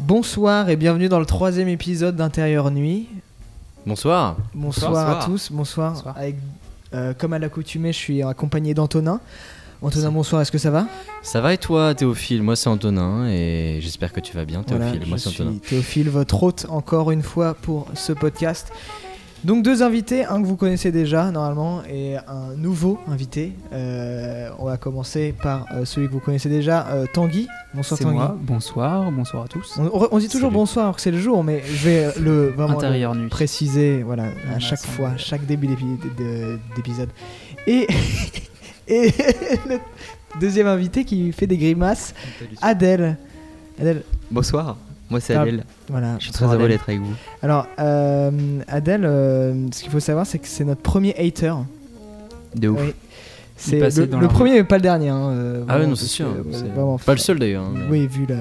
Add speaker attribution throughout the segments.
Speaker 1: Bonsoir et bienvenue dans le troisième épisode d'Intérieur Nuit.
Speaker 2: Bonsoir.
Speaker 1: Bonsoir,
Speaker 3: Bonsoir.
Speaker 1: à tous, bonsoir.
Speaker 3: Bonsoir.
Speaker 1: Avec, euh, comme à l'accoutumée, je suis accompagné d'Antonin. Antonin, bonsoir, est-ce que ça va
Speaker 2: Ça va et toi, Théophile Moi, c'est Antonin et j'espère que tu vas bien, Théophile.
Speaker 1: Voilà,
Speaker 2: Moi,
Speaker 1: je
Speaker 2: c'est
Speaker 1: suis
Speaker 2: Antonin.
Speaker 1: Théophile, votre hôte, encore une fois pour ce podcast. Donc deux invités, un que vous connaissez déjà normalement et un nouveau invité. Euh, on va commencer par euh, celui que vous connaissez déjà, euh, Tanguy. Bonsoir
Speaker 3: C'est
Speaker 1: Tanguy.
Speaker 3: moi, bonsoir, bonsoir à tous.
Speaker 1: On, on- on dit toujours
Speaker 2: Salut.
Speaker 1: bonsoir alors que c'est le jour, mais je vais euh, le vraiment le-
Speaker 3: Intérieur nuit.
Speaker 1: préciser voilà, à
Speaker 3: Ah,
Speaker 1: chaque
Speaker 3: ça me
Speaker 1: fois,
Speaker 3: plaît.
Speaker 1: chaque début d'épi- de- d'épisode. Et, et le deuxième invité qui fait des grimaces, Adèle. Adèle,
Speaker 4: Bonsoir, moi c'est
Speaker 1: Ah,
Speaker 4: Adèle.
Speaker 1: voilà.
Speaker 4: Je suis très heureux d'être avec vous.
Speaker 1: Alors, euh, Adèle, euh, ce qu'il faut savoir, c'est que c'est notre premier hater.
Speaker 4: De ouf.
Speaker 1: Oui. C'est
Speaker 3: passait
Speaker 1: le,
Speaker 3: dans
Speaker 1: le
Speaker 3: la rue.
Speaker 1: premier, mais pas le dernier. hein, euh,
Speaker 2: Ah oui,
Speaker 1: vraiment,
Speaker 2: non, c'est
Speaker 1: parce
Speaker 2: sûr.
Speaker 1: que, euh,
Speaker 2: c'est
Speaker 1: vraiment,
Speaker 2: Pas le seul d'ailleurs. hein. mais-
Speaker 1: Oui, vu la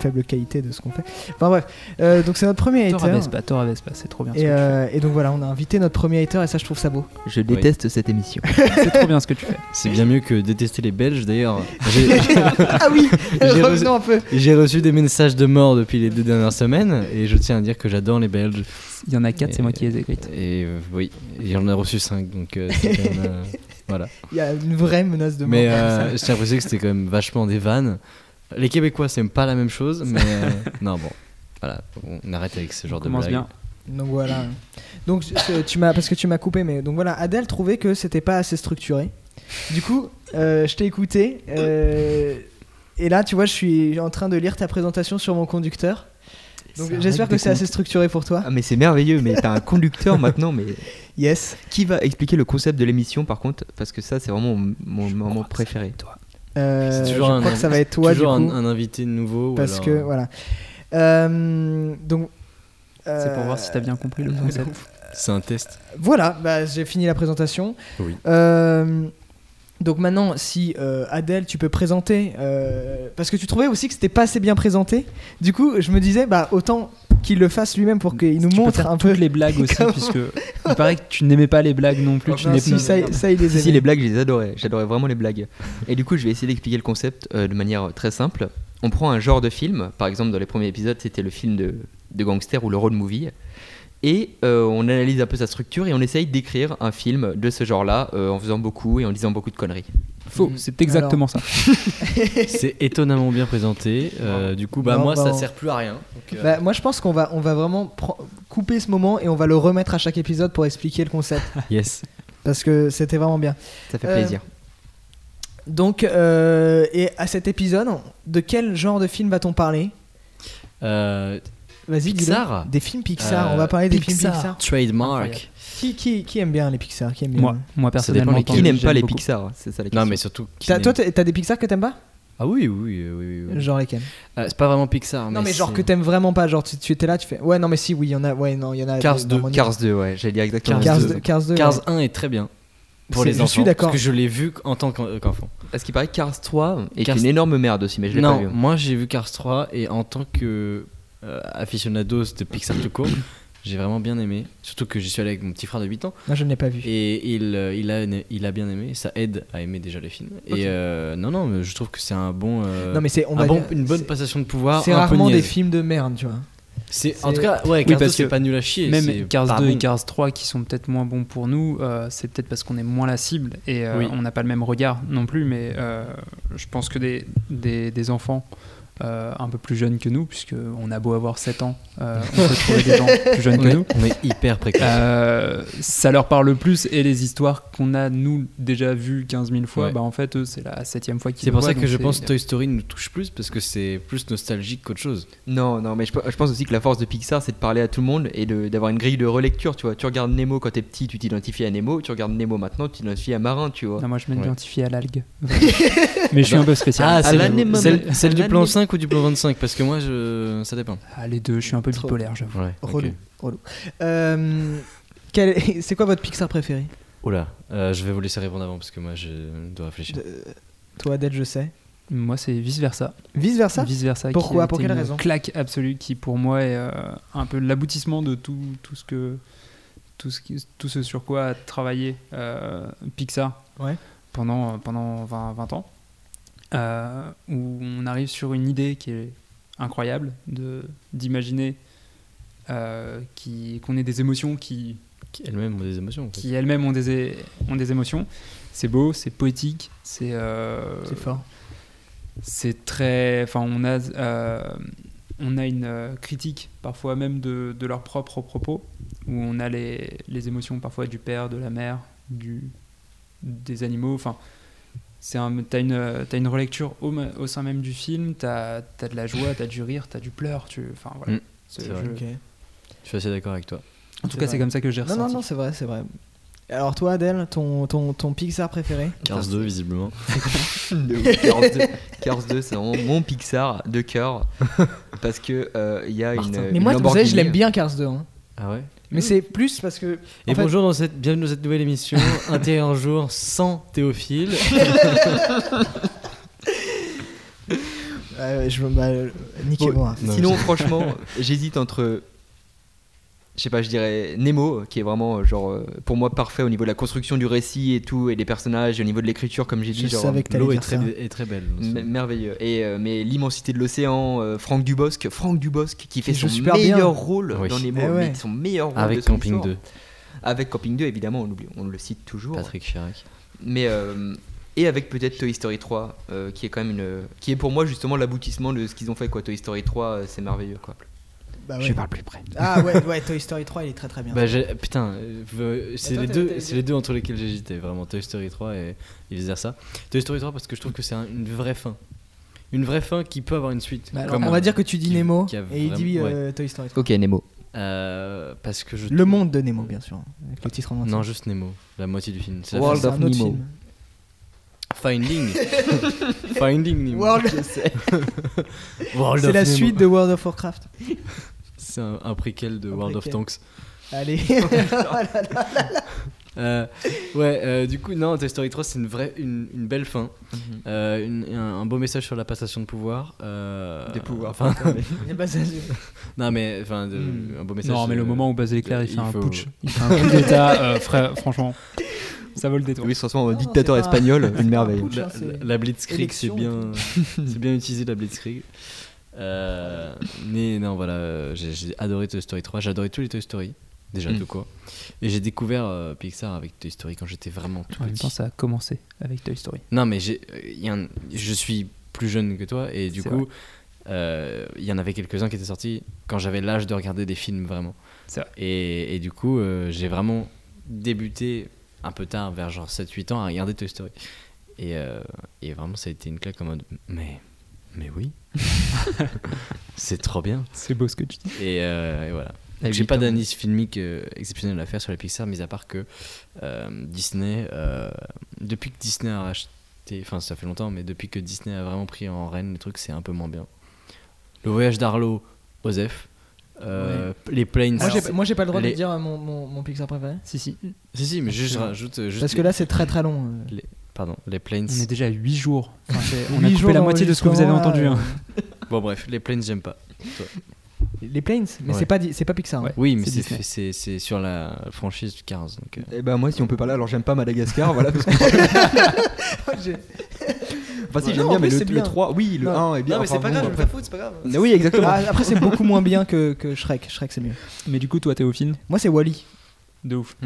Speaker 1: faible qualité de ce qu'on fait. Enfin bref, Euh, donc c'est notre premier
Speaker 3: Thor à
Speaker 1: hater.
Speaker 3: Vespa, Thor à Vespa, c'est trop bien. ce
Speaker 1: Et,
Speaker 3: que tu
Speaker 1: euh, et donc voilà, on a invité notre premier hater et ça je trouve ça beau.
Speaker 4: Je déteste cette émission.
Speaker 3: fais. C'est trop bien ce que tu fais.
Speaker 2: C'est bien mieux que détester les Belges d'ailleurs. J'ai-
Speaker 1: ah oui,
Speaker 2: J'ai
Speaker 1: revenons un peu.
Speaker 2: J'ai reçu des messages de mort depuis les deux dernières semaines et je tiens à dire que j'adore les Belges.
Speaker 3: Il y en a 4, c'est
Speaker 2: Et-
Speaker 3: moi qui les ai écrites.
Speaker 2: Et euh, oui, il y en a reçu 5 donc euh, c'est quand même, euh, voilà.
Speaker 1: Il y a une vraie menace de mort.
Speaker 2: Mais euh, je tiens à préciser que c'était quand même vachement des vannes. Les Québécois, c'est pas la même chose, mais euh, non, bon, voilà, on arrête avec ce genre
Speaker 3: On
Speaker 2: de
Speaker 3: commence
Speaker 2: blagues.
Speaker 3: bien.
Speaker 1: Donc voilà. Donc je- je- tu m'as parce que tu m'as coupé mais donc voilà, Adèle trouvait que c'était pas assez structuré. Du coup, euh, je t'ai écouté euh, et là tu vois, je suis en train de lire ta présentation sur mon conducteur. Donc
Speaker 4: Ça
Speaker 1: j'espère
Speaker 4: arrête
Speaker 1: que
Speaker 4: de
Speaker 1: c'est assez structuré pour toi.
Speaker 4: Ah, mais c'est merveilleux, mais t'as un conducteur maintenant, mais
Speaker 1: Yes.
Speaker 4: qui va expliquer le concept de l'émission par contre Parce que ça, c'est vraiment mon, mon moment préféré. Toi.
Speaker 1: Euh,
Speaker 2: C'est
Speaker 1: je
Speaker 2: toujours un-
Speaker 1: crois que ça va être toi du coup
Speaker 2: Toujours un, un oh invité nouveau. ou
Speaker 1: parce
Speaker 2: alors-
Speaker 1: que voilà. Euh, donc
Speaker 3: C'est pour
Speaker 1: euh,
Speaker 3: voir si t'as bien compris le concept.
Speaker 2: C'est un test.
Speaker 1: Voilà, bah, j'ai fini la présentation.
Speaker 2: Oui.
Speaker 1: Euh, donc maintenant, si euh, Adèle, tu peux présenter, euh, parce que tu trouvais aussi que c'était pas assez bien présenté. Du coup, je me disais, bah autant qu'il le fasse lui-même pour qu'il nous
Speaker 3: Tu peux
Speaker 1: montre
Speaker 3: faire
Speaker 1: un peu
Speaker 3: toutes les blagues aussi,
Speaker 1: Comment
Speaker 3: puisque il paraît que tu n'aimais pas les blagues non plus.
Speaker 4: Oh,
Speaker 3: tu
Speaker 1: Non,
Speaker 3: n'es
Speaker 1: Ah, si, ça, ça, il les
Speaker 4: Si,
Speaker 1: aimait.
Speaker 4: si, les blagues, je les adorais. J'adorais vraiment les blagues. Et du coup, je vais essayer d'expliquer le concept euh, de manière très simple. On prend un genre de film, par exemple, dans les premiers épisodes, c'était le film de, de gangster ou le road movie. Et euh, on analyse un peu sa structure et on essaye d'écrire un film de ce genre-là euh, en faisant beaucoup et en disant beaucoup de conneries.
Speaker 3: Faux, c'est exactement ça.
Speaker 2: C'est étonnamment bien présenté. euh, du coup, bah
Speaker 1: Non,
Speaker 2: moi,
Speaker 1: bah,
Speaker 2: ça
Speaker 1: on-
Speaker 2: sert plus à rien. donc, euh,
Speaker 1: Bah, moi, je pense qu'on va, on va vraiment pr- couper ce moment et on va le remettre à chaque épisode pour expliquer le concept,
Speaker 2: yes.
Speaker 1: parce que c'était vraiment bien.
Speaker 4: Ça fait
Speaker 1: Euh,
Speaker 4: plaisir.
Speaker 1: Donc, euh, et à cet épisode, de quel genre de film va-t-on parler
Speaker 2: Euh,
Speaker 1: Vas-y, dis-le.
Speaker 2: Pixar.
Speaker 1: Des films Pixar. on va
Speaker 2: Euh,
Speaker 1: parler des films
Speaker 2: Pixar.
Speaker 1: Pixar.
Speaker 2: Trademark.
Speaker 1: Qui, qui, qui aime bien les Pixar qui aime bien
Speaker 3: Moi, moi
Speaker 2: Ça dépend
Speaker 3: personnellement,
Speaker 2: lesquels.
Speaker 3: tant
Speaker 4: Qui n'aime
Speaker 3: j'aime
Speaker 4: pas les
Speaker 3: beaucoup.
Speaker 4: Pixar hein, C'est ça la question.
Speaker 2: Non, mais surtout. qui
Speaker 1: T'as-
Speaker 2: n'aime-
Speaker 1: toi, t'as t'as des Pixar que t'aimes pas
Speaker 2: Ah oui, oui, oui. oui, oui.
Speaker 1: Genre lesquels
Speaker 2: Euh, c'est pas vraiment Pixar.
Speaker 1: Non, mais genre
Speaker 2: c'est-
Speaker 1: que t'aimes vraiment pas. Genre, tu, tu étais là, tu fais. Ouais, non, mais si, oui, il y en a. Ouais, non, il y en a.
Speaker 2: Cars
Speaker 1: dans
Speaker 2: 2,
Speaker 1: mon
Speaker 4: Cars 2, ouais, j'allais dire exactement.
Speaker 1: Cars
Speaker 2: Cars
Speaker 1: 2.
Speaker 2: 2.
Speaker 1: Cars 2. ouais.
Speaker 2: Cars 1 est très bien pour
Speaker 1: C'est-
Speaker 2: les
Speaker 1: je
Speaker 2: enfants.
Speaker 1: suis d'accord.
Speaker 2: Parce que je l'ai vu en tant qu'en- euh, qu'enfant.
Speaker 4: Parce qu'il paraît que Cars 3 est
Speaker 2: Cars-
Speaker 4: une énorme merde aussi, mais je l'ai pas
Speaker 2: Non,
Speaker 4: vu.
Speaker 2: moi j'ai vu Cars 3 et en tant que euh, aficionados de Pixar tout court, j'ai vraiment bien aimé. Surtout que j'y suis allé avec mon petit frère de 8 ans
Speaker 1: Non, je ne l'ai pas vu.
Speaker 2: et il, euh, il, a, il a bien aimé. Ça aide à aimer déjà les films.
Speaker 1: Ok.
Speaker 2: Et euh, non, non, mais je trouve que c'est un bon. euh,
Speaker 1: non, mais c'est. on
Speaker 2: un
Speaker 1: va
Speaker 2: bon-
Speaker 1: dire-
Speaker 2: une bonne
Speaker 1: c'est-
Speaker 2: passation de pouvoir.
Speaker 1: C'est
Speaker 2: un peu
Speaker 1: rarement des
Speaker 2: niaise.
Speaker 1: films de merde, tu vois.
Speaker 2: C'est-
Speaker 1: c'est-
Speaker 2: En tout cas, ouais,
Speaker 3: Oui,
Speaker 2: Cars 2,
Speaker 3: parce
Speaker 2: c'est
Speaker 3: que
Speaker 2: pas nul à chier. c'est
Speaker 3: Même Cars
Speaker 2: pas
Speaker 3: 2 et
Speaker 2: bon.
Speaker 3: Cars 3 qui sont peut-être moins bons pour nous, euh, c'est peut-être parce qu'on est moins la cible et euh,
Speaker 2: Oui.
Speaker 3: on n'a pas le même regard non plus, mais euh, je pense que des, des, des enfants euh, un peu plus jeunes que nous, puisqu'on a beau avoir 7 ans, euh, on peut trouver des gens plus jeunes
Speaker 2: On
Speaker 3: que
Speaker 2: est,
Speaker 3: nous.
Speaker 2: on est hyper précoce.
Speaker 3: euh, ça leur parle le plus et les histoires qu'on a nous déjà vues 15 000 fois,
Speaker 2: Ouais.
Speaker 3: bah en fait eux c'est la septième fois qu'ils
Speaker 2: c'est
Speaker 3: le
Speaker 2: pour
Speaker 3: voient,
Speaker 2: ça que
Speaker 3: donc
Speaker 2: je
Speaker 3: c'est-
Speaker 2: pense
Speaker 1: euh,
Speaker 2: Toy Story nous touche plus parce que c'est plus nostalgique qu'autre chose.
Speaker 4: Non, non, mais je, je pense aussi que la force de Pixar, c'est de parler à tout le monde et de- d'avoir une grille de relecture, tu vois. Tu regardes Nemo quand t'es petit, tu t'identifies à Nemo, tu regardes Nemo maintenant, tu t'identifies à Marin, tu vois.
Speaker 3: Non, moi je
Speaker 2: Ouais.
Speaker 3: m'identifie à l'algue. Mais je suis un peu spécial.
Speaker 2: Ah,
Speaker 4: À
Speaker 2: celle,
Speaker 4: l'année même.
Speaker 2: celle- celle du
Speaker 4: À
Speaker 2: plan
Speaker 4: l'année.
Speaker 2: 5 ou du plan 25 Parce que moi, je... ça dépend.
Speaker 3: Ah, les deux, je suis un peu
Speaker 1: Trop.
Speaker 3: bipolaire, j'avoue.
Speaker 2: Ouais,
Speaker 1: Relou. relou. Euh, quel- C'est quoi votre Pixar préféré
Speaker 2: Oula, euh, je vais vous laisser répondre avant parce que moi, je dois réfléchir.
Speaker 1: De- Toi, Adèle, je sais.
Speaker 3: Moi, c'est vice versa.
Speaker 1: Vice versa
Speaker 3: Vice versa.
Speaker 1: Pourquoi
Speaker 3: qui a
Speaker 1: Pour
Speaker 3: été
Speaker 1: quelle
Speaker 3: une
Speaker 1: raison
Speaker 3: Claque absolue qui pour moi est euh, un peu l'aboutissement de tout, tout ce que tout ce qui- tout ce sur quoi a travaillé euh, Pixar
Speaker 1: Ouais.
Speaker 3: Euh, pendant pendant 20, 20 ans. euh, où on arrive sur une idée qui est incroyable de d'imaginer euh, qui- qu'on ait des émotions qui,
Speaker 2: Elles-mêmes ont des émotions. en fait.
Speaker 3: qui elles-mêmes ont des, é- ont des émotions. C'est beau, c'est poétique, c'est euh,
Speaker 1: C'est fort.
Speaker 3: c'est très. Enfin, on a, euh, on a une euh, critique parfois même de, de leurs propres propos, où on a les, les émotions parfois du père, de la mère, du, des animaux. Enfin, c'est un, t'as une, euh, t'as une relecture au, me- au sein même du film. T'as, t'as de la joie, t'as du rire, t'as du pleur. Tu, enfin voilà.
Speaker 2: Mm,
Speaker 3: C'est-
Speaker 2: c'est vrai.
Speaker 3: je-
Speaker 1: Ok.
Speaker 2: Je suis assez d'accord avec toi.
Speaker 3: en tout
Speaker 1: C'est
Speaker 3: cas, c'est
Speaker 1: vrai.
Speaker 3: comme ça que j'ai
Speaker 1: Non,
Speaker 3: ressenti.
Speaker 1: non, non, c'est vrai, c'est vrai. Alors toi, Adèle, ton, ton, ton Pixar préféré
Speaker 2: 15-2, visiblement.
Speaker 4: De ouf. Cars 2, Cars 2, c'est vraiment mon Pixar de cœur. Parce que euh, il y a une.
Speaker 2: Martin.
Speaker 4: une
Speaker 1: Mais moi, vous savez, je
Speaker 4: Lamborghini.
Speaker 1: l'aime bien Cars 2. hein.
Speaker 2: Ah ouais
Speaker 1: Mais c'est plus parce que.
Speaker 2: Et
Speaker 1: En fait-
Speaker 2: bonjour, dans cette, bienvenue dans cette nouvelle émission, un thé un jour sans Théophile.
Speaker 1: Euh, je, bah, euh, niquez
Speaker 4: Bon,
Speaker 1: moi.
Speaker 2: Non,
Speaker 4: sinon, franchement, j'hésite entre. Je sais pas, je dirais Nemo, qui est vraiment, euh, genre, euh, pour moi, parfait au niveau de la construction du récit et tout, et des personnages, et au niveau de l'écriture, comme j'ai
Speaker 1: Je
Speaker 4: dit. genre,
Speaker 1: savais que t'allais
Speaker 2: L'eau est
Speaker 1: dire
Speaker 2: très,
Speaker 1: ça.
Speaker 2: est très belle. dans ce
Speaker 4: m-
Speaker 2: film.
Speaker 4: merveilleux. Et, euh, mais l'immensité de l'océan, euh, Franck Dubosc, Franck Dubosc, qui fait
Speaker 1: Il joue
Speaker 4: son
Speaker 1: super
Speaker 4: meilleur
Speaker 1: bien.
Speaker 4: rôle
Speaker 2: Oui.
Speaker 4: dans Nemo,
Speaker 1: Eh ouais.
Speaker 4: mais son meilleur rôle de
Speaker 2: Avec
Speaker 4: son
Speaker 2: Camping
Speaker 4: histoire.
Speaker 2: 2,
Speaker 4: Avec Camping 2, évidemment, on, l'oublie- on le cite toujours.
Speaker 2: Patrick Chirac.
Speaker 4: mais euh, et avec peut-être Toy Story 3 euh, qui est quand même une qui est pour moi justement l'aboutissement de ce qu'ils ont fait quoi Toy Story 3 euh, c'est merveilleux quoi
Speaker 1: Bah
Speaker 3: Je
Speaker 1: ouais.
Speaker 3: parle plus près.
Speaker 1: Ah ouais, ouais, Toy Story 3, il est très très bien.
Speaker 2: Bah, j'ai- putain, euh, euh, c'est
Speaker 1: Bah, toi,
Speaker 2: les,
Speaker 1: t'as-
Speaker 2: deux-
Speaker 1: t'as-
Speaker 2: c'est les deux entre lesquels j'hésitais, vraiment. Toy Story 3 et, et vice versa. Toy Story 3 parce que je trouve que c'est un- une vraie fin. Une vraie fin qui peut avoir une suite.
Speaker 1: Bah, alors,
Speaker 2: Comme-
Speaker 1: on va dire que tu dis
Speaker 2: qui-
Speaker 1: Nemo
Speaker 2: qui a
Speaker 1: et il dit
Speaker 2: vraiment-
Speaker 1: euh, Toy Story 3.
Speaker 4: ok Nemo
Speaker 2: Euh, parce que je.
Speaker 1: Le monde de Nemo, bien sûr. Avec le titre romantique.
Speaker 2: Non, juste Nemo, la moitié du film. C'est la
Speaker 4: World
Speaker 1: C'est
Speaker 4: of
Speaker 1: un autre
Speaker 4: Nemo.
Speaker 1: film.
Speaker 2: fin. Finding. Finding Nemo.
Speaker 1: World-
Speaker 2: World
Speaker 1: C'est
Speaker 2: of
Speaker 1: la
Speaker 2: Nemo.
Speaker 1: suite de World of Warcraft.
Speaker 2: C'est un, un préquel de
Speaker 1: Un
Speaker 2: World
Speaker 1: préquel.
Speaker 2: of Tanks.
Speaker 1: Allez.
Speaker 2: Euh, ouais, euh, du coup, non, Toy Story 3, c'est une vraie, une, une belle fin.
Speaker 4: Mhm.
Speaker 2: Euh, une- un, un beau message sur la passation de pouvoir. euh,
Speaker 4: Des pouvoirs,
Speaker 2: Enfin,
Speaker 1: Eh ben, ça-
Speaker 2: non, mais enfin, de-
Speaker 3: Hmm.
Speaker 2: un beau message.
Speaker 3: Non, mais le
Speaker 2: euh,
Speaker 3: moment où Baz Éclair il
Speaker 2: il
Speaker 3: fait un
Speaker 2: faut-
Speaker 3: putsch, il fait un coup d'État, euh, frère, franchement, ça vaut le détour.
Speaker 4: oui en
Speaker 1: non,
Speaker 4: dictateur
Speaker 1: c'est pas-
Speaker 4: espagnol
Speaker 1: c'est
Speaker 4: une
Speaker 1: pas un
Speaker 4: merveille
Speaker 1: putsch,
Speaker 2: La,
Speaker 1: hein, c'est-
Speaker 2: la Blitzkrieg, c'est
Speaker 1: élection
Speaker 2: bien, c'est bien utilisé la Blitzkrieg. Euh, mais non, voilà, euh, j'ai j'ai adoré Toy Story 3, j'ai adoré tous les Toy Story, déjà
Speaker 3: Hmm.
Speaker 4: Mm.
Speaker 2: tout quoi. Et j'ai découvert euh, Pixar avec Toy Story quand j'étais vraiment tout
Speaker 3: En même
Speaker 2: petit.
Speaker 3: temps, ça a commencé avec Toy Story.
Speaker 2: Non, mais j'ai, euh, il y en- je suis plus jeune que toi, et du
Speaker 3: C'est
Speaker 2: coup, euh, il y en avait quelques-uns qui étaient sortis quand j'avais l'âge de regarder des films vraiment.
Speaker 3: C'est vrai.
Speaker 2: Et, et du coup, euh, j'ai vraiment débuté un peu tard, vers genre 7-8 ans, à regarder Toy Story. Et, euh, et vraiment, ça a été une claque en mode Mais, mais oui, c'est trop bien.
Speaker 3: C'est beau ce que tu dis.
Speaker 2: Et, euh, et voilà.
Speaker 4: Ah,
Speaker 2: J'ai
Speaker 4: huit
Speaker 2: pas
Speaker 4: ans.
Speaker 2: d'analyse filmique euh, exceptionnelle à faire sur les Pixar, mis à part que euh, Disney, euh, depuis que Disney a racheté, enfin ça fait longtemps, mais depuis que Disney a vraiment pris en reine les trucs, c'est un peu moins bien. Le voyage d'Arlo, Osef, euh, les planes.
Speaker 1: Moi, Ah, j'ai- Moi j'ai pas le droit
Speaker 2: Les-
Speaker 1: de dire euh, mon, mon, mon Pixar préféré.
Speaker 3: Si, si.
Speaker 2: Si, si, mais juste, je rajoute. euh, juste
Speaker 1: Parce que
Speaker 2: les-
Speaker 1: là c'est très très long. euh.
Speaker 2: Pardon, les planes.
Speaker 3: On est déjà à 8 jours. Enfin, c'est- on
Speaker 1: Huit
Speaker 3: a coupé
Speaker 1: jours
Speaker 3: la moitié de ce que vous avez
Speaker 1: d'enregistrement,
Speaker 3: entendu. hein.
Speaker 2: Bon, bref, les planes, j'aime pas.
Speaker 1: Les Planes, mais
Speaker 2: Ouais.
Speaker 1: c'est pas di- c'est pas Pixar. hein.
Speaker 3: Ouais.
Speaker 2: Oui, mais
Speaker 3: C'est
Speaker 2: c'est
Speaker 3: Disney.
Speaker 2: fait- c'est c'est sur la franchise du Cars. Donc, euh,
Speaker 4: eh ben moi si on peut parler alors j'aime pas Madagascar voilà parce que
Speaker 1: J'ai-
Speaker 4: enfin si
Speaker 1: Ouais.
Speaker 4: j'aime
Speaker 1: Non, en
Speaker 4: bien mais
Speaker 1: plus,
Speaker 4: le,
Speaker 1: c'est
Speaker 4: le
Speaker 1: bien.
Speaker 4: 3 oui le
Speaker 1: Non.
Speaker 4: 1 est bien enfin, bon, après-
Speaker 2: c'est pas grave.
Speaker 4: oui exactement
Speaker 1: Ah, après c'est beaucoup moins bien que, que Shrek. Shrek c'est mieux.
Speaker 3: Mais du coup, toi, Théophile,
Speaker 1: Moi c'est Wally.
Speaker 3: de ouf.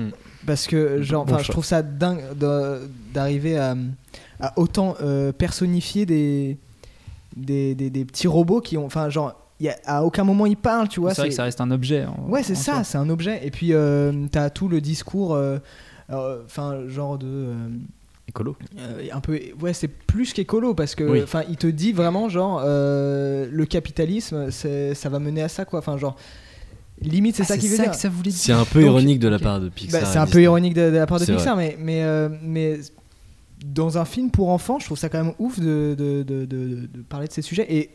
Speaker 1: Parce que genre,
Speaker 3: Bon
Speaker 1: enfin, je
Speaker 3: choix.
Speaker 1: trouve ça dingue de- d'arriver à, à autant euh, personnifier des, des, des, des petits robots qui ont. Enfin, genre, il y a- à aucun moment ils parlent, tu vois.
Speaker 3: c'est vrai que ça reste un objet. en-
Speaker 1: Ouais, c'est
Speaker 3: en
Speaker 1: ça,
Speaker 3: soi.
Speaker 1: c'est un objet. Et puis, euh, t'as tout le discours. euh, euh, Enfin, genre de. euh,
Speaker 2: Écolo.
Speaker 1: euh, un peu ouais c'est plus qu'écolo parce que
Speaker 2: Oui.
Speaker 1: enfin il te dit vraiment genre euh, le capitalisme c'est- ça va mener à ça quoi enfin genre limite c'est
Speaker 3: Ah,
Speaker 1: ça qui veut dire
Speaker 3: que ça voulait dire.
Speaker 2: C'est un peu
Speaker 1: Donc,
Speaker 2: ironique de la
Speaker 3: ok.
Speaker 2: part de Pixar.
Speaker 1: bah,
Speaker 2: et
Speaker 1: c'est un peu
Speaker 2: Disney.
Speaker 1: ironique de, de la part de
Speaker 2: C'est
Speaker 1: Pixar, mais, mais, euh, mais dans un film pour enfants, je trouve ça quand même ouf de, de, de- de- de parler de ces sujets. Et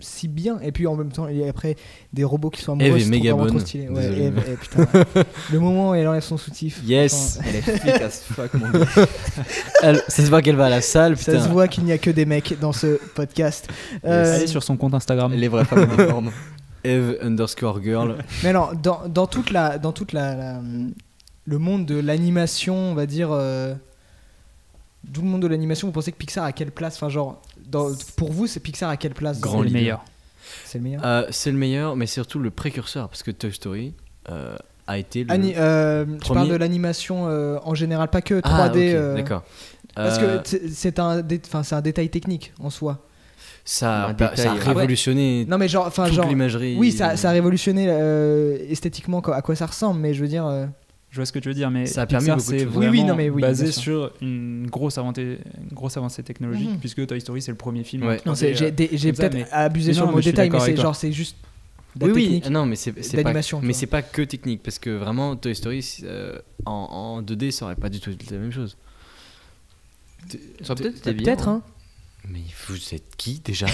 Speaker 1: si bien, et puis en même temps, il y a après des robots qui sont amoureux,
Speaker 2: Eve est
Speaker 1: je trouve
Speaker 2: Eh, méga
Speaker 1: vraiment
Speaker 2: bonne.
Speaker 1: trop stylé. Ouais,
Speaker 2: Désolé.
Speaker 1: Eve, eh, putain, ouais. le moment où elle enlève son soutif,
Speaker 2: Yes!
Speaker 1: franchement,
Speaker 4: elle est flic as fuck mon gars
Speaker 2: Elle- ça se voit qu'elle va à la salle,
Speaker 1: ça
Speaker 2: putain.
Speaker 1: se voit qu'il n'y a que des mecs dans ce podcast. Euh,
Speaker 3: Allez sur son compte Instagram.
Speaker 4: les vraies femmes ont des formes
Speaker 2: Eve underscore girl.
Speaker 1: Mais alors, dans, dans toute la, dans toute la, la- le monde de l'animation, on va dire, euh, tout le monde de l'animation, vous pensez que Pixar a quelle place Enfin, genre, Dans- pour vous, c'est Pixar à quelle place dans
Speaker 2: Grand
Speaker 1: le-
Speaker 3: le
Speaker 2: leader.
Speaker 3: meilleur.
Speaker 1: C'est le meilleur.
Speaker 2: Euh, c'est le meilleur, mais surtout le précurseur, parce que Toy Story euh, a été le.
Speaker 1: Ani- euh, tu
Speaker 2: Premier-
Speaker 1: parles de l'animation euh, en général, pas que 3D.
Speaker 2: Ah, ok,
Speaker 1: euh,
Speaker 2: D'accord.
Speaker 1: Parce
Speaker 2: Euh,
Speaker 1: que c'est- c'est un, dé- enfin, c'est un détail technique en soi.
Speaker 2: ça,
Speaker 4: Un
Speaker 2: bah, ça a
Speaker 4: détail.
Speaker 2: révolutionné
Speaker 1: Non mais genre, enfin
Speaker 2: toute
Speaker 1: genre,
Speaker 2: l'imagerie.
Speaker 1: oui, ça, ça a révolutionné euh, esthétiquement quoi- à quoi ça ressemble, mais je veux dire, euh,
Speaker 3: Je vois ce que tu veux dire, mais
Speaker 2: Ça a permis
Speaker 3: Pixar
Speaker 2: beaucoup de
Speaker 3: c'est
Speaker 2: choses.
Speaker 1: Oui,
Speaker 3: vraiment
Speaker 1: oui, non, mais oui,
Speaker 3: basé
Speaker 1: bien sûr.
Speaker 3: sur une grosse avancée, une grosse avancée technologique,
Speaker 1: Mhm.
Speaker 3: puisque Toy Story c'est le premier film.
Speaker 2: Ouais.
Speaker 3: en
Speaker 1: non,
Speaker 3: 3D,
Speaker 1: c'est-
Speaker 3: euh,
Speaker 1: j'ai dé- j'ai
Speaker 3: comme ça,
Speaker 1: peut-être
Speaker 3: mais-
Speaker 1: abusé
Speaker 3: mais
Speaker 1: sur
Speaker 3: non,
Speaker 1: le mot
Speaker 3: mais je suis
Speaker 1: détail, mais
Speaker 3: d'accord
Speaker 1: c'est
Speaker 3: avec toi.
Speaker 1: genre, c'est juste de
Speaker 2: Oui,
Speaker 1: la
Speaker 2: oui,
Speaker 1: technique.
Speaker 2: ah non, mais c'est c'est pas,
Speaker 1: d'animation, tu
Speaker 2: mais
Speaker 1: vois.
Speaker 2: c'est pas que technique, parce que vraiment Toy Story euh, en, en 2D ça aurait pas du tout été la même chose.
Speaker 4: Ça aurait peut-être été bien,
Speaker 1: Peut-être, hein.
Speaker 2: Mais vous êtes qui déjà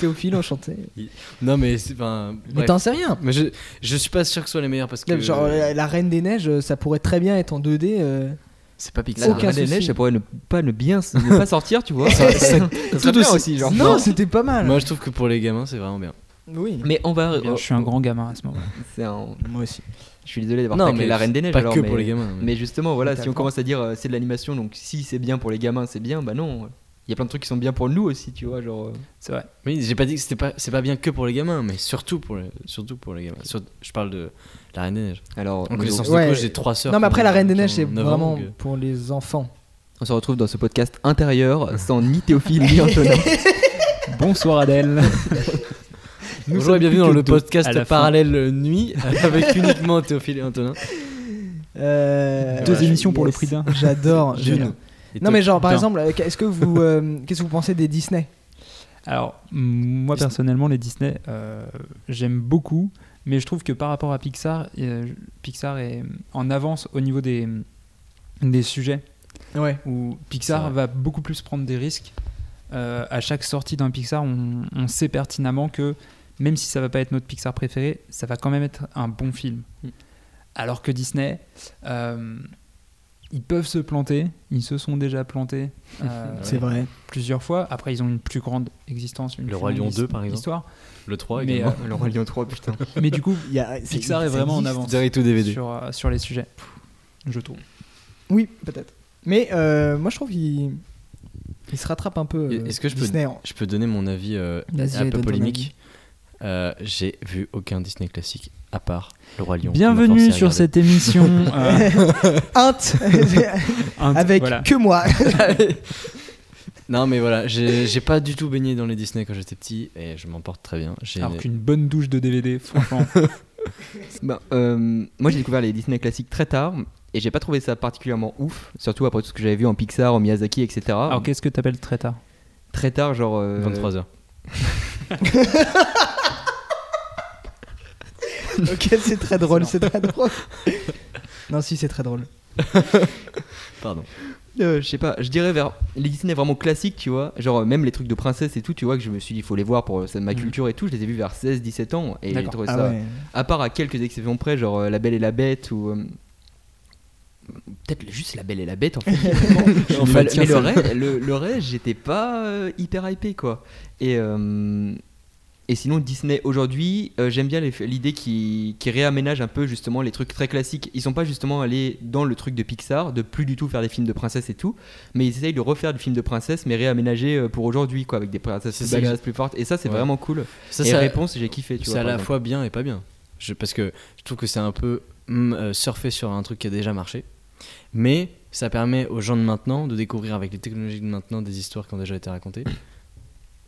Speaker 1: Théophile enchanté.
Speaker 2: Non, mais c'est enfin,
Speaker 1: Mais
Speaker 2: bref.
Speaker 1: t'en sais rien.
Speaker 2: Mais je, je suis pas sûr que ce soit les meilleurs parce que
Speaker 1: Genre euh, la, la Reine des Neiges, ça pourrait très bien être en 2D. euh,
Speaker 2: c'est pas Pixar.
Speaker 4: La
Speaker 1: Aucun
Speaker 4: Reine des
Speaker 1: souci.
Speaker 4: Neiges, ça pourrait ne pas ne bien ne pas sortir, tu vois.
Speaker 2: Ça-
Speaker 4: ça, serait bien
Speaker 2: aussi-
Speaker 4: aussi, genre.
Speaker 1: Non, c'était pas mal.
Speaker 2: Moi je trouve que pour les gamins c'est vraiment bien.
Speaker 1: Oui.
Speaker 4: Mais on va. oh,
Speaker 3: eh bien, je
Speaker 1: euh,
Speaker 3: suis un grand gamin à ce moment.
Speaker 4: C'est un-
Speaker 1: Moi aussi.
Speaker 4: Je suis désolé d'avoir taclé la Reine des Neiges.
Speaker 2: Pas
Speaker 4: alors,
Speaker 2: que
Speaker 4: mais...
Speaker 2: pour les gamins. mais-
Speaker 4: Mais justement, voilà, si on
Speaker 1: Totalement.
Speaker 4: commence à dire euh, c'est de l'animation, donc si c'est bien pour les gamins, c'est bien, bah non. Il y a plein de trucs qui sont bien pour nous aussi, tu vois, genre. euh,
Speaker 3: C'est vrai.
Speaker 2: Oui, j'ai pas dit que c'était pas c'est pas bien que pour les gamins, mais surtout pour les, surtout pour les gamins. Sur- je parle de la Reine des Neiges.
Speaker 4: Alors,
Speaker 2: En
Speaker 4: nous,
Speaker 2: connaissance
Speaker 1: Ouais.
Speaker 2: de cause, j'ai trois sœurs.
Speaker 1: Non, mais après,
Speaker 2: qui-
Speaker 1: la Reine des
Speaker 2: qui
Speaker 1: Neiges,
Speaker 2: ont
Speaker 1: c'est
Speaker 2: neuf ans,
Speaker 1: vraiment
Speaker 2: donc, euh,
Speaker 1: pour les enfants.
Speaker 4: on se retrouve dans ce podcast intérieur sans ni Théophile ni Antonin.
Speaker 3: Bonsoir Adèle.
Speaker 2: Bonjour et bienvenue dans le
Speaker 3: à
Speaker 2: podcast
Speaker 3: la fin.
Speaker 2: parallèle euh, nuit avec uniquement Théophile et Antonin.
Speaker 1: Euh,
Speaker 3: Deux
Speaker 1: ouais,
Speaker 3: émissions pour
Speaker 1: yes.
Speaker 3: le prix d'un.
Speaker 1: J'adore.
Speaker 2: D'une.
Speaker 1: j'adore.
Speaker 2: Et
Speaker 1: Non mais genre par
Speaker 3: Putain.
Speaker 1: exemple, euh, qu'est-ce que vous euh, qu'est-ce que vous pensez des Disney
Speaker 3: Alors, m- moi
Speaker 2: Disney.
Speaker 3: personnellement, les Disney, euh, j'aime beaucoup, mais je trouve que par rapport à Pixar, euh, Pixar est en avance au niveau des, des sujets,
Speaker 1: Ouais.
Speaker 3: où
Speaker 2: C'est
Speaker 3: Pixar
Speaker 2: vrai.
Speaker 3: va beaucoup plus prendre des risques. Euh, à chaque sortie d'un Pixar, on, on sait pertinemment que même si ça va pas être notre Pixar préféré, ça va quand même être un bon film.
Speaker 4: Mm.
Speaker 3: Alors que Disney, euh, ils peuvent se planter, ils se sont déjà plantés. euh,
Speaker 1: C'est vrai.
Speaker 3: plusieurs fois. Après, ils ont une plus grande existence. Une
Speaker 2: Le
Speaker 3: plus
Speaker 2: Roi
Speaker 3: longue
Speaker 2: Lion 2,
Speaker 3: his-
Speaker 2: par exemple.
Speaker 3: Histoire.
Speaker 2: Le 3
Speaker 3: Mais,
Speaker 2: également.
Speaker 4: Le Roi Lion 3, putain.
Speaker 3: Mais du coup,
Speaker 1: Il y a- c'est-
Speaker 3: Pixar
Speaker 1: ça
Speaker 3: est vraiment en
Speaker 1: existe.
Speaker 3: avance
Speaker 2: Direct ou DVD.
Speaker 3: sur, euh, sur les sujets, je trouve.
Speaker 1: Oui, peut-être. Mais euh, moi je trouve qu'il il se rattrape un peu. euh,
Speaker 2: Est-ce que je peux-
Speaker 1: Disney en-
Speaker 2: Je peux donner mon avis euh,
Speaker 1: Vas-y, donne
Speaker 2: un peu
Speaker 1: ton avis.
Speaker 2: polémique. Euh, j'ai vu aucun Disney classique à part Le Roi Lion. On m'a forcé
Speaker 3: Bienvenue
Speaker 2: à
Speaker 3: sur
Speaker 2: regarder.
Speaker 3: cette émission euh,
Speaker 1: Hint
Speaker 3: un-
Speaker 1: avec
Speaker 3: voilà.
Speaker 1: que moi.
Speaker 2: Non mais voilà, j'ai j'ai pas du tout baigné dans les Disney quand j'étais petit et je m'en porte très bien. J'ai-
Speaker 3: Alors qu'une bonne douche de DVD, franchement.
Speaker 4: Ben, euh, moi, j'ai découvert les Disney classiques très tard et j'ai pas trouvé ça particulièrement ouf, surtout après tout ce que j'avais vu en Pixar, en Miyazaki, etc.
Speaker 3: Alors qu'est-ce que t'appelles très tard
Speaker 4: Très tard, genre. euh,
Speaker 2: 23 heures.
Speaker 1: ok, c'est très drôle, c'est très drôle. non si c'est très drôle.
Speaker 2: Pardon.
Speaker 4: euh, je sais pas, je dirais vers les Disney vraiment classiques, tu vois. Genre, euh, même les trucs de princesse et tout, tu vois, que je me suis dit, il faut les voir pour ça, ma
Speaker 3: Mhm.
Speaker 4: culture et tout. Je les ai vus vers 16-17 ans et j'ai
Speaker 3: D'accord.
Speaker 4: trouvé
Speaker 1: Ah
Speaker 4: ça.
Speaker 1: ouais.
Speaker 4: À part à quelques exceptions près, genre euh, La Belle et la Bête ou. euh, Peut-être juste La Belle et la Bête en fait.
Speaker 2: En
Speaker 4: mais
Speaker 2: fait,
Speaker 4: le- mais le reste, le, le reste, j'étais pas euh, hyper hypé quoi. Et, euh, et sinon, Disney aujourd'hui, euh, j'aime bien les- l'idée qui, qui réaménage un peu justement les trucs très classiques. Ils sont pas justement allés dans le truc de Pixar, de plus du tout faire des films de princesse et tout, mais ils essayent de refaire du film de princesse, mais réaménagé euh, pour aujourd'hui quoi, avec des princesses
Speaker 2: C'est
Speaker 4: plus
Speaker 2: ça que
Speaker 4: badass, plus fortes. Et ça, c'est
Speaker 2: Ouais.
Speaker 4: vraiment cool.
Speaker 2: Ça,
Speaker 4: et
Speaker 2: ça-
Speaker 4: réponse, j'ai kiffé. tu
Speaker 2: c'est
Speaker 4: vois,
Speaker 2: à
Speaker 4: par
Speaker 2: la
Speaker 4: exemple.
Speaker 2: fois bien et pas bien. Je, parce que je trouve que c'est un peu mm, euh, surfer sur un truc qui a déjà marché, mais ça permet aux gens de maintenant de découvrir avec les technologies de maintenant des histoires qui ont déjà été racontées.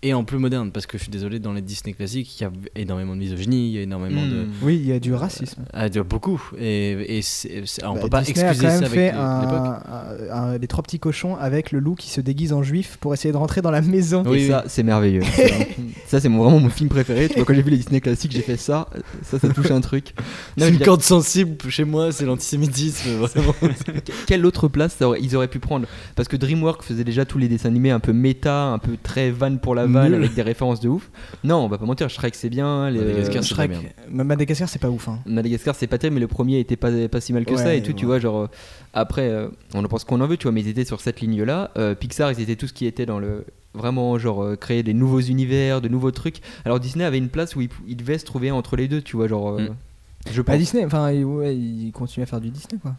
Speaker 2: Et en plus moderne, parce que je suis désolé, dans les Disney classiques, il y a énormément de misogynie, il y a énormément de.
Speaker 4: Mm.
Speaker 1: Oui, il y a du racisme.
Speaker 2: Ah, de beaucoup. Et, et c'est- c'est- alors, on
Speaker 1: Bah,
Speaker 2: peut pas
Speaker 1: Disney a
Speaker 2: excuser
Speaker 1: quand
Speaker 2: ça
Speaker 1: même
Speaker 2: avec
Speaker 1: fait
Speaker 2: les-
Speaker 1: un-
Speaker 2: l'époque.
Speaker 1: un- un- les trois petits cochons avec le loup qui se déguise en juif pour essayer de rentrer dans la maison.
Speaker 4: et
Speaker 2: Oui,
Speaker 4: ça, c'est merveilleux. ça, c'est mon- vraiment mon film préféré. Tu vois, quand j'ai vu les Disney classiques, j'ai fait ça. Ça, ça touche un truc. Non,
Speaker 2: C'est
Speaker 4: mais
Speaker 2: une
Speaker 4: je veux
Speaker 2: corde sensible chez moi, c'est l'antisémitisme, vraiment.
Speaker 4: dire, quelle autre place ça aurait- ils auraient pu prendre Parce que DreamWorks faisait déjà tous les dessins animés un peu méta, un peu très vanne pour la vanne,
Speaker 2: Nul.
Speaker 4: avec des références de ouf. Non, on va pas mentir, Shrek, c'est bien. Les...
Speaker 2: Madagascar, c'est
Speaker 1: Shrek,
Speaker 2: pas bien.
Speaker 1: Ma- Madagascar, c'est pas ouf. hein.
Speaker 4: Madagascar, c'est pas terrible, mais le premier était pas, pas si mal que ça
Speaker 1: Ouais,
Speaker 4: et tout, tu
Speaker 1: ouais.
Speaker 4: vois. Genre, euh, après, euh, on en pense qu'on en veut, tu vois, mais ils étaient sur cette ligne-là. Euh, Pixar, ils étaient tout ce qui était dans le. Vraiment, genre, euh, créer des nouveaux univers, de nouveaux trucs. Alors, Disney avait une place où il, pou- il devait se trouver entre les deux, tu vois, genre. euh,
Speaker 2: Mm.
Speaker 4: Je pense.
Speaker 1: Bah, Disney, enfin, il- ouais, il continue à faire du Disney, quoi.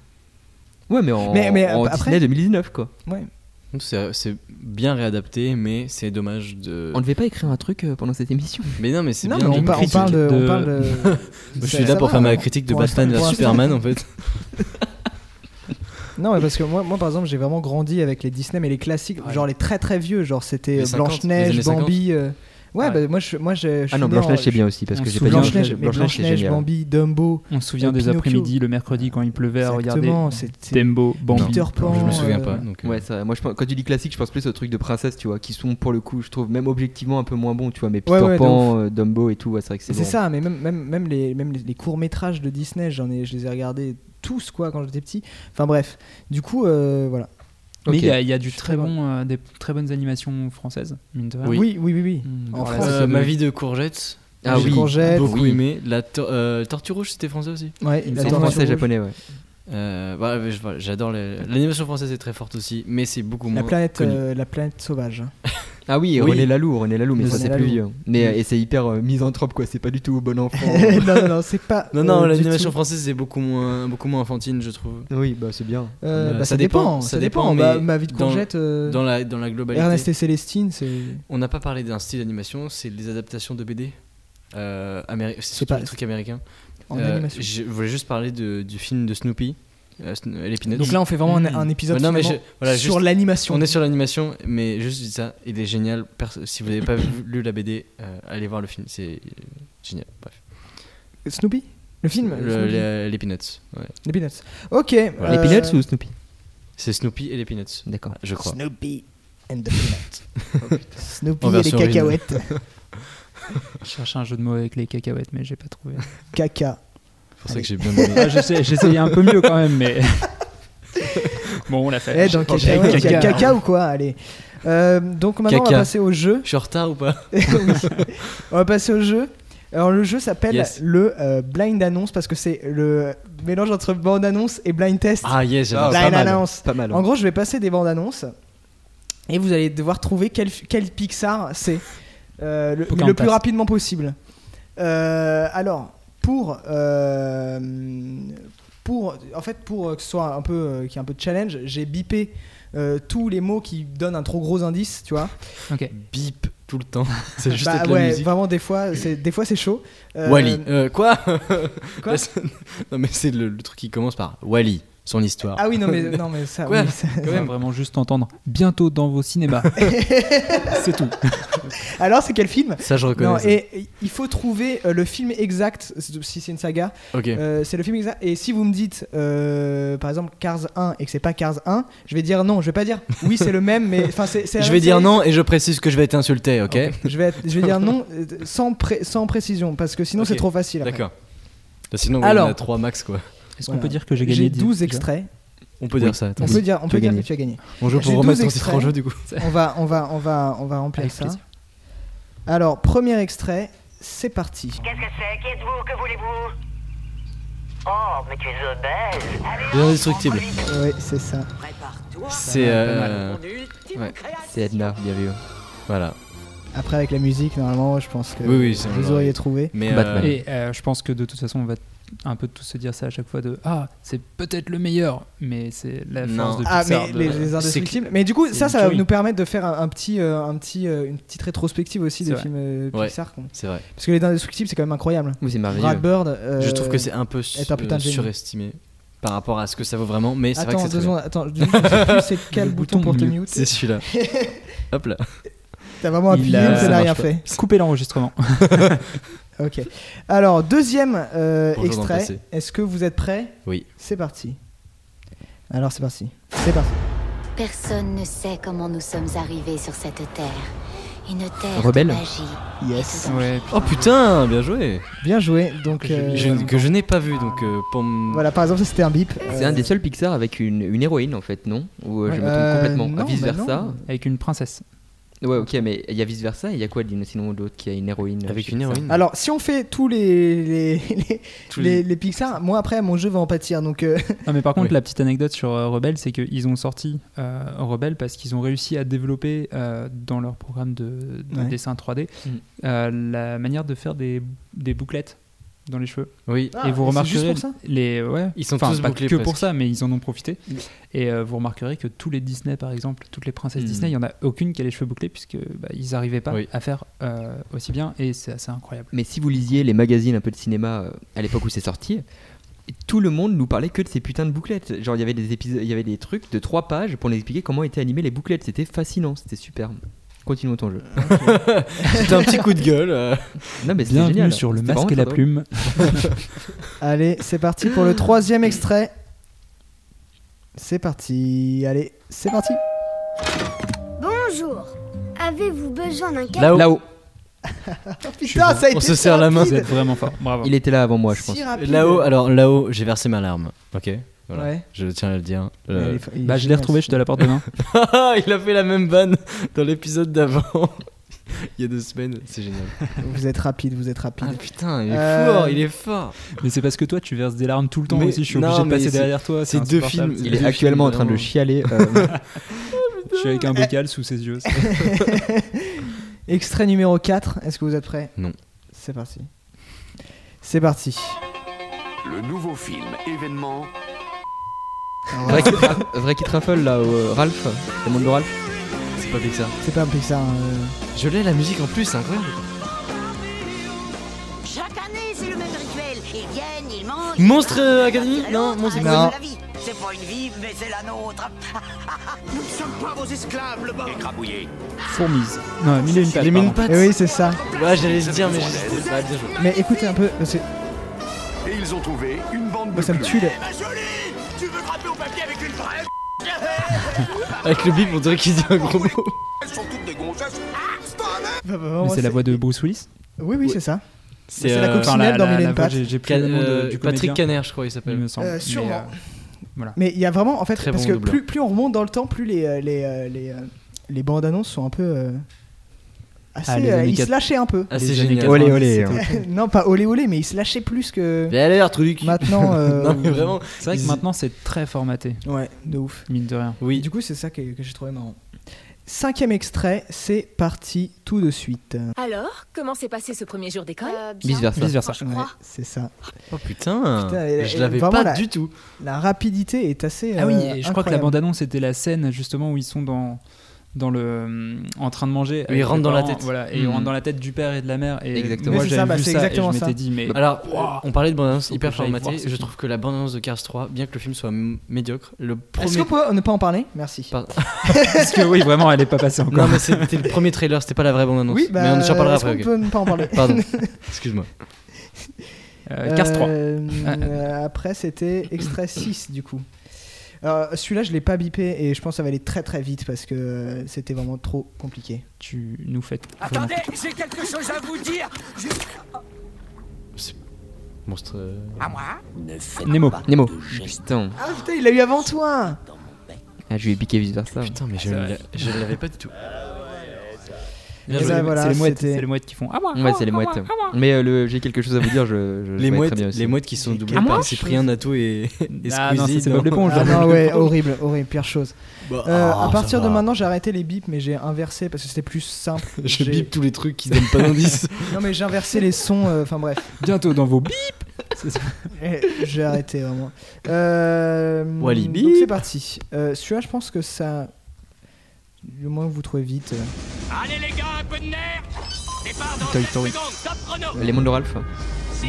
Speaker 4: Ouais, mais en,
Speaker 1: Mais- mais,
Speaker 4: en
Speaker 1: euh, après-
Speaker 4: Disney 2019, quoi.
Speaker 1: Ouais.
Speaker 2: C'est c'est bien réadapté, mais c'est dommage de.
Speaker 4: On ne devait pas écrire un truc euh, pendant cette émission.
Speaker 2: Mais non, mais c'est
Speaker 1: Non,
Speaker 2: bien.
Speaker 1: mais on,
Speaker 2: une
Speaker 1: par- on
Speaker 2: critique
Speaker 1: parle de. on
Speaker 2: de-
Speaker 1: parle de-
Speaker 2: Je
Speaker 1: ça-
Speaker 2: suis
Speaker 1: ça
Speaker 2: là pour
Speaker 1: va,
Speaker 2: faire ma
Speaker 1: hein.
Speaker 2: critique de
Speaker 1: Pour
Speaker 2: Batman
Speaker 1: l'instant,
Speaker 2: vers
Speaker 1: pour
Speaker 2: Superman en fait.
Speaker 1: Non, mais parce que moi, moi, par exemple, j'ai vraiment grandi avec les Disney, mais les classiques,
Speaker 3: Ouais.
Speaker 1: genre les très très vieux, genre c'était
Speaker 2: Les
Speaker 1: euh,
Speaker 2: 50, les
Speaker 1: Blanche-Neige,
Speaker 2: années 50.
Speaker 1: Bambi. euh, Ouais,
Speaker 3: Ouais.
Speaker 1: bah moi, je, moi, je, je suis
Speaker 4: Ah non,
Speaker 1: né
Speaker 4: Blanche-Neige,
Speaker 1: en-
Speaker 4: c'est bien aussi, parce
Speaker 3: on
Speaker 4: que
Speaker 3: se
Speaker 4: j'ai pas
Speaker 3: souvient-
Speaker 4: dit
Speaker 1: Blanche-Neige,
Speaker 4: Blanche-Neige.
Speaker 1: mais
Speaker 4: Blanche-Neige, c'est
Speaker 1: Blanche-Neige,
Speaker 4: génial.
Speaker 1: Bambi, Dumbo.
Speaker 3: On se souvient des
Speaker 1: Pinocchio.
Speaker 3: après-midi, le mercredi quand il pleuvait, à regarder
Speaker 1: Exactement, c'est- c'est-
Speaker 3: Dembo, Bambi.
Speaker 1: Peter Pan,
Speaker 2: Je me souviens
Speaker 1: euh,
Speaker 2: pas. Donc, euh,
Speaker 4: Ouais, c'est vrai. Moi, je pense- quand tu dis classique, je pense plus aux trucs de princesse, tu vois, qui sont pour le coup, je trouve même objectivement un peu moins bons, tu vois, mais Peter
Speaker 1: Ouais, ouais, de
Speaker 4: Pan, euh, Dumbo et tout, ouais, c'est vrai que c'est
Speaker 1: C'est
Speaker 4: bon.
Speaker 1: ça, mais même, même, même les, même les, courts métrages de Disney, j'en ai, je les ai regardés tous quoi quand j'étais petit. Enfin bref, du coup euh, voilà.
Speaker 4: Ok.
Speaker 3: Mais il y a- il y, a du
Speaker 1: Je
Speaker 3: très
Speaker 1: suis
Speaker 3: bon, euh, des très bonnes animations françaises, mine de rien.
Speaker 2: Oui.
Speaker 1: Oui oui oui oui.
Speaker 3: Mm,
Speaker 1: En
Speaker 3: voilà,
Speaker 1: France,
Speaker 3: ça,
Speaker 2: euh,
Speaker 3: c'est-
Speaker 2: ma vie de courgette.
Speaker 4: Ah
Speaker 1: J'ai
Speaker 4: oui,
Speaker 1: Courgette,
Speaker 2: beaucoup
Speaker 4: oui.
Speaker 2: aimé. La tor- euh, Tortue Rouge, c'était français aussi.
Speaker 1: Ouais,
Speaker 3: Il me
Speaker 1: la
Speaker 4: C'est
Speaker 3: Attends,
Speaker 1: tortue
Speaker 4: français,
Speaker 1: rouge.
Speaker 4: japonais, ouais.
Speaker 2: Euh, voilà, je- voilà, J'adore les- l'animation française est très forte aussi, mais c'est beaucoup moins.
Speaker 1: La planète,
Speaker 2: connu.
Speaker 1: euh, la planète sauvage.
Speaker 4: Ah oui,
Speaker 2: Oui.
Speaker 4: René Laloux, René Laloux, mais
Speaker 1: Le
Speaker 4: ça
Speaker 1: René
Speaker 4: c'est plus
Speaker 1: Laloux.
Speaker 4: vieux. Mais euh, et c'est hyper euh, misanthrope quoi, c'est pas du tout bon enfant.
Speaker 1: Oh.
Speaker 4: Euh,
Speaker 1: non non non, c'est pas.
Speaker 2: Non, non,
Speaker 1: euh, du
Speaker 2: l'animation
Speaker 1: tout.
Speaker 2: française est beaucoup moins, beaucoup moins enfantine, je trouve.
Speaker 4: oui, bah c'est bien.
Speaker 1: Euh,
Speaker 2: Euh,
Speaker 1: bah, ça,
Speaker 2: ça
Speaker 1: dépend,
Speaker 2: dépend,
Speaker 1: ça,
Speaker 2: ça
Speaker 1: dépend.
Speaker 2: dépend,
Speaker 1: Bah,
Speaker 2: mais
Speaker 1: ma vie de
Speaker 2: dans-
Speaker 1: courgette, euh,
Speaker 2: Dans la, dans la globalité.
Speaker 1: Ernest et Célestine, c'est
Speaker 2: On n'a pas parlé d'un style d'animation, c'est les adaptations de BD. Euh, améri- c'est surtout
Speaker 1: pas-
Speaker 2: les trucs américains.
Speaker 1: en
Speaker 2: Euh,
Speaker 1: animation.
Speaker 2: Je voulais juste parler de- du film de Snoopy, euh, Sno- euh, l'épinette.
Speaker 1: Donc là, on fait vraiment un, un épisode
Speaker 2: Ouais, non, mais
Speaker 1: finalement
Speaker 2: je- voilà,
Speaker 1: sur
Speaker 2: juste-
Speaker 1: l'animation.
Speaker 2: on est sur l'animation, mais juste je dis ça, il est génial. Perso- si vous n'avez pas vu- lu la BD, euh, allez voir le film, c'est euh, génial. Bref.
Speaker 1: Snoopy, le film,
Speaker 2: Le-
Speaker 1: Snoopy,
Speaker 2: les, les Peanuts. ouais.
Speaker 1: les Peanuts. Ok.
Speaker 2: Voilà.
Speaker 1: euh,
Speaker 4: Les Peanuts ou Snoopy
Speaker 2: C'est Snoopy et les Peanuts,
Speaker 4: D'accord.
Speaker 2: je crois.
Speaker 1: Snoopy and the Peanuts.
Speaker 2: Oh,
Speaker 1: Snoopy
Speaker 2: En
Speaker 1: et les
Speaker 2: version originale.
Speaker 1: cacahuètes.
Speaker 3: Je cherchais un jeu de mots avec les cacahuètes, mais j'ai pas trouvé.
Speaker 1: Caca.
Speaker 2: C'est pour ça que j'ai bien aimé.
Speaker 3: Ah, je sais- J'essayais un peu mieux quand même, mais. bon, on l'a
Speaker 2: Euh,
Speaker 3: fait.
Speaker 1: Eh, dans cacahuètes, il y a caca ou quoi Allez. Euh, donc maintenant, on va
Speaker 2: Caca.
Speaker 1: passer au jeu.
Speaker 2: Je suis en retard ou pas
Speaker 1: Oui. On va passer au jeu. Alors le jeu s'appelle
Speaker 2: Yes.
Speaker 1: le euh, blind annonce parce que c'est le mélange entre bande annonce et blind test.
Speaker 2: Ah yes, j'adore
Speaker 1: Ah,
Speaker 2: ça.
Speaker 1: Blind Announce.
Speaker 4: Pas mal.
Speaker 1: En gros, je vais passer des bandes annonces et vous allez devoir trouver quel, quel Pixar c'est euh, le,
Speaker 3: Pocahontas.
Speaker 1: le plus rapidement possible. Euh, alors, pour. euh, pour, en fait, pour que ce soit un peu, euh, qu'il y ait un peu de challenge, j'ai bipé euh, tous les mots qui donnent un trop gros indice, tu vois.
Speaker 3: Ok.
Speaker 2: Bip tout le temps. C'est juste
Speaker 1: Bah
Speaker 2: avec la
Speaker 1: ouais,
Speaker 2: musique.
Speaker 1: vraiment, des fois, c'est, des fois, c'est chaud. Euh,
Speaker 2: Wally. Euh, quoi
Speaker 1: Quoi
Speaker 2: Là, c'est- Non mais c'est le, le truc qui commence par Wally, son histoire.
Speaker 1: Ah oui, non, mais, non, mais ça.
Speaker 2: Quoi
Speaker 1: oui, ça-
Speaker 3: On va vraiment juste entendre bientôt dans vos cinémas. C'est tout.
Speaker 1: Alors, c'est quel film
Speaker 2: Ça je reconnais.
Speaker 1: Non,
Speaker 2: ça.
Speaker 1: et et il faut trouver euh, le film exact, si c'est une saga,
Speaker 2: Ok.
Speaker 1: Euh, c'est le film exact. Et si vous me dites, euh, par exemple, Cars 1 et que c'est pas Cars 1, je vais dire non. Je vais pas dire oui, c'est le même, mais enfin, c'est. c'est-
Speaker 2: je vais dire
Speaker 1: c'est-
Speaker 2: non et je précise que je vais être insulté, ok,
Speaker 1: Je vais, être- je vais dire non euh, sans, pré- sans précision parce que sinon
Speaker 2: Ok,
Speaker 1: c'est trop facile. après.
Speaker 2: D'accord. Bah, Sinon
Speaker 1: Alors.
Speaker 2: on en a 3 max quoi.
Speaker 3: Est-ce
Speaker 1: Voilà.
Speaker 3: qu'on peut dire que j'ai gagné
Speaker 1: J'ai
Speaker 3: dix-
Speaker 1: 12
Speaker 3: déjà
Speaker 1: extraits.
Speaker 2: On peut dire ça. attends.
Speaker 1: On peut dire, on
Speaker 4: tu
Speaker 1: peut dire que
Speaker 4: as gagné.
Speaker 1: tu as gagné.
Speaker 2: Bonjour
Speaker 1: j'ai
Speaker 2: pour remettre
Speaker 1: 12
Speaker 2: ton titre en
Speaker 1: extraits.
Speaker 2: jeu du coup.
Speaker 1: On va, on va, on va, on va remplir
Speaker 3: Avec
Speaker 1: ça.
Speaker 3: plaisir.
Speaker 1: Alors, premier extrait, c'est parti.
Speaker 5: Qu'est-ce que c'est Qui êtes-vous Que voulez-vous Oh, mais tu es obèse. Allez,
Speaker 2: Bien indestructible.
Speaker 1: Oui, c'est ça.
Speaker 5: Prépare-toi.
Speaker 2: C'est euh,
Speaker 5: ultime
Speaker 2: ouais.
Speaker 5: créatif.
Speaker 4: C'est Edna, bien vu.
Speaker 2: voilà.
Speaker 1: Après, avec la musique, normalement, je pense que
Speaker 2: Oui, oui, c'est-
Speaker 1: vous auriez trouvé.
Speaker 2: Mais euh,
Speaker 4: Batman.
Speaker 3: Et euh, je pense que de toute façon, on va un peu tous se dire ça à chaque fois de Ah, c'est peut-être le meilleur, mais c'est la force
Speaker 2: Non.
Speaker 3: de
Speaker 1: Ah
Speaker 3: Pixar.
Speaker 1: mais
Speaker 3: de-
Speaker 1: les, les indestructibles. Mais du coup
Speaker 3: c'est
Speaker 1: ça
Speaker 3: une
Speaker 1: ça va
Speaker 3: tuerie.
Speaker 1: nous permettre de faire un, un petit euh, un petit euh, une petite rétrospective aussi
Speaker 3: C'est
Speaker 1: des
Speaker 3: vrai.
Speaker 1: films euh,
Speaker 2: Ouais.
Speaker 1: Pixar quoi.
Speaker 2: c'est vrai.
Speaker 1: parce que les indestructibles c'est quand même incroyable.
Speaker 4: Oui, c'est
Speaker 1: Brad
Speaker 4: merveilleux.
Speaker 1: Bird. euh,
Speaker 2: Je trouve que c'est un peu su-
Speaker 1: est un putain de
Speaker 2: euh,
Speaker 1: génie.
Speaker 2: surestimé par rapport à ce que ça vaut vraiment, mais c'est vrai que
Speaker 1: Attends
Speaker 2: c'est
Speaker 1: deux
Speaker 2: très bien.
Speaker 1: secondes. Attends je je sais plus c'est quel
Speaker 3: Le
Speaker 1: bouton
Speaker 3: bouton
Speaker 1: pour te
Speaker 3: mute.
Speaker 1: mute.
Speaker 2: C'est celui-là. Hop là.
Speaker 1: T'as vraiment
Speaker 3: Il
Speaker 1: appuyé
Speaker 3: a-
Speaker 1: mais ça
Speaker 3: ça
Speaker 1: n'a
Speaker 3: marche
Speaker 1: rien
Speaker 3: pas.
Speaker 1: fait.
Speaker 3: Coupez l'enregistrement.
Speaker 1: Ok. Alors deuxième euh,
Speaker 2: Bonjour dans le
Speaker 1: extrait.
Speaker 2: passé.
Speaker 1: Est-ce que vous êtes prêts
Speaker 2: Oui.
Speaker 1: C'est parti. Alors c'est parti. C'est parti.
Speaker 6: Personne ne sait comment nous sommes arrivés sur cette terre. Une terre
Speaker 4: Rebelle.
Speaker 6: de magie.
Speaker 1: Yes.
Speaker 3: Ouais,
Speaker 2: Oh putain, bien joué.
Speaker 1: Bien joué. Donc euh,
Speaker 2: Je- que je n'ai pas vu donc euh, pour m-
Speaker 1: voilà par exemple ça c'était un bip.
Speaker 4: C'est
Speaker 1: Euh,
Speaker 4: un des seuls Pixar avec une, une héroïne en fait, non Ou euh, je me trompe
Speaker 1: Euh,
Speaker 4: complètement
Speaker 1: non,
Speaker 4: Ah, Vice
Speaker 1: bah non.
Speaker 4: versa
Speaker 3: avec une princesse.
Speaker 4: Ouais, ok, mais il y a vice versa, il y a quoi d'une- sinon d'autre qui a une héroïne
Speaker 2: avec
Speaker 4: chez
Speaker 2: une
Speaker 4: Pixar
Speaker 2: héroïne.
Speaker 1: Alors, si on fait tous les, les, les,
Speaker 2: Tous
Speaker 1: les-
Speaker 2: les-
Speaker 1: les Pixar, moi après, mon jeu va en pâtir. Donc, euh,
Speaker 3: Non, mais par contre,
Speaker 2: Oui.
Speaker 3: la petite anecdote sur euh, Rebelle, c'est qu'ils ont sorti euh, Rebelle parce qu'ils ont réussi à développer euh, dans leur programme de, de
Speaker 1: Ouais.
Speaker 3: dessin 3D
Speaker 4: Mm.
Speaker 3: euh, la manière de faire des, des bouclettes. dans les cheveux.
Speaker 2: Oui.
Speaker 1: Ah,
Speaker 3: et vous
Speaker 1: c'est juste
Speaker 3: remarquerez
Speaker 1: pour ça
Speaker 3: les ouais,
Speaker 2: Ils sont
Speaker 3: enfin,
Speaker 2: tous
Speaker 3: pas
Speaker 2: bouclés
Speaker 3: que
Speaker 2: presque.
Speaker 3: pour ça, mais ils en ont profité.
Speaker 1: Oui.
Speaker 3: Et euh, vous remarquerez que tous les Disney, par exemple, toutes les princesses
Speaker 4: Mm.
Speaker 3: Disney, il y en a aucune qui a les cheveux bouclés puisque bah, ils n'arrivaient pas
Speaker 2: Oui.
Speaker 3: à faire euh, aussi bien. Et c'est assez incroyable.
Speaker 4: Mais si vous lisiez les magazines un peu de cinéma euh, à l'époque où c'est sorti, tout le monde nous parlait que de ces putains de bouclettes. Genre, il y avait des épisodes, il y avait des trucs de trois pages pour nous expliquer comment étaient animées les bouclettes. C'était fascinant, c'était super. Continuons ton jeu.
Speaker 2: C'était un petit coup de gueule. euh.
Speaker 4: Non, mais c'était
Speaker 3: Bienvenue
Speaker 4: génial.
Speaker 3: sur le
Speaker 4: C'était
Speaker 3: masque et
Speaker 4: vraiment
Speaker 3: la
Speaker 4: très
Speaker 3: plume.
Speaker 1: Allez, c'est parti pour le troisième extrait. C'est parti. Allez, c'est parti.
Speaker 7: Bonjour. Avez-vous besoin d'un café
Speaker 4: drôle. Là-haut.
Speaker 1: Oh, putain, ça a été
Speaker 2: On se
Speaker 1: si
Speaker 2: serre la main.
Speaker 1: rapide.
Speaker 3: Vous êtes vraiment fort. Bravo.
Speaker 4: Il était là avant moi, je pense.
Speaker 2: hein.
Speaker 1: Si rapide.
Speaker 2: Là-haut, alors là-haut, j'ai versé ma larme. Ok. Voilà.
Speaker 1: Ouais.
Speaker 2: Je tiens à le dire.
Speaker 1: Mais
Speaker 2: Euh,
Speaker 1: il est fa- il est
Speaker 3: Bah, je l'ai
Speaker 1: génial,
Speaker 3: retrouvé,
Speaker 1: ce
Speaker 3: je te l'apporte demain.
Speaker 2: Ah, il a fait la même vanne dans l'épisode d'avant. Il y a deux semaines, c'est génial.
Speaker 1: film. Vous êtes rapide, vous êtes rapide.
Speaker 2: Ah putain, il est
Speaker 1: Euh,
Speaker 2: fort, il est fort.
Speaker 3: mais c'est parce que toi, tu verses des larmes tout le temps
Speaker 2: Mais
Speaker 3: aussi. Je suis
Speaker 2: non,
Speaker 3: obligé de
Speaker 2: mais
Speaker 3: passer
Speaker 2: c'est-
Speaker 3: derrière toi.
Speaker 2: c'est
Speaker 3: c'est
Speaker 2: deux
Speaker 3: insupportable.
Speaker 2: films.
Speaker 4: Il est
Speaker 2: Deux
Speaker 4: actuellement en
Speaker 2: films,
Speaker 4: train de
Speaker 2: vraiment.
Speaker 4: chialer. euh,
Speaker 3: Je suis avec un bocal sous ses yeux. c'est-
Speaker 1: Extrait numéro 4, est-ce que vous êtes prêts
Speaker 2: Non.
Speaker 1: C'est parti. C'est parti.
Speaker 8: Le nouveau film événement
Speaker 1: Ah
Speaker 4: Vrai qui tra- vrai qui truffle là, au, euh, Ralph, le monde de Ralph.
Speaker 2: C'est pas Pixar.
Speaker 1: C'est pas un Pixar. euh,
Speaker 2: Je l'ai la musique en plus, c'est incroyable.
Speaker 6: Chaque année, c'est le même rituel. Ils viennent, ils mangent.
Speaker 2: Monstre euh, Academy Non,
Speaker 6: Ah,
Speaker 2: Monstre
Speaker 1: Non.
Speaker 2: Academy.
Speaker 5: C'est pas une vive, mais c'est la nôtre.
Speaker 8: Nous ne sommes pas vos esclaves, le bord Écrabouillé
Speaker 3: Fourmise. Non, mille et une pattes,
Speaker 2: Les mille
Speaker 3: pardon.
Speaker 2: pattes.
Speaker 1: Et oui, c'est ça.
Speaker 2: Ouais, j'allais le dire, mais j'étais pas bien joué.
Speaker 1: Mais écoutez un peu, parce que
Speaker 8: Et ils ont trouvé une bande
Speaker 1: moi,
Speaker 8: de Ah,
Speaker 1: ça me
Speaker 8: bleus.
Speaker 1: tue là.
Speaker 8: Tu veux frapper au papier avec une vraie
Speaker 2: Avec le bip, on dirait qu'il dit un gros mot.
Speaker 8: Elles sont toutes des gonzesses
Speaker 1: Bah, bah, vraiment,
Speaker 3: Mais c'est la voix de Bruce Willis.
Speaker 1: Oui, oui, c'est ça.
Speaker 2: C'est
Speaker 1: C'est la
Speaker 2: euh,
Speaker 1: copine. Coccinelle dans Mille et une
Speaker 3: voix,
Speaker 1: pattes.
Speaker 3: J'ai j'ai plus
Speaker 2: Can-
Speaker 3: le nom de-
Speaker 2: euh,
Speaker 3: du
Speaker 2: Patrick
Speaker 3: comédien,
Speaker 2: Caner, je crois, il
Speaker 3: il
Speaker 2: s'appelle.
Speaker 3: me semble.
Speaker 1: Euh,
Speaker 3: mais,
Speaker 1: sûrement.
Speaker 3: euh, voilà.
Speaker 1: Mais il y a vraiment, en fait,
Speaker 2: Très
Speaker 1: parce
Speaker 2: bon
Speaker 1: que
Speaker 2: doubleur.
Speaker 1: plus, plus on remonte dans le temps, plus les, euh, les, euh, les, euh, les bandes annonces sont un peu. euh, assez,
Speaker 3: Ah, les
Speaker 1: euh,
Speaker 3: années
Speaker 1: ils se
Speaker 3: quatre-
Speaker 1: lâchaient un peu.
Speaker 2: Ah,
Speaker 3: Les
Speaker 2: c'est
Speaker 3: années
Speaker 2: génial.
Speaker 3: 90,
Speaker 4: Olé, olé, hein.
Speaker 3: c'était-
Speaker 1: non, pas olé olé, mais ils se lâchaient plus que
Speaker 2: Mais allez, truc.
Speaker 1: maintenant. euh,
Speaker 2: Non, mais vraiment.
Speaker 3: C'est vrai que
Speaker 2: Ils-
Speaker 3: maintenant c'est très formaté,
Speaker 1: Ouais, de ouf.
Speaker 3: mine de rien.
Speaker 1: Et
Speaker 2: Oui.
Speaker 1: du coup, c'est ça que, que j'ai trouvé marrant. Cinquième extrait, c'est parti tout de suite.
Speaker 9: Alors, comment s'est passé ce premier jour d'école
Speaker 7: Euh, bien.
Speaker 4: Vice versa.
Speaker 3: Vice versa.
Speaker 7: Je
Speaker 1: Ouais,
Speaker 7: crois.
Speaker 1: c'est ça.
Speaker 2: Oh putain.
Speaker 1: Putain, elle-
Speaker 2: je
Speaker 1: elle-
Speaker 2: l'avais
Speaker 1: vraiment,
Speaker 2: pas
Speaker 1: la-
Speaker 2: du tout.
Speaker 1: La rapidité est assez.
Speaker 3: Ah oui,
Speaker 1: euh,
Speaker 3: et je crois que la
Speaker 1: incroyable.
Speaker 3: bande annonce était la scène justement où ils sont dans dans le euh, en train de manger. avec
Speaker 2: ils rentrent
Speaker 3: les
Speaker 2: dans la
Speaker 3: parents,
Speaker 2: tête. Hmm.
Speaker 3: Voilà, et ils
Speaker 4: Mm.
Speaker 3: rentrent dans la tête du père et de la mère. Et
Speaker 4: Exactement.
Speaker 3: Moi
Speaker 1: Mais c'est
Speaker 3: j'avais
Speaker 1: ça, bah,
Speaker 3: vu
Speaker 1: c'est
Speaker 3: ça et je
Speaker 1: exactement ça.
Speaker 3: m'étais dit mais
Speaker 2: Alors,
Speaker 3: Wow.
Speaker 2: on parlait de bande-annonce
Speaker 3: Faut
Speaker 2: hyper
Speaker 3: que j'aille voir,
Speaker 2: formatée.
Speaker 3: c'est
Speaker 2: Je
Speaker 3: tout.
Speaker 2: trouve que la bande-annonce de Cars 3, bien que le film soit m- médiocre, le
Speaker 1: Est-ce que
Speaker 2: premier.
Speaker 1: vous pouvez ne pas en parler Merci.
Speaker 2: Pardon.
Speaker 3: parce que oui vraiment elle est pas passée encore.
Speaker 2: Non, mais c'était le premier trailer, c'était pas la vraie bande-annonce.
Speaker 1: Oui, bah,
Speaker 2: mais on en parlera
Speaker 1: est-ce
Speaker 2: après.
Speaker 1: qu'on
Speaker 2: ok.
Speaker 1: peut ne pas en parler
Speaker 2: Pardon. Excuse-moi.
Speaker 3: Euh, Cars 3.
Speaker 1: Euh, euh, après, c'était extrait 6 du coup. Alors, Celui-là, je l'ai pas bipé et je pense que ça va aller très très vite parce que euh, c'était vraiment trop compliqué.
Speaker 3: Tu nous fais.
Speaker 5: Attendez, j'ai quelque chose à vous dire.
Speaker 2: Monstre. euh,
Speaker 5: À moi
Speaker 3: Nemo.
Speaker 4: Nemo. Putain,
Speaker 1: Ah putain, il l'a eu avant toi
Speaker 4: Ah, je lui ai piqué vice versa.
Speaker 2: Putain, mais je, ne l'a- je ne l'avais pas du tout. Eh
Speaker 1: Et
Speaker 2: ben
Speaker 3: C'est
Speaker 1: bah, voilà,
Speaker 3: les mouettes,
Speaker 1: c'était-
Speaker 3: c'est les mouettes qui font. Ah ouais.
Speaker 4: Ouais, c'est les mouettes. Mais euh, le- j'ai quelque chose à vous dire, je, je- je
Speaker 2: Les
Speaker 4: vais
Speaker 2: mouettes,
Speaker 4: très bien aussi.
Speaker 2: les mouettes qui sont doublées
Speaker 1: Ah, moi
Speaker 2: par Cyprien Nato et, et
Speaker 3: Ah non, ça,
Speaker 2: Squeezie.
Speaker 3: c'est Bob l'éponge.
Speaker 1: Ah non, ouais, horrible, horrible, pire chose.
Speaker 2: Bah,
Speaker 1: Euh,
Speaker 2: ah,
Speaker 1: à
Speaker 2: ça
Speaker 1: partir de
Speaker 2: va.
Speaker 1: maintenant, j'ai arrêté les bips, mais j'ai inversé parce que c'était plus simple.
Speaker 2: Je
Speaker 1: J'ai-
Speaker 2: bip tous les trucs qui donnent pas d'indice.
Speaker 1: Non, mais j'ai inversé les sons, euh, enfin bref.
Speaker 3: Bientôt dans vos bips.
Speaker 1: Eh, J'ai arrêté vraiment. Euh,
Speaker 2: Wally
Speaker 1: donc
Speaker 2: Bip.
Speaker 1: c'est parti. Euh, Celui-là, je pense que ça. Du moins, vous trouvez vite. euh.
Speaker 5: Allez les gars, un peu de nerf Départ dans
Speaker 4: Toy
Speaker 5: 5
Speaker 4: Story.
Speaker 5: secondes, top chrono
Speaker 4: Les mondes de Ralph.
Speaker 1: Non,
Speaker 5: 5,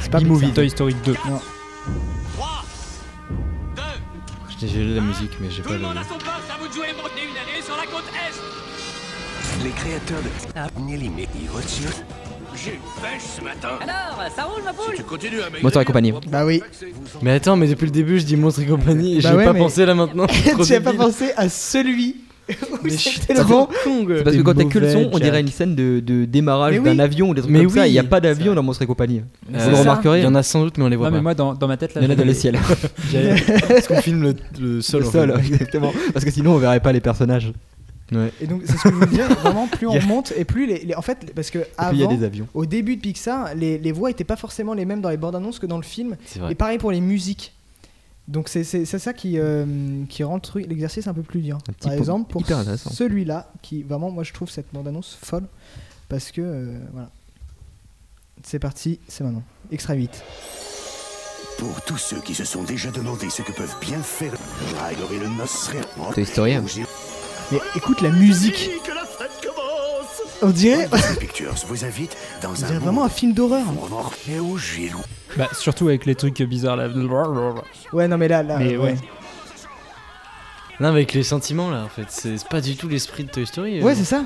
Speaker 1: c'est pas Pixar.
Speaker 3: Toy Story 2.
Speaker 5: 3, 2,
Speaker 2: J'ai gelé la musique, mais j'ai
Speaker 5: tout
Speaker 2: pas
Speaker 5: le
Speaker 2: le.
Speaker 5: monde à son poste, à vous de jouer, retenez une année sur la côte Est
Speaker 8: Les créateurs de... J'ai une pêche ce matin
Speaker 9: Alors, ça roule ma
Speaker 8: Si tu continues à
Speaker 4: Moi, t'aurais accompagné.
Speaker 1: Bah oui.
Speaker 2: Mais attends, mais depuis le début, je dis monstre et compagnie et
Speaker 1: Bah
Speaker 2: j'ai
Speaker 1: ouais,
Speaker 2: pas
Speaker 1: mais-
Speaker 2: pensé là maintenant. Trop
Speaker 1: Tu as pas
Speaker 2: débile.
Speaker 1: pensé à celui où
Speaker 2: je suis
Speaker 1: c'était le bon
Speaker 4: C'est parce que
Speaker 3: T'es
Speaker 4: quand t'as que le
Speaker 3: mauvais,
Speaker 4: son, on dirait
Speaker 3: Jack.
Speaker 4: une scène de, de démarrage
Speaker 1: Mais oui.
Speaker 4: d'un avion ou des trucs
Speaker 2: Mais
Speaker 4: comme ça.
Speaker 2: oui.
Speaker 4: Il n'y a pas d'avion dans Monstre et compagnie.
Speaker 2: Euh,
Speaker 4: Vous le remarquerez.
Speaker 2: Il y en a sans doute, mais on les voit
Speaker 3: Non mais
Speaker 2: pas.
Speaker 3: moi dans, dans ma tête là.
Speaker 4: Il y en a dans
Speaker 3: j'avais-
Speaker 4: le ciel.
Speaker 3: j'avais-
Speaker 2: Parce qu'on filme le, sol.
Speaker 4: Le sol, exactement. Parce que sinon, on verrait pas les personnages.
Speaker 1: Et donc, c'est ce que je vous disais, vraiment, plus on monte et plus les. les- en fait, parce que
Speaker 4: Et puis, il y a
Speaker 1: avant,
Speaker 4: des avions.
Speaker 1: au début de Pixar, les, les voix étaient pas forcément les mêmes dans les bandes annonces que dans le film.
Speaker 2: C'est vrai.
Speaker 1: Et pareil pour les musiques. Donc, c'est c'est- c'est ça qui, euh, qui rend le truc- l'exercice un peu plus dur.
Speaker 4: Un petit
Speaker 1: Par
Speaker 4: peu
Speaker 1: exemple, pour
Speaker 4: hyper intéressant.
Speaker 1: celui-là, qui vraiment, moi je trouve cette bande annonce folle. Parce que. euh, voilà. C'est parti, c'est maintenant. Extra 8.
Speaker 8: Pour tous ceux qui se sont déjà demandé ce que peuvent bien faire Ragor et le Nosferatu.
Speaker 4: Toy Story, hein.
Speaker 1: Mais écoute la musique
Speaker 8: Que la fête commence
Speaker 1: On dirait,
Speaker 8: Walt Disney Pictures vous invite
Speaker 1: on
Speaker 8: dans
Speaker 1: dirait
Speaker 8: un
Speaker 1: vraiment un film d'horreur.
Speaker 8: moment et au gilou.
Speaker 3: Bah, surtout avec les trucs bizarres là. Ouais,
Speaker 1: Ouais, non mais là, là.
Speaker 3: Mais ouais.
Speaker 2: Non, avec les sentiments là, en fait, c'est c'est pas du tout l'esprit de Toy Story. euh.
Speaker 1: Ouais, c'est ça.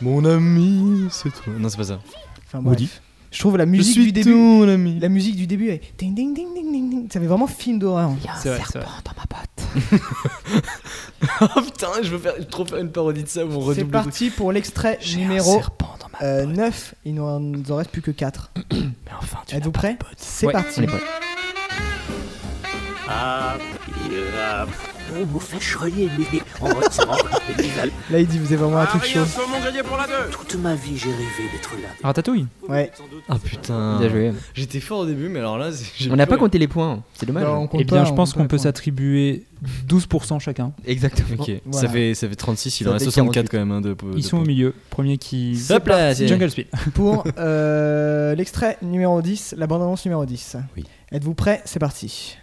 Speaker 2: Mon ami, c'est toi. Non, c'est pas ça.
Speaker 1: Enfin, bref.
Speaker 2: Woody.
Speaker 1: Je trouve la musique du début.
Speaker 2: ton ami.
Speaker 1: La musique du début, elle est ding ding ding ding ding ding. Ça fait vraiment film d'horreur.
Speaker 3: c'est vrai, c'est vrai.
Speaker 2: Oh putain, je veux faire, je veux trop faire une parodie de ça où on
Speaker 1: C'est
Speaker 2: redouble. le truc.
Speaker 1: parti pour l'extrait numéro 9. Il nous en, nous en reste plus que 4.
Speaker 2: Mais enfin, tu
Speaker 1: Êtes-vous prêts C'est
Speaker 3: Ouais,
Speaker 1: parti.
Speaker 4: on est prêts.
Speaker 8: Ah, vous faites choyer, bébé. On retirant
Speaker 1: Là, il dit Vous avez vraiment un truc chaud.
Speaker 8: Toute ma vie, j'ai rêvé d'être là.
Speaker 3: Ratatouille
Speaker 1: Ouais.
Speaker 2: Ah putain.
Speaker 4: Bien joué.
Speaker 2: J'étais fort au début, mais alors là, c'est- j'ai
Speaker 4: On n'a
Speaker 2: plus
Speaker 4: pas
Speaker 2: rien.
Speaker 4: compté les points, hein. c'est dommage.
Speaker 1: Non, Bah, on compte
Speaker 3: Eh bien,
Speaker 1: pas,
Speaker 3: je
Speaker 1: on
Speaker 3: pense
Speaker 1: compte
Speaker 3: qu'on
Speaker 1: pas
Speaker 3: peut
Speaker 1: les points.
Speaker 3: s'attribuer 12% chacun.
Speaker 4: Exactement.
Speaker 2: Ok,
Speaker 1: Voilà.
Speaker 2: ça, fait, ça fait 36, il
Speaker 4: Ça
Speaker 2: en reste
Speaker 4: fait
Speaker 2: 64 quand même. hein, de, de
Speaker 3: Ils sont au
Speaker 2: points.
Speaker 3: milieu. Premier qui.
Speaker 2: Hop là, c'est-
Speaker 3: Jungle Speed.
Speaker 1: Pour euh, l'extrait numéro 10, la bande-annonce numéro 10.
Speaker 2: Oui.
Speaker 1: Êtes-vous prêts C'est parti.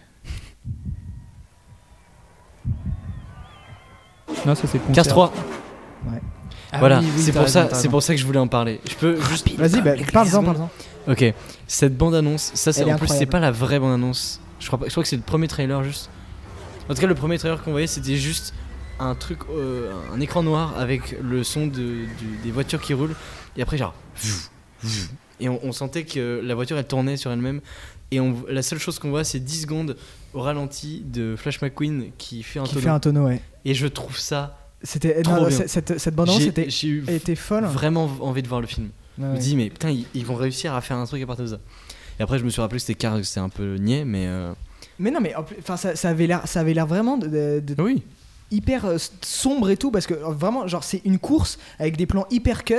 Speaker 3: Non, ça c'est le concert.
Speaker 2: 15-3,
Speaker 3: Ah
Speaker 2: voilà,
Speaker 3: oui, oui,
Speaker 2: c'est
Speaker 3: t'as
Speaker 2: pour,
Speaker 3: raison,
Speaker 2: ça,
Speaker 3: t'as
Speaker 2: c'est
Speaker 3: raison.
Speaker 2: pour ça que je voulais en parler. Je peux juste.
Speaker 1: Vas-y, bah, parle-en, parle-en.
Speaker 2: Ok, cette bande-annonce, ça c'est
Speaker 1: Elle est
Speaker 2: en plus c'est
Speaker 1: incroyable.
Speaker 2: pas la vraie bande-annonce. Je crois pas, je crois que c'est le premier trailer juste. En tout cas, le premier trailer qu'on voyait, c'était juste un truc, euh, un écran noir avec le son de- du- des voitures qui roulent et après genre vzz, vzz. et on, on sentait que la voiture elle tournait sur elle-même et on, la seule chose qu'on voit c'est 10 secondes au ralenti de Flash McQueen qui fait un
Speaker 1: Qui
Speaker 2: tonneau.
Speaker 1: fait un tonneau, ouais.
Speaker 2: Et je trouve ça,
Speaker 1: C'était,
Speaker 2: Trop
Speaker 1: non, non,
Speaker 2: bien.
Speaker 1: c'est- cette, cette bande-annonce
Speaker 2: j'ai
Speaker 1: était,
Speaker 2: j'ai eu
Speaker 1: était folle.
Speaker 2: vraiment envie de voir le film.
Speaker 1: Ouais,
Speaker 2: Je
Speaker 1: ouais.
Speaker 2: me dis, mais putain, ils, ils vont réussir à faire un truc à partir de ça. Et après, je me suis rappelé que c'était car c'était un peu niais, mais. euh,
Speaker 1: Mais non, mais en plus- enfin, ça, ça avait l'air, ça avait l'air vraiment de, de- de-
Speaker 2: Oui.
Speaker 1: hyper euh, sombre et tout, parce que euh, vraiment, genre, c'est une course avec des plans hyper cut,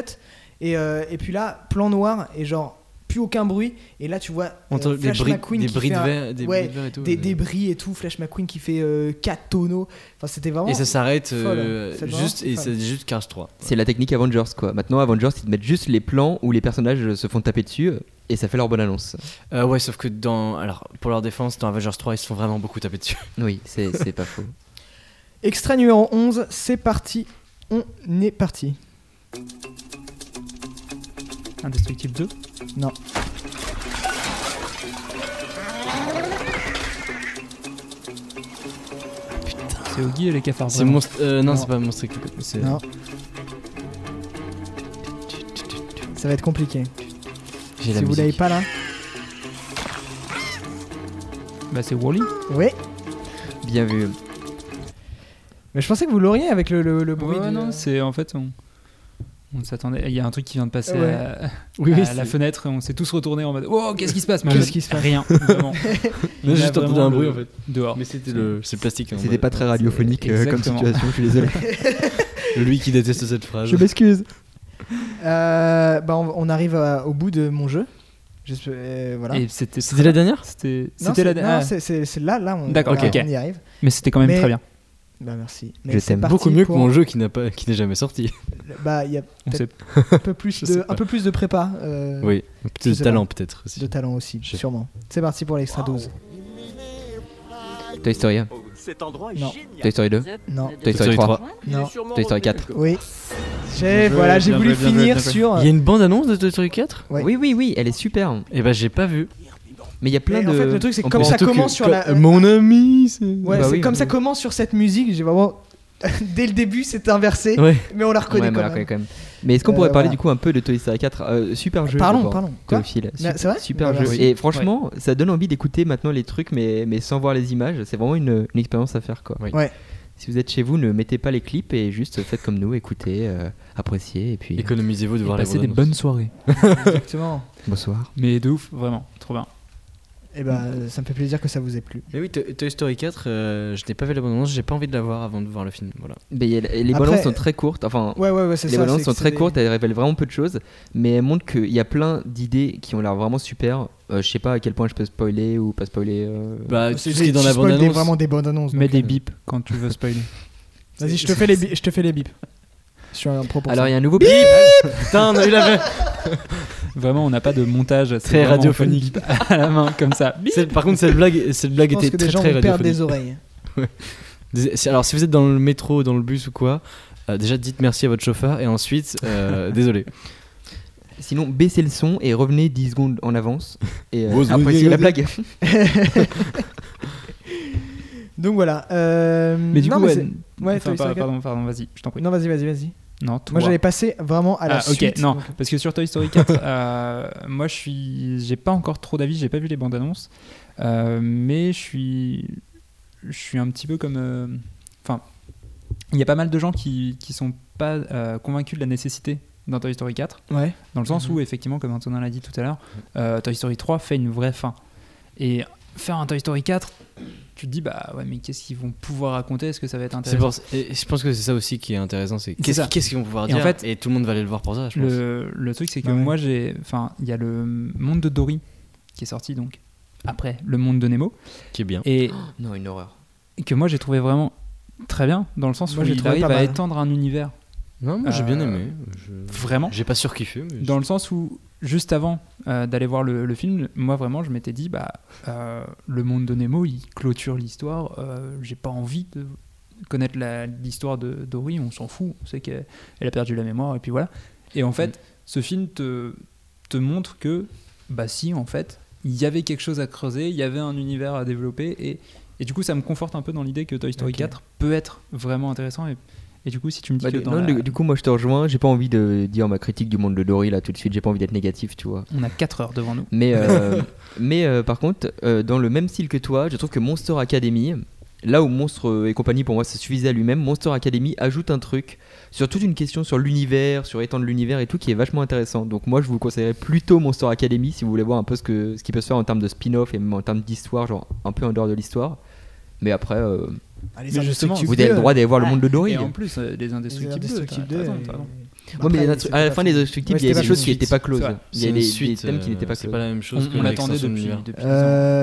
Speaker 1: et, euh, et puis là, plan noir, et genre, plus aucun bruit, et là, tu vois
Speaker 2: Entre
Speaker 1: euh,
Speaker 2: des
Speaker 1: Flash
Speaker 2: bris,
Speaker 1: McQueen
Speaker 2: des
Speaker 1: qui
Speaker 2: bris
Speaker 1: fait
Speaker 2: de
Speaker 1: un-
Speaker 2: verre, des
Speaker 1: ouais,
Speaker 2: bris de verre et tout. euh.
Speaker 1: des
Speaker 2: mais-
Speaker 1: débris et tout, Flash McQueen qui fait 4 tonneaux, enfin, c'était vraiment...
Speaker 2: Et ça s'arrête euh,
Speaker 1: Folle. Cette
Speaker 2: juste
Speaker 1: bande-annonce,
Speaker 2: et
Speaker 1: c'est
Speaker 2: c'est juste Cars 3.
Speaker 4: C'est la technique Avengers quoi. Maintenant, Avengers, ils te mettent juste les plans où les personnages se font taper dessus et ça fait leur bonne annonce.
Speaker 2: Euh, ouais, sauf que dans alors pour leur défense dans Avengers 3, ils se font vraiment beaucoup taper dessus.
Speaker 1: Ah,
Speaker 4: Oui, c'est c'est pas faux.
Speaker 1: Extrait numéro 11, c'est parti, on est parti.
Speaker 3: Indestructible 2.
Speaker 1: Non.
Speaker 3: C'est Oggy et les cafards.
Speaker 2: C'est
Speaker 3: vraiment.
Speaker 2: Monst- euh, non,
Speaker 1: Non.
Speaker 2: c'est pas Monster Club, c'est
Speaker 1: Non. Ça va être compliqué.
Speaker 2: J'ai la
Speaker 1: si vous l'avez
Speaker 2: musique.
Speaker 1: pas là.
Speaker 3: Bah, c'est Wally.
Speaker 1: Oui.
Speaker 4: Bien vu.
Speaker 1: Mais je pensais que vous l'auriez avec le, le, le bruit.
Speaker 3: Ouais,
Speaker 1: du- euh,
Speaker 3: non, c'est en fait on. On s'attendait. Il y a un truc qui vient de passer
Speaker 1: Ouais.
Speaker 3: à,
Speaker 2: Oui,
Speaker 3: à
Speaker 2: oui,
Speaker 3: la
Speaker 2: c'est-
Speaker 3: fenêtre. et On s'est tous retournés en mode. Oh, qu'est-ce qui se passe Mais en
Speaker 1: Qu'est-ce
Speaker 3: mode,
Speaker 1: qui se passe
Speaker 3: Rien, vraiment. Il y
Speaker 2: Là,
Speaker 3: a
Speaker 2: juste
Speaker 3: vraiment
Speaker 2: entendu un
Speaker 3: le-
Speaker 2: bruit en fait.
Speaker 3: Dehors.
Speaker 2: Mais c'était le c'est le plastique. hein,
Speaker 4: C'était
Speaker 2: bah,
Speaker 4: pas très radiophonique euh, comme
Speaker 3: Exactement.
Speaker 4: situation, je suis désolé.
Speaker 2: Lui qui déteste cette phrase.
Speaker 1: Je m'excuse. Euh, bah on, on arrive à- au bout de mon jeu. J'espère- euh, voilà.
Speaker 3: Et c'était.
Speaker 2: C'était la dernière
Speaker 3: C'était.
Speaker 1: Non,
Speaker 3: C'était
Speaker 1: c'est-
Speaker 3: la
Speaker 1: Non,
Speaker 3: dernière.
Speaker 1: c'est- c'est c'est là, là. On,
Speaker 3: D'accord,
Speaker 1: là,
Speaker 3: ok, ok.
Speaker 1: on y arrive.
Speaker 3: Mais c'était quand même
Speaker 1: Mais-
Speaker 3: très bien.
Speaker 1: Bah merci.
Speaker 4: Je
Speaker 1: c'est
Speaker 4: t'aime.
Speaker 1: parti
Speaker 2: Beaucoup mieux que
Speaker 1: pour-
Speaker 2: mon jeu qui n'a pas qui n'est jamais sorti.
Speaker 1: Bah il y a
Speaker 3: On
Speaker 1: peut-être un peu plus
Speaker 2: sais
Speaker 1: de
Speaker 2: pas.
Speaker 1: un peu plus de prépa. euh,
Speaker 2: Oui,
Speaker 1: je
Speaker 2: de
Speaker 1: sais
Speaker 2: talent peut-être aussi.
Speaker 1: De talent aussi,
Speaker 2: Je-
Speaker 1: sûrement. C'est parti pour l'extra 12.
Speaker 4: Toy Story 1,
Speaker 8: Cet endroit
Speaker 1: Non.
Speaker 4: Toy Story 2,
Speaker 1: Non,
Speaker 4: Toy Story 3,
Speaker 1: non.
Speaker 4: Toy Story 4.
Speaker 1: Oui. J'ai
Speaker 3: Bien joué,
Speaker 1: voilà, j'ai
Speaker 3: bien
Speaker 1: voulu
Speaker 3: joué, bien joué,
Speaker 1: finir
Speaker 3: bien joué.
Speaker 1: sur. euh,
Speaker 2: Il y a une bande annonce de Toy Story 4
Speaker 1: Ouais.
Speaker 4: Oui, oui, oui, elle est super.
Speaker 2: Eh ben j'ai pas vu.
Speaker 4: Mais il y a plein
Speaker 1: Mais
Speaker 4: de.
Speaker 1: en fait, le truc, c'est
Speaker 4: on
Speaker 1: comme
Speaker 4: peut-
Speaker 1: ça
Speaker 2: Surtout
Speaker 1: commence
Speaker 2: que-
Speaker 1: sur
Speaker 2: que-
Speaker 1: la-
Speaker 2: Mon ami, c'est.
Speaker 1: Ouais,
Speaker 4: Bah
Speaker 1: c'est
Speaker 4: oui,
Speaker 1: comme
Speaker 4: oui,
Speaker 1: ça
Speaker 4: oui.
Speaker 1: commence sur cette musique, j'ai vraiment dès le début c'est inversé,
Speaker 2: Ouais.
Speaker 1: mais on la
Speaker 4: Ouais, mais
Speaker 1: reconnaît
Speaker 4: on
Speaker 1: quand
Speaker 4: la
Speaker 1: même.
Speaker 4: reconnaît quand même. Mais est-ce qu'on
Speaker 1: Euh,
Speaker 4: pourrait parler
Speaker 1: voilà.
Speaker 4: du coup un peu de Toy Story 4 euh, Super jeu.
Speaker 1: Parlons,
Speaker 4: d'abord,
Speaker 1: parlons. Quoi
Speaker 4: Théophile.
Speaker 1: Mais
Speaker 4: Super,
Speaker 1: c'est vrai
Speaker 4: super
Speaker 1: Bah,
Speaker 4: jeu.
Speaker 1: merci.
Speaker 4: Et franchement, ça donne envie d'écouter maintenant les trucs, mais, mais sans voir les images. C'est vraiment une, une expérience à faire quoi.
Speaker 2: Oui.
Speaker 1: Ouais.
Speaker 4: Si vous êtes chez vous, ne mettez pas les clips et juste faites comme nous, écoutez, euh, appréciez et puis
Speaker 2: Économisez-vous de voir
Speaker 3: Et
Speaker 2: les
Speaker 3: passer des
Speaker 2: bandes
Speaker 3: bonnes soirées.
Speaker 1: Exactement.
Speaker 4: bonsoir.
Speaker 3: Mais de ouf, vraiment, trop bien.
Speaker 1: Et ben ça me fait plaisir que ça vous ait plu.
Speaker 2: Mais oui, Toy Toy Story 4, euh, je n'ai pas vu la bande annonce, j'ai pas envie de la voir avant de voir le film. Voilà.
Speaker 4: Mais il y a- les
Speaker 1: Après- euh,
Speaker 4: balances sont très courtes. Enfin,
Speaker 1: Ouais ouais ouais, c'est
Speaker 4: les
Speaker 1: ça.
Speaker 4: balances
Speaker 1: c'est
Speaker 4: sont
Speaker 1: que
Speaker 4: très
Speaker 1: c'est des-
Speaker 4: courtes, elles révèlent vraiment peu de choses, mais elles montrent qu'il y a plein d'idées qui ont l'air vraiment super. Euh, je sais pas à quel point je peux spoiler ou pas spoiler. euh,
Speaker 2: Bah, tout
Speaker 1: C'est
Speaker 2: ce qui est dans
Speaker 1: tu
Speaker 2: la
Speaker 1: spoil
Speaker 2: bande
Speaker 1: des-
Speaker 2: annonce.
Speaker 1: vraiment des bonnes annonces.
Speaker 3: Mets
Speaker 1: donc,
Speaker 3: des
Speaker 1: euh,
Speaker 3: bips quand tu veux spoiler.
Speaker 1: Vas-y, je te fais les bi- je te fais les bips. Je suis un propos.
Speaker 4: bah, Alors il y a un nouveau.
Speaker 2: Putain, on a eu la même.
Speaker 3: Vraiment, on n'a pas de montage. c'est
Speaker 2: Très
Speaker 3: vraiment, on
Speaker 2: radiophonique.
Speaker 3: fait une bip à la main, comme ça. Bip.
Speaker 2: Cette- par contre, cette blague, cette blague
Speaker 1: Je pense
Speaker 2: était
Speaker 1: que des
Speaker 2: très
Speaker 1: gens
Speaker 2: très
Speaker 1: vont perdre des
Speaker 2: radiophonique.
Speaker 1: oreilles.
Speaker 2: Des- si- Alors, si vous êtes dans le métro, dans le bus ou quoi, euh, déjà dites merci à votre chauffeur et ensuite, euh, désolé.
Speaker 4: Sinon, baissez le son et revenez 10 secondes en avance. Et
Speaker 2: Vous-
Speaker 4: euh, appréciez la blague.
Speaker 1: Donc voilà. euh,
Speaker 3: Mais du
Speaker 1: non,
Speaker 3: coup,
Speaker 1: mais
Speaker 3: ouais,
Speaker 1: c'est- ouais, Toy
Speaker 3: enfin,
Speaker 1: Story
Speaker 3: par-
Speaker 1: 4.
Speaker 3: pardon, pardon, vas-y, je t'en prie.
Speaker 1: Non, vas-y, vas-y, vas-y.
Speaker 3: Non, toi.
Speaker 1: Moi, j'allais passer vraiment à la
Speaker 3: ah, ok,
Speaker 1: suite.
Speaker 3: non,
Speaker 1: donc-
Speaker 3: parce que sur Toy Story 4, euh, moi je suis, j'ai pas encore trop d'avis, j'ai pas vu les bandes annonces, euh, mais je suis, je suis un petit peu comme, euh, enfin, il y a pas mal de gens qui, qui sont pas euh, convaincus de la nécessité d'un Toy Story 4,
Speaker 1: Ouais.
Speaker 3: dans
Speaker 1: Mhm.
Speaker 3: le sens où effectivement, comme Antonin l'a dit tout à l'heure, euh, Toy Story 3 fait une vraie fin, et faire un Toy Story 4, tu te dis bah ouais, mais qu'est-ce qu'ils vont pouvoir raconter, est-ce que ça va être
Speaker 2: C'est
Speaker 3: intéressant
Speaker 2: pour- et je pense que c'est ça aussi qui est intéressant. C'est
Speaker 3: C'est
Speaker 2: qu'est-ce
Speaker 3: ça.
Speaker 2: qu'est-ce qu'ils vont pouvoir
Speaker 3: Et en
Speaker 2: dire
Speaker 3: fait,
Speaker 2: Et tout le monde va aller le voir pour ça, je pense.
Speaker 3: Le, le truc, c'est que
Speaker 1: Bah Ouais.
Speaker 3: moi, j'ai. Enfin, il y a le monde de Dory qui est sorti donc après le monde de Nemo
Speaker 2: Qui est bien.
Speaker 3: et
Speaker 4: Non, une horreur.
Speaker 3: que moi j'ai trouvé vraiment très bien dans le sens
Speaker 1: Moi,
Speaker 3: où
Speaker 1: j'ai
Speaker 3: il
Speaker 1: trouvé
Speaker 3: arrive
Speaker 1: pas
Speaker 3: à
Speaker 1: mal.
Speaker 3: étendre un univers
Speaker 2: Non, moi j'ai bien
Speaker 3: Euh,
Speaker 2: aimé. Je-
Speaker 1: Hein
Speaker 3: vraiment.
Speaker 2: J'ai pas surkiffé. Mais
Speaker 3: Dans le sens où juste avant euh, d'aller voir le, le film, moi vraiment, je m'étais dit bah euh, le monde de Nemo, il clôture l'histoire. euh, j'ai pas envie de connaître la- l'histoire de Dory. On s'en fout. On sait qu'elle elle a perdu la mémoire et puis voilà. Et en
Speaker 4: Mm.
Speaker 3: fait, ce film te te montre que bah si en fait il y avait quelque chose à creuser, il y avait un univers à développer et, et du coup ça me conforte un peu dans l'idée que Toy Story
Speaker 1: Ok.
Speaker 3: 4 peut être vraiment intéressant et, et du coup si tu me dis
Speaker 4: Bah,
Speaker 3: que
Speaker 4: du,
Speaker 3: dans
Speaker 4: non,
Speaker 3: la-
Speaker 4: du- du coup, moi je te rejoins. J'ai pas envie de dire ma critique du monde de Dory là tout de suite. J'ai pas envie d'être négatif, tu vois.
Speaker 3: on a 4 heures devant nous
Speaker 4: Mais, euh, mais euh, par contre, euh, dans le même style que toi, je trouve que Monster Academy, là où Monstre et compagnie pour moi ça suffisait à lui-même, Monster Academy ajoute un truc sur toute une question sur l'univers, sur étendre l'univers et tout qui est vachement intéressant. Donc moi je vous conseillerais plutôt Monster Academy si vous voulez voir un peu ce, que, ce qui peut se faire en termes de spin-off et même en termes d'histoire, genre un peu en dehors de l'histoire. Mais après, euh,
Speaker 1: Allez,
Speaker 3: Mais justement,
Speaker 4: vous avez le droit d'aller voir le monde de Dory.
Speaker 3: et en plus euh, les indestructibles,
Speaker 1: Destructible 2.
Speaker 3: t'as- t'as raison,
Speaker 1: et-
Speaker 3: t'as raison.
Speaker 4: Ouais, mais
Speaker 1: Après,
Speaker 4: les
Speaker 1: c'est
Speaker 4: instru- à la
Speaker 1: pas
Speaker 4: fin des
Speaker 1: fini.
Speaker 4: instructibles,
Speaker 1: Ouais,
Speaker 4: il y
Speaker 1: c'était
Speaker 4: a
Speaker 1: pas
Speaker 4: des choses qui
Speaker 1: fini.
Speaker 4: n'étaient pas closes.
Speaker 3: C'est vrai.
Speaker 4: Il y a
Speaker 2: C'est
Speaker 4: des,
Speaker 2: une
Speaker 4: des
Speaker 2: suite,
Speaker 4: thèmes qui
Speaker 2: euh,
Speaker 4: n'étaient pas
Speaker 2: C'est
Speaker 4: closes.
Speaker 2: pas la même chose.
Speaker 3: on,
Speaker 2: que
Speaker 3: on l'attendait
Speaker 2: l'extension de
Speaker 3: depuis,
Speaker 2: l'univers.
Speaker 3: depuis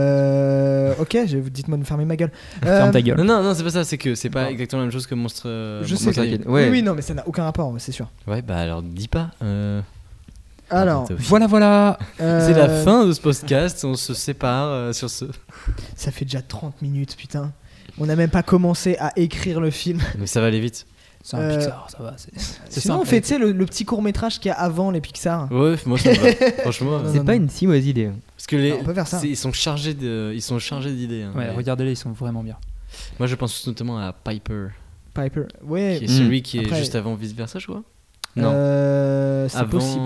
Speaker 1: Euh, ok, je vais dites-moi de fermer ma gueule. Euh,
Speaker 3: ferme ta gueule
Speaker 2: Non, non, non, c'est pas ça. C'est que c'est pas
Speaker 3: Non.
Speaker 2: exactement la même chose que Monstre. euh,
Speaker 1: Je
Speaker 2: Monstre
Speaker 1: sais.
Speaker 2: Academy.
Speaker 4: que- Ouais.
Speaker 1: Oui, oui, non, mais ça n'a aucun rapport, c'est sûr.
Speaker 2: Ouais, bah alors dis pas. euh,
Speaker 1: Alors,
Speaker 2: Attends,
Speaker 3: voilà voilà
Speaker 1: euh,
Speaker 2: C'est la fin de ce podcast, on se sépare euh, sur ce.
Speaker 1: Ça fait déjà 30 minutes, putain. On n'a même pas commencé à écrire le film.
Speaker 2: Mais ça va aller vite.
Speaker 3: c'est un
Speaker 1: Euh,
Speaker 3: Pixar ça va c'est c'est
Speaker 1: Sinon, on
Speaker 3: simple.
Speaker 1: fait, tu sais, le, le petit court-métrage qu'il y a avant les Pixar.
Speaker 2: Ouais, moi ça me va. Franchement,
Speaker 1: Non,
Speaker 2: euh,
Speaker 1: non,
Speaker 4: C'est pas une si mauvaise idée.
Speaker 2: parce que les,
Speaker 1: on peut faire ça.
Speaker 2: c'est- ils sont chargés de, ils sont chargés d'idées. hein.
Speaker 3: ouais,
Speaker 2: Et
Speaker 3: regardez les ils sont vraiment bien
Speaker 2: Moi, je pense notamment à Piper,
Speaker 1: Piper.
Speaker 2: qui
Speaker 1: Ouais,
Speaker 2: est
Speaker 4: Mm.
Speaker 2: celui qui est
Speaker 1: Eh, hmm. Après-
Speaker 2: juste avant vice versa, je crois.
Speaker 1: euh, c'est
Speaker 2: Avant-
Speaker 1: possible.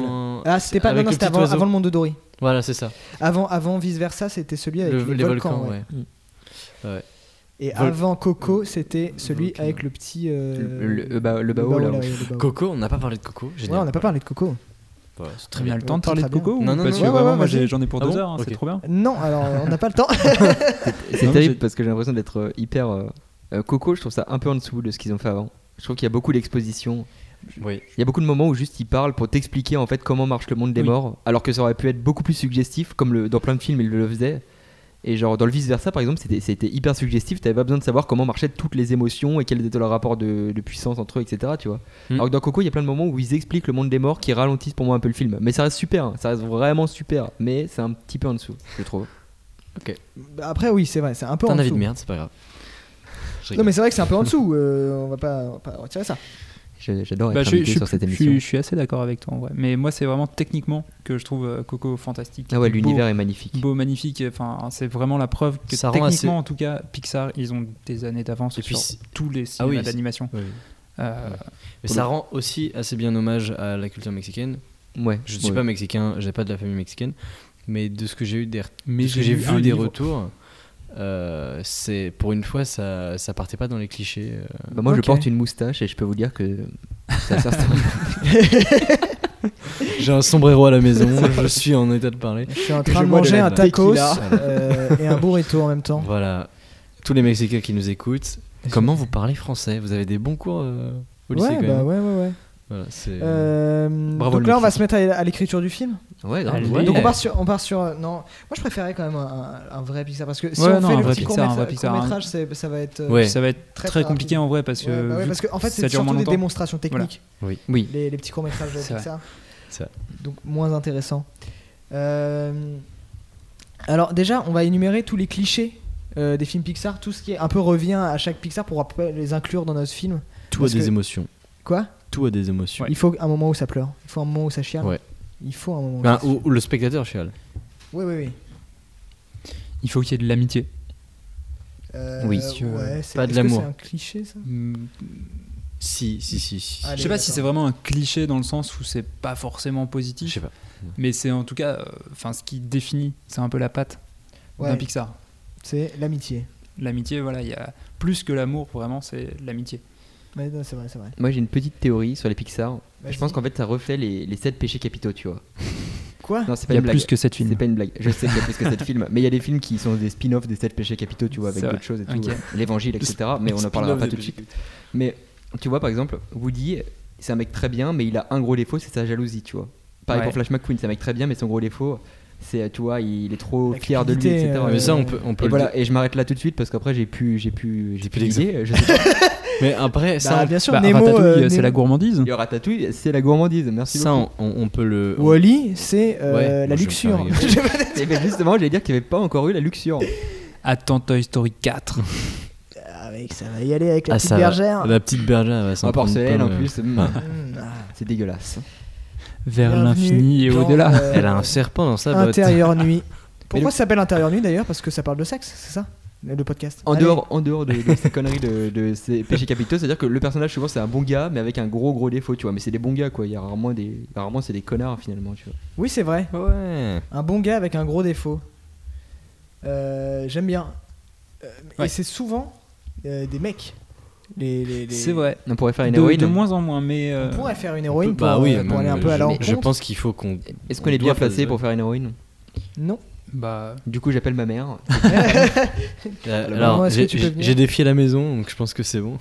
Speaker 1: Ah, c'était pas. Non,
Speaker 2: avec
Speaker 1: non,
Speaker 2: le
Speaker 1: c'était
Speaker 2: petit
Speaker 1: avant,
Speaker 2: oiseau.
Speaker 1: avant le monde de Dory.
Speaker 2: Voilà, c'est ça.
Speaker 1: Avant, avant vice versa, c'était celui avec
Speaker 2: Le-
Speaker 1: les, volcans. ouais.
Speaker 2: ouais.
Speaker 1: Et
Speaker 2: Vol-
Speaker 1: avant Coco, c'était celui
Speaker 2: Volcan.
Speaker 1: avec le petit. euh,
Speaker 4: Le, le, le ba- le
Speaker 1: le
Speaker 4: bao,
Speaker 1: bao,
Speaker 4: là.
Speaker 1: là, ouais, le bao.
Speaker 2: Coco, on n'a pas parlé de Coco.
Speaker 1: Ouais,
Speaker 2: Génial.
Speaker 1: on n'a pas parlé de Coco.
Speaker 2: Voilà, c'est très
Speaker 3: on a
Speaker 2: bien.
Speaker 3: le temps de
Speaker 1: Très,
Speaker 3: parler de
Speaker 1: très bien.
Speaker 3: Coco ou
Speaker 2: Non, non,
Speaker 3: parce
Speaker 2: non,
Speaker 3: que
Speaker 1: ouais,
Speaker 3: vraiment
Speaker 1: ouais,
Speaker 3: moi
Speaker 1: vas-y.
Speaker 3: j'ai- j'en ai pour
Speaker 2: Ah
Speaker 3: deux
Speaker 2: bon
Speaker 3: heures hein, c'est
Speaker 2: Ok.
Speaker 3: trop bien
Speaker 1: Non, alors on n'a pas le temps.
Speaker 4: C'est
Speaker 3: Non, j'ai-
Speaker 4: terrible parce que j'ai l'impression d'être euh, hyper euh, euh, coco. Je trouve ça un peu en dessous de ce qu'ils ont fait avant. Je trouve qu'il y a beaucoup d'expositions.
Speaker 2: Oui.
Speaker 4: Il y a beaucoup de moments où juste ils parlent pour t'expliquer en fait comment marche le monde des
Speaker 3: Oui.
Speaker 4: morts, alors que ça aurait pu être beaucoup plus suggestif, comme le, dans plein de films ils le faisaient. Et genre dans le vice versa par exemple, c'était, c'était hyper suggestif. T'avais pas besoin de savoir comment marchaient toutes les émotions et quel était leur rapport de, de puissance entre eux, etc. Tu vois.
Speaker 2: Mm.
Speaker 4: Alors que dans Coco, il y a plein de moments où ils expliquent le monde des morts qui ralentissent pour moi un peu le film. Mais ça reste super, hein. ça reste vraiment super. Mais c'est un petit peu en dessous, je trouve.
Speaker 1: Bah, Après, oui, c'est vrai, c'est un peu
Speaker 2: T'as
Speaker 1: en
Speaker 2: un avis
Speaker 1: dessous.
Speaker 2: de merde, c'est pas grave. Je
Speaker 1: Non,
Speaker 2: rigole.
Speaker 1: mais c'est vrai que c'est un peu en dessous. euh, on, va pas, on va pas retirer ça.
Speaker 4: Je- J'adore être
Speaker 3: Bah, je, suis-
Speaker 4: invité
Speaker 3: je suis
Speaker 4: sur cette
Speaker 3: plus- je
Speaker 4: émission.
Speaker 3: suis- je suis assez d'accord avec toi en vrai. Mais moi, c'est vraiment techniquement que je trouve euh, Coco fantastique.
Speaker 4: Ah ouais,
Speaker 3: Beau-
Speaker 4: l'univers est magnifique.
Speaker 3: Beau, magnifique. Enfin, hein, c'est vraiment la preuve que
Speaker 2: Ça rend
Speaker 3: techniquement,
Speaker 2: assez-
Speaker 3: en tout cas, Pixar, ils ont des années d'avance
Speaker 2: Et puis,
Speaker 3: sur
Speaker 2: c'est-
Speaker 3: tous les
Speaker 2: Ah
Speaker 3: cinémas
Speaker 2: oui, c'est-
Speaker 3: d'animation.
Speaker 2: Oui.
Speaker 3: Euh,
Speaker 2: Mais ça rend aussi assez bien hommage à la culture mexicaine.
Speaker 4: Ouais.
Speaker 2: Je ne suis
Speaker 4: ouais.
Speaker 2: pas mexicain, j'ai pas de la famille mexicaine, mais de ce que j'ai eu des
Speaker 3: mais
Speaker 2: Parce que j'ai
Speaker 3: un
Speaker 2: vu des
Speaker 3: livre-
Speaker 2: retours. euh, c'est pour une fois ça ça partait pas dans les clichés euh.
Speaker 4: Bah, moi,
Speaker 1: Ok.
Speaker 4: je porte une moustache et je peux vous dire que ça sert.
Speaker 2: j'ai un sombrero à la maison je suis en état de parler
Speaker 1: Je suis en
Speaker 4: Que
Speaker 1: train
Speaker 4: je
Speaker 1: de
Speaker 4: bois de
Speaker 1: manger
Speaker 4: la
Speaker 1: un tacos
Speaker 4: tequila.
Speaker 1: euh, et un burrito en même temps.
Speaker 2: voilà tous les mexicains qui nous écoutent comment vous parlez français vous avez des bons cours euh, au lycée
Speaker 1: Ouais,
Speaker 2: quand
Speaker 1: bah
Speaker 2: même.
Speaker 1: ouais, ouais, ouais.
Speaker 2: Voilà, c'est-
Speaker 1: Euh,
Speaker 4: Bravo,
Speaker 1: donc là,
Speaker 4: le
Speaker 1: on va se mettre à, à l'écriture du film.
Speaker 4: ouais, grave.
Speaker 3: Allez.
Speaker 2: Ouais.
Speaker 1: Donc on
Speaker 2: Eh.
Speaker 1: part sur, on part sur. euh, non, moi je préférais quand même un, un vrai Pixar parce que si
Speaker 3: Ouais,
Speaker 1: on
Speaker 3: non,
Speaker 1: fait
Speaker 3: un
Speaker 1: le
Speaker 3: vrai
Speaker 1: petit
Speaker 3: Pixar, un vrai
Speaker 1: court-métrage,
Speaker 3: Pixar,
Speaker 1: court-métrage, c'est- ça va être. euh,
Speaker 2: Ouais.
Speaker 3: Ça va être
Speaker 1: Très,
Speaker 3: très,
Speaker 1: très
Speaker 3: compliqué en vrai parce que.
Speaker 1: ouais, bah ouais,
Speaker 3: vu
Speaker 1: parce que en fait,
Speaker 3: ça
Speaker 1: c'est
Speaker 3: dure moins
Speaker 1: surtout des
Speaker 3: longtemps.
Speaker 1: démonstrations techniques.
Speaker 4: Oui.
Speaker 1: Les, les petits courts-métrages de
Speaker 3: C'est vrai.
Speaker 1: Pixar.
Speaker 2: C'est vrai.
Speaker 1: Donc moins intéressant. Euh, Alors déjà, on va énumérer tous les clichés euh, des films Pixar, tout ce qui est un peu revient à chaque Pixar pour après les inclure dans notre film.
Speaker 2: Tout
Speaker 1: Parce
Speaker 2: a des
Speaker 1: que-
Speaker 2: émotions.
Speaker 1: Quoi
Speaker 2: Tout a des émotions.
Speaker 1: Il faut un moment où ça pleure. Il faut un moment où ça chiale.
Speaker 2: Ouais.
Speaker 1: Il faut un moment. Où
Speaker 2: Ben,
Speaker 1: ça
Speaker 2: ou, ou le spectateur chiale.
Speaker 1: Oui, oui, oui.
Speaker 3: Il faut qu'il y ait de l'amitié.
Speaker 1: Euh,
Speaker 4: Oui.
Speaker 1: ouais, c'est-
Speaker 2: Pas de
Speaker 1: est-ce que
Speaker 2: l'amour.
Speaker 1: C'est un cliché ça.
Speaker 2: Si, si, si. si.
Speaker 1: Allez,
Speaker 3: Je sais pas si
Speaker 1: d'accord.
Speaker 3: c'est vraiment un cliché dans le sens où c'est pas forcément
Speaker 2: Je
Speaker 3: positif,
Speaker 2: sais pas.
Speaker 3: mais c'est en tout cas, euh, enfin, ce qui définit, c'est un peu la patte d'un
Speaker 1: Ouais,
Speaker 3: Pixar.
Speaker 1: c'est l'amitié.
Speaker 3: L'amitié, voilà, il y a plus que l'amour, vraiment, c'est l'amitié.
Speaker 1: Ouais, non, c'est vrai, c'est vrai.
Speaker 4: Moi, j'ai une petite théorie sur les Pixar. Je
Speaker 1: Vas-y.
Speaker 4: pense qu'en fait, ça refait les, les 7 péchés capitaux, tu vois.
Speaker 1: Quoi Bah,
Speaker 4: Non, c'est
Speaker 3: Il
Speaker 4: pas
Speaker 3: y a
Speaker 4: une blague.
Speaker 3: plus que cette
Speaker 4: C'est
Speaker 3: film.
Speaker 4: pas une blague. Je sais qu'il y a plus que 7 films, mais il y a des films qui sont des spin-offs des 7 péchés capitaux, tu vois, avec
Speaker 3: C'est
Speaker 4: d'autres
Speaker 3: vrai.
Speaker 4: choses et tout,
Speaker 3: Ok.
Speaker 4: euh, l'évangile, etc. Mais on en parlera pas tout de suite. Mais tu vois, par exemple, Woody, c'est un mec très bien, mais il a un gros défaut, c'est sa jalousie, tu vois. Pareil
Speaker 3: Ouais.
Speaker 4: pour Flash McQueen, c'est un mec très bien, mais son gros défaut, c'est, tu vois, il est trop
Speaker 1: La
Speaker 4: fier de lui,
Speaker 1: cupidité,
Speaker 4: etc.
Speaker 1: euh,
Speaker 2: Mais ça, on peut, on peut
Speaker 4: Et
Speaker 2: le
Speaker 4: voilà, et je m'arrête là tout de suite parce qu'après j'ai pu, j'ai pu, j'ai
Speaker 2: C'est
Speaker 4: pu
Speaker 2: plus l'exemple.
Speaker 4: l'idée. Je sais pas.
Speaker 2: Mais après, ça,
Speaker 1: Bah,
Speaker 2: on-
Speaker 1: bien sûr,
Speaker 3: Bah,
Speaker 1: Nemo.
Speaker 3: Ratatouille,
Speaker 1: euh,
Speaker 3: c'est
Speaker 1: Nemo.
Speaker 3: la gourmandise.
Speaker 4: Le ratatouille, c'est la gourmandise. Merci
Speaker 2: ça,
Speaker 4: beaucoup.
Speaker 2: on, on- on peut le.
Speaker 1: Wally, c'est euh,
Speaker 2: Ouais,
Speaker 1: la
Speaker 2: moi, je vais me
Speaker 1: luxure.
Speaker 2: faire rigoler.
Speaker 4: Et ben justement, j'allais dire qu'il n'y avait pas encore eu la luxure.
Speaker 3: Attends Toy Story 4.
Speaker 1: Avec, Ah, ça va y aller avec la
Speaker 2: Ah,
Speaker 1: petite
Speaker 2: ça va.
Speaker 1: bergère.
Speaker 2: La petite bergère elle va s'en
Speaker 4: En
Speaker 2: prendre
Speaker 4: porcelaine
Speaker 2: plein
Speaker 4: en
Speaker 2: de-
Speaker 4: plus, mm,
Speaker 1: Mmh, ah.
Speaker 4: c'est dégueulasse.
Speaker 3: Vers
Speaker 1: Bienvenue
Speaker 3: l'infini et
Speaker 1: dans,
Speaker 3: au-delà.
Speaker 1: euh,
Speaker 2: Elle a un serpent dans sa botte.
Speaker 1: Intérieur nuit. Pourquoi
Speaker 4: le-
Speaker 1: ça s'appelle Intérieur nuit d'ailleurs Parce que ça parle de sexe, c'est ça Le podcast.
Speaker 4: En
Speaker 1: Allez.
Speaker 4: dehors, en dehors de, de ces conneries de, de ces péchés capitaux, c'est-à-dire que le personnage souvent c'est un bon gars, mais avec un gros gros défaut, tu vois. Mais c'est des bons gars quoi. Il y a rarement des, rarement c'est des connards finalement, tu vois.
Speaker 1: Oui, c'est vrai.
Speaker 2: Ouais.
Speaker 1: Un bon gars avec un gros défaut. Euh, J'aime bien. Euh,
Speaker 3: Ouais.
Speaker 1: Et c'est souvent euh, des mecs. Les, les- les-
Speaker 3: C'est vrai.
Speaker 4: On pourrait faire
Speaker 3: De,
Speaker 4: une héroïne.
Speaker 3: de moins en moins, mais euh,
Speaker 1: On pourrait faire une héroïne pour,
Speaker 2: bah oui,
Speaker 1: euh, pour
Speaker 2: mais
Speaker 1: aller un peu à la
Speaker 2: je, je
Speaker 1: rencontre.
Speaker 2: pense qu'il faut qu'on.
Speaker 4: Est-ce
Speaker 2: on
Speaker 4: qu'on est
Speaker 2: doit
Speaker 4: bien
Speaker 2: faire
Speaker 4: placé
Speaker 2: des-
Speaker 4: pour faire une héroïne
Speaker 1: Non.
Speaker 3: bah,
Speaker 4: Du coup, j'appelle ma mère.
Speaker 2: Euh,
Speaker 4: Alors,
Speaker 2: Alors,
Speaker 1: est-ce que
Speaker 2: j'ai-
Speaker 1: tu peux
Speaker 2: j'ai
Speaker 1: venir
Speaker 2: j'ai défié la maison, donc je pense que c'est bon.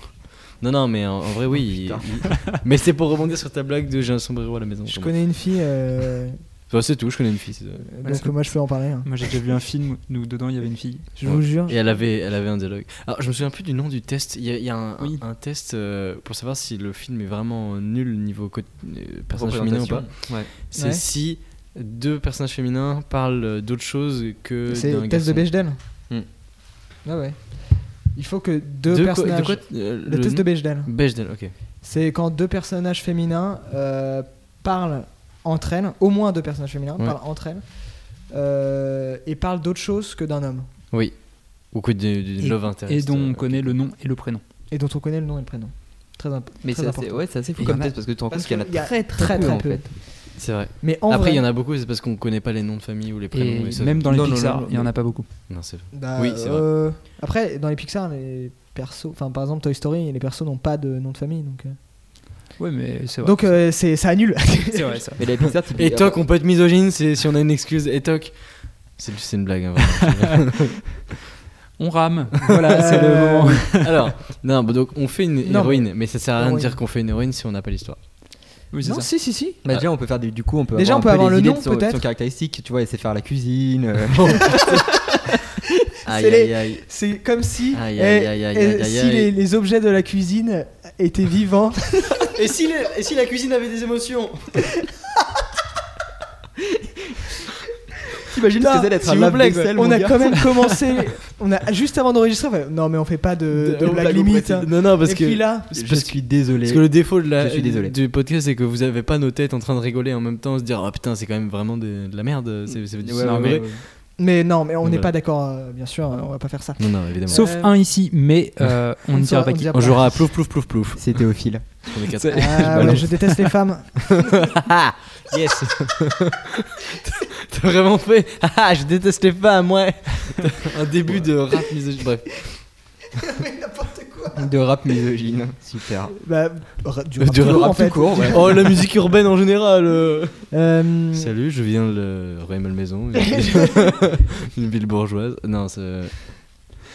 Speaker 2: Non, non, mais en, en vrai, oui.
Speaker 4: Oh,
Speaker 2: il- il- mais c'est pour rebondir sur ta blague de j'ai un sombrero à la maison.
Speaker 1: Je connais une fille, euh,
Speaker 2: Enfin, c'est tout, je connais une fille. c'est- euh,
Speaker 1: donc moi je peux en parler. hein.
Speaker 3: moi j'ai déjà vu un film où dedans il y avait une fille.
Speaker 1: Je vous jure.
Speaker 2: Et elle avait, elle avait un dialogue. Alors, je me souviens plus du nom du test. Il y a, il y a un,
Speaker 3: Oui.
Speaker 2: un test euh, pour savoir si le film est vraiment nul niveau co- euh, personnage féminin ou pas.
Speaker 4: Ouais.
Speaker 2: C'est
Speaker 1: Ouais.
Speaker 2: si deux personnages féminins parlent d'autre chose que.
Speaker 1: C'est
Speaker 2: d'un
Speaker 1: le test de
Speaker 2: garçon.
Speaker 1: Bechdel.
Speaker 4: Hmm.
Speaker 1: Ah ouais. Il faut que deux
Speaker 2: De quoi-
Speaker 1: personnages.
Speaker 2: de quoi, euh,
Speaker 1: le, test
Speaker 2: nom
Speaker 1: de Bechdel.
Speaker 2: Bechdel, ok.
Speaker 1: C'est quand deux personnages féminins euh, parlent entre elles, au moins deux personnages féminins
Speaker 2: Ouais.
Speaker 1: parlent entre elles, euh, et parlent d'autre chose que d'un homme,
Speaker 2: Oui. Ou que du, du
Speaker 3: Et-
Speaker 2: love interest.
Speaker 3: Et dont on
Speaker 2: euh,
Speaker 3: connaît le nom et le prénom.
Speaker 1: et dont on connaît le nom et le prénom. Très, imp-
Speaker 4: Mais
Speaker 1: très
Speaker 4: c'est assez,
Speaker 1: important.
Speaker 4: ouais, c'est assez fou
Speaker 3: Il y en
Speaker 4: comme
Speaker 3: a-
Speaker 4: test parce que tu te rends compte
Speaker 1: Parce
Speaker 4: qu'il y en a
Speaker 1: qu'il y a
Speaker 4: très
Speaker 1: très très,
Speaker 4: peu, en
Speaker 1: peu.
Speaker 4: fait.
Speaker 2: C'est vrai.
Speaker 1: Mais en
Speaker 2: Après,
Speaker 1: vrai,
Speaker 2: il y en a beaucoup, c'est parce qu'on connaît pas les noms de famille ou les
Speaker 3: Et
Speaker 2: prénoms. et ça-
Speaker 3: même dans les
Speaker 4: Non, non, non,
Speaker 3: Pixar,
Speaker 4: non,
Speaker 3: il y en
Speaker 4: mais-
Speaker 3: a pas beaucoup.
Speaker 2: Non, c'est vrai.
Speaker 1: bah,
Speaker 2: Oui, c'est vrai.
Speaker 1: euh, après, dans les Pixar, les persos, enfin par exemple Toy Story, les persos n'ont pas de nom de famille, donc euh.
Speaker 3: Ouais, mais c'est vrai.
Speaker 1: donc euh, c'est ça annule.
Speaker 3: c'est vrai ça.
Speaker 4: Mais la Pixar, typique-
Speaker 2: Et toc, on peut être misogyne c'est- si on a une excuse. Et toc. C'est c'est une blague, hein, vraiment.
Speaker 3: On rame. Voilà, c'est le
Speaker 1: Euh,
Speaker 3: moment.
Speaker 2: Alors, non, bah donc on fait une
Speaker 1: Non,
Speaker 2: héroïne, mais ça sert à rien de
Speaker 1: héroïne.
Speaker 2: dire qu'on fait une héroïne si on n'a pas l'histoire.
Speaker 3: Oui, c'est
Speaker 1: non,
Speaker 3: ça.
Speaker 1: si si si.
Speaker 4: Bah, déjà, on peut faire des- du coup, on peut
Speaker 1: Déjà,
Speaker 4: avoir
Speaker 1: on peut
Speaker 4: un peu
Speaker 1: avoir
Speaker 4: les
Speaker 1: le
Speaker 4: idées
Speaker 1: nom,
Speaker 4: de son- de
Speaker 1: peut-être.
Speaker 4: son caractéristique, tu vois, essayer de faire la cuisine. euh.
Speaker 1: C'est
Speaker 4: aïe,
Speaker 1: les-
Speaker 4: aïe, aïe.
Speaker 1: C'est comme si
Speaker 4: Aïe,
Speaker 1: eh,
Speaker 4: aïe, aïe, aïe,
Speaker 1: eh,
Speaker 4: aïe,
Speaker 1: si
Speaker 4: aïe.
Speaker 1: les- les objets de la cuisine étaient vivants.
Speaker 2: Et si, la cuisine avait des émotions
Speaker 4: T'imagines ce que c'est d'être un
Speaker 1: S'il vous plaît,
Speaker 4: lave-vaisselle,
Speaker 1: on
Speaker 4: mon
Speaker 1: a
Speaker 4: gars
Speaker 1: quand même commencé. On a juste avant d'enregistrer. on fait, non mais on fait pas de, de blague Euh, limite. hein.
Speaker 2: Non, non, parce
Speaker 1: Et
Speaker 2: que,
Speaker 1: puis là,
Speaker 2: c'est
Speaker 4: Je
Speaker 2: parce que-
Speaker 4: suis désolé.
Speaker 2: parce que le défaut de la,
Speaker 4: Je suis désolé.
Speaker 2: du podcast, c'est que vous avez pas nos têtes en train de rigoler en même temps, se dire, ah putain, c'est quand même vraiment de, de la merde. C'est c'est-
Speaker 4: Ouais,
Speaker 2: c'est
Speaker 4: ouais,
Speaker 2: un
Speaker 4: ouais,
Speaker 2: vrai.
Speaker 4: ouais.
Speaker 1: mais non, mais on n'est
Speaker 2: Voilà.
Speaker 1: pas d'accord, euh, bien sûr, on va pas faire ça.
Speaker 2: Non, non, évidemment.
Speaker 3: Sauf
Speaker 1: Euh,
Speaker 3: un ici, mais euh, on ne
Speaker 1: saura-
Speaker 3: dira pas
Speaker 1: on
Speaker 3: qui.
Speaker 1: dira
Speaker 2: on jouera à plouf, plouf, plouf, plouf.
Speaker 4: C'est Théophile.
Speaker 2: On est quatre. ah,
Speaker 3: C'est-
Speaker 2: Bah
Speaker 1: Ah, ouais,
Speaker 4: balance.
Speaker 1: je déteste les femmes.
Speaker 2: Yes T'as vraiment fait Ah ah, je déteste les femmes, ouais Un début de rap misogyne. Bref,
Speaker 4: De rap misogyne. Super.
Speaker 1: Bah, ra- du rap
Speaker 2: Du
Speaker 1: tout court,
Speaker 2: rap
Speaker 1: en
Speaker 4: tout
Speaker 1: fait.
Speaker 4: court, ouais.
Speaker 2: Oh, la musique urbaine en général. euh.
Speaker 1: Euh,
Speaker 2: Salut, je viens de Royal Malmaison, une ville bourgeoise. Non, c'est. euh,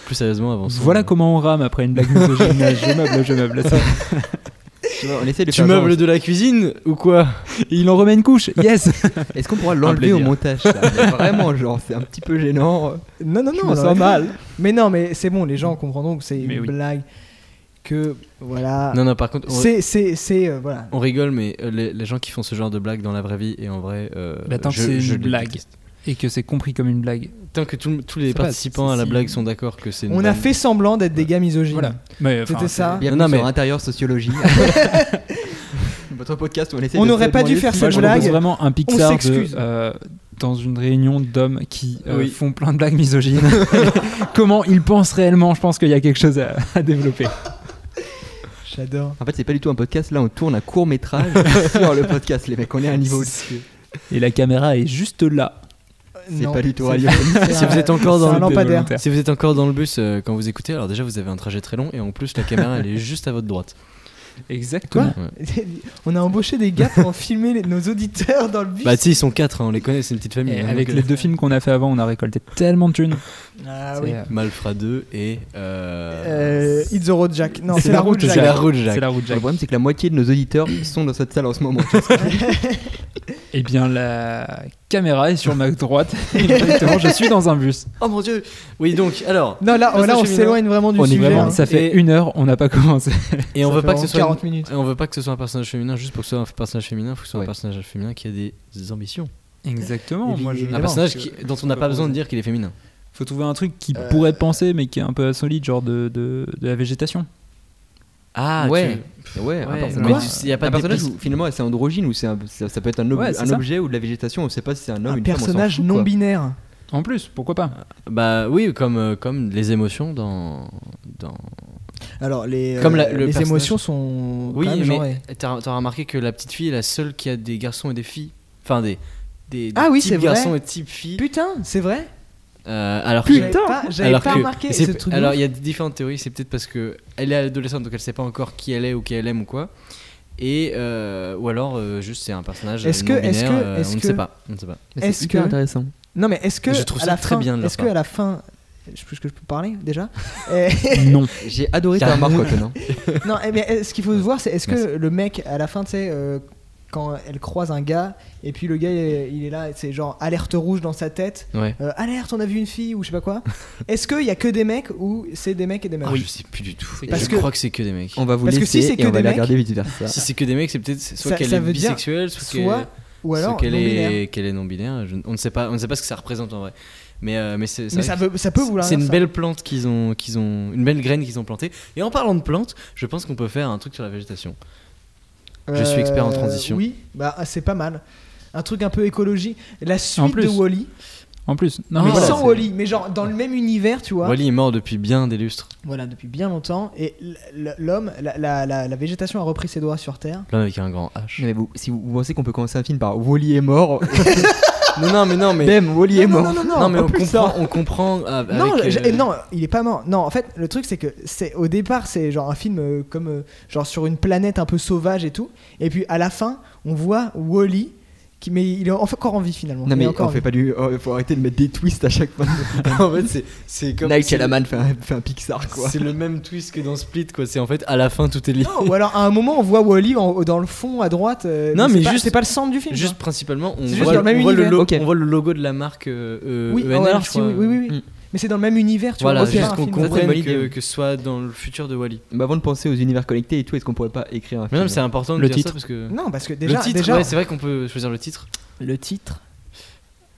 Speaker 2: Plus sérieusement, avant euh,
Speaker 3: Voilà comment on rame après une blague misogyne. je meuble, je meuble. Ça.
Speaker 4: Tu vois, on essaie de
Speaker 2: Tu
Speaker 4: faire genre-
Speaker 2: meubles de la cuisine ou quoi
Speaker 3: Il en remet une couche. Yes.
Speaker 4: Est-ce qu'on pourra l'enlever
Speaker 2: Un
Speaker 4: au
Speaker 2: plaisir.
Speaker 4: montage ça Mais Vraiment, genre, c'est un petit peu gênant.
Speaker 1: non, non, non.
Speaker 4: me
Speaker 1: on
Speaker 4: sens
Speaker 1: aurait-
Speaker 4: mal.
Speaker 1: Mais non, mais c'est bon, les gens comprendront que c'est
Speaker 3: Mais
Speaker 1: une
Speaker 3: oui.
Speaker 1: blague. que voilà.
Speaker 2: Non, non, par contre, on,
Speaker 1: C'est c'est c'est euh, voilà.
Speaker 2: on rigole, mais euh, les, les gens qui font ce genre de blagues dans la vraie vie et en vrai. euh,
Speaker 3: Bah, tant que
Speaker 2: je-
Speaker 3: c'est une
Speaker 2: je les
Speaker 3: blague.
Speaker 2: déteste.
Speaker 3: Et que c'est compris comme une blague.
Speaker 2: Tant que tout- tous les
Speaker 3: C'est pas-
Speaker 2: participants
Speaker 3: c'est-
Speaker 2: à la
Speaker 3: si-
Speaker 2: blague sont d'accord que c'est une
Speaker 1: On a
Speaker 2: blague.
Speaker 1: fait semblant d'être des gars misogynes.
Speaker 3: Voilà. Mais, enfin,
Speaker 1: C'était ça.
Speaker 4: Bienvenue
Speaker 2: Non, non, mais-
Speaker 4: sur Intérieur Sociologie. Votre podcast où on essaie
Speaker 1: On
Speaker 4: de
Speaker 1: n'aurait
Speaker 4: se
Speaker 1: pas dû
Speaker 4: demander
Speaker 1: faire
Speaker 3: c'est-
Speaker 4: si-
Speaker 1: cette
Speaker 3: Moi, je
Speaker 1: blague.
Speaker 3: propose vraiment un Pixar de,
Speaker 1: s'excuse.
Speaker 3: euh, dans une réunion d'hommes qui euh,
Speaker 2: Oui.
Speaker 3: font plein de blagues misogynes. Comment ils pensent réellement Je pense qu'il y a quelque chose à, à développer.
Speaker 1: J'adore.
Speaker 4: En fait, c'est pas du tout un podcast. Là, on tourne un court métrage sur le podcast, les mecs. On est à un niveau au-dessus.
Speaker 3: Et la caméra est juste là.
Speaker 4: C'est pas du tout
Speaker 1: c'est-
Speaker 4: Alien.
Speaker 1: c'est
Speaker 2: Si
Speaker 1: un-
Speaker 2: vous êtes encore
Speaker 1: c'est
Speaker 2: dans
Speaker 1: un
Speaker 2: le-
Speaker 1: lampadaire.
Speaker 2: Si vous êtes encore dans le bus euh, quand vous écoutez, alors déjà vous avez un trajet très long et en plus la caméra elle est juste à votre droite.
Speaker 3: Exactement.
Speaker 1: On a embauché des gars pour en filmer les- nos auditeurs dans le bus.
Speaker 2: Bah tu sais ils sont quatre, hein, on les connaît, c'est une petite famille.
Speaker 3: Et
Speaker 2: hein,
Speaker 3: Eh, avec
Speaker 2: donc,
Speaker 3: les deux films qu'on a fait avant, on a récolté tellement de thunes.
Speaker 1: ah
Speaker 3: C'est,
Speaker 1: oui.
Speaker 3: euh,
Speaker 2: euh, Malfra 2 et euh,
Speaker 1: Euh, It's the road Jack. Non, c'est la route
Speaker 2: c'est la
Speaker 1: Jack.
Speaker 2: route
Speaker 3: C'est
Speaker 2: Jacques.
Speaker 3: la route
Speaker 4: Le
Speaker 3: Jack.
Speaker 4: problème, c'est que la moitié de nos auditeurs sont dans cette salle en ce moment. Tu vois,
Speaker 3: Eh bien, la caméra est sur ma droite. Exactement, je suis dans un bus.
Speaker 2: Oh mon dieu. Oui donc alors
Speaker 1: Non, là,
Speaker 2: Ça,
Speaker 1: là, on
Speaker 2: c'est
Speaker 1: s'éloigne vraiment du
Speaker 3: On est
Speaker 1: sujet.
Speaker 3: vraiment.
Speaker 1: hein.
Speaker 3: Ça fait une heure, on n'a pas commencé.
Speaker 2: et on
Speaker 1: Ça
Speaker 2: veut
Speaker 1: fait
Speaker 2: pas que
Speaker 1: vraiment
Speaker 2: ce soit
Speaker 1: 40
Speaker 2: une-
Speaker 1: minutes.
Speaker 2: et on veut pas que ce soit un personnage féminin juste pour que ce soit un personnage féminin, il faut que ce soit
Speaker 4: Ouais.
Speaker 2: un personnage féminin qui a des, des ambitions.
Speaker 3: Exactement.
Speaker 1: Et puis-
Speaker 2: un
Speaker 3: Moi, je...
Speaker 1: Évidemment,
Speaker 2: personnage
Speaker 1: parce
Speaker 2: qui,
Speaker 1: que-
Speaker 2: dont on n'a pas besoin de dire qu'il est féminin.
Speaker 3: Faut trouver un truc qui
Speaker 1: Euh,
Speaker 3: pourrait penser, mais qui est un peu solide, genre de, de, de la végétation.
Speaker 2: Ah
Speaker 4: ouais. Ouais,
Speaker 2: Ouais,
Speaker 4: un personnage.
Speaker 2: mais il y a pas
Speaker 4: un
Speaker 2: de
Speaker 4: personnage
Speaker 2: déplacement.
Speaker 4: où, finalement c'est androgyne ou c'est un- ça, ça peut être un, ob-
Speaker 3: Ouais, c'est
Speaker 4: un
Speaker 3: ça.
Speaker 4: objet ou de la végétation, on sait pas si c'est un homme,
Speaker 1: Un
Speaker 4: une femme, on s'en
Speaker 1: personnage
Speaker 4: fout,
Speaker 1: non
Speaker 4: quoi.
Speaker 1: binaire.
Speaker 3: En plus, pourquoi pas
Speaker 2: Bah oui, comme euh, comme les émotions dans dans
Speaker 1: Alors les euh,
Speaker 2: Comme la- le
Speaker 1: les
Speaker 2: personnage.
Speaker 1: émotions sont
Speaker 2: Oui,
Speaker 1: quand même
Speaker 2: mais
Speaker 1: genrées.
Speaker 2: t'as t'as remarqué que la petite fille est la seule qui a des garçons et des filles. Enfin, des, des, des
Speaker 1: Ah oui,
Speaker 2: types
Speaker 1: c'est vrai.
Speaker 2: garçons et types filles.
Speaker 1: Putain, c'est vrai.
Speaker 2: Euh, alors que-
Speaker 1: J'avais pas- J'avais
Speaker 2: alors
Speaker 1: pas
Speaker 2: que-
Speaker 1: remarqué
Speaker 2: c'est-
Speaker 1: ce truc. de
Speaker 2: Alors,
Speaker 1: ouf.
Speaker 2: il y a différentes théories. C'est peut-être parce que elle est adolescente, donc elle sait pas encore qui elle est ou qui elle aime ou quoi. Et euh, ou alors euh, juste c'est un personnage
Speaker 1: Est-ce que-
Speaker 2: non
Speaker 1: est-ce
Speaker 2: binaire,
Speaker 1: que-
Speaker 2: euh,
Speaker 1: est-ce
Speaker 2: on ne
Speaker 1: que-
Speaker 2: sait pas on ne sait pas
Speaker 4: Mais c'est
Speaker 1: Est-ce
Speaker 4: hyper
Speaker 1: que-
Speaker 4: intéressant
Speaker 1: Non mais est-ce que
Speaker 2: Je trouve
Speaker 1: à
Speaker 2: ça
Speaker 1: la
Speaker 2: très
Speaker 1: fin,
Speaker 2: bien de leur
Speaker 1: est-ce que
Speaker 2: part.
Speaker 1: à la fin, je pense que je peux parler déjà. Euh,
Speaker 3: Non.
Speaker 4: J'ai adoré ta
Speaker 2: Car-
Speaker 4: remarque, quoi, Conan.
Speaker 1: non, eh, mais eh, ce qu'il faut se voir, c'est est-ce que le mec à la fin, tu sais, euh, quand elle croise un gars et puis le gars il est, il est là, c'est genre alerte rouge dans sa tête.
Speaker 2: ouais
Speaker 1: euh, alerte, on a vu une fille ou je sais pas quoi. Est-ce qu'il y a que des mecs ou c'est des mecs et des mecs
Speaker 2: Ah, je sais plus du tout
Speaker 1: Parce
Speaker 2: je
Speaker 1: que-
Speaker 2: crois que c'est que des mecs
Speaker 4: On va vous
Speaker 1: Parce que
Speaker 4: laisser
Speaker 1: si c'est
Speaker 4: et
Speaker 1: que
Speaker 4: on va
Speaker 1: des
Speaker 4: aller
Speaker 1: mecs,
Speaker 4: regarder vice versa.
Speaker 2: si c'est que des mecs c'est peut-être soit
Speaker 1: Ça-
Speaker 2: qu'elle
Speaker 1: ça
Speaker 2: est
Speaker 1: veut dire
Speaker 2: bisexuelle soit, qu'elle-
Speaker 1: Soit ou
Speaker 2: soit
Speaker 1: alors
Speaker 2: qu'elle
Speaker 1: non binaire.
Speaker 2: est qu'elle est non binaire je- on ne sait pas on ne sait pas ce que ça représente en vrai mais euh, mais c'est c'est
Speaker 1: Mais ça,
Speaker 2: vrai que-
Speaker 1: veut- ça peut vouloir
Speaker 2: C'est
Speaker 1: dire
Speaker 2: une
Speaker 1: ça.
Speaker 2: belle plante qu'ils ont, qu'ils ont, une belle graine qu'ils ont plantée. Et en parlant de plantes, je pense qu'on peut faire un truc sur la végétation. Je suis expert en transition.
Speaker 1: Euh, Oui, bah ah, c'est pas mal. Un truc un peu écologie. La suite
Speaker 3: En plus.
Speaker 1: de Wally,
Speaker 3: En plus. Non,
Speaker 1: mais
Speaker 2: Ah, voilà,
Speaker 1: sans
Speaker 2: c'est-
Speaker 1: Wally, mais genre dans le même univers, tu vois.
Speaker 2: Wally est mort depuis bien des lustres.
Speaker 1: Voilà, depuis bien longtemps. Et l- l- l'homme, la, la- la- la végétation a repris ses doigts sur Terre.
Speaker 2: L'homme avec un grand H.
Speaker 4: Non, mais vous, si vous vous pensez qu'on peut commencer un film par Wally est mort,
Speaker 2: non, non, mais non, mais.
Speaker 4: bam, Wally est
Speaker 1: non,
Speaker 4: mort.
Speaker 1: non, non, non,
Speaker 2: non, mais on
Speaker 1: plus
Speaker 2: comprend,
Speaker 1: ça.
Speaker 2: on comprend. ah, avec,
Speaker 1: Non, j'ai-
Speaker 2: euh,
Speaker 1: non, il est pas mort. Non, en fait, le truc c'est que c'est au départ c'est genre un film euh, comme euh, genre sur une planète un peu sauvage et tout. Et puis à la fin, on voit Wally, qui, mais il est encore en vie finalement.
Speaker 4: Non,
Speaker 1: Il est
Speaker 4: mais
Speaker 1: encore
Speaker 4: on
Speaker 1: en
Speaker 4: fait
Speaker 1: vie.
Speaker 4: pas du. oh, faut arrêter de mettre des twists à chaque fois.
Speaker 2: en fait, c'est, c'est comme.
Speaker 4: Night
Speaker 2: c'est le-
Speaker 4: Shyamalan fait un, fait un Pixar, quoi.
Speaker 2: C'est le même twist que dans Split, quoi. C'est en fait à la fin tout est lié.
Speaker 1: Non, ou alors à un moment on voit Wally en- dans le fond à droite. euh,
Speaker 2: Non, mais
Speaker 1: c'est pas-
Speaker 2: juste-
Speaker 1: c'est pas le centre du film.
Speaker 2: Juste principalement, on
Speaker 1: C'est juste
Speaker 2: voit,
Speaker 1: dans le même
Speaker 2: on voit le
Speaker 1: univers.
Speaker 2: lo-
Speaker 4: Ok.
Speaker 2: on voit le logo de la marque. euh,
Speaker 1: hein. oui,
Speaker 2: ENL,
Speaker 1: ah, alors
Speaker 2: je
Speaker 1: si,
Speaker 2: crois.
Speaker 1: oui, oui, oui, oui.
Speaker 4: Mm.
Speaker 1: Mais c'est dans le même univers, tu
Speaker 2: Voilà,
Speaker 1: vois.
Speaker 4: faire
Speaker 2: juste
Speaker 1: un
Speaker 2: qu'on
Speaker 1: film.
Speaker 4: Ça, c'est une
Speaker 2: comprenne
Speaker 4: bonne
Speaker 2: que,
Speaker 1: euh,
Speaker 4: idée.
Speaker 2: que ce soit dans le futur de Wally.
Speaker 4: Mais avant de penser aux univers connectés et tout, est-ce qu'on pourrait pas écrire un
Speaker 2: Mais
Speaker 4: film
Speaker 2: non, mais c'est important de
Speaker 3: Le
Speaker 2: dire
Speaker 3: titre.
Speaker 2: ça parce que.
Speaker 1: Non, parce que déjà,
Speaker 2: le titre,
Speaker 1: déjà
Speaker 2: ouais, c'est vrai qu'on peut choisir le titre.
Speaker 1: le titre.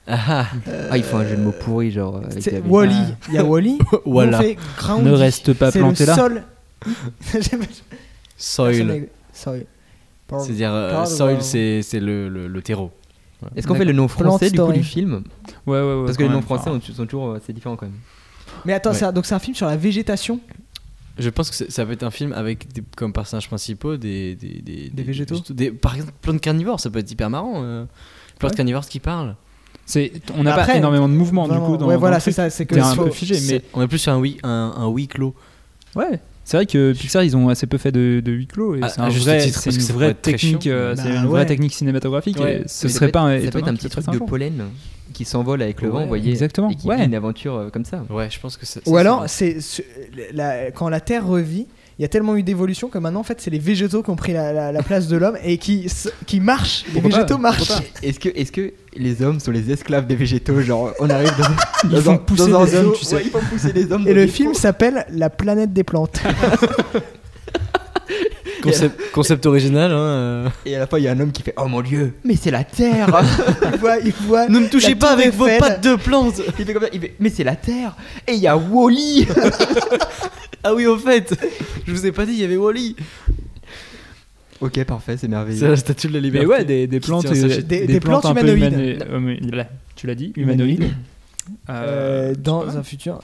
Speaker 2: Ah,
Speaker 4: Ah, il faut un jeu de mots pourri, genre. avec
Speaker 1: C'est
Speaker 4: la-
Speaker 1: Wally, il y a Wally.
Speaker 2: voilà.
Speaker 1: On fait Groundy.
Speaker 3: Ne reste pas
Speaker 1: C'est
Speaker 3: planté
Speaker 1: le
Speaker 3: là.
Speaker 1: Sol. J'aime- Ah,
Speaker 2: Soil.
Speaker 1: Soil. Ah,
Speaker 2: C'est-à-dire, euh,
Speaker 1: Pardon.
Speaker 2: soil, c'est c'est le, le, le terreau.
Speaker 4: Est-ce qu'on fait le nom français du coup
Speaker 1: Story.
Speaker 4: du film
Speaker 3: Ouais, ouais, ouais.
Speaker 4: Parce que les
Speaker 3: quand
Speaker 4: noms
Speaker 3: même,
Speaker 4: français
Speaker 3: enfin,
Speaker 4: ont- sont toujours assez différents quand même.
Speaker 1: Mais attends,
Speaker 2: Ouais.
Speaker 1: c'est un- donc c'est un film sur la végétation.
Speaker 2: Je pense que c'est- ça peut être un film avec des- comme personnages principaux des, des, des,
Speaker 1: végétaux.
Speaker 2: juste des- par exemple, plantes carnivores, ça peut être hyper marrant. euh, plantes
Speaker 1: Ouais.
Speaker 2: carnivores qui parlent.
Speaker 3: c'est- On n'a pas
Speaker 1: Après,
Speaker 3: énormément de mouvements, du
Speaker 1: Vraiment.
Speaker 3: coup. Dans,
Speaker 1: ouais,
Speaker 3: dans
Speaker 1: voilà,
Speaker 3: le
Speaker 1: c'est
Speaker 3: truc.
Speaker 1: ça. C'est que
Speaker 3: T'es un
Speaker 1: faut-
Speaker 3: peu figé, mais.
Speaker 2: C'est- On est plus sur un huis, un, un huis clos.
Speaker 3: Ouais. C'est vrai que Pixar, ils ont assez peu fait de, de huis clos. et
Speaker 2: Ah,
Speaker 3: c'est
Speaker 2: à
Speaker 3: un
Speaker 2: juste
Speaker 3: vrai-
Speaker 2: titre,
Speaker 3: c'est
Speaker 2: parce
Speaker 3: une
Speaker 2: que ça
Speaker 3: vraie
Speaker 2: pourrait être très
Speaker 3: technique,
Speaker 2: chiant.
Speaker 3: euh, c'est
Speaker 1: Bah,
Speaker 3: une vraie
Speaker 1: ouais.
Speaker 3: technique cinématographique.
Speaker 2: Ouais.
Speaker 3: et Ce
Speaker 4: Mais ça
Speaker 3: serait
Speaker 4: peut
Speaker 3: pas un.
Speaker 4: être- Ça peut être
Speaker 3: étonnant
Speaker 4: un
Speaker 3: que
Speaker 4: petit
Speaker 3: ce
Speaker 4: truc
Speaker 3: soit
Speaker 4: de
Speaker 3: un jour.
Speaker 4: pollen qui s'envole avec le vent,
Speaker 2: Ouais,
Speaker 4: vous voyez.
Speaker 3: exactement.
Speaker 4: Et qui
Speaker 3: Ouais.
Speaker 4: vit une aventure euh, comme ça.
Speaker 2: Ouais, je pense que ça.
Speaker 1: Ou
Speaker 2: ça,
Speaker 1: alors,
Speaker 2: ça-
Speaker 1: c'est ce- la- quand la Terre revit. Il y a tellement eu d'évolution que maintenant, en fait, c'est les végétaux qui ont pris la, la- la place de l'homme et qui, s- qui marchent. Les
Speaker 3: Pourquoi pas,
Speaker 1: végétaux marchent.
Speaker 4: Est-ce que, est que les hommes sont les esclaves des végétaux Genre, on arrive dans,
Speaker 3: Ils
Speaker 4: dans
Speaker 3: font
Speaker 4: un-
Speaker 3: pousser
Speaker 4: dans un
Speaker 3: des hommes,
Speaker 4: zoo,
Speaker 3: tu sais.
Speaker 4: ouais, ils font pousser les hommes.
Speaker 1: Et
Speaker 4: dans
Speaker 1: le
Speaker 4: des
Speaker 1: film
Speaker 4: pots.
Speaker 1: s'appelle La planète des plantes.
Speaker 2: Concept, concept original. Hein, euh.
Speaker 4: Et à la fin, il y a un homme qui fait Oh mon dieu, mais c'est la terre
Speaker 1: il voit, il voit.
Speaker 2: Ne me touchez
Speaker 1: La
Speaker 2: pas
Speaker 1: tour
Speaker 2: avec vos
Speaker 1: Eiffel.
Speaker 2: pattes de plantes
Speaker 4: Il fait comme ça, il fait Mais c'est la terre Et il y a Wally
Speaker 2: Ah oui, au fait, je vous ai pas dit, il y avait Wally.
Speaker 4: Ok, parfait, c'est
Speaker 2: C'est
Speaker 4: merveilleux.
Speaker 2: la statue de la liberté.
Speaker 3: Mais ouais, des, des
Speaker 2: Qui
Speaker 3: plantes,
Speaker 2: tient un sachet.
Speaker 3: euh,
Speaker 1: Des- des plantes
Speaker 3: un peu
Speaker 1: humanoïdes.
Speaker 3: humani- hum- là, tu l'as dit, humanoïdes.
Speaker 1: Euh,
Speaker 3: Euh, c'est pas
Speaker 1: dans
Speaker 3: mal.
Speaker 1: un futur.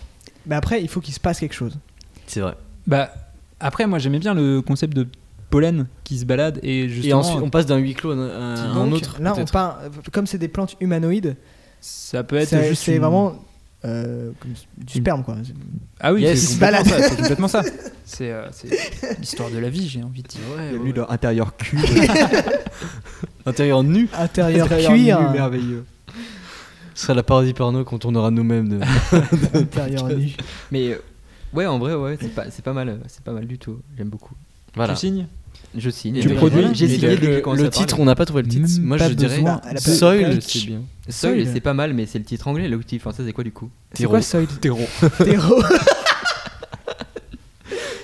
Speaker 1: Mais après, il faut qu'il se passe quelque chose.
Speaker 2: C'est vrai.
Speaker 3: Bah, après, moi j'aimais bien le concept de pollen qui se balade et
Speaker 2: Et
Speaker 3: justement,
Speaker 2: ensuite, on passe d'un huis clos à un, à un
Speaker 1: Donc,
Speaker 2: autre.
Speaker 1: Là, on
Speaker 2: peut-être.
Speaker 1: part. Comme c'est des plantes humanoïdes,
Speaker 3: ça peut être
Speaker 1: ça-
Speaker 3: juste.
Speaker 1: c'est
Speaker 3: une-
Speaker 1: vraiment euh, comme du sperme, quoi.
Speaker 3: Ah oui,
Speaker 2: Yes.
Speaker 3: c'est
Speaker 2: Qui se
Speaker 3: complètement
Speaker 1: balade.
Speaker 3: ça, c'est complètement ça. C'est euh, c'est l'histoire de la vie, j'ai envie de dire.
Speaker 2: Ouais,
Speaker 4: Il y a
Speaker 2: ouais,
Speaker 4: lui
Speaker 2: ouais.
Speaker 4: leur intérieur cul.
Speaker 2: Intérieur nu
Speaker 1: Intérieur
Speaker 4: Intérieur nu,
Speaker 1: cuir,
Speaker 4: merveilleux.
Speaker 2: ce sera la parodie porno qu'on tournera nous-mêmes. euh. de-
Speaker 1: intérieur nu.
Speaker 4: Mais euh, ouais, en vrai, ouais, c'est pas, c'est pas mal, c'est pas mal du tout. J'aime beaucoup.
Speaker 2: Voilà.
Speaker 3: Tu signes
Speaker 4: Je signe.
Speaker 3: Du
Speaker 4: Et-
Speaker 3: produit,
Speaker 4: J'ai
Speaker 3: mais
Speaker 4: signé
Speaker 2: le,
Speaker 4: dès que j'ai commencé à
Speaker 2: titre,
Speaker 4: parler.
Speaker 2: on n'a pas trouvé le titre.
Speaker 3: Même
Speaker 2: Moi,
Speaker 3: pas
Speaker 2: je dirais
Speaker 3: besoin.
Speaker 1: Elle a pas-
Speaker 2: Soil,
Speaker 1: Soil.
Speaker 2: c'est bien.
Speaker 4: Soil,
Speaker 1: Soil.
Speaker 4: c'est pas mal, mais c'est le titre anglais. Le titre français, c'est quoi du coup
Speaker 1: C'est quoi Soil
Speaker 2: Terreau.
Speaker 1: Terreau.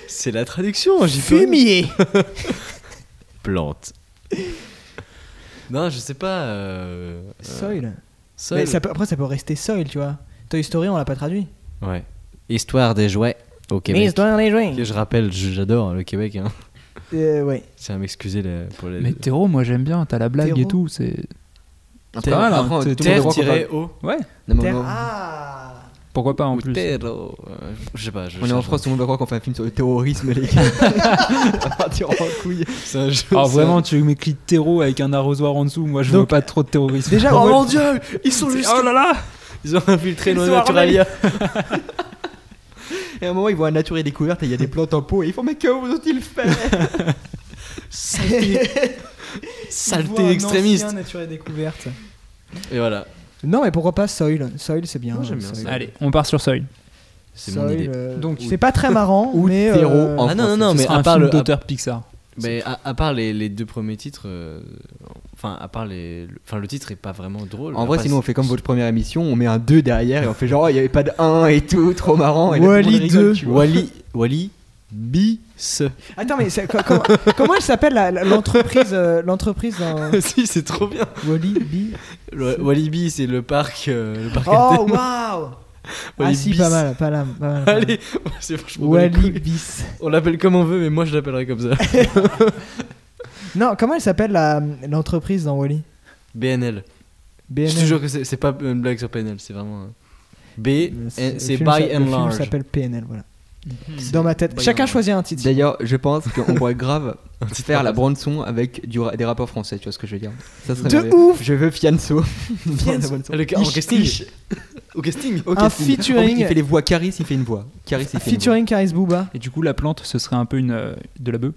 Speaker 2: C'est la traduction, hein, j'y peux rien.
Speaker 1: Fumier
Speaker 2: Plante. Non, je sais pas. euh, euh,
Speaker 1: Soil.
Speaker 2: Soil.
Speaker 1: Mais ça peut- après, ça peut rester Soil, tu vois. Toy Story, on l'a pas traduit.
Speaker 2: Ouais. Histoire des jouets au Québec.
Speaker 1: les
Speaker 2: Et Je rappelle, je- j'adore le Québec. Hein.
Speaker 1: Euh, ouais.
Speaker 2: C'est à m'excuser la- pour les.
Speaker 3: Mais Théro, moi j'aime bien, t'as la blague
Speaker 1: Terreau.
Speaker 3: et tout. c'est
Speaker 2: Ah,
Speaker 4: Après,
Speaker 3: Terre,
Speaker 4: après,
Speaker 3: hein,
Speaker 4: tout le monde
Speaker 2: terre
Speaker 4: est droit qu'on parle-
Speaker 2: tiré haut.
Speaker 3: Ouais,
Speaker 4: Non, mais
Speaker 2: Oh.
Speaker 1: Terre-
Speaker 4: on-
Speaker 1: Ah
Speaker 3: pourquoi pas en
Speaker 2: Ou
Speaker 3: plus.
Speaker 2: terreau. Euh, Je sais pas. je
Speaker 4: On est en
Speaker 2: cherche
Speaker 4: France, tout le monde va croire qu'on fait un film sur le terrorisme, les gars. On va partir en couille.
Speaker 2: un- C'est un jeu.
Speaker 3: Alors
Speaker 2: ça.
Speaker 3: Ah, vraiment, tu m'écris terreau avec un arrosoir en dessous, moi je
Speaker 1: Donc-
Speaker 3: veux pas trop de terrorisme.
Speaker 1: Déjà,
Speaker 2: Oh
Speaker 1: on
Speaker 2: mon dieu Ils sont juste.
Speaker 3: Oh là là
Speaker 2: Ils ont infiltré
Speaker 3: Ils
Speaker 2: nos
Speaker 3: sont
Speaker 2: naturalia.
Speaker 4: Et à un moment, ils voient un nature et découverte et il y a des plantes en pot et ils font Mais comment ont-ils fait
Speaker 2: Saleté. Saleté extrémiste.
Speaker 1: découverte.
Speaker 2: Et voilà.
Speaker 1: Non, mais pourquoi pas Soil Soil, c'est bien.
Speaker 2: Moi, j'aime
Speaker 1: euh,
Speaker 2: bien
Speaker 1: Soil.
Speaker 2: ça.
Speaker 3: Allez, on part sur Soil.
Speaker 2: C'est mon
Speaker 1: Soil,
Speaker 2: idée.
Speaker 1: euh,
Speaker 4: Donc,
Speaker 1: c'est pas très marrant,
Speaker 4: ou
Speaker 1: mais.
Speaker 4: terreau
Speaker 1: euh,
Speaker 4: en-
Speaker 2: Ah non, non, non,
Speaker 3: Ce
Speaker 2: mais
Speaker 3: sera
Speaker 2: à
Speaker 3: un
Speaker 2: part,
Speaker 3: film
Speaker 2: le, à,
Speaker 3: d'auteur Pixar.
Speaker 2: mais à, à part les, les deux premiers titres, euh, enfin, à part les. le- Enfin, le titre est pas vraiment drôle.
Speaker 4: En vrai,
Speaker 2: Après,
Speaker 4: sinon, on fait comme votre première émission, on met un 2 derrière et on fait genre, Oh, il y avait pas de 1 et tout, trop marrant. Et là, tout le monde
Speaker 1: Wall-E
Speaker 4: rigole,
Speaker 1: 2.
Speaker 4: tu vois.
Speaker 2: Wally. Wally. Bis.
Speaker 1: Attends, mais c'est- co- comment- comment elle s'appelle la- la- l'entreprise euh, L'entreprise dans
Speaker 2: si, c'est trop bien.
Speaker 1: Wally B
Speaker 2: Le- Walibi, c'est le parc. euh, le parc à
Speaker 1: Oh
Speaker 2: thème.
Speaker 1: waouh Ah
Speaker 2: Wally
Speaker 1: si,
Speaker 2: Bis.
Speaker 1: pas mal, pas mal. Pas mal, pas mal.
Speaker 2: Allez, c'est franchement. pas les
Speaker 1: Wally
Speaker 2: couilles.
Speaker 1: Bis.
Speaker 2: On l'appelle comme on veut, mais moi je l'appellerai comme ça.
Speaker 1: Non, comment elle s'appelle la- l'entreprise dans Wally
Speaker 2: BNL.
Speaker 1: BNL.
Speaker 2: Je te jure que c'est c'est pas une blague sur PNL, c'est vraiment. un- B,
Speaker 1: Le- Euh, le
Speaker 2: c'est
Speaker 1: film
Speaker 2: by
Speaker 1: s'a-
Speaker 2: and
Speaker 1: Le film
Speaker 2: large.
Speaker 1: s'appelle PNL, voilà. Dans ma tête.
Speaker 2: Hmm. By and
Speaker 1: Chacun
Speaker 2: large.
Speaker 1: choisit un titre.
Speaker 4: D'ailleurs, je pense qu'on pourrait grave
Speaker 2: Un titre
Speaker 4: faire la
Speaker 2: français.
Speaker 4: bande son avec du ra- des rappeurs français, tu vois ce que je veux dire Ça serait
Speaker 1: De
Speaker 4: merveilleux.
Speaker 1: ouf
Speaker 4: Je veux Fianso. Dans la bande son.
Speaker 2: Ah, Le ca- en
Speaker 4: Ich- ich.
Speaker 2: casting. Au casting.
Speaker 4: Ok,
Speaker 1: Un
Speaker 4: c'est une-
Speaker 1: featuring.
Speaker 4: en fait, Il fait les voix, Caris, il fait une voix. Caris, il fait une voix.
Speaker 1: Featuring Karis Booba.
Speaker 3: Et du coup, la plante, ce serait un peu une euh, de la bœuf.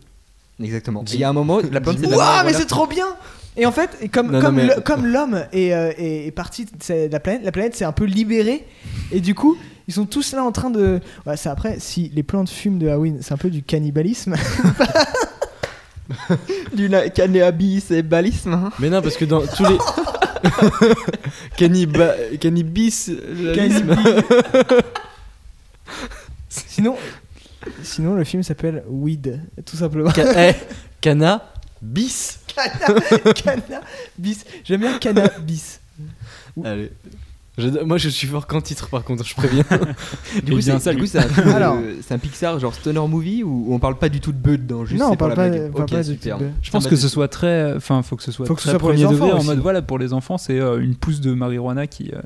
Speaker 4: Exactement. Il y a un moment, la plante, c'est de la
Speaker 1: Ouah, mais
Speaker 4: marijuana.
Speaker 1: c'est trop bien Et en fait, et comme,
Speaker 2: Non, non,
Speaker 1: comme,
Speaker 2: mais-
Speaker 1: le- comme l'homme est, euh, est- est parti de sa- de la planète, la planète s'est un peu libérée. Et du coup, ils sont tous là en train de. Ouais, c'est après, si les plantes fument de Halloween, c'est un peu du cannibalisme.
Speaker 4: du la- cannabis et balisme. hein.
Speaker 2: Mais non, parce que dans tous les. Canniba- Cannibis. euh,
Speaker 1: sinon, sinon, le film s'appelle Weed, tout simplement.
Speaker 2: Ca- eh, Cana. Bis.
Speaker 1: cannabis. J'aime bien cannabis.
Speaker 2: Allez. Je- moi je suis fort qu'en titre par contre, je préviens.
Speaker 4: Du coup,
Speaker 3: Eh bien,
Speaker 4: c'est du
Speaker 3: salut.
Speaker 4: coup, c'est un, film,
Speaker 1: Alors.
Speaker 4: euh, c'est un Pixar genre stoner movie où on parle pas du tout de bœuf dedans. Juste
Speaker 1: non,
Speaker 4: c'est
Speaker 1: on parle
Speaker 4: pour
Speaker 1: pas,
Speaker 4: la blague.
Speaker 1: on parle
Speaker 4: Ok,
Speaker 1: pas de
Speaker 4: super.
Speaker 1: type de-
Speaker 3: Je pense
Speaker 4: Ça
Speaker 3: que
Speaker 4: m'a-
Speaker 3: ce soit très. Enfin, faut que ce soit
Speaker 1: Faut que ce
Speaker 3: très
Speaker 1: soit pour les
Speaker 3: premier
Speaker 1: enfants
Speaker 3: degré en
Speaker 1: aussi.
Speaker 3: mode voilà, pour les enfants, c'est euh, une pousse de marijuana qui, euh,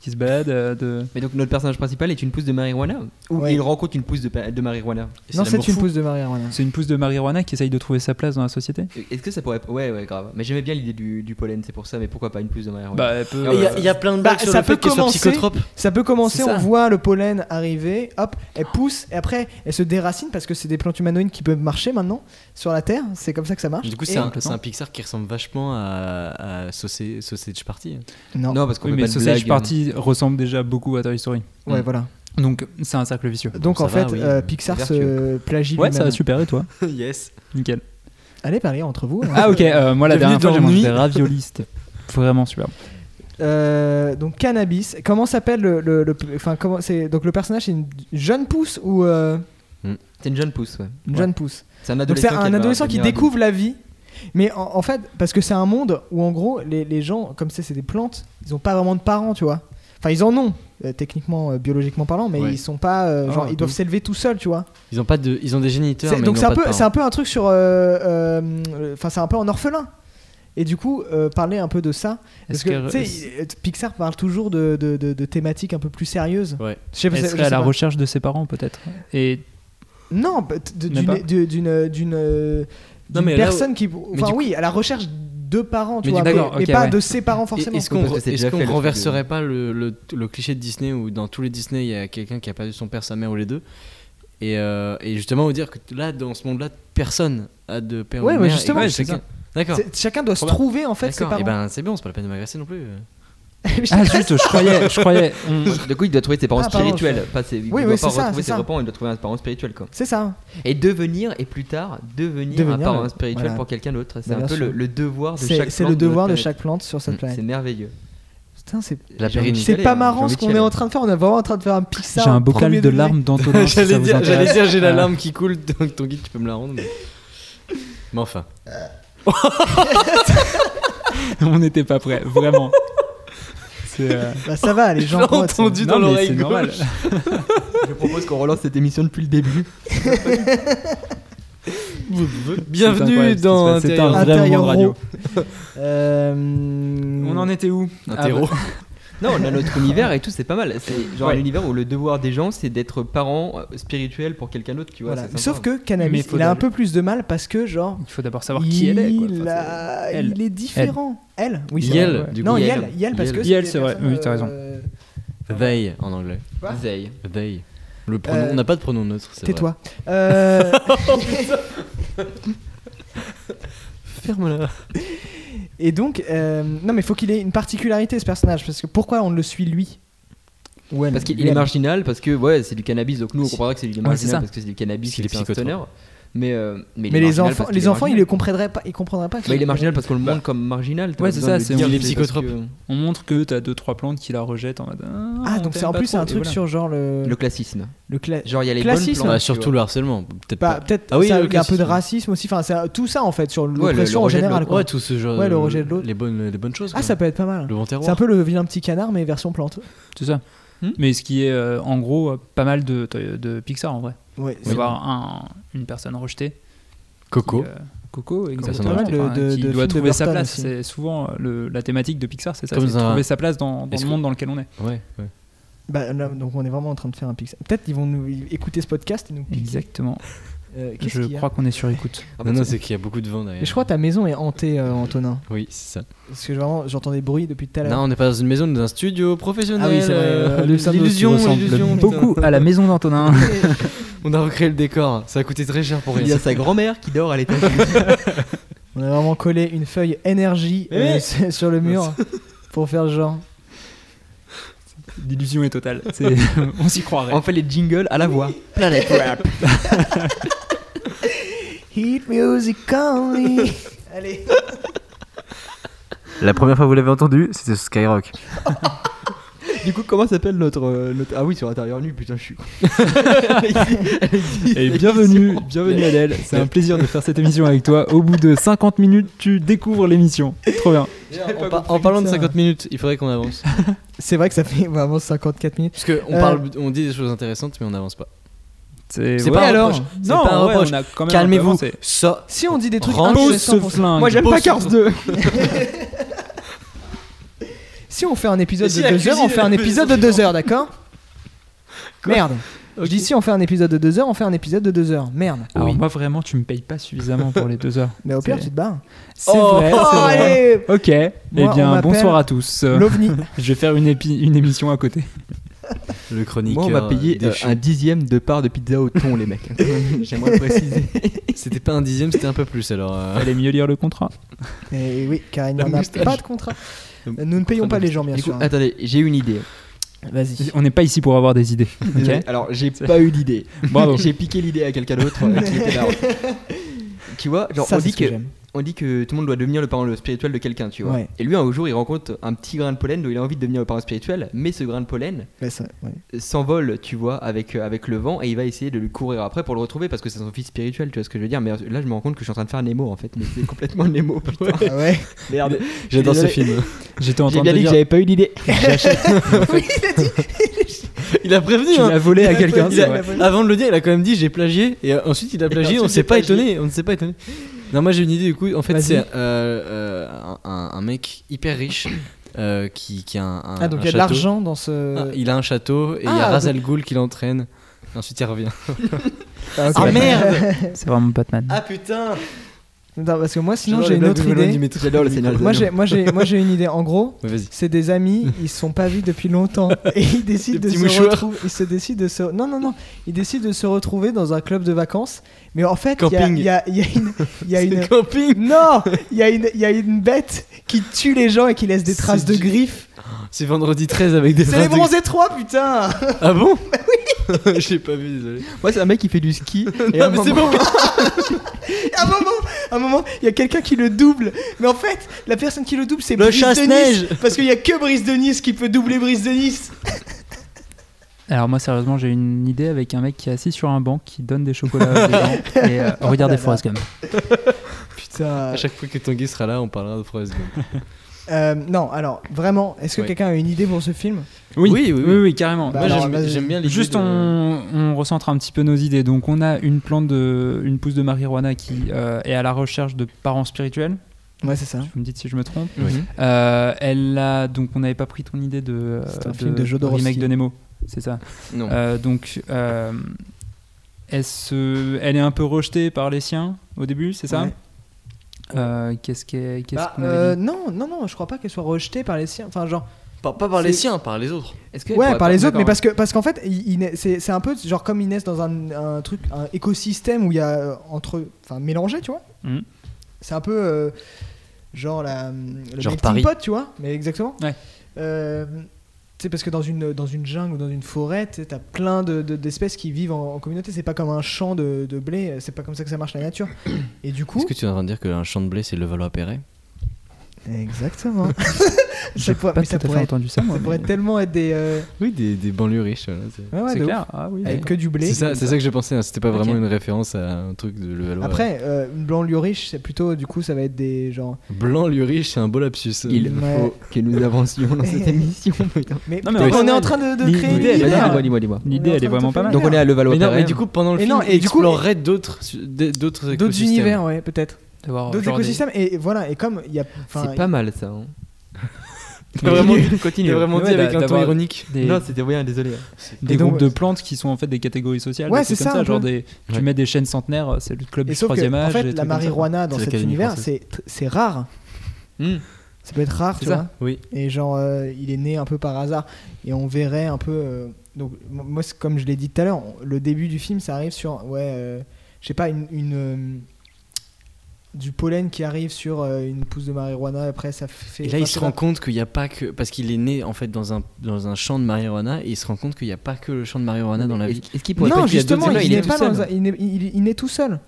Speaker 3: qui se balade. euh, de...
Speaker 4: Mais donc notre personnage principal est une pousse de marijuana ou
Speaker 1: Ouais.
Speaker 4: il rencontre une pousse de, pa- de marijuana.
Speaker 1: Non, c'est une
Speaker 2: pousse
Speaker 1: pousse de marijuana.
Speaker 3: C'est une pousse de marijuana qui essaye de trouver sa place dans la société
Speaker 4: Est-ce que ça pourrait Ouais ouais grave. Mais j'aimais bien l'idée du, du pollen, c'est pour ça. Mais pourquoi pas une pousse de marijuana
Speaker 3: Bah, elle peut.
Speaker 4: Ah, il y a-
Speaker 3: euh,
Speaker 2: Il y a plein de
Speaker 1: Bah,
Speaker 2: blagues sur
Speaker 1: ça
Speaker 2: le fait
Speaker 1: peut
Speaker 2: qu'elle soit
Speaker 1: commencer.
Speaker 2: psychotrope.
Speaker 1: Ça peut commencer,
Speaker 3: C'est
Speaker 1: on
Speaker 3: ça.
Speaker 1: voit le pollen arriver, hop, elle pousse, et après elle se déracine parce que c'est des plantes humanoïdes qui peuvent marcher maintenant sur la Terre, c'est comme ça que ça marche.
Speaker 2: Du coup,
Speaker 1: Et-
Speaker 2: c'est un,
Speaker 3: complètement.
Speaker 2: c'est un Pixar qui ressemble vachement à, à Sauce- Sausage Party.
Speaker 1: Non,
Speaker 4: Non parce qu'on
Speaker 3: Oui,
Speaker 4: fait
Speaker 3: mais
Speaker 4: pas de
Speaker 3: Sausage
Speaker 4: blague. hein.
Speaker 3: Party ressemble déjà beaucoup à Toy Story.
Speaker 1: ouais, voilà.
Speaker 3: Donc, c'est un cercle vicieux.
Speaker 1: Donc
Speaker 2: ça
Speaker 1: en
Speaker 2: va,
Speaker 1: fait,
Speaker 2: oui,
Speaker 1: euh,
Speaker 2: euh,
Speaker 1: Pixar
Speaker 4: c'est
Speaker 1: se plagie
Speaker 3: Ouais, ça
Speaker 1: lui-même.
Speaker 3: va super, et toi
Speaker 2: yes.
Speaker 3: Nickel.
Speaker 1: Allez, parier entre vous. hein.
Speaker 3: Ah, ok, euh, moi la
Speaker 2: Devenu
Speaker 3: dernière fois, j'ai
Speaker 2: d'ennui.
Speaker 3: mangé des raviolis. C'était vraiment super.
Speaker 1: Euh, donc cannabis, comment s'appelle le, le- le- enfin comment c'est donc le personnage c'est une jeune pousse ou euh,
Speaker 4: hein. C'est une jeune pousse, ouais.
Speaker 1: Une jeune pousse.
Speaker 4: C'est un
Speaker 1: Donc c'est
Speaker 4: adolescent. qui
Speaker 1: un
Speaker 4: va
Speaker 1: adolescent qui
Speaker 4: devenir adulte.
Speaker 1: découvre la vie. Mais en, en fait, parce que c'est un monde où en gros, les, les gens, comme c'est c'est des plantes, ils ont pas vraiment de parents, tu vois. Enfin, ils en ont, euh, techniquement, euh, biologiquement parlant, mais
Speaker 2: Ouais.
Speaker 1: ils sont pas. euh, genre,
Speaker 3: Ah,
Speaker 1: ils doivent
Speaker 3: oui.
Speaker 1: s'élever tout seuls, tu vois.
Speaker 2: Ils ont pas de, ils ont des géniteurs,
Speaker 1: C'est-
Speaker 2: mais
Speaker 1: donc
Speaker 2: ils
Speaker 1: c'est
Speaker 2: n'ont
Speaker 1: un,
Speaker 2: pas de
Speaker 1: peu- c'est
Speaker 2: parents.
Speaker 1: un peu un truc sur. euh, euh, euh, Enfin, c'est un peu en orphelin. Et du coup, euh, parler un peu de ça. Parce
Speaker 3: Est-ce
Speaker 1: que,
Speaker 3: que-
Speaker 1: tu sais, il- Pixar parle toujours de, de- de- de thématiques un peu plus sérieuses.
Speaker 2: Ouais.
Speaker 1: Je sais pas, je
Speaker 3: Est-ce
Speaker 1: sais
Speaker 3: qu'elle est à la
Speaker 1: pas.
Speaker 3: recherche de ses parents peut-être Et
Speaker 1: Non, bah, t- de-
Speaker 3: Même pas.
Speaker 1: d'une de- d'une d'une euh,
Speaker 2: Non,
Speaker 1: d'une
Speaker 2: mais là
Speaker 1: personne qui, enfin
Speaker 2: du
Speaker 1: oui, à la recherche de parents, tu
Speaker 3: Mais
Speaker 1: vois,
Speaker 3: du-
Speaker 1: mais,
Speaker 3: d'accord,
Speaker 1: mais
Speaker 3: ok,
Speaker 1: pas
Speaker 3: ouais.
Speaker 1: de ses parents forcément.
Speaker 2: Est-ce qu'on
Speaker 4: Parce que c'est
Speaker 2: est-ce
Speaker 4: déjà
Speaker 2: qu'on
Speaker 4: fait, le
Speaker 2: renverserait pas le, le- le cliché de Disney où dans tous les Disney il y a quelqu'un qui a perdu son père, sa mère ou les deux et, euh, et justement vous dire que là dans ce monde-là personne a de père
Speaker 1: Ouais,
Speaker 2: ou de
Speaker 1: mais
Speaker 2: mère. et
Speaker 1: justement,
Speaker 2: que
Speaker 1: c'est
Speaker 2: chacun-
Speaker 1: ça.
Speaker 2: D'accord.
Speaker 1: C'est- Chacun doit se
Speaker 2: Trop bien.
Speaker 1: trouver en fait ses
Speaker 2: D'accord.
Speaker 1: parents.
Speaker 2: Et ben c'est bon, c'est pas la peine de m'agresser non plus.
Speaker 3: ah juste, je croyais, je croyais. on-
Speaker 4: Du coup, il doit trouver ses parents
Speaker 1: Ah, pardon,
Speaker 4: spirituels. Pas ses- il
Speaker 1: Oui,
Speaker 4: doit
Speaker 1: oui,
Speaker 4: pas
Speaker 1: c'est ça,
Speaker 4: retrouver
Speaker 1: c'est
Speaker 4: ses
Speaker 1: ça.
Speaker 4: parents, il doit trouver un parent spirituel. Quoi.
Speaker 1: C'est ça. hein.
Speaker 4: Et devenir, et plus tard, devenir, un
Speaker 1: Devenir
Speaker 4: parent
Speaker 1: le-
Speaker 4: spirituel
Speaker 1: voilà.
Speaker 4: pour quelqu'un d'autre. C'est
Speaker 1: Bah,
Speaker 4: un
Speaker 1: bien
Speaker 4: peu le,
Speaker 1: sûr.
Speaker 4: le devoir Oh, de
Speaker 1: C'est
Speaker 4: chaque
Speaker 1: c'est le
Speaker 4: plante de notre
Speaker 1: devoir de
Speaker 4: planète.
Speaker 1: chaque plante sur cette
Speaker 4: Mm, C'est
Speaker 1: planète.
Speaker 4: merveilleux.
Speaker 1: Putain, c'est
Speaker 4: La
Speaker 1: c'est
Speaker 4: pérennité, elle est-
Speaker 1: pas
Speaker 4: hein, j'ai
Speaker 1: marrant
Speaker 4: envie
Speaker 1: ce
Speaker 4: de
Speaker 1: qu'on
Speaker 4: chialer.
Speaker 1: est en train de faire. On a vraiment en train de faire un Pixar.
Speaker 3: J'ai un
Speaker 1: premier
Speaker 3: bocal de
Speaker 1: degré.
Speaker 3: larmes d'Antonin. si ça vous intéresse. Euh,
Speaker 2: j'ai
Speaker 3: la larme
Speaker 2: qui coule, donc ton guide tu peux me la rendre. Mais, enfin.
Speaker 3: On n'était pas prêts, vraiment. C'est. euh,
Speaker 1: Bah, ça va, les gens.
Speaker 2: l'ai
Speaker 1: potent, hein.
Speaker 2: entendu. Dis dans
Speaker 3: non,
Speaker 2: l'oreille
Speaker 3: mais c'est
Speaker 2: gauche.
Speaker 3: normal.
Speaker 4: Je propose qu'on relance cette émission depuis le début.
Speaker 3: C'est
Speaker 2: Bienvenue
Speaker 3: incroyable ce qui se
Speaker 2: dans
Speaker 3: passe. C'est un
Speaker 2: Intérieur.
Speaker 3: vrai moment de radio.
Speaker 1: Euh,
Speaker 3: On en était où
Speaker 2: Intéro.
Speaker 3: Ah, bah,
Speaker 4: Non, on a notre univers et tout, c'est pas mal. C'est genre
Speaker 3: Ouais.
Speaker 4: un univers où le devoir des gens, c'est d'être parent euh, spirituel pour quelqu'un d'autre, tu vois.
Speaker 1: voilà.
Speaker 4: c'est sympa.
Speaker 1: Sauf que
Speaker 3: Mais
Speaker 1: Cannabis,
Speaker 3: faut
Speaker 1: il a un
Speaker 3: d'aller.
Speaker 1: peu plus de mal parce que genre.
Speaker 3: Il faut d'abord savoir qui elle est. quoi.
Speaker 1: il,
Speaker 3: Enfin, c'est-
Speaker 1: a-
Speaker 3: elle.
Speaker 1: il est différent. Elle, oui, c'est
Speaker 2: Yel,
Speaker 1: vrai.
Speaker 2: du
Speaker 1: Non,
Speaker 2: coup,
Speaker 1: Yel,
Speaker 4: Yel.
Speaker 1: Yel, parce que.
Speaker 4: Yel,
Speaker 1: des
Speaker 3: c'est vrai.
Speaker 1: personnes,
Speaker 3: Oui, t'as raison.
Speaker 1: euh,
Speaker 2: They en anglais.
Speaker 1: Quoi
Speaker 4: Zay.
Speaker 2: They. Le pronom,
Speaker 1: Euh,
Speaker 2: on n'a pas de pronom neutre. c'est vrai.
Speaker 1: Tais-toi. Euh,
Speaker 2: Ferme-la.
Speaker 1: et donc, euh, non, mais faut qu'il ait une particularité ce personnage, parce que pourquoi on le suit lui Ou elle
Speaker 4: Parce qu'il
Speaker 1: Lui,
Speaker 4: il est
Speaker 1: elle.
Speaker 4: marginal, parce que ouais, c'est du cannabis, donc nous on comprendra que c'est du
Speaker 3: Ouais, c'est
Speaker 4: marginal
Speaker 3: ça.
Speaker 4: parce que c'est du cannabis,
Speaker 2: Parce qu'il
Speaker 4: c'est
Speaker 2: est
Speaker 4: un
Speaker 2: psychotrope.
Speaker 4: stoner. Mais, euh, il
Speaker 1: Mais
Speaker 4: est
Speaker 1: les
Speaker 4: marginal
Speaker 1: enfants,
Speaker 4: parce qu'il
Speaker 1: les
Speaker 4: est
Speaker 1: enfants, ils
Speaker 4: marginal.
Speaker 1: le comprendraient pas, ils comprendraient pas.
Speaker 4: Bah, il est marginal parce qu'on le montre comme marginal. t'as
Speaker 3: Ouais,
Speaker 4: pas
Speaker 3: c'est
Speaker 4: besoin
Speaker 3: ça,
Speaker 4: de
Speaker 3: c'est-
Speaker 4: dire
Speaker 2: il est
Speaker 4: que parce
Speaker 2: psychotrope.
Speaker 4: que-
Speaker 3: On montre que t'as deux trois plantes qui la rejettent en mode. Ah,
Speaker 1: Ah,
Speaker 3: on
Speaker 1: donc c'est
Speaker 3: t'aime
Speaker 1: en
Speaker 3: pas
Speaker 1: plus c'est
Speaker 3: trop.
Speaker 1: un
Speaker 3: Et
Speaker 1: truc
Speaker 3: voilà.
Speaker 1: sur genre le
Speaker 4: Le classisme.
Speaker 1: le cla-
Speaker 4: Genre, il y a les
Speaker 1: Classisme.
Speaker 4: bonnes plantes,
Speaker 2: Bah,
Speaker 4: tu
Speaker 2: surtout
Speaker 4: vois.
Speaker 2: l'harcèlement. Peut-être
Speaker 1: bah,
Speaker 2: pas.
Speaker 1: peut-être
Speaker 2: Ah oui,
Speaker 1: ça,
Speaker 2: le
Speaker 1: il y a un peu de
Speaker 2: classisme.
Speaker 1: racisme aussi enfin c'est un- tout ça en fait sur
Speaker 4: le-
Speaker 1: l'oppression en
Speaker 4: le rejet de
Speaker 1: général
Speaker 4: l'autre.
Speaker 1: quoi.
Speaker 2: Ouais, tout ce genre.
Speaker 1: Ouais, le rejet de l'autre.
Speaker 2: Les bonnes, les bonnes choses.
Speaker 1: Ah
Speaker 2: quoi.
Speaker 1: ça peut être pas mal.
Speaker 2: Le vent terroir.
Speaker 1: C'est un peu le vilain petit canard mais version plante.
Speaker 3: C'est ça.
Speaker 4: Hmm
Speaker 3: Mais ce qui est euh, en gros euh, pas mal de, de- de Pixar en vrai.
Speaker 1: Ouais,
Speaker 3: C'est voir un- une personne rejetée.
Speaker 2: Coco.
Speaker 3: qui, euh, Coco,
Speaker 2: Pas
Speaker 3: exactement.
Speaker 2: mal
Speaker 1: de-
Speaker 3: Enfin,
Speaker 1: de-
Speaker 3: qui
Speaker 1: de films
Speaker 3: doit
Speaker 1: de
Speaker 3: trouver sa
Speaker 1: Burton
Speaker 3: place.
Speaker 1: aussi.
Speaker 3: C'est souvent euh, le- la thématique de Pixar, c'est ça.
Speaker 2: Comme
Speaker 3: c'est
Speaker 2: dans un-
Speaker 3: trouver sa place dans, dans
Speaker 2: Est-ce
Speaker 3: le monde dans lequel on est.
Speaker 1: euh,
Speaker 2: Ouais, ouais.
Speaker 1: Bah, là, donc on est vraiment en train de faire un pixel. Peut-être ils vont nous ils- écouter ce podcast et nous piquer.
Speaker 3: Exactement.
Speaker 1: Euh, qu'est-ce
Speaker 3: Je
Speaker 1: qu'il y a
Speaker 3: crois qu'on est sur écoute.
Speaker 2: Non,
Speaker 4: Ah, bah,
Speaker 2: non,
Speaker 4: c'est-
Speaker 2: c'est qu'il y a beaucoup de vent derrière.
Speaker 1: Mais je crois que ta maison est hantée euh, Antonin
Speaker 2: Oui, c'est ça.
Speaker 1: parce que vraiment j'entends des bruits depuis tout à l'heure.
Speaker 2: Non, on n'est pas dans une maison, on est dans un studio professionnel.
Speaker 1: Ah oui, c'est vrai, euh, le studio
Speaker 2: l'illusion,
Speaker 1: qui ressemble
Speaker 2: l'illusion. putain.
Speaker 3: beaucoup à la maison d'Antonin.
Speaker 2: On a recréé le décor. Ça a coûté très cher pour
Speaker 4: Il y
Speaker 2: rien.
Speaker 4: a sa grand-mère qui dort à l'étage.
Speaker 1: On a vraiment collé une feuille énergie
Speaker 2: Mais
Speaker 1: euh,
Speaker 2: Eh oui.
Speaker 1: sur- sur le mur pour faire genre
Speaker 3: L'illusion est totale. C'est- on s'y croirait.
Speaker 4: On fait les jingles à la voix. Planet Rap.
Speaker 1: Hit music only. Allez.
Speaker 2: La première fois que vous l'avez entendu, c'était sur Skyrock.
Speaker 4: Du coup, comment s'appelle notre, euh, notre- Ah oui, sur Intérieur Nu, putain, je suis. con. Elle existe,
Speaker 3: Et
Speaker 4: elle
Speaker 3: bienvenue,
Speaker 4: existe.
Speaker 3: bienvenue Adèle. C'est un plaisir de faire cette émission avec toi. Au bout de 50 minutes, tu découvres l'émission. Trop bien.
Speaker 2: En, par- en parlant de
Speaker 1: ça.
Speaker 2: 50 minutes, il faudrait qu'on avance.
Speaker 1: C'est vrai que ça fait vraiment 54 minutes.
Speaker 2: Parce qu'on
Speaker 1: Euh.
Speaker 2: parle, on dit des choses intéressantes, mais on n'avance pas.
Speaker 3: C'est
Speaker 2: pas un
Speaker 3: alors.
Speaker 2: reproche. C'est
Speaker 3: Non,
Speaker 2: pas un
Speaker 3: ouais,
Speaker 2: reproche.
Speaker 3: on a quand même un
Speaker 2: Calmez-vous.
Speaker 3: peu avancé.
Speaker 2: Ça.
Speaker 1: Si on dit des trucs
Speaker 2: Range
Speaker 3: Pose
Speaker 1: intéressants
Speaker 3: ce
Speaker 1: pour ça-
Speaker 3: flingue.
Speaker 4: Moi, j'aime pas
Speaker 2: Pose-
Speaker 4: Cars 2.
Speaker 1: Si on fait un épisode
Speaker 2: Et si
Speaker 1: de
Speaker 2: la
Speaker 1: 2 heures, on
Speaker 2: cuisine,
Speaker 1: fait un
Speaker 2: elle a
Speaker 1: épisode de
Speaker 2: fait
Speaker 1: 2 heures, d'accord Merde. Je dis si on fait un épisode de 2 heures, on fait un épisode de 2 heures. Merde.
Speaker 3: Alors
Speaker 2: Oui.
Speaker 3: moi vraiment, tu me payes pas suffisamment pour les deux heures.
Speaker 1: Mais au pire,
Speaker 3: C'est-
Speaker 1: tu te barres.
Speaker 3: C'est vrai. Eh, c'est vrai.
Speaker 1: Oh, allez
Speaker 3: Ok. Eh
Speaker 1: Moi, on
Speaker 3: bien,
Speaker 1: m'appelle
Speaker 3: bonsoir à tous. Euh,
Speaker 1: L'OVNI.
Speaker 3: Je vais faire une, épi- une émission à côté.
Speaker 2: Le
Speaker 4: Moi,
Speaker 2: chroniqueur.
Speaker 4: on va payer euh,
Speaker 2: déchu.
Speaker 4: un dixième de part de pizza au thon, les mecs. J'aimerais préciser.
Speaker 2: C'était pas un dixième, c'était un peu plus alors. euh.
Speaker 3: Allez mieux lire le contrat.
Speaker 1: Et Eh oui, car il n'y en a pas de contrat. Nous ne payons pas les gens, bien
Speaker 4: Du coup,
Speaker 1: sûr. hein.
Speaker 4: attendez, j'ai une idée.
Speaker 1: Vas-y.
Speaker 3: On n'est pas ici pour avoir des idées.
Speaker 4: Désolé. Alors, j'ai pas eu d'idée.
Speaker 3: Bravo.
Speaker 4: J'ai piqué l'idée à quelqu'un d'autre euh, qui était là. tu vois, genre,
Speaker 1: Ça,
Speaker 4: on
Speaker 1: c'est
Speaker 4: dit
Speaker 1: ce que
Speaker 4: que
Speaker 1: j'aime.
Speaker 4: on on dit que tout le monde doit devenir le parent spirituel de quelqu'un, tu vois.
Speaker 1: Ouais.
Speaker 4: Et lui, un jour, il rencontre un petit grain de pollen dont il a envie de devenir le parent spirituel, mais ce grain de pollen
Speaker 1: Mais ça, ouais.
Speaker 4: s'envole, tu vois, avec, euh, avec le vent et il va essayer de lui courir après pour le retrouver parce que c'est son fils spirituel, tu vois ce que je veux dire. Mais là, je me rends compte que je suis en train de faire Nemo en fait, mais c'est complètement Nemo, putain.
Speaker 1: Ah ouais.
Speaker 4: Merde,
Speaker 2: J'adore ce
Speaker 4: Désolé.
Speaker 2: film.
Speaker 3: J'étais en
Speaker 4: j'ai
Speaker 3: train
Speaker 4: bien
Speaker 3: de
Speaker 4: dit que
Speaker 3: dire,
Speaker 4: j'avais pas eu l'idée.
Speaker 2: Il a prévenu,
Speaker 3: tu
Speaker 2: hein.
Speaker 3: l'as volé à quelqu'un.
Speaker 2: Il
Speaker 3: c'est
Speaker 2: a-
Speaker 3: vrai.
Speaker 2: Avant de le dire, il a quand même dit j'ai plagié et euh, ensuite il a plagié.
Speaker 4: ensuite,
Speaker 2: On s'est
Speaker 4: j'ai
Speaker 2: pas
Speaker 4: plagié.
Speaker 2: étonné. On ne s'est pas étonné. Non, moi j'ai une idée du coup. En fait,
Speaker 1: Vas-y.
Speaker 2: c'est euh, euh, un, un- un mec hyper riche euh, qui, qui a un, un-
Speaker 1: Ah, donc
Speaker 2: un
Speaker 1: il y a de
Speaker 2: château.
Speaker 1: l'argent dans ce.
Speaker 2: Ah, il a un château et il y a
Speaker 1: Ah,
Speaker 2: Razal Ghoul qui l'entraîne. Ensuite il revient.
Speaker 1: Ah, ok.
Speaker 2: Ah, merde
Speaker 3: C'est vraiment Batman.
Speaker 2: Ah putain
Speaker 1: Non, parce que moi, sinon, j'ai une autre idée.
Speaker 4: J'adore le Seigneur des
Speaker 1: Moi, j'ai,
Speaker 4: Anneaux.
Speaker 1: moi, j'ai, moi, j'ai une idée. En gros,
Speaker 2: Vas-y.
Speaker 1: c'est des amis, ils se sont pas vus depuis longtemps et ils décident
Speaker 2: Des
Speaker 1: de
Speaker 2: petits
Speaker 1: se
Speaker 2: mouchoirs.
Speaker 1: retrouver. Ils se décident de se. Non, non, non. Ils décident de se retrouver dans un club de vacances. Mais en fait, il y a-
Speaker 2: Camping.
Speaker 1: il y a, il y a une. il Y a
Speaker 2: C'est
Speaker 1: une...
Speaker 2: camping
Speaker 1: Non, il y, a une- il y a une bête qui tue les gens et qui laisse des
Speaker 2: C'est
Speaker 1: traces de
Speaker 2: du-
Speaker 1: griffes.
Speaker 2: C'est vendredi 13 avec des
Speaker 1: C'est les
Speaker 2: vins de-
Speaker 1: bronzés 3, putain
Speaker 2: Ah bon Oui J'ai pas vu, désolé.
Speaker 4: Moi, c'est un mec qui fait du ski. Et à
Speaker 2: Non,
Speaker 4: un
Speaker 2: mais c'est
Speaker 4: moment-
Speaker 2: bon
Speaker 1: À un moment, à un moment, il y a quelqu'un qui le double. Mais en fait, la personne qui le double, c'est
Speaker 2: Le
Speaker 1: Brice de
Speaker 2: chasse-neige.
Speaker 1: Nice. Parce qu'il y a que Brice de Nice qui peut doubler Brice de Nice.
Speaker 3: Alors moi sérieusement j'ai une idée avec un mec qui est assis sur un banc qui donne des chocolats aux gens et euh, regardez
Speaker 1: là là.
Speaker 3: Forrest Gump.
Speaker 1: Putain.
Speaker 2: À chaque fois que Tanguy sera là, on parlera de Forrest Gump.
Speaker 1: Euh, non, alors vraiment, est-ce que
Speaker 2: Oui.
Speaker 1: quelqu'un a une idée pour ce film
Speaker 3: Oui
Speaker 2: oui, oui.
Speaker 3: carrément.
Speaker 1: Bah
Speaker 2: Moi,
Speaker 1: alors,
Speaker 2: j'aime-
Speaker 1: vas-y.
Speaker 2: j'aime bien l'idée
Speaker 3: Juste
Speaker 2: de-
Speaker 3: on, on recentre un petit peu nos idées. Donc on a une plante de une pousse de marijuana qui euh, est à la recherche de parents spirituels.
Speaker 1: Ouais, c'est ça.
Speaker 3: Vous me dites si je me trompe.
Speaker 2: Oui.
Speaker 3: Euh, elle a donc on n'avait pas pris ton idée de
Speaker 1: C'est un film de Jodorowsky.
Speaker 3: remake de Nemo. C'est ça.
Speaker 4: Non.
Speaker 3: Euh, donc, euh, elle, se- elle est un peu rejetée par les siens au début, c'est ça
Speaker 1: Ouais.
Speaker 3: Euh, Qu'est-ce qu'est- qu'est-ce
Speaker 1: Bah,
Speaker 3: qu'on avait
Speaker 1: euh,
Speaker 3: dit
Speaker 1: non, non, non, je crois pas qu'elle soit rejetée par les siens. Enfin, genre,
Speaker 2: Pas, pas par les
Speaker 1: C'est-
Speaker 2: siens, par les autres.
Speaker 4: Est-ce que-
Speaker 1: ouais, par les autres, mais
Speaker 4: D'accord.
Speaker 1: parce que parce qu'en fait, il- il naît- c'est c'est un peu genre comme ils naissent dans un, un truc, un écosystème où il y a euh, entre, enfin, mélangé, tu vois.
Speaker 3: Mhm.
Speaker 1: C'est un peu euh, genre la le
Speaker 2: Genre
Speaker 1: melting
Speaker 2: Paris.
Speaker 1: pot, tu vois, mais exactement.
Speaker 3: Ouais.
Speaker 1: Euh, c'est parce que dans une, dans une jungle ou dans une forêt, tu sais, t'as plein de- de- d'espèces qui vivent en, en communauté. C'est pas comme un champ de, de blé, c'est pas comme ça que ça marche la nature. Et du coup.
Speaker 2: Est-ce que tu es en train de dire qu'un champ de blé, c'est le Valois-Perret
Speaker 1: Exactement.
Speaker 3: J'ai
Speaker 1: ça pourrait,
Speaker 3: pas
Speaker 1: mais ça
Speaker 3: tout à fait
Speaker 1: pourrait, être-
Speaker 3: entendu ça, moi.
Speaker 1: ça pourrait
Speaker 3: mais-
Speaker 1: tellement être des. euh,
Speaker 2: Oui, des, des banlieues riches. là, c'est-
Speaker 1: ouais, ouais,
Speaker 3: c'est
Speaker 1: de ouf.
Speaker 3: clair. Ah oui.
Speaker 1: Avec que du blé.
Speaker 2: C'est ça, c'est ça que j'ai pensé, hein, c'était pas vraiment
Speaker 3: Ok.
Speaker 2: une référence à un truc de le Valois.
Speaker 1: Après, euh, une banlieue riche, c'est plutôt, du coup, ça va être des genre.
Speaker 2: Blanc, lieu riche, c'est un beau lapsus.
Speaker 4: Il
Speaker 1: Ouais.
Speaker 4: faut que nous avancions dans cette émission. putain.
Speaker 1: Mais,
Speaker 3: Non, mais
Speaker 1: putain,
Speaker 3: oui.
Speaker 1: on est en train de, de
Speaker 3: Oui,
Speaker 1: créer une
Speaker 3: oui.
Speaker 1: idée,
Speaker 2: Vas-y,
Speaker 1: là.
Speaker 4: Dis-moi, dis-moi, dis-moi.
Speaker 3: L'idée,
Speaker 1: on est en
Speaker 3: elle est
Speaker 1: train de
Speaker 3: vraiment
Speaker 1: te
Speaker 3: pas
Speaker 1: faire
Speaker 3: mal.
Speaker 1: une
Speaker 4: Donc on est à Levallois.
Speaker 2: Mais non, mais
Speaker 4: Perret.
Speaker 2: du coup, pendant le
Speaker 1: Et
Speaker 2: film,
Speaker 1: non,
Speaker 2: non,
Speaker 1: et du coup-
Speaker 2: explorerait d'autres su- des- d'autres
Speaker 1: D'autres
Speaker 2: écosystèmes.
Speaker 1: univers, ouais, peut-être.
Speaker 3: D'avoir
Speaker 1: D'autres
Speaker 3: Oh, genre des-
Speaker 1: écosystèmes. Et voilà, et comme il y a. enfin,
Speaker 4: C'est pas mal ça. hein.
Speaker 2: T'as vraiment,
Speaker 4: Continue.
Speaker 2: t'as vraiment
Speaker 3: Ouais,
Speaker 2: dit
Speaker 1: bah,
Speaker 2: avec
Speaker 3: d'a-
Speaker 2: un ton
Speaker 3: d'avoir-
Speaker 2: ironique.
Speaker 3: Des,
Speaker 4: Non, c'était rien, désolé. hein.
Speaker 3: des
Speaker 1: Et donc,
Speaker 3: groupes de
Speaker 1: ouais.
Speaker 3: plantes qui sont en fait des catégories sociales.
Speaker 1: Ouais,
Speaker 3: des trucs
Speaker 1: c'est
Speaker 3: comme
Speaker 1: ça, un
Speaker 3: genre
Speaker 1: peu.
Speaker 3: des,
Speaker 2: Ouais.
Speaker 3: tu mets des chaînes centenaires, c'est le club
Speaker 1: Et
Speaker 3: du
Speaker 1: sauf que,
Speaker 3: troisième
Speaker 1: en
Speaker 3: âge.
Speaker 1: fait,
Speaker 3: des
Speaker 1: la
Speaker 3: trucs comme ça.
Speaker 1: marijuana dans
Speaker 2: C'est
Speaker 1: cet
Speaker 2: l'Académie
Speaker 1: univers,
Speaker 2: française.
Speaker 1: c'est c'est rare.
Speaker 4: Hmm.
Speaker 1: Ça peut être rare,
Speaker 3: C'est
Speaker 1: tu
Speaker 3: ça.
Speaker 1: vois.
Speaker 2: Oui.
Speaker 1: Et genre, euh, il est né un peu par hasard. Et on verrait un peu. euh, donc, m- moi, c'est comme je l'ai dit tout à l'heure, on- le début du film, ça arrive sur. Ouais, euh, je sais pas, une. une, euh, du pollen qui arrive sur euh, une pousse de marijuana, après ça fait.
Speaker 2: Et là,
Speaker 1: enfin,
Speaker 2: il se
Speaker 1: c'est
Speaker 2: rend
Speaker 1: pas-
Speaker 2: compte qu'il n'y a pas que. Parce qu'il est né en fait dans un, dans un champ de marijuana et il se rend compte qu'il n'y a pas que le champ de marijuana dans la vie.
Speaker 4: Est-ce qu'il pourrait
Speaker 1: Non,
Speaker 4: pas qu'il y a
Speaker 1: justement,
Speaker 4: d'autres-
Speaker 1: il,
Speaker 4: il
Speaker 1: n'est
Speaker 4: tout
Speaker 1: pas
Speaker 4: seul.
Speaker 1: dans un- il, est, il- il est tout seul.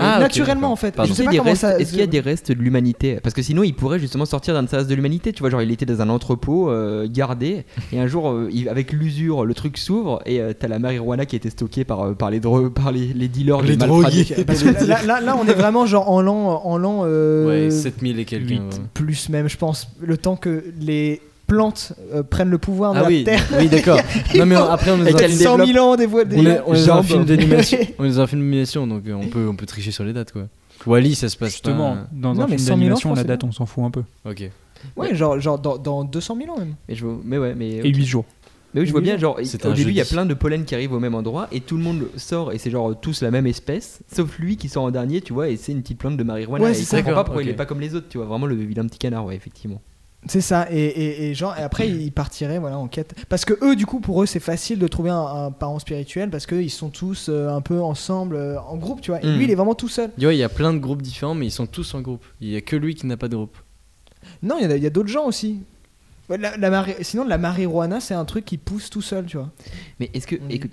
Speaker 2: Ah, ok,
Speaker 1: Naturellement,
Speaker 2: d'accord.
Speaker 1: en fait.
Speaker 2: Pardon.
Speaker 1: Je
Speaker 4: Est-ce
Speaker 1: sais
Speaker 4: qu'il y a
Speaker 1: pas
Speaker 4: des
Speaker 1: comment
Speaker 4: restes-
Speaker 1: ça-
Speaker 4: est-ce qu'il y a des restes de l'humanité Parce que sinon, il pourrait justement sortir d'un sas de l'humanité. Tu vois, genre, il était dans un entrepôt euh, gardé, et un jour, euh, il- avec l'usure, le truc s'ouvre, et euh, t'as la marijuana qui a été stockée par, euh, par les dro- par les, les dealers,
Speaker 2: Les
Speaker 4: de mal
Speaker 2: drogués.
Speaker 4: pratique.
Speaker 1: Parce que là, là, là, on est vraiment genre en l'an. En l'an euh,
Speaker 2: Ouais, 7000 et quelques.
Speaker 1: huit,
Speaker 2: ouais.
Speaker 1: plus même, je pense. Le temps que les plantes euh, prennent le pouvoir de
Speaker 2: Ah
Speaker 1: la
Speaker 2: oui,
Speaker 1: terre.
Speaker 2: oui d'accord. non, mais on- après, on est
Speaker 4: Et
Speaker 2: dans-
Speaker 4: qu'elle
Speaker 2: on est-
Speaker 1: 100 000 ans des voix des
Speaker 2: on est, dans un
Speaker 1: jambes.
Speaker 2: film d'animation. on est dans un film d'animation, donc euh, on peut, on peut tricher sur les dates quoi. Wally, ça se passe
Speaker 3: Justement,
Speaker 2: pas-
Speaker 3: dans
Speaker 1: Non,
Speaker 3: un
Speaker 1: mais 100
Speaker 3: film
Speaker 1: 000 ans, je
Speaker 3: d'animation,
Speaker 1: pense
Speaker 3: la
Speaker 1: que
Speaker 3: date, on s'en fout un peu.
Speaker 2: Ok.
Speaker 1: Ouais, genre, genre dans, dans 200 000 ans même.
Speaker 4: Mais, je vois- mais ouais, mais.
Speaker 3: Et 8 jours.
Speaker 4: Mais oui, je vois bien, genre,
Speaker 2: C'est
Speaker 4: au
Speaker 2: un
Speaker 4: début, il y a
Speaker 2: jeudi.
Speaker 4: plein de pollen qui arrivent au même endroit, et tout le monde sort, et c'est genre tous la même espèce, sauf lui qui sort en dernier, tu vois, et c'est une petite plante de marijuana.
Speaker 1: Ouais,
Speaker 4: et
Speaker 1: c'est
Speaker 4: il
Speaker 1: ça.
Speaker 4: comprend pas pourquoi
Speaker 2: Ok.
Speaker 4: il est pas comme les autres, tu vois, vraiment le vilain petit canard, ouais, effectivement.
Speaker 1: C'est ça. Et, et, et genre, et après, ils partiraient voilà, en quête. Parce que eux, du coup, pour eux, c'est facile de trouver un, un parent spirituel parce qu'ils sont tous euh, un peu ensemble, euh, en groupe, tu vois. Et
Speaker 4: Mm.
Speaker 1: lui, il est vraiment tout seul.
Speaker 2: Tu vois, il y a plein de groupes différents, mais ils sont tous en groupe. Il y a que lui qui n'a pas de groupe.
Speaker 1: Non, il y en a- il y a, d'autres gens aussi. Ouais, La, la mari- Sinon, la marijuana, c'est un truc qui pousse tout seul, tu vois.
Speaker 4: Mais est-ce que,
Speaker 1: Mm.
Speaker 4: écoute,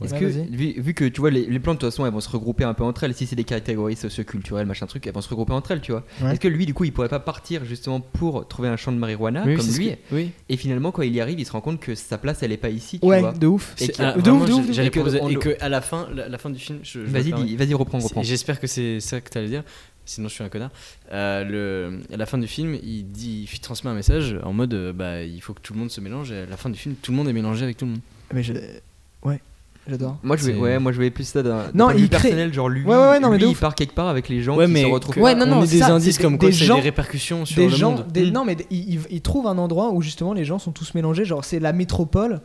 Speaker 1: Ouais.
Speaker 4: Est-ce
Speaker 1: Ouais,
Speaker 4: que,
Speaker 1: vas-y.
Speaker 4: vu, vu que tu vois, les, les plantes, de toute façon, elles vont se regrouper un peu entre elles. Si c'est des catégories socioculturelles, machin truc, elles vont se regrouper entre elles, tu vois.
Speaker 1: Ouais.
Speaker 4: Est-ce que lui, du coup, il pourrait pas partir justement pour trouver un champ de marijuana
Speaker 2: Oui,
Speaker 4: comme
Speaker 2: c'est ce
Speaker 4: lui
Speaker 2: que- Oui.
Speaker 4: Et finalement, quand il y arrive, il se rend compte que sa place, elle est pas ici, tu
Speaker 1: Ouais,
Speaker 4: vois.
Speaker 1: de ouf.
Speaker 4: Et
Speaker 2: C'est-
Speaker 4: que-
Speaker 2: ah,
Speaker 1: de
Speaker 2: vraiment,
Speaker 1: ouf, de ouf,
Speaker 2: j'ai-
Speaker 1: de
Speaker 2: J'allais
Speaker 4: ouf. Et que
Speaker 2: proposer
Speaker 4: on
Speaker 2: et
Speaker 4: le-
Speaker 2: que à la fin, la, la fin du film, je, je me
Speaker 4: Vas-y,
Speaker 2: permets.
Speaker 4: dis- vas-y, reprends, reprends.
Speaker 2: C'est- J'espère que c'est ça que tu allais dire, sinon je suis un connard. Euh, le, à la fin du film, il, dit, il transmet un message en mode euh, bah, il faut que tout le monde se mélange. Et à la fin du film, tout le monde est mélangé avec tout le monde.
Speaker 1: Mais je. Ouais, j'adore.
Speaker 4: Moi, je vais,
Speaker 2: C'est-
Speaker 4: ouais, moi, je vais plus ça d'un
Speaker 1: Non,
Speaker 4: d'un point de vue
Speaker 1: il crée-
Speaker 4: personnel, genre lui,
Speaker 1: Ouais, ouais, ouais, non, mais
Speaker 4: lui,
Speaker 1: de
Speaker 4: il
Speaker 1: ouf.
Speaker 4: part quelque part avec les gens
Speaker 2: Ouais,
Speaker 4: qui
Speaker 2: mais
Speaker 4: se retrouvent.
Speaker 2: que-
Speaker 1: Ouais, non, non,
Speaker 2: on a des
Speaker 1: ça,
Speaker 2: indices
Speaker 1: c'est
Speaker 2: comme
Speaker 1: des
Speaker 2: quoi ça a
Speaker 1: gens-
Speaker 2: des répercussions sur
Speaker 1: Des
Speaker 2: le
Speaker 1: gens,
Speaker 2: monde.
Speaker 1: des-
Speaker 2: Mm.
Speaker 1: non mais des- ils, ils- ils trouvent un endroit où justement les gens sont tous mélangés, genre c'est la métropole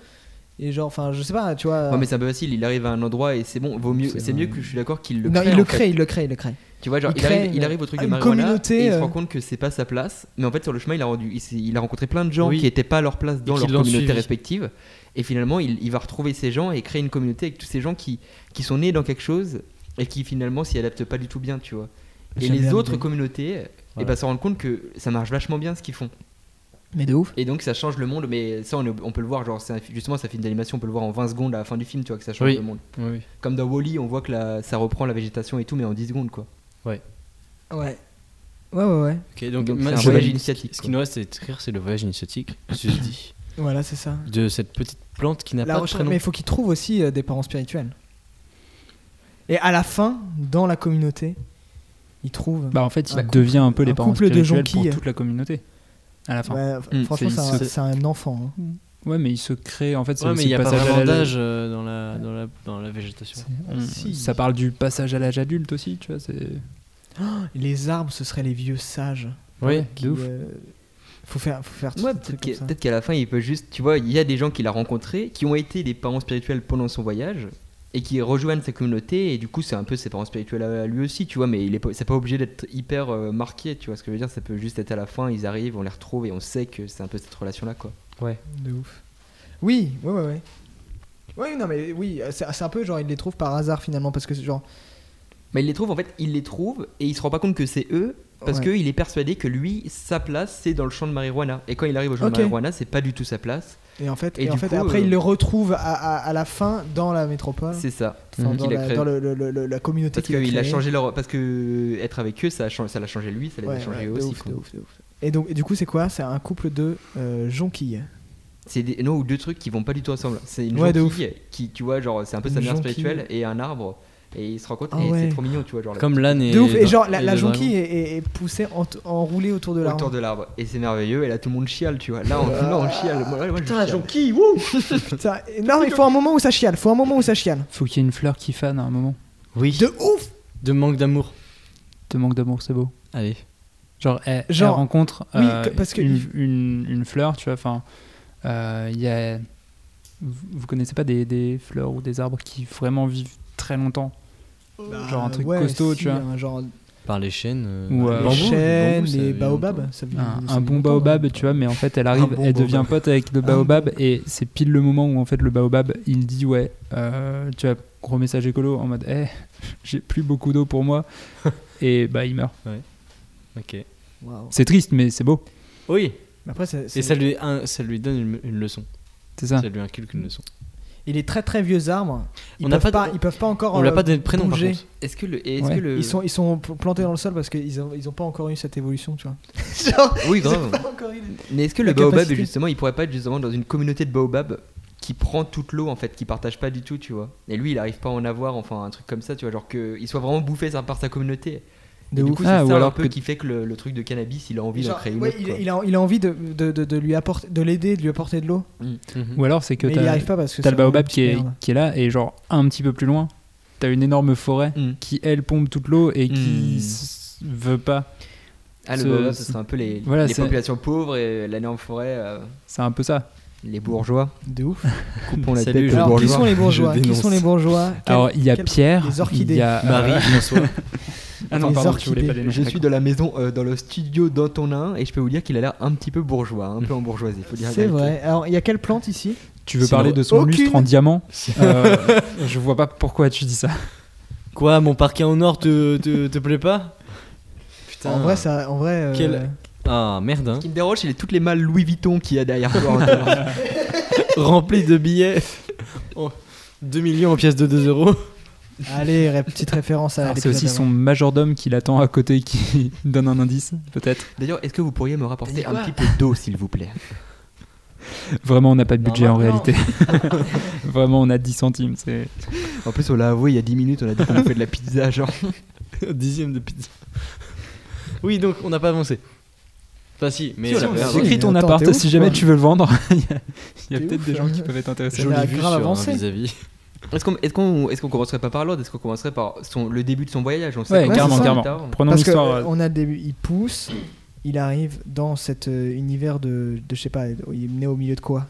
Speaker 1: et genre enfin je sais pas, tu vois.
Speaker 4: Ouais, mais c'est un peu facile. Il arrive à un endroit et c'est bon, vaut mieux.
Speaker 2: C'est
Speaker 4: C'est
Speaker 2: vrai.
Speaker 4: mieux que je suis d'accord qu'il le
Speaker 1: non,
Speaker 4: crée.
Speaker 1: il le
Speaker 4: en fait.
Speaker 1: crée, il le crée, il le crée.
Speaker 4: Tu vois, genre,
Speaker 1: Il
Speaker 4: il,
Speaker 1: crée
Speaker 4: arrive, il
Speaker 1: une-
Speaker 4: arrive au truc
Speaker 1: une
Speaker 4: de marijuana
Speaker 1: communauté,
Speaker 4: et il se
Speaker 1: euh.
Speaker 4: rend compte que c'est pas sa place. Mais en fait, sur le chemin, il a, rendu, il, s'est- il a rencontré plein de gens
Speaker 2: Oui.
Speaker 4: qui étaient pas à leur place dans
Speaker 2: qui
Speaker 4: leur
Speaker 2: l'ont
Speaker 4: communauté
Speaker 2: suivi.
Speaker 4: respective. Et finalement, il, il va retrouver ces gens et créer une communauté avec tous ces gens qui, qui sont nés dans quelque chose et qui finalement s'y adaptent pas du tout bien, tu vois. Et
Speaker 1: J'aime bien
Speaker 4: les autres
Speaker 1: l'idée.
Speaker 4: communautés, et
Speaker 2: Voilà.
Speaker 4: ben, se rendent compte que ça marche vachement bien ce qu'ils font.
Speaker 1: Mais de ouf.
Speaker 4: Et donc ça change le monde, mais ça on, est- on peut le voir, genre c'est un fi- justement c'est un film d'animation, on peut le voir en 20 secondes à la fin du film, tu vois que ça change
Speaker 2: Oui.
Speaker 4: le monde.
Speaker 2: Oui, oui.
Speaker 4: Comme dans Wally, on voit que la- ça reprend la végétation et tout, mais en 10 secondes quoi.
Speaker 1: Ouais. Ouais ouais ouais.
Speaker 2: Ok, donc,
Speaker 4: Donc, c'est
Speaker 2: ma-
Speaker 4: un
Speaker 2: je-
Speaker 4: voyage initiatique,
Speaker 2: Ce
Speaker 4: quoi.
Speaker 2: qui nous reste à écrire, c'est le voyage initiatique, ceci dit,
Speaker 1: Voilà, c'est ça.
Speaker 2: de cette petite plante qui n'a
Speaker 1: La
Speaker 2: pas de
Speaker 1: recherche-
Speaker 2: prénom.
Speaker 1: mais il faut qu'il trouve aussi euh, des parents spirituels. Et à la fin, dans la communauté, il trouve.
Speaker 3: Bah en fait, il
Speaker 1: Un
Speaker 3: devient un peu
Speaker 1: un
Speaker 3: les parents
Speaker 1: couple de
Speaker 3: spirituels
Speaker 1: jonquilles.
Speaker 3: pour toute la communauté. À la fin. Ouais,
Speaker 1: Ouais,
Speaker 4: Mm,
Speaker 1: franchement,
Speaker 3: c'est-
Speaker 1: c'est un-
Speaker 3: c'est-
Speaker 1: c'est un enfant. hein.
Speaker 3: mais il se crée en fait. c'est
Speaker 2: Ouais, mais
Speaker 3: c'est
Speaker 2: il n'y a
Speaker 3: le
Speaker 2: pas
Speaker 3: passage à
Speaker 2: vraiment
Speaker 3: l'âge-
Speaker 2: d'âge euh, dans la, dans, la, dans la végétation.
Speaker 3: on-
Speaker 1: Si.
Speaker 3: Ça parle du passage à l'âge adulte aussi, tu vois. C'est
Speaker 1: Les arbres, ce seraient les vieux sages.
Speaker 2: Oui,
Speaker 1: qui, euh, faut faire, faut faire tout
Speaker 4: Ouais,
Speaker 1: un truc
Speaker 4: peut-être qu'à
Speaker 1: comme ça.
Speaker 4: peut-être qu'à la fin il peut juste, tu vois, il y a des gens qu'il a rencontrés qui ont été des parents spirituels pendant son voyage et qui rejoignent sa communauté et du coup c'est un peu ses parents spirituels à à lui aussi, tu vois, mais il est pas- c'est pas obligé d'être hyper euh, marqué, tu vois ce que je veux dire, ça peut juste être à la fin, ils arrivent, on les retrouve et on sait que c'est un peu cette relation là quoi.
Speaker 1: De ouf. Oui, ouais, ouais, ouais. Oui, non, mais oui, euh, c'est c'est un peu genre, il les trouve par hasard finalement, parce que c'est genre.
Speaker 4: Mais il les trouve, en fait, il les trouve et il se rend pas compte que c'est eux parce
Speaker 1: Ouais.
Speaker 4: qu'il est persuadé que lui, sa place, c'est dans le champ de marijuana. Et quand il arrive au champ
Speaker 1: Ok.
Speaker 4: de marijuana, c'est pas du tout sa place.
Speaker 1: Et en fait,
Speaker 4: Et
Speaker 1: et en
Speaker 4: du
Speaker 1: fait
Speaker 4: coup,
Speaker 1: après,
Speaker 4: euh,
Speaker 1: il le retrouve à, à- à la fin dans la métropole.
Speaker 4: C'est ça.
Speaker 1: Ah. Enfin,
Speaker 4: Mhm.
Speaker 1: dans,
Speaker 4: qu'il a
Speaker 1: la,
Speaker 4: créé.
Speaker 1: dans le- le- le- le- la communauté
Speaker 4: Parce
Speaker 1: qu'il a
Speaker 4: qu'il a
Speaker 1: créée.
Speaker 4: changé leur. Parce que être avec eux, ça, a chang- ça l'a changé lui, ça les
Speaker 1: Ouais,
Speaker 4: a changé
Speaker 1: ouais,
Speaker 4: eux
Speaker 1: de
Speaker 4: aussi.
Speaker 1: ouf,
Speaker 4: quoi.
Speaker 1: de ouf, de ouf. Et donc, et du coup, c'est quoi C'est un couple de euh, jonquilles.
Speaker 4: C'est des... non, ou deux trucs qui vont pas du tout ensemble. C'est une
Speaker 1: Ouais, de
Speaker 4: jonquille qui, tu vois, genre, c'est un peu
Speaker 1: Une
Speaker 4: sa mère
Speaker 1: jonquille.
Speaker 4: spirituelle et un arbre. Et il se rend compte,
Speaker 1: Ah
Speaker 4: et
Speaker 1: ouais.
Speaker 4: c'est trop mignon, tu vois, genre, la
Speaker 2: Comme l'âne et.
Speaker 1: De ouf. Et genre,
Speaker 2: et
Speaker 1: la, la
Speaker 2: le dragon.
Speaker 1: jonquille est, est- est poussée, en- enroulée autour de
Speaker 4: petite-
Speaker 1: l'arbre. Ah.
Speaker 4: autour de l'arbre. Et c'est merveilleux, et là tout le monde chiale, tu vois. Là, on, là, on chiale. Moi, moi, je chiale.
Speaker 1: Putain, et- Non, mais il faut un moment où ça chiale. Faut un moment où ça chiale.
Speaker 3: faut qu'il y ait une fleur qui fane à un moment.
Speaker 2: Oui.
Speaker 1: De ouf
Speaker 2: De manque d'amour.
Speaker 3: Te manque d'amour, c'est beau.
Speaker 2: Allez.
Speaker 3: Genre, elle, elle
Speaker 1: Genre-
Speaker 3: rencontre
Speaker 1: Oui,
Speaker 3: euh,
Speaker 1: que- parce que-
Speaker 3: une, une- une fleur, tu vois. Enfin, euh, il y a. Vous vous connaissez pas des, des fleurs ou des arbres qui vraiment vivent très longtemps Genre un truc
Speaker 1: Bah, Ouais,
Speaker 3: costaud,
Speaker 1: si,
Speaker 3: tu vois.
Speaker 1: un Genre
Speaker 2: Par les chaînes. euh,
Speaker 3: Ou, euh,
Speaker 2: le
Speaker 1: les
Speaker 2: bambou, le
Speaker 1: chênes,
Speaker 2: bambou, ça
Speaker 1: les
Speaker 2: vit
Speaker 1: baobabs.
Speaker 2: longtemps.
Speaker 1: ça vit-
Speaker 3: Ah, un,
Speaker 1: ça
Speaker 3: un
Speaker 1: vit
Speaker 3: bon
Speaker 1: longtemps.
Speaker 3: baobab, tu vois, mais en fait, elle arrive,
Speaker 1: bon
Speaker 3: elle devient
Speaker 1: baobab.
Speaker 3: pote avec le baobab, et c'est pile le moment où en fait le baobab, il dit ouais, euh, tu vois, gros message écolo en mode, eh, j'ai plus beaucoup d'eau pour moi, et bah il meurt.
Speaker 2: Ok.
Speaker 1: Waouh.
Speaker 3: C'est triste, mais c'est beau,
Speaker 2: Oui.
Speaker 1: Mais Après, ça- c'est-
Speaker 2: Et ça lui, un- ça lui donne une, une leçon.
Speaker 3: c'est ça.
Speaker 2: Ça lui inculque une leçon.
Speaker 1: Et les très très vieux arbres, ils,
Speaker 2: On n'a
Speaker 1: peuvent, pas
Speaker 2: pas de-
Speaker 1: ils peuvent pas encore.
Speaker 2: On lui a
Speaker 1: euh,
Speaker 2: pas donné de prénom, par
Speaker 1: bouger.
Speaker 2: contre.
Speaker 4: Est-ce que le. Est-ce
Speaker 3: Ouais.
Speaker 4: que le...
Speaker 1: Ils sont, ils sont pl- plantés dans le sol parce qu'ils ont, ils ont pas encore eu cette évolution, tu vois. Genre,
Speaker 4: Oui,
Speaker 1: ils ont
Speaker 4: grave.
Speaker 1: pas encore eu.
Speaker 4: Mais est-ce que
Speaker 1: La
Speaker 4: le baobab,
Speaker 1: capacité.
Speaker 4: justement, il pourrait pas être justement dans une communauté de baobab qui prend toute l'eau en fait, qui partage pas du tout, tu vois Et lui, il arrive pas à en avoir, enfin un truc comme ça, tu vois, genre qu'il soit vraiment bouffé ça, par sa communauté. Et
Speaker 1: De
Speaker 4: du
Speaker 1: ouf.
Speaker 4: coup, c'est
Speaker 3: Ah, ou
Speaker 4: ça un
Speaker 3: alors
Speaker 4: peu
Speaker 3: que-
Speaker 4: qui fait que le, le truc de cannabis, il a envie d'en
Speaker 1: Genre,
Speaker 4: créer une
Speaker 1: ouais,
Speaker 4: autre,
Speaker 1: il,
Speaker 4: quoi.
Speaker 1: il a, il a envie de, de, de, de lui apporter, de l'aider, de lui apporter de l'eau.
Speaker 2: Mhm.
Speaker 3: Ou alors c'est que
Speaker 1: Mais il n'y
Speaker 3: t'as
Speaker 1: arrive pas parce que.
Speaker 3: t'as
Speaker 1: c'est
Speaker 3: le
Speaker 1: un
Speaker 3: baobab
Speaker 1: petit
Speaker 3: qui est,
Speaker 1: merde.
Speaker 3: qui est là, et genre un petit peu plus loin, t'as une énorme forêt
Speaker 4: Mm.
Speaker 3: qui elle pompe toute l'eau et
Speaker 4: Mm.
Speaker 3: qui s- veut pas.
Speaker 4: Ah, le
Speaker 3: ce-
Speaker 4: baobab, ce serait un peu les,
Speaker 3: Voilà,
Speaker 4: les
Speaker 3: c'est-
Speaker 4: populations pauvres et l'énorme forêt, euh,
Speaker 3: C'est un peu ça.
Speaker 4: les bourgeois.
Speaker 1: De ouf.
Speaker 4: Coupons la
Speaker 2: Salut,
Speaker 4: tête
Speaker 2: je-
Speaker 4: aux
Speaker 1: Alors, qui
Speaker 4: bourgeois.
Speaker 1: sont les bourgeois
Speaker 2: Je
Speaker 1: Qui
Speaker 2: dénonce.
Speaker 1: sont les bourgeois Quel-
Speaker 3: Alors il y a
Speaker 1: quel-
Speaker 3: Pierre,
Speaker 1: les orchidées.
Speaker 3: il y a euh,
Speaker 2: Marie, François.
Speaker 3: Ah non,
Speaker 1: les
Speaker 3: pardon, tu voulais
Speaker 1: orchidées.
Speaker 3: pas les noms.
Speaker 4: Je suis dans la maison, euh, dans le studio d'Antonin, et je peux vous dire qu'il a l'air un petit peu bourgeois, hein, un peu en bourgeoisie, faut dire la
Speaker 1: C'est
Speaker 4: vérité.
Speaker 1: vrai. Alors, il y a quelle plante ici
Speaker 3: Tu veux
Speaker 2: Sinon,
Speaker 3: parler de son
Speaker 1: aucune.
Speaker 3: lustre en diamant Euh, Je vois pas pourquoi tu dis ça.
Speaker 2: Quoi, mon parquet en or te, te, te plaît pas Putain.
Speaker 1: En vrai, ça. En vrai. euh,
Speaker 2: Quel- Ah merde, hein.
Speaker 4: Ce qui me dérange, il est toutes les malles hein. Louis Vuitton qu'il y a derrière toi. Antonin.
Speaker 2: Rempli de billets. Oh. 2 millions en pièces de 2 euros.
Speaker 1: Allez, ré- petite référence à
Speaker 3: Alors, Ah, C'est aussi
Speaker 1: l'épisode
Speaker 3: son majordome qui l'attend à côté qui donne un indice, peut-être.
Speaker 4: D'ailleurs, est-ce que vous pourriez me rapporter
Speaker 2: T'as dit
Speaker 4: un
Speaker 2: quoi
Speaker 4: petit peu d'eau, s'il vous plaît
Speaker 3: Vraiment, on n'a pas de budget en
Speaker 2: Normalement.
Speaker 3: réalité. Vraiment, on a 10 centimes. c'est-
Speaker 4: En plus, on l'a avoué il y a 10 minutes, on a dit qu'on fait de la pizza, genre.
Speaker 2: Dixième de pizza. Oui, donc on n'a pas avancé. Enfin, si, mais
Speaker 4: Si, on
Speaker 2: on a
Speaker 4: l'a fait avant.
Speaker 2: avancé.
Speaker 3: Écris
Speaker 1: mais
Speaker 3: ton
Speaker 1: Ah, attends,
Speaker 3: appart
Speaker 1: t'es
Speaker 3: si
Speaker 1: ouf,
Speaker 3: jamais
Speaker 1: quoi.
Speaker 3: tu veux le vendre. Il y a- il y a,
Speaker 1: T'es
Speaker 3: peut-être
Speaker 1: ouf,
Speaker 3: des gens
Speaker 1: hein.
Speaker 3: qui peuvent être intéressés.
Speaker 1: Joli.
Speaker 2: jolie
Speaker 1: a
Speaker 2: vue
Speaker 1: grave
Speaker 2: sur un
Speaker 1: avancé.
Speaker 2: vis-à-vis.
Speaker 4: Est-ce qu'on est qu'on est qu'on commencerait pas par l'ordre Est-ce qu'on commencerait par son, le début de son voyage On sait
Speaker 3: Ouais,
Speaker 4: comment
Speaker 1: carrément,
Speaker 4: ça se
Speaker 3: carrément.
Speaker 4: passe.
Speaker 3: Prenons
Speaker 1: Parce que
Speaker 3: Ah l'histoire.
Speaker 1: euh, on a le début, il pousse, il arrive dans cet euh, univers de, de je sais pas, il est né au milieu de quoi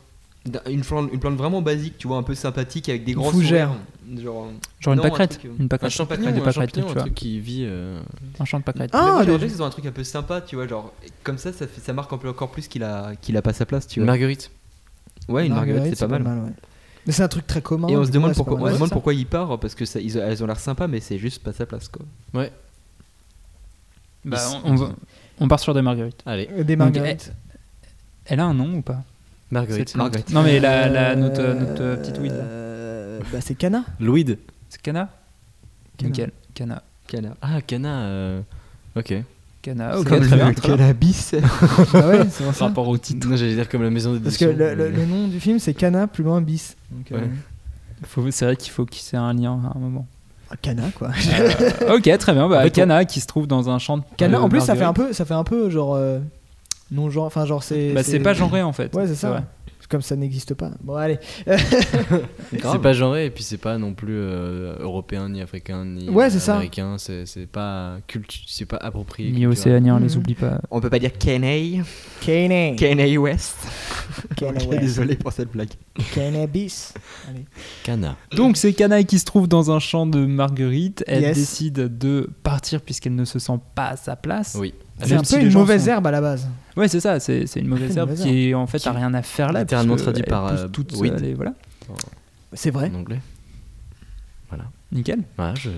Speaker 4: D'un- Une plante, une plante vraiment basique, tu vois, un peu sympathique avec des grands
Speaker 1: fougère.
Speaker 4: sourires. Genre,
Speaker 3: Genre une
Speaker 4: non, un
Speaker 3: pâquerette.
Speaker 4: truc, euh,
Speaker 3: Une
Speaker 2: Un
Speaker 3: pâquerette.
Speaker 2: champignon,
Speaker 3: des
Speaker 2: un
Speaker 3: pâquerettes,
Speaker 2: champignon,
Speaker 3: tu
Speaker 2: un
Speaker 3: vois.
Speaker 2: truc qui vit. euh,
Speaker 3: Un champ de pâquerette.
Speaker 4: mais moi,
Speaker 1: Ah,
Speaker 4: j'ai
Speaker 1: des-
Speaker 4: l'impression qu'ils sont un truc un peu sympa, tu vois, genre comme ça, ça, fait- ça marque un peu encore plus qu'il a, qu'il a pas sa place, tu
Speaker 2: Une
Speaker 4: vois.
Speaker 2: marguerite.
Speaker 4: ouais, une marguerite, c'est pas mal.
Speaker 1: ouais. Mais c'est un truc très commun.
Speaker 4: Et on
Speaker 1: du
Speaker 4: se
Speaker 1: coup,
Speaker 4: demande
Speaker 1: ouais, c'est pas
Speaker 4: pourquoi, on
Speaker 1: mal.
Speaker 4: se
Speaker 1: Ouais,
Speaker 4: demande
Speaker 1: c'est
Speaker 4: pourquoi il part parce que ça, ils- elles ont l'air sympas, mais c'est juste pas sa place, quoi.
Speaker 3: Bah,
Speaker 2: Ils-
Speaker 3: on, on va- on part sur des marguerites.
Speaker 2: Allez,
Speaker 1: ça. Des marguerites.
Speaker 3: Elle a un nom ou pas
Speaker 2: marguerite.
Speaker 3: Cette
Speaker 4: Marguerite.
Speaker 3: plante. Eh, Non, mais la, la,
Speaker 1: Euh,
Speaker 3: notre, notre, euh, petite weed. là.
Speaker 1: euh, Bah, c'est Cana.
Speaker 2: Louide.
Speaker 3: C'est Cana
Speaker 1: Cana.
Speaker 3: Nickel. Cana.
Speaker 4: Cana.
Speaker 2: Ah, Cana. euh, Ok.
Speaker 3: Cana.
Speaker 4: C'est
Speaker 3: Ok,
Speaker 4: comme
Speaker 3: très bien.
Speaker 4: le cannabis.
Speaker 1: Bah ouais, c'est pour ça.
Speaker 3: Rapport au titre.
Speaker 2: Non, j'allais dire comme la maison des
Speaker 1: Parce que le, le- le nom du film, c'est Cana plus loin bis. Donc, euh,
Speaker 2: Ouais.
Speaker 3: Faut- C'est vrai qu'il faut qu'il y ait un lien à un moment.
Speaker 1: ah, Cana, quoi.
Speaker 3: Euh, ok, très bien. Bah,
Speaker 2: En fait, on-
Speaker 3: Cana qui se trouve dans un champ de
Speaker 1: Cana,
Speaker 3: de
Speaker 1: en plus, ça fait un
Speaker 3: marguerites.
Speaker 1: peu, ça fait un peu genre. euh, non, genre. Enfin, genre, c'est.
Speaker 3: Bah, c'est pas genré en fait.
Speaker 1: Ouais, c'est ça.
Speaker 3: vrai.
Speaker 1: Comme ça n'existe pas. Bon, allez.
Speaker 2: C'est pas genré et puis c'est pas non plus euh, européen ni africain ni
Speaker 1: Ouais,
Speaker 2: euh,
Speaker 1: c'est ça.
Speaker 2: américain. C'est c'est pas cultu- c'est pas approprié.
Speaker 3: Ni
Speaker 2: culturel.
Speaker 3: océanien,
Speaker 1: Mhm.
Speaker 3: les oublie pas.
Speaker 4: On peut pas dire Kanye,
Speaker 1: Kane.
Speaker 4: Kanye West.
Speaker 1: Kane,
Speaker 4: Ok,
Speaker 1: ouais.
Speaker 4: Désolé pour cette blague.
Speaker 1: Cannabis. Allez.
Speaker 2: Cana.
Speaker 3: Donc c'est Canaille qui se trouve dans un champ de marguerite. Elle
Speaker 1: Yes.
Speaker 3: décide de partir puisqu'elle ne se sent pas à sa place.
Speaker 2: Oui.
Speaker 1: Ah, C'est un
Speaker 3: Même si
Speaker 1: peu
Speaker 3: les
Speaker 1: une
Speaker 3: gens
Speaker 1: mauvaise
Speaker 3: sont-
Speaker 1: herbe à la base.
Speaker 3: Ouais, c'est ça. C'est c'est une mauvaise
Speaker 1: Une
Speaker 3: herbe
Speaker 1: mauvaise
Speaker 3: qui est, en fait
Speaker 2: Qui-
Speaker 3: a rien à faire là.
Speaker 2: littéralement
Speaker 3: puisque
Speaker 2: traduit
Speaker 3: elle
Speaker 2: par,
Speaker 3: pousse
Speaker 2: euh,
Speaker 3: toute
Speaker 2: weed.
Speaker 3: seule et voilà.
Speaker 1: C'est vrai.
Speaker 2: En anglais.
Speaker 3: Nickel.
Speaker 2: Voilà, je.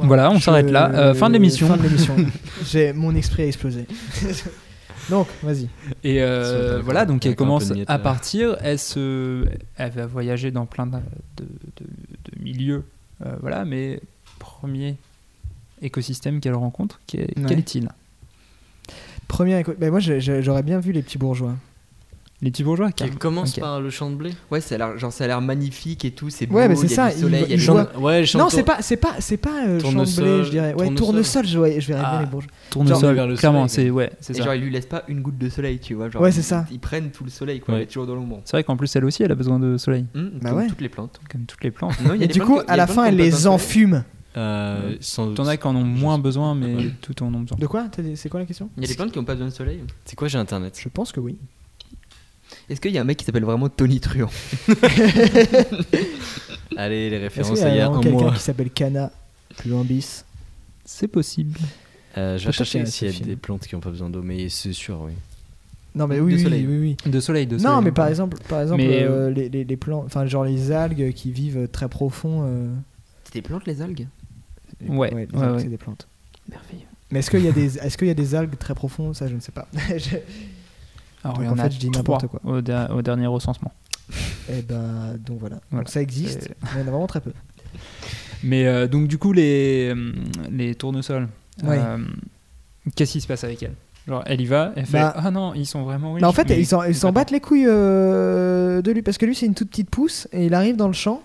Speaker 3: Voilà, on s'arrête là. Euh, fin de l'émission.
Speaker 1: Fin de l'émission. J'ai mon esprit a explosé. Donc, vas-y.
Speaker 2: Ils
Speaker 3: Et
Speaker 2: sont
Speaker 3: euh,
Speaker 2: d'accord.
Speaker 3: voilà, donc
Speaker 2: Avec un peu
Speaker 3: elle
Speaker 2: de euh.
Speaker 3: commence
Speaker 2: miettes,
Speaker 3: à
Speaker 2: là.
Speaker 3: partir. Elle, se, elle va voyager dans plein de, de- de- de milieux. Euh, voilà, mais premier écosystème qu'elle rencontre, qui est-
Speaker 1: Ouais.
Speaker 3: quel est-il
Speaker 1: Premier éco- bah, moi, j'ai- j'ai- j'aurais bien vu les petits bourgeois.
Speaker 3: Les petits bourgeois car-
Speaker 2: Qu'elle commence
Speaker 3: Ok.
Speaker 2: par le champ de blé.
Speaker 4: Ouais, ça a l'air, genre, ça a l'air magnifique et tout, c'est beau,
Speaker 1: Ouais, mais
Speaker 4: il y a
Speaker 1: c'est ça,
Speaker 4: du
Speaker 1: il-
Speaker 4: soleil, il y a
Speaker 1: il
Speaker 4: des
Speaker 1: joue-
Speaker 4: gens-
Speaker 2: Champ- Ouais, le champ
Speaker 1: non, c'est pas, c'est pas, c'est pas euh, champ de blé,
Speaker 2: Tournesol,
Speaker 1: je dirais. Ouais,
Speaker 2: tournesol.
Speaker 1: tournesol, je voyais- je verrais
Speaker 3: Ah.
Speaker 1: bien les bourgeois.
Speaker 3: Tournesol,
Speaker 2: Tourne vers le
Speaker 3: clairement,
Speaker 2: soleil.
Speaker 3: c'est ouais, c'est
Speaker 4: et
Speaker 3: ça.
Speaker 4: genre, il lui laisse pas une goutte de soleil, tu vois. Genre,
Speaker 1: Ouais, c'est
Speaker 4: ils-
Speaker 1: ça.
Speaker 4: Ils prennent tout le soleil, quoi,
Speaker 2: Ouais.
Speaker 4: il est toujours dans l'ombre.
Speaker 3: C'est vrai qu'en plus elle aussi, elle a besoin de soleil,
Speaker 4: Hum,
Speaker 1: Bah
Speaker 4: comme
Speaker 1: ouais.
Speaker 4: toutes les plantes.
Speaker 3: comme toutes les plantes.
Speaker 4: Non, il y a
Speaker 1: Et
Speaker 4: des
Speaker 1: du
Speaker 4: plantes
Speaker 1: coup,
Speaker 4: qui- il y a
Speaker 1: à la
Speaker 4: des
Speaker 1: fin,
Speaker 4: plantes
Speaker 1: elle
Speaker 4: qui ont pas
Speaker 1: les
Speaker 4: besoin de soleil.
Speaker 1: enfume.
Speaker 2: Euh, sans doute.
Speaker 3: T'en as qui en ont moins besoin, mais tout en ont besoin.
Speaker 1: De quoi T'as dit- C'est quoi la question
Speaker 4: Il y a des plantes qui ont pas besoin de soleil.
Speaker 2: C'est quoi, j'ai internet
Speaker 1: Je pense que oui.
Speaker 4: Est-ce qu'il y a un mec qui s'appelle vraiment Tony Truant
Speaker 2: Allez, les
Speaker 1: Est-ce qu'il
Speaker 2: références,
Speaker 1: y a
Speaker 2: il y a
Speaker 1: vraiment
Speaker 2: un
Speaker 1: quelqu'un
Speaker 2: mois.
Speaker 1: qui s'appelle Cana plus loin bis
Speaker 3: C'est possible.
Speaker 2: Euh, je
Speaker 1: Peut-être qu'il
Speaker 2: vais
Speaker 1: y
Speaker 2: chercher
Speaker 1: a
Speaker 2: s'il y
Speaker 1: ce
Speaker 2: a
Speaker 1: film.
Speaker 2: des plantes qui n'ont pas besoin d'eau, mais c'est sûr, oui.
Speaker 1: Non, mais
Speaker 4: De
Speaker 1: oui, oui,
Speaker 4: soleil.
Speaker 1: oui, oui.
Speaker 3: De soleil, de soleil.
Speaker 1: Non, mais par exemple, par exemple,
Speaker 3: Mais,
Speaker 1: euh, les, les, les plans, enfin genre les algues qui vivent très profond. euh,
Speaker 4: C'est des plantes, les algues
Speaker 3: Ouais,
Speaker 1: les
Speaker 3: ouais,
Speaker 1: algues,
Speaker 3: ouais.
Speaker 1: c'est des plantes.
Speaker 4: Merveilleux.
Speaker 1: Mais est-ce qu'il y a des, est-ce qu'il y a des algues très profondes Ça, je ne sais pas. Je-
Speaker 3: Alors,
Speaker 1: Donc,
Speaker 3: il y
Speaker 1: en
Speaker 3: en a
Speaker 1: fait, je dis n'importe
Speaker 3: trois
Speaker 1: quoi.
Speaker 3: Au, der- au dernier recensement.
Speaker 1: Eh ben, donc voilà.
Speaker 3: Voilà. Euh,
Speaker 1: Donc ça existe,
Speaker 3: C'est-
Speaker 1: mais il y en a vraiment très peu.
Speaker 3: Mais euh, donc du coup les euh, les tournesols.
Speaker 1: Ouais.
Speaker 3: euh, Qu'est-ce qui se passe avec elle Genre elle y va, elle fait
Speaker 1: Bah-
Speaker 3: ah non ils sont vraiment riches.
Speaker 1: Mais en fait,
Speaker 3: mais
Speaker 1: ils s'en, ils s'en battent les couilles euh, de lui parce que lui, c'est une toute petite pousse et il arrive dans le champ.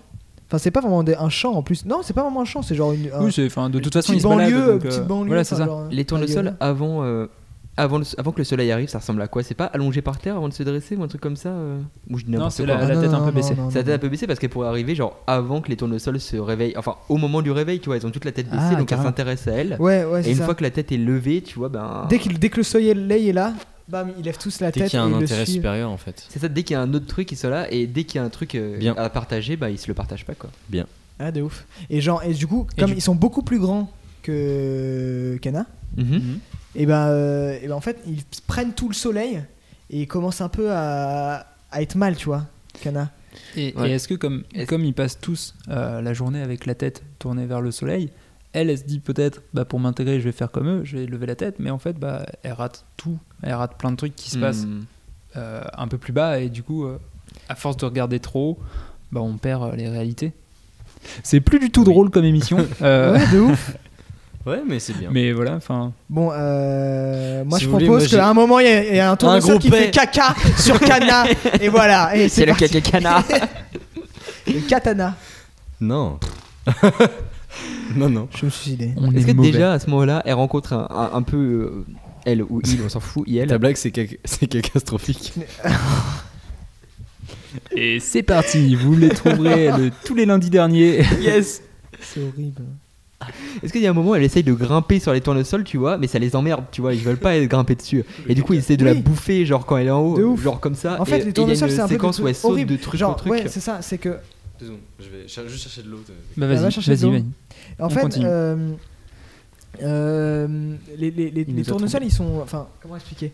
Speaker 1: Enfin, c'est pas vraiment des- un champ en plus. Non, c'est pas vraiment un champ, c'est genre une. un-
Speaker 3: Oui, c'est- enfin de toute façon ils
Speaker 1: petite
Speaker 3: se baladent.
Speaker 1: banlieue,
Speaker 3: donc, euh,
Speaker 1: petite banlieue.
Speaker 3: voilà c'est
Speaker 1: enfin,
Speaker 3: ça.
Speaker 1: genre,
Speaker 4: Les tournesols avant, euh, avant, le- avant que le soleil arrive, ça ressemble à quoi C'est pas allongé par terre avant de se dresser ou un truc comme ça euh Ou je dis
Speaker 3: Non
Speaker 4: n'importe
Speaker 3: c'est
Speaker 4: quoi.
Speaker 3: la, la
Speaker 1: Ah, non,
Speaker 3: tête
Speaker 1: non,
Speaker 3: un peu
Speaker 1: non,
Speaker 3: baissée.
Speaker 1: non,
Speaker 4: Ça
Speaker 1: non,
Speaker 4: tête un peu baissée parce qu'elle pourrait arriver genre avant que les tournesols se réveillent, enfin au moment du réveil, tu vois, elles ont toute la tête baissée,
Speaker 3: Ah,
Speaker 4: donc elles
Speaker 3: carrément.
Speaker 4: s'intéressent à elle.
Speaker 1: non. Ouais, ouais,
Speaker 4: et
Speaker 1: c'est
Speaker 4: une
Speaker 1: ça.
Speaker 4: fois que la tête est levée, tu vois, ben.
Speaker 1: Dès, qu'il- dès que le soleil est là, bam, ils lèvent tous la
Speaker 2: Dès
Speaker 1: tête.
Speaker 2: qu'il y a
Speaker 1: et
Speaker 2: un
Speaker 1: ils le
Speaker 2: intérêt
Speaker 1: suivent.
Speaker 2: supérieur, en fait.
Speaker 4: C'est ça, dès qu'il y a un autre truc, ils sont là, et dès qu'il y a un truc euh,
Speaker 2: Bien.
Speaker 4: à partager, bah ils se le partagent pas quoi.
Speaker 1: Ah, de ouf. Et, genre, et du coup, comme
Speaker 3: du-
Speaker 1: ils sont beaucoup plus grands que Cana,
Speaker 4: Mm. Mmh.
Speaker 3: Mhm.
Speaker 1: et ben, euh, et ben en fait, ils prennent tout le soleil et ils commencent un peu à, à être mal, tu vois, Cana.
Speaker 3: Et,
Speaker 4: Ouais.
Speaker 3: et est-ce que comme,
Speaker 4: Est-ce-
Speaker 3: comme ils passent tous euh, la journée avec la tête tournée vers le soleil, elle, elle se dit peut-être, bah, pour m'intégrer, je vais faire comme eux, je vais lever la tête, mais en fait, bah, elle rate tout, elle rate plein de trucs qui se passent
Speaker 4: Hmm.
Speaker 3: euh, un peu plus bas, et du coup, euh, à force de regarder trop, haut, bah, on perd euh, les réalités. C'est plus du tout
Speaker 2: Oui.
Speaker 3: drôle comme émission. euh,
Speaker 1: Ouais, de ouf.
Speaker 2: Ouais, mais c'est bien.
Speaker 3: Mais voilà, enfin.
Speaker 1: Bon, euh, moi
Speaker 2: Si
Speaker 1: je
Speaker 2: vous voulez, moi,
Speaker 1: propose
Speaker 2: j'ai-
Speaker 1: qu'à un moment il y, a- il y a un tournesol
Speaker 2: gros
Speaker 1: qui fait
Speaker 2: paix.
Speaker 1: caca sur Cana et voilà. Et
Speaker 4: C'est
Speaker 1: Eh, c'est
Speaker 4: le
Speaker 1: parti.
Speaker 4: caca canard.
Speaker 1: Le katana.
Speaker 2: Non. non, non.
Speaker 1: Je vais me suicider.
Speaker 3: On
Speaker 4: Est-ce
Speaker 3: est,
Speaker 4: que
Speaker 3: mauvais.
Speaker 4: déjà à ce moment-là, elle rencontre un, un- un peu euh, elle ou il, on s'en fout, il
Speaker 2: Ta
Speaker 4: elle.
Speaker 2: blague, c'est cac- c'est catastrophique.
Speaker 3: Et c'est parti, vous les trouverez le- tous les lundis derniers.
Speaker 4: Yes.
Speaker 1: C'est horrible.
Speaker 4: Est-ce qu'il y a un moment elle essaye de grimper sur les tournesols, tu vois, mais ça les emmerde, tu vois, ils veulent pas grimper dessus. Et du coup, ils essaient de la
Speaker 1: Oui.
Speaker 4: bouffer, genre quand elle est en
Speaker 1: De
Speaker 4: haut,
Speaker 1: ouf.
Speaker 4: genre comme ça.
Speaker 1: En fait,
Speaker 4: et-
Speaker 1: les
Speaker 4: et il y a une
Speaker 1: tournesols, c'est un peu
Speaker 4: séquence
Speaker 1: des
Speaker 4: où elle
Speaker 1: trucs
Speaker 4: saute
Speaker 1: horribles.
Speaker 4: de truc en
Speaker 1: Genre,
Speaker 4: truc.
Speaker 1: ouais, c'est ça. C'est que
Speaker 2: Deux secondes, je vais ch- juste chercher de l'eau.
Speaker 3: Bah,
Speaker 1: va
Speaker 3: vas-y,
Speaker 1: chercher
Speaker 3: vas-y,
Speaker 1: de l'eau.
Speaker 3: vas-y.
Speaker 1: En
Speaker 3: On
Speaker 1: fait,
Speaker 3: continue.
Speaker 1: euh, euh, les, les, les,
Speaker 3: Il
Speaker 1: les
Speaker 3: nous a
Speaker 1: tournesols,
Speaker 3: trompés.
Speaker 1: ils sont. Enfin, comment expliquer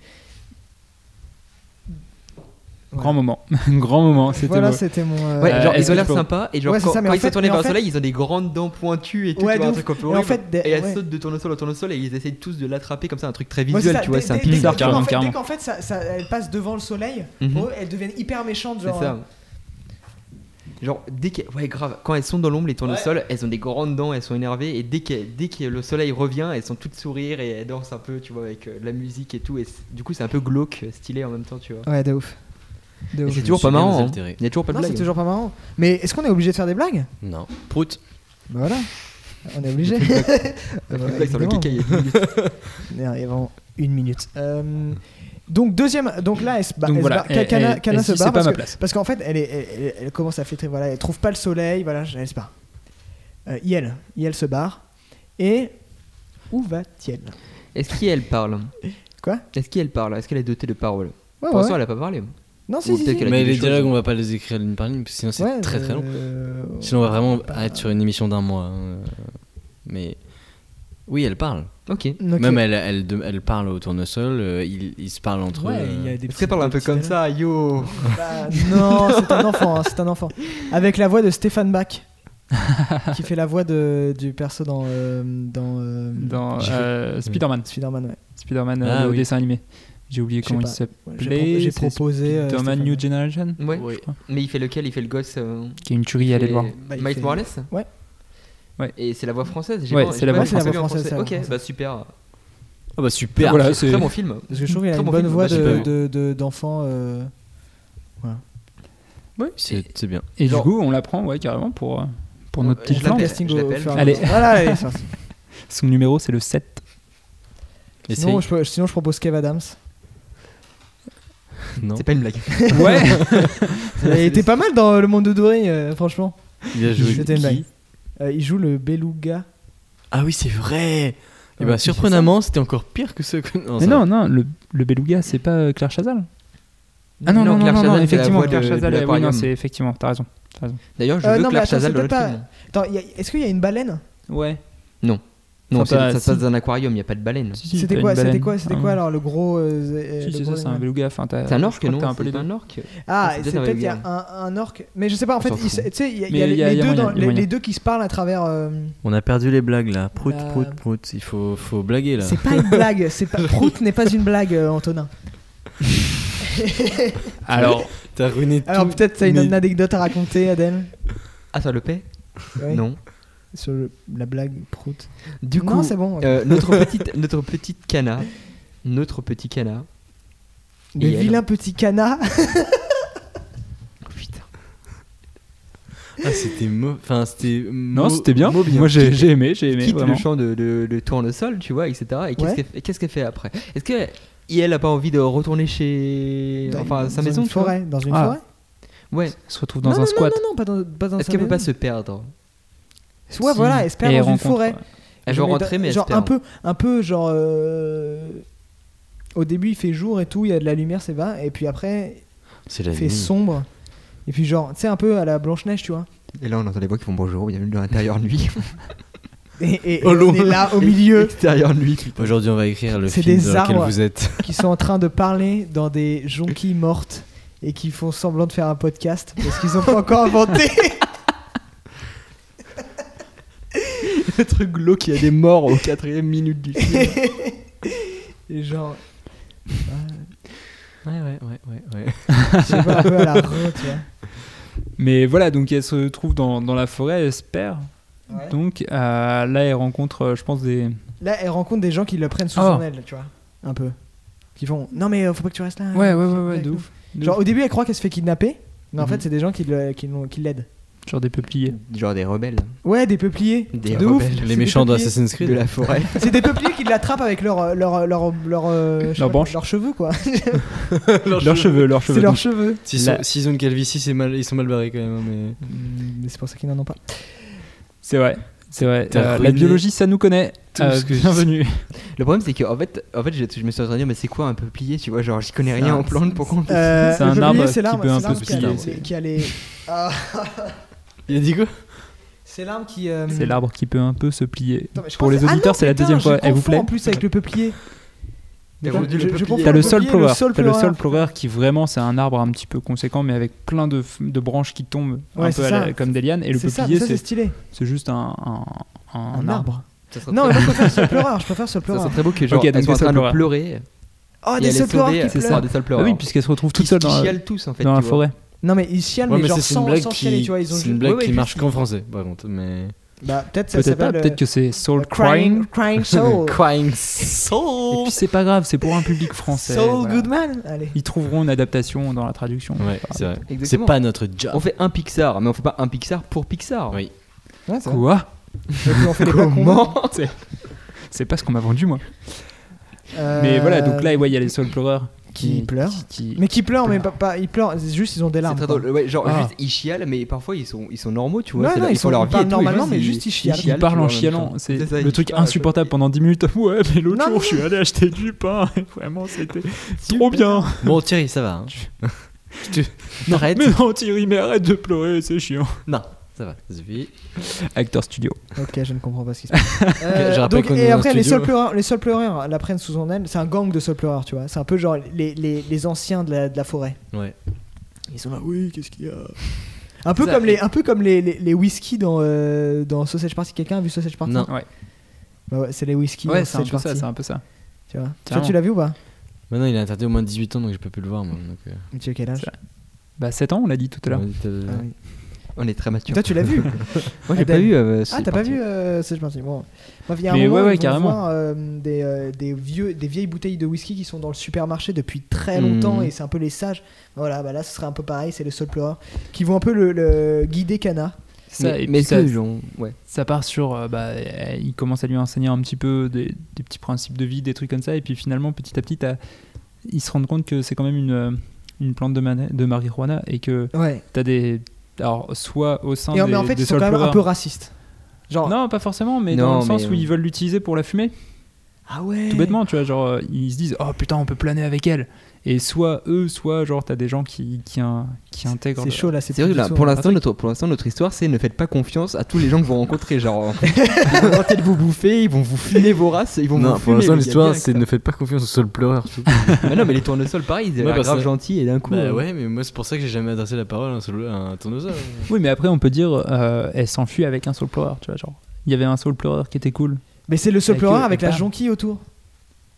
Speaker 3: Grand moment, grand moment, c'était
Speaker 1: Voilà,
Speaker 3: beau.
Speaker 1: c'était mon. euh,
Speaker 4: Ouais,
Speaker 3: Euh,
Speaker 4: genre
Speaker 3: est-ce
Speaker 4: ils ont
Speaker 3: que
Speaker 4: l'air
Speaker 3: tu peux-
Speaker 4: sympas et genre
Speaker 1: Ouais, c'est
Speaker 4: quand,
Speaker 1: ça, mais
Speaker 4: quand
Speaker 1: en
Speaker 4: ils
Speaker 1: fait-
Speaker 4: se tournent vers
Speaker 1: mais en
Speaker 4: le
Speaker 1: fait-
Speaker 4: soleil, ils ont des grandes dents pointues et tout,
Speaker 1: Ouais,
Speaker 4: tu vois,
Speaker 1: de
Speaker 4: un
Speaker 1: ouf.
Speaker 4: truc un peu
Speaker 1: Et en
Speaker 4: horrible.
Speaker 1: fait, des-
Speaker 4: Et elles
Speaker 1: ouais.
Speaker 4: sautent de tournesol en tournesol et ils essaient tous de l'attraper comme ça, un truc très
Speaker 1: moi,
Speaker 4: visuel,
Speaker 1: ça,
Speaker 4: tu vois,
Speaker 1: dès-
Speaker 4: c'est un
Speaker 1: dès- dès
Speaker 4: Pixar
Speaker 1: que-
Speaker 3: carrément,
Speaker 1: en fait,
Speaker 3: carrément.
Speaker 1: Dès qu'en fait, ça, ça, elle passe devant le soleil,
Speaker 4: Mhm.
Speaker 1: pour eux, elles deviennent hyper méchantes.
Speaker 4: C'est
Speaker 1: Genre,
Speaker 4: ça. euh, Genre, dès qu'elles... Ouais, grave. Quand elles sont dans l'ombre, les tournesols, elles ont des grandes dents, elles sont énervées. Et dès que, dès que le soleil revient, elles sont toutes sourires et elles dansent un peu, tu vois, avec euh, de la musique et tout. Et c'est- du coup, c'est un peu glauque, euh, stylé en même temps, tu vois.
Speaker 1: Ouais, de ouf. De
Speaker 4: Et
Speaker 1: ouf.
Speaker 4: c'est
Speaker 2: Euh, me
Speaker 4: toujours
Speaker 2: suis
Speaker 4: pas
Speaker 2: bien
Speaker 4: marrant. hein.
Speaker 2: altéré.
Speaker 4: Il y a toujours pas de
Speaker 1: Non, c'est
Speaker 4: blague.
Speaker 1: toujours pas marrant. Mais est-ce qu'on est obligé de faire des blagues
Speaker 2: Non. Prout.
Speaker 1: Bah voilà, on est obligé.
Speaker 4: Ça fait
Speaker 1: Ouais,
Speaker 4: une blague sur le
Speaker 1: évidemment. euh,
Speaker 4: caca, il y a dix minutes.
Speaker 1: Il y a vraiment une minute. Euh, donc deuxième, donc là, elle se bat. elle
Speaker 3: Donc
Speaker 1: se
Speaker 3: voilà,
Speaker 1: barre. Ka-
Speaker 3: elle-
Speaker 1: Kana,
Speaker 3: elle-
Speaker 1: Kana
Speaker 3: elle
Speaker 1: se
Speaker 3: dit,
Speaker 1: barre
Speaker 3: c'est pas
Speaker 1: parce
Speaker 3: ma
Speaker 1: que-
Speaker 3: place.
Speaker 1: parce qu'en fait, elle, est- elle, elle- elle commence à fêter. Voilà, elle trouve pas le soleil. Voilà, je- elle se barre. Euh, Yel, Yel se barre. Et où va-t-elle
Speaker 4: Est-ce qu'elle parle
Speaker 1: Quoi
Speaker 4: Est-ce qu'elle parle Est-ce qu'elle est dotée de paroles
Speaker 1: Ouais,
Speaker 4: Pour
Speaker 1: ouais.
Speaker 4: l'instant, elle a pas parlé.
Speaker 1: Non,
Speaker 4: ou
Speaker 1: si, si,
Speaker 4: peut-être
Speaker 1: si.
Speaker 4: qu'elle a
Speaker 2: Mais
Speaker 4: dit des
Speaker 2: les
Speaker 4: choses.
Speaker 2: dialogues, on va pas les écrire ligne par ligne, parce que sinon c'est
Speaker 1: Ouais,
Speaker 2: très très long.
Speaker 1: euh,
Speaker 2: Sinon, on va vraiment
Speaker 1: pas-
Speaker 2: être sur une émission d'un mois. hein. Mais oui, elle parle.
Speaker 4: Ok.
Speaker 1: Ok.
Speaker 2: Même elle, elle, de- elle parle au tournesol, euh, ils, ils se parlent entre
Speaker 1: Ouais,
Speaker 2: eux.
Speaker 1: il y a des
Speaker 2: euh.
Speaker 4: Est-ce
Speaker 1: petits-
Speaker 4: qu'elle parle un
Speaker 1: des
Speaker 4: peu
Speaker 1: petits
Speaker 4: comme
Speaker 1: dialogues.
Speaker 4: ça Yo
Speaker 1: Bah, non, c'est un enfant, hein, c'est un enfant. Avec la voix de Stéphane Bach, qui fait la voix de, du perso dans, euh, dans, euh,
Speaker 3: Dans
Speaker 2: J'ai-
Speaker 3: euh, Spider-Man,
Speaker 1: Spider-Man. Ouais.
Speaker 3: Spider-Man, euh,
Speaker 2: Ah
Speaker 3: le
Speaker 2: oui.
Speaker 3: dessin animé. J'ai oublié
Speaker 1: Je sais
Speaker 3: comment il
Speaker 1: pas. Ouais, j'ai
Speaker 3: s'appelait.
Speaker 1: pro- j'ai
Speaker 3: c'est
Speaker 1: proposé, euh,
Speaker 3: Spider-Man
Speaker 1: Stéphane.
Speaker 3: New Generation,
Speaker 4: Ouais.
Speaker 2: Oui.
Speaker 4: Mais il fait lequel Il fait le gosse euh,
Speaker 3: qui est une tuerie, allez
Speaker 4: fait
Speaker 3: le voir.
Speaker 1: Bah, il
Speaker 4: Miles
Speaker 1: fait-
Speaker 4: Morales
Speaker 1: Ouais.
Speaker 3: Ouais.
Speaker 4: Et c'est la voix française j'ai
Speaker 3: Ouais,
Speaker 4: pas-
Speaker 3: c'est
Speaker 4: j'ai
Speaker 3: la
Speaker 4: pas
Speaker 3: voix
Speaker 4: vu- j'ai pas vu en
Speaker 1: française. C'est la voix
Speaker 4: Ok,
Speaker 1: française.
Speaker 4: bah super.
Speaker 2: Ah bah super
Speaker 3: Voilà,
Speaker 4: C'est
Speaker 3: c'est-
Speaker 4: très bon film.
Speaker 1: Parce que je trouve qu'il a
Speaker 4: Très
Speaker 1: une
Speaker 4: bon
Speaker 1: bonne
Speaker 4: film, Bah,
Speaker 1: voix
Speaker 4: moi, j'ai
Speaker 1: de-
Speaker 4: pas vu.
Speaker 1: de- de- d'enfant. euh,
Speaker 2: C'est c'est bien.
Speaker 3: Et
Speaker 4: Genre-
Speaker 3: du coup, on la prend, ouais, carrément, pour, euh, pour
Speaker 4: Ouais,
Speaker 3: notre petite
Speaker 4: je l'appelle.
Speaker 3: flamme.
Speaker 1: casting
Speaker 4: je
Speaker 1: au
Speaker 4: l'appelle,
Speaker 1: fur et à
Speaker 3: je l'appelle.
Speaker 1: mesure. Voilà, allez, c'est parti.
Speaker 3: Son numéro, c'est le 7.
Speaker 1: sinon,
Speaker 2: Essaye.
Speaker 1: je, peux- sinon, je propose Kev Adams.
Speaker 2: Non.
Speaker 4: C'est pas une blague.
Speaker 3: Ouais
Speaker 1: il était pas mal dans Le Monde de Doré, euh, franchement.
Speaker 2: Il a joué.
Speaker 1: C'était une
Speaker 2: qui
Speaker 1: blague. Euh, il joue le Beluga.
Speaker 2: Ah oui, c'est vrai. Et
Speaker 1: Ouais,
Speaker 2: bah
Speaker 1: c'est ça.
Speaker 2: surprenamment, c'était encore pire que ce que.
Speaker 3: Mais
Speaker 2: ça
Speaker 3: non,
Speaker 2: va.
Speaker 3: non, le, le Beluga, c'est pas euh, Claire Chazal Ah non, non, non,
Speaker 4: Claire
Speaker 3: non,
Speaker 4: Chazal,
Speaker 3: non,
Speaker 4: c'est la
Speaker 3: effectivement,
Speaker 4: voix de-
Speaker 3: Claire Chazal,
Speaker 4: de
Speaker 3: euh, oui, non,
Speaker 4: l'aquarium. Ah,
Speaker 3: c'est effectivement, t'as raison.
Speaker 4: D'ailleurs, je
Speaker 1: Euh,
Speaker 4: veux
Speaker 1: non, mais
Speaker 4: Claire
Speaker 1: attends,
Speaker 4: Chazal
Speaker 1: c'est
Speaker 4: dans le
Speaker 1: peut-être pas-
Speaker 4: film.
Speaker 1: Attends, il y a- est-ce qu'il y a une baleine
Speaker 3: Ouais.
Speaker 4: Non,
Speaker 3: Enfin,
Speaker 4: c'est-
Speaker 3: pas-
Speaker 4: ça se passe
Speaker 3: si.
Speaker 4: dans un aquarium, il n'y a pas de baleine.
Speaker 1: C'était quoi, c'était quoi, c'était quoi alors le gros. euh, euh, le
Speaker 3: c'est
Speaker 1: gros
Speaker 3: Ah. ça, c'est un
Speaker 1: animal
Speaker 3: beluga. Enfin, t'as-
Speaker 4: C'est un
Speaker 3: je
Speaker 4: orque,
Speaker 3: crois que
Speaker 4: non
Speaker 3: T'as un peu les
Speaker 4: C'est
Speaker 3: deux.
Speaker 4: un orque.
Speaker 1: Ah,
Speaker 4: Ah, c'est
Speaker 1: c'est
Speaker 4: peut-être
Speaker 1: peut-être
Speaker 4: un
Speaker 1: il y a
Speaker 4: beluga.
Speaker 1: un, un orc. Mais je sais pas, en
Speaker 4: On
Speaker 1: fait,
Speaker 4: s'en
Speaker 1: il s-
Speaker 4: fout.
Speaker 1: tu sais, il y a, il
Speaker 3: Mais
Speaker 1: y a les,
Speaker 3: il y a-
Speaker 1: les
Speaker 3: il y a
Speaker 1: deux
Speaker 3: moyen,
Speaker 1: dans-
Speaker 3: il y a
Speaker 1: les,
Speaker 3: moyen.
Speaker 1: les deux qui se parlent à travers. euh,
Speaker 2: On a perdu les blagues là. Prout,
Speaker 1: Bah-
Speaker 2: prout, prout. Il faut, faut blaguer là.
Speaker 1: C'est pas une blague, c'est pas... Prout n'est pas une blague, euh, Antonin.
Speaker 3: Alors,
Speaker 2: T'as ruiné tout.
Speaker 1: Alors peut-être t'as une,
Speaker 2: mais-
Speaker 1: une anecdote à raconter, Adèle
Speaker 4: Ah, ça le paie
Speaker 1: Ouais.
Speaker 4: Non.
Speaker 1: Sur le- la blague Prout.
Speaker 4: Du
Speaker 1: non,
Speaker 4: coup,
Speaker 1: c'est bon. ouais.
Speaker 4: euh, notre petite, notre petite cana, notre petit cana.
Speaker 1: le
Speaker 4: et elle.
Speaker 1: vilain petit canard.
Speaker 4: Oh, putain.
Speaker 2: Ah, c'était mo- Enfin, c'était.
Speaker 3: non,
Speaker 2: mo-
Speaker 3: c'était bien.
Speaker 2: mo bien.
Speaker 3: Moi, j'ai j'ai aimé, j'ai aimé.
Speaker 4: quitte
Speaker 3: vraiment.
Speaker 4: le champ de, de, de tournesol, tu vois, etc. Et qu'est-ce
Speaker 1: Ouais.
Speaker 4: qu'elle qu'est-ce qu'elle fait après Est-ce que elle a pas envie de retourner chez,
Speaker 1: Dans-
Speaker 4: enfin, à sa
Speaker 1: dans
Speaker 4: maison,
Speaker 1: une
Speaker 4: tu vois
Speaker 1: forêt, dans une
Speaker 3: Ah,
Speaker 1: forêt.
Speaker 4: Ouais.
Speaker 3: On se retrouve dans
Speaker 1: non,
Speaker 3: un
Speaker 1: non,
Speaker 3: squat.
Speaker 1: Non, non, non, pas dans, pas dans
Speaker 4: Est-ce
Speaker 1: sa
Speaker 4: qu'elle peut pas
Speaker 1: maison.
Speaker 4: se perdre
Speaker 1: Ouais,
Speaker 3: Si.
Speaker 1: voilà, elle se perd
Speaker 3: Et
Speaker 1: dans une
Speaker 3: rencontre,
Speaker 1: forêt.
Speaker 3: ouais.
Speaker 4: Elle veut
Speaker 1: dans-
Speaker 4: rentrer, mais elle se
Speaker 1: genre un peu,
Speaker 4: perd.
Speaker 1: un peu genre. euh, Au début, il fait jour et tout, il y a de la lumière, c'est va, et puis après,
Speaker 2: C'est la
Speaker 1: il fait
Speaker 2: vie.
Speaker 1: sombre. Et puis genre, tu sais, un peu à la Blanche Neige, tu vois.
Speaker 4: Et là, on entend les voix qui font bonjour, bienvenue dans l'intérieur de nuit.
Speaker 1: Et, et- Oh, et
Speaker 2: Au
Speaker 1: on
Speaker 2: loin.
Speaker 1: est là au milieu,
Speaker 4: Extérieur de nuit, putain.
Speaker 2: Aujourd'hui, on va écrire le
Speaker 1: C'est
Speaker 2: film
Speaker 1: des
Speaker 2: dans lequel
Speaker 1: arbres.
Speaker 2: vous êtes.
Speaker 1: qui sont en train de parler dans des jonquilles mortes et qui font semblant de faire un podcast parce qu'ils ont pas encore inventé.
Speaker 4: Le truc glauque, il y a des morts aux quatrième minute du film.
Speaker 1: Et genre, ah,
Speaker 2: Ouais, ouais, ouais, ouais. ouais.
Speaker 1: je sais pas, un peu à la re, tu vois.
Speaker 3: Mais voilà, donc elle se trouve dans, dans la forêt, elle se perd.
Speaker 1: Ouais.
Speaker 3: Donc euh, là, elle rencontre, euh, je pense, des.
Speaker 1: Là, elle rencontre des gens qui le prennent sous
Speaker 3: Ah.
Speaker 1: son aile, tu vois, un peu. Qui font Non, mais euh, faut pas que tu restes là.
Speaker 3: Ouais, ouais, ouais, ouais,
Speaker 1: avec
Speaker 3: de
Speaker 1: nous.
Speaker 3: ouf. de
Speaker 1: Genre,
Speaker 3: ouf.
Speaker 1: au début, elle croit qu'elle se fait kidnapper, mais en
Speaker 3: Mhm.
Speaker 1: fait, c'est des gens qui le- qui l'ont- qui l'aident.
Speaker 3: Genre des peupliers.
Speaker 4: Genre des rebelles
Speaker 1: Ouais, des peupliers.
Speaker 4: Des
Speaker 1: de ouf.
Speaker 4: rebelles.
Speaker 1: C'est
Speaker 2: Les
Speaker 1: des
Speaker 2: méchants
Speaker 1: peupliers.
Speaker 2: d'Assassin's Creed.
Speaker 4: de la forêt.
Speaker 1: C'est des peupliers qui l'attrapent avec leur, leur, leur, leur, euh, je sais pas,
Speaker 3: branche.
Speaker 1: leurs cheveux, quoi.
Speaker 3: Leurs cheveux, leurs cheveux.
Speaker 1: C'est leurs
Speaker 3: donc.
Speaker 1: cheveux.
Speaker 2: S'ils sont,
Speaker 3: La-
Speaker 2: s'ils ont une calvitie, c'est mal, ils sont mal barrés quand même. hein, Mais...
Speaker 3: Mm.
Speaker 1: Mais c'est pour ça qu'ils n'en ont pas.
Speaker 3: C'est vrai, c'est vrai.
Speaker 2: T'as
Speaker 3: Euh, la
Speaker 2: ruiné
Speaker 3: biologie, ça nous connaît.
Speaker 2: tout
Speaker 3: Euh,
Speaker 2: ce que-
Speaker 3: bienvenue.
Speaker 4: Le problème, c'est que en fait, en fait, je, je me suis en train de dire, mais c'est quoi un peuplier Tu vois, genre, j'y connais
Speaker 3: C'est
Speaker 4: rien
Speaker 3: un-
Speaker 4: en plante, pourquoi on fait ça
Speaker 1: Euh,
Speaker 3: C'est
Speaker 1: le
Speaker 3: un
Speaker 1: peuplier,
Speaker 3: arbre
Speaker 1: c'est
Speaker 3: qui
Speaker 1: l'arbre-
Speaker 3: peut un
Speaker 1: c'est
Speaker 3: peu
Speaker 1: l'arbre
Speaker 2: se plier,
Speaker 1: qui a les- qui a les. Ah,
Speaker 2: Il a dit quoi
Speaker 1: C'est l'arbre qui. euh,
Speaker 3: C'est l'arbre qui peut un peu se plier.
Speaker 1: Attends, mais je
Speaker 3: Pour
Speaker 1: crois que
Speaker 3: les
Speaker 1: Ah non,
Speaker 3: auditeurs, c'est la
Speaker 1: putain,
Speaker 3: deuxième
Speaker 1: je
Speaker 3: fois. Elle vous
Speaker 1: confonds
Speaker 3: plaît
Speaker 1: En plus, avec le peuplier.
Speaker 4: T'as
Speaker 1: Je-
Speaker 4: vendu le
Speaker 1: je- je
Speaker 4: peuplier.
Speaker 1: confonds
Speaker 4: T'as
Speaker 3: T'as
Speaker 1: le
Speaker 3: le sol
Speaker 1: peuplier et
Speaker 3: flower.
Speaker 1: saule
Speaker 3: T'as le
Speaker 1: flower.
Speaker 3: sol flower qui vraiment c'est un arbre un petit peu conséquent mais avec plein de, f- de branches qui tombent
Speaker 1: Ouais,
Speaker 3: un
Speaker 1: c'est
Speaker 3: peu à la-
Speaker 1: ça.
Speaker 3: comme des lianes et le
Speaker 1: C'est ça,
Speaker 3: peuplier
Speaker 1: ça, c'est
Speaker 3: c'est
Speaker 1: stylé.
Speaker 3: c'est juste un, un, un-
Speaker 1: Un
Speaker 3: arbre.
Speaker 1: arbre.
Speaker 4: Ça serait
Speaker 1: Non, mais
Speaker 4: très-
Speaker 1: moi, je préfère sol pleureur. Je préfère sol
Speaker 4: ça serait
Speaker 1: pleureur.
Speaker 4: très beau que genre
Speaker 3: Ok, donc
Speaker 4: elles soient en
Speaker 3: des
Speaker 4: train de
Speaker 3: salpleureurs.
Speaker 4: pleurer
Speaker 1: Oh,
Speaker 4: et
Speaker 1: des
Speaker 4: elles
Speaker 1: sol pleureurs
Speaker 4: sauvées
Speaker 1: qui
Speaker 4: par
Speaker 1: pleurent.
Speaker 4: des
Speaker 3: Ah
Speaker 4: salpleureurs.
Speaker 3: oui puisqu'elle se retrouve
Speaker 4: Qui-
Speaker 3: toute seule
Speaker 4: qui
Speaker 3: dans, la-
Speaker 4: chialent tous en fait.
Speaker 3: dans la
Speaker 4: tu vois.
Speaker 3: forêt.
Speaker 1: Non, mais ils chialent,
Speaker 2: Ouais,
Speaker 1: mais genre
Speaker 2: ça, c'est une
Speaker 1: sans
Speaker 2: blague
Speaker 1: sans chialer,
Speaker 2: qui,
Speaker 1: tu vois. Ils ont
Speaker 2: c'est
Speaker 1: juste-
Speaker 2: une blague
Speaker 1: Ouais, ouais,
Speaker 2: qui
Speaker 1: juste-
Speaker 2: marche qu'en français, par contre. Mais...
Speaker 1: Bah, peut-être ça
Speaker 3: Peut-être pas,
Speaker 1: s'appelle.
Speaker 3: peut-être que c'est
Speaker 1: euh,
Speaker 3: soul crying.
Speaker 1: Crying, crying Soul.
Speaker 2: Crying
Speaker 3: Et
Speaker 2: soul
Speaker 3: puis c'est pas grave, c'est pour un public français.
Speaker 1: Soul
Speaker 3: voilà.
Speaker 1: Goodman Allez.
Speaker 3: Ils trouveront une adaptation dans la traduction.
Speaker 2: Ouais, c'est vrai. C'est
Speaker 4: Exactement.
Speaker 2: pas notre job.
Speaker 4: On fait un Pixar, mais on fait pas un Pixar pour Pixar.
Speaker 2: Oui.
Speaker 1: Ouais, c'est vrai.
Speaker 3: Quoi
Speaker 1: Et puis on fait les pas cons.
Speaker 3: C'est- C'est pas ce qu'on m'a vendu moi. Mais
Speaker 1: Euh,
Speaker 3: voilà, donc là ouais, il y a les soul pleureurs
Speaker 1: Qui pleurent.
Speaker 3: qui-
Speaker 1: Mais qui pleurent, mais pas, pas- ils pleurent, c'est juste ils ont des
Speaker 4: C'est
Speaker 1: larmes.
Speaker 4: très
Speaker 1: quoi.
Speaker 4: drôle. Ouais, genre
Speaker 3: Ah.
Speaker 4: juste ils chialent, mais parfois ils sont ils sont normaux, tu vois.
Speaker 1: Non,
Speaker 4: c'est
Speaker 1: non,
Speaker 4: la-
Speaker 1: ils
Speaker 4: ils font
Speaker 1: sont-
Speaker 4: leur
Speaker 1: ils
Speaker 4: vie
Speaker 1: parlent
Speaker 4: et tout, et
Speaker 1: normalement, mais juste ils chialent.
Speaker 3: Ils parlent
Speaker 4: tu
Speaker 3: en
Speaker 4: vois, même
Speaker 3: chialant,
Speaker 4: temps.
Speaker 3: c'est
Speaker 4: C'est ça,
Speaker 3: le
Speaker 4: ils
Speaker 3: truc
Speaker 4: chialent.
Speaker 3: insupportable pendant 10 minutes. Ouais, mais l'autre
Speaker 1: Non, non,
Speaker 3: jour, je suis allé acheter du pain. et Vraiment, c'était trop bien.
Speaker 2: Bon, Thierry, ça va. hein. Tu- T'arrêtes
Speaker 3: Mais non, Thierry, mais arrête de pleurer, c'est chiant.
Speaker 2: Non, ça va, ça suffit.
Speaker 3: Acteur studio.
Speaker 1: Ok, je ne comprends pas ce qui se passe. Euh,
Speaker 2: Je rappelle
Speaker 1: donc,
Speaker 2: qu'on est
Speaker 1: et
Speaker 2: dans un
Speaker 1: après, les
Speaker 2: studio.
Speaker 1: seuls pleureurs, les seuls pleureurs hein, la prennent sous son aile. C'est un gang de seuls pleureurs, tu vois. C'est un peu genre les, les, les anciens de la, de la forêt.
Speaker 2: Ouais.
Speaker 1: Ils sont là, oui, qu'est-ce qu'il y a un peu,
Speaker 2: Ça-
Speaker 1: comme les, un peu comme les, les, les whisky dans, euh, dans Sausage Party. Quelqu'un a vu Sausage Party
Speaker 2: Non.
Speaker 3: Ouais.
Speaker 1: Bah ouais, c'est les whisky dans
Speaker 3: ouais, c'est un
Speaker 1: Sausage
Speaker 3: peu ça,
Speaker 1: Party.
Speaker 3: c'est un peu ça.
Speaker 1: Tu vois. Toi,
Speaker 3: Carrément.
Speaker 1: tu l'as vu ou pas
Speaker 2: Maintenant, il est interdit au moins de 18 ans, donc je peux plus le voir. Moi, donc, euh,
Speaker 1: Mais tu as quel âge
Speaker 3: C'est Bah, 7 ans, on l'a dit tout à l'heure.
Speaker 2: on dit, euh,
Speaker 1: Ah oui.
Speaker 4: On est très mature.
Speaker 1: Toi, tu l'as vu
Speaker 4: Moi, j'ai pas
Speaker 1: Adèle.
Speaker 4: vu. euh,
Speaker 1: Ah,
Speaker 4: c'est
Speaker 1: t'as pas
Speaker 4: parti.
Speaker 1: vu euh, Sausage Party Bon. Bref, il y a un
Speaker 3: Mais
Speaker 1: moment,
Speaker 3: ouais, ouais,
Speaker 1: ils vont
Speaker 3: carrément.
Speaker 1: voir, euh, des, euh, des, vieux, des vieilles bouteilles de whisky qui sont dans le supermarché depuis très longtemps
Speaker 2: Mhm.
Speaker 1: et c'est un peu les sages. Voilà, bah là, ce serait un peu pareil, c'est les soul pleureurs qui vont un peu le, le guider Cana.
Speaker 3: Ça,
Speaker 4: Mais-
Speaker 3: et
Speaker 4: Mais
Speaker 3: puis
Speaker 4: est-ce
Speaker 3: ça,
Speaker 4: que j'en- ouais.
Speaker 3: ça part sur. euh, bah, euh, il commence à lui enseigner un petit peu des, des petits principes de vie, des trucs comme ça. Et puis finalement, petit à petit, t'as- ils se rendent compte que c'est quand même une, euh, une plante de, mana- de marijuana et que
Speaker 1: Ouais.
Speaker 3: t'as des. Alors, soit au sein
Speaker 1: Et en-
Speaker 3: des,
Speaker 1: mais en fait,
Speaker 3: des
Speaker 1: ils sont quand
Speaker 3: soul
Speaker 1: même un
Speaker 3: pleureurs.
Speaker 1: peu racistes. Genre,
Speaker 3: Non, pas forcément, mais
Speaker 4: Non,
Speaker 3: dans le sens
Speaker 4: mais,
Speaker 3: où
Speaker 4: euh,
Speaker 3: ils veulent l'utiliser pour la fumer,
Speaker 1: ah ouais.
Speaker 3: tout bêtement, tu vois, genre euh, ils se disent oh putain on peut planer avec elle, et soit eux, soit genre t'as des gens qui qui, in- qui intègrent.
Speaker 1: C'est chaud là, c'est
Speaker 4: C'est vrai
Speaker 1: plus
Speaker 4: que là,
Speaker 1: du tout,
Speaker 4: pour
Speaker 1: hein.
Speaker 4: l'instant, notre, pour l'instant, notre histoire, c'est ne faites pas confiance à tous les gens que vous rencontrez. Genre, en fait, ils vont tenter de vous bouffer, ils vont vous filer vos races, ils vont
Speaker 2: Non,
Speaker 4: vous
Speaker 2: pour
Speaker 4: fumer,
Speaker 2: l'instant,
Speaker 4: les gars,
Speaker 2: l'histoire,
Speaker 4: direct,
Speaker 2: c'est
Speaker 4: ça.
Speaker 2: ne faites pas confiance au seul pleureur. surtout.
Speaker 4: Bah non, mais les tournesols, pareil, ils
Speaker 2: Ouais,
Speaker 4: étaient
Speaker 2: parce
Speaker 4: grave
Speaker 2: que-
Speaker 4: gentils et d'un coup.
Speaker 2: bah
Speaker 4: euh,
Speaker 2: ouais, mais moi, c'est pour ça que j'ai jamais adressé la parole à un, seul- à un tournesol.
Speaker 3: Oui, mais après on peut dire euh, elle s'enfuit avec un soul pleureur, tu vois, genre il y avait un soul pleureur qui était cool,
Speaker 1: Mais c'est le soul
Speaker 3: Avec,
Speaker 1: pleureur
Speaker 3: euh,
Speaker 1: avec la
Speaker 3: Bam.
Speaker 1: jonquille autour.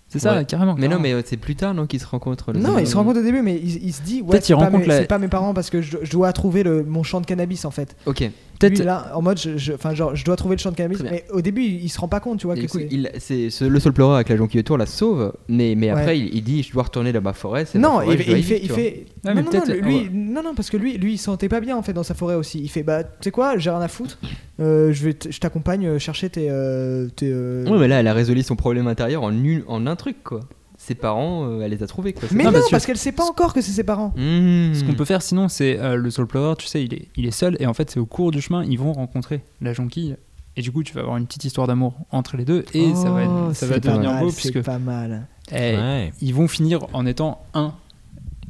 Speaker 3: c'est ça
Speaker 2: Ouais.
Speaker 3: carrément.
Speaker 4: Mais non,
Speaker 3: carrément.
Speaker 4: mais euh, c'est plus tard, non, qu'ils se rencontrent. le-
Speaker 1: Non,
Speaker 4: le-
Speaker 1: ils se rencontrent au début, mais ils, ils se disent ouais,
Speaker 3: Peut-être
Speaker 1: c'est
Speaker 3: ils
Speaker 1: pas, mes,
Speaker 3: rencontrent la-
Speaker 1: c'est pas mes parents parce que je, je dois trouver le, mon champ de cannabis en fait.
Speaker 4: Ok.
Speaker 3: peut-être
Speaker 1: Lui, là, en mode, je, je- enfin, genre, je dois trouver le champ de cannabis.
Speaker 4: Très bien.
Speaker 1: Mais au début, il, il se rend pas compte, tu vois.
Speaker 4: Et
Speaker 1: Que
Speaker 4: du coup,
Speaker 1: c'est-
Speaker 4: il, c'est ce- le seul pleureur avec la jonquille autour la sauve, mais, mais
Speaker 1: Ouais.
Speaker 4: après, il, il dit Je dois retourner dans ma forêt. c'est ma
Speaker 1: Non,
Speaker 4: forêt,
Speaker 1: et-
Speaker 4: je
Speaker 1: et
Speaker 4: dois y
Speaker 1: il fait,
Speaker 4: vivre,
Speaker 1: il
Speaker 4: tu vois.
Speaker 1: fait.
Speaker 3: Ah,
Speaker 1: non,
Speaker 3: mais
Speaker 1: non, non,
Speaker 3: peut-être-
Speaker 1: lui,
Speaker 3: ouais.
Speaker 1: non, non, parce que lui, lui, il se sentait pas bien en fait dans sa forêt aussi. Il fait, bah, tu sais quoi, j'ai rien à foutre. euh, je vais, t- je t'accompagne euh, chercher tes, euh, tes, euh,
Speaker 4: Ouais, mais là, elle a résolu son problème intérieur en, une- en un truc, quoi. Ses parents, euh, elle les a trouvés, quoi.
Speaker 1: Mais
Speaker 3: Non,
Speaker 1: non,
Speaker 3: parce que-
Speaker 1: parce qu'elle sait pas encore que c'est ses parents.
Speaker 3: Ce
Speaker 4: Hmm.
Speaker 3: qu'on peut faire sinon, c'est euh, le soul pleureur, tu sais, il est, il est seul et en fait, c'est au cours du chemin, ils vont rencontrer la jonquille. Et du coup, tu vas avoir une petite histoire d'amour entre les deux et ça va, être- ça va
Speaker 1: Oh, C'est pas
Speaker 3: devenir
Speaker 1: mal,
Speaker 3: beau
Speaker 1: c'est
Speaker 3: puisque
Speaker 1: pas mal.
Speaker 3: eh,
Speaker 2: Ouais.
Speaker 3: ils vont finir en étant un. Un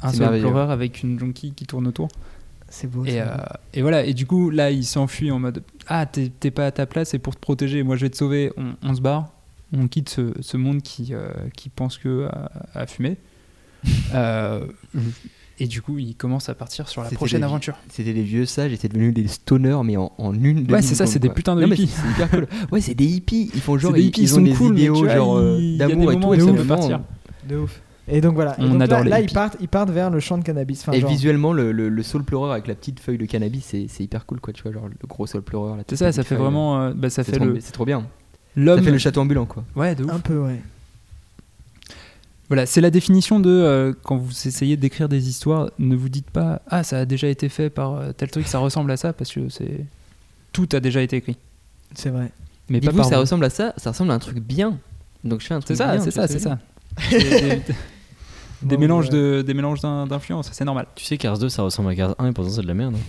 Speaker 4: Ah, C'est
Speaker 3: seul
Speaker 4: merveilleux.
Speaker 3: pleureur avec une jonquille qui tourne autour.
Speaker 1: C'est beau.
Speaker 3: Et,
Speaker 1: c'est
Speaker 3: euh,
Speaker 1: beau.
Speaker 3: et voilà, et du coup, là, il s'enfuit en mode Ah, t'es t'es pas à ta place, et pour te protéger, moi je vais te sauver, on, on se barre, on quitte ce, ce monde qui, euh, qui pense que à, à fumer. Euh, et du coup, il commence à partir sur la
Speaker 4: C'était
Speaker 3: prochaine
Speaker 4: des-
Speaker 3: aventure.
Speaker 4: C'était des vieux sages, étaient devenus des stoners, mais en, en une.
Speaker 3: Ouais, c'est ça, c'est des putains de hippies.
Speaker 4: C'est hyper cool. Ouais, c'est des hippies. Ils font genre,
Speaker 3: C'est des
Speaker 4: ils-
Speaker 3: hippies,
Speaker 4: ils,
Speaker 3: ils
Speaker 4: ont
Speaker 3: sont
Speaker 4: des
Speaker 3: cool, mais
Speaker 4: idéaux
Speaker 3: tu vois,
Speaker 4: genre euh,
Speaker 3: il- il y a des
Speaker 4: d'amour et
Speaker 3: moments
Speaker 4: tout.
Speaker 3: où
Speaker 4: et
Speaker 3: ça
Speaker 4: c'est
Speaker 3: peut
Speaker 4: vraiment-
Speaker 3: partir.
Speaker 1: De ouf. Et donc voilà. Et
Speaker 4: On
Speaker 1: donc
Speaker 4: adore
Speaker 1: là,
Speaker 4: les
Speaker 1: là, ils
Speaker 4: hippies.
Speaker 1: partent, ils partent vers le champ de cannabis. Enfin,
Speaker 4: et
Speaker 1: genre-
Speaker 4: visuellement, le, le, le soul pleureur avec la petite feuille de cannabis, c'est c'est hyper cool, quoi. Tu vois, genre le gros soul pleureur. la
Speaker 3: C'est
Speaker 4: petite
Speaker 3: ça, ça
Speaker 4: petite
Speaker 3: fait
Speaker 4: feuille,
Speaker 3: vraiment. euh, bah, ça
Speaker 4: C'est
Speaker 3: fait
Speaker 4: trop,
Speaker 3: le.
Speaker 4: c'est trop bien. Ça
Speaker 3: L'homme.
Speaker 4: fait le château ambulant, quoi.
Speaker 3: Ouais, de ouf.
Speaker 1: un peu, ouais.
Speaker 3: Voilà, c'est la définition de euh, quand vous essayez d'écrire des histoires, ne vous dites pas ah ça a déjà été fait par euh, tel truc, ça ressemble à ça parce que c'est tout a déjà été écrit.
Speaker 1: C'est vrai.
Speaker 3: Mais pas
Speaker 4: Dites-vous,
Speaker 3: par
Speaker 4: ça
Speaker 3: vous.
Speaker 4: ressemble à ça, ça ressemble à un truc bien. Donc je fais un truc
Speaker 3: C'est ça,
Speaker 4: bien,
Speaker 3: c'est
Speaker 4: tu vois
Speaker 3: ça,
Speaker 4: ce
Speaker 3: c'est
Speaker 4: que je veux
Speaker 3: ça. C'est des, des
Speaker 1: Bon, bah.
Speaker 3: mélanges
Speaker 1: ouais.
Speaker 3: de des mélanges d'in- d'influences, c'est normal.
Speaker 2: Tu sais, Cars 2, ça ressemble à Cars 1 et pourtant c'est de la merde. hein.
Speaker 4: dire.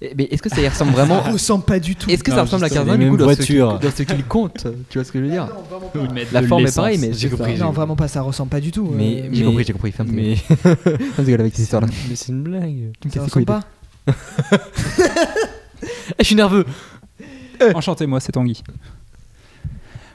Speaker 4: Eh, Mais est-ce que ça y ressemble vraiment
Speaker 1: On ressemble pas du tout.
Speaker 4: Est-ce que
Speaker 2: Non,
Speaker 4: ça ressemble à
Speaker 2: justement,
Speaker 4: Carzin
Speaker 2: les
Speaker 4: du coup
Speaker 2: mêmes
Speaker 4: dans ce, qui-
Speaker 2: voitures.
Speaker 4: dans ce qu'il compte Tu vois ce que je veux dire
Speaker 2: De
Speaker 4: La forme est
Speaker 2: l'essence.
Speaker 4: pareille, mais
Speaker 2: j'ai
Speaker 4: c'est
Speaker 2: compris.
Speaker 4: ça.
Speaker 2: j'ai
Speaker 1: Non,
Speaker 2: compris.
Speaker 1: vraiment pas. Ça ressemble pas du tout.
Speaker 2: Mais-
Speaker 1: euh,
Speaker 4: J'ai compris, j'ai compris. Ferme
Speaker 2: Mais,
Speaker 4: ta ferme ta gueule avec cette histoire-là.
Speaker 2: mais c'est une blague.
Speaker 1: ça
Speaker 4: c'est
Speaker 1: ressemble
Speaker 4: quoi,
Speaker 1: pas.
Speaker 2: Ah, je suis nerveux.
Speaker 3: Enchanté moi, c'est Tanguy.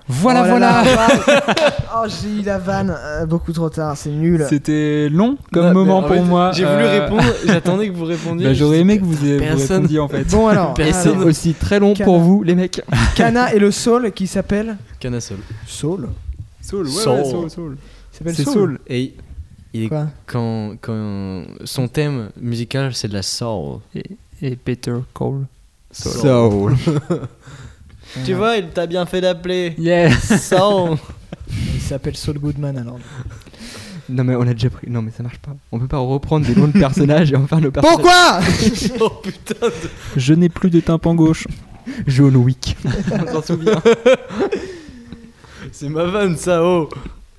Speaker 3: Voilà,
Speaker 1: Oh là
Speaker 3: voilà.
Speaker 1: là. oh, j'ai eu la vanne euh, beaucoup trop tard. C'est nul.
Speaker 3: C'était long comme
Speaker 2: Non,
Speaker 3: moment
Speaker 2: Ah, mais en
Speaker 3: pour
Speaker 2: fait,
Speaker 3: moi.
Speaker 2: J'ai voulu
Speaker 3: euh,
Speaker 2: répondre, j'attendais que vous répondiez.
Speaker 3: bah, J'aurais aimé que vous, ayez- vous
Speaker 2: Personne.
Speaker 3: répondiez en fait.
Speaker 1: Bon alors.
Speaker 4: Et c'est
Speaker 1: alors,
Speaker 4: aussi très long
Speaker 1: Cana.
Speaker 4: pour vous, les mecs.
Speaker 1: Cana et le Saul qui s'appelle
Speaker 2: Canasol.
Speaker 1: Saul.
Speaker 3: Saul, ouais,
Speaker 2: Saul.
Speaker 3: ouais, Saul, Saul.
Speaker 1: Il s'appelle
Speaker 3: C'est
Speaker 1: Saul.
Speaker 3: Saul.
Speaker 2: Et il est
Speaker 1: Quoi
Speaker 2: quand, quand son thème musical c'est de la soul.
Speaker 3: Et Peter Cole.
Speaker 4: So.
Speaker 2: Tu vois, il t'a bien fait d'appeler
Speaker 3: Yes.
Speaker 2: soul.
Speaker 1: Il s'appelle Saul Goodman alors.
Speaker 4: Non mais on a déjà pris. Non mais ça marche pas. On peut pas reprendre des noms de personnages et en faire nos personnages.
Speaker 1: Pourquoi
Speaker 2: oh putain. de-
Speaker 3: Je n'ai plus de tympan gauche.
Speaker 4: John Wick. on s'en souvient.
Speaker 2: C'est ma vanne ça, oh.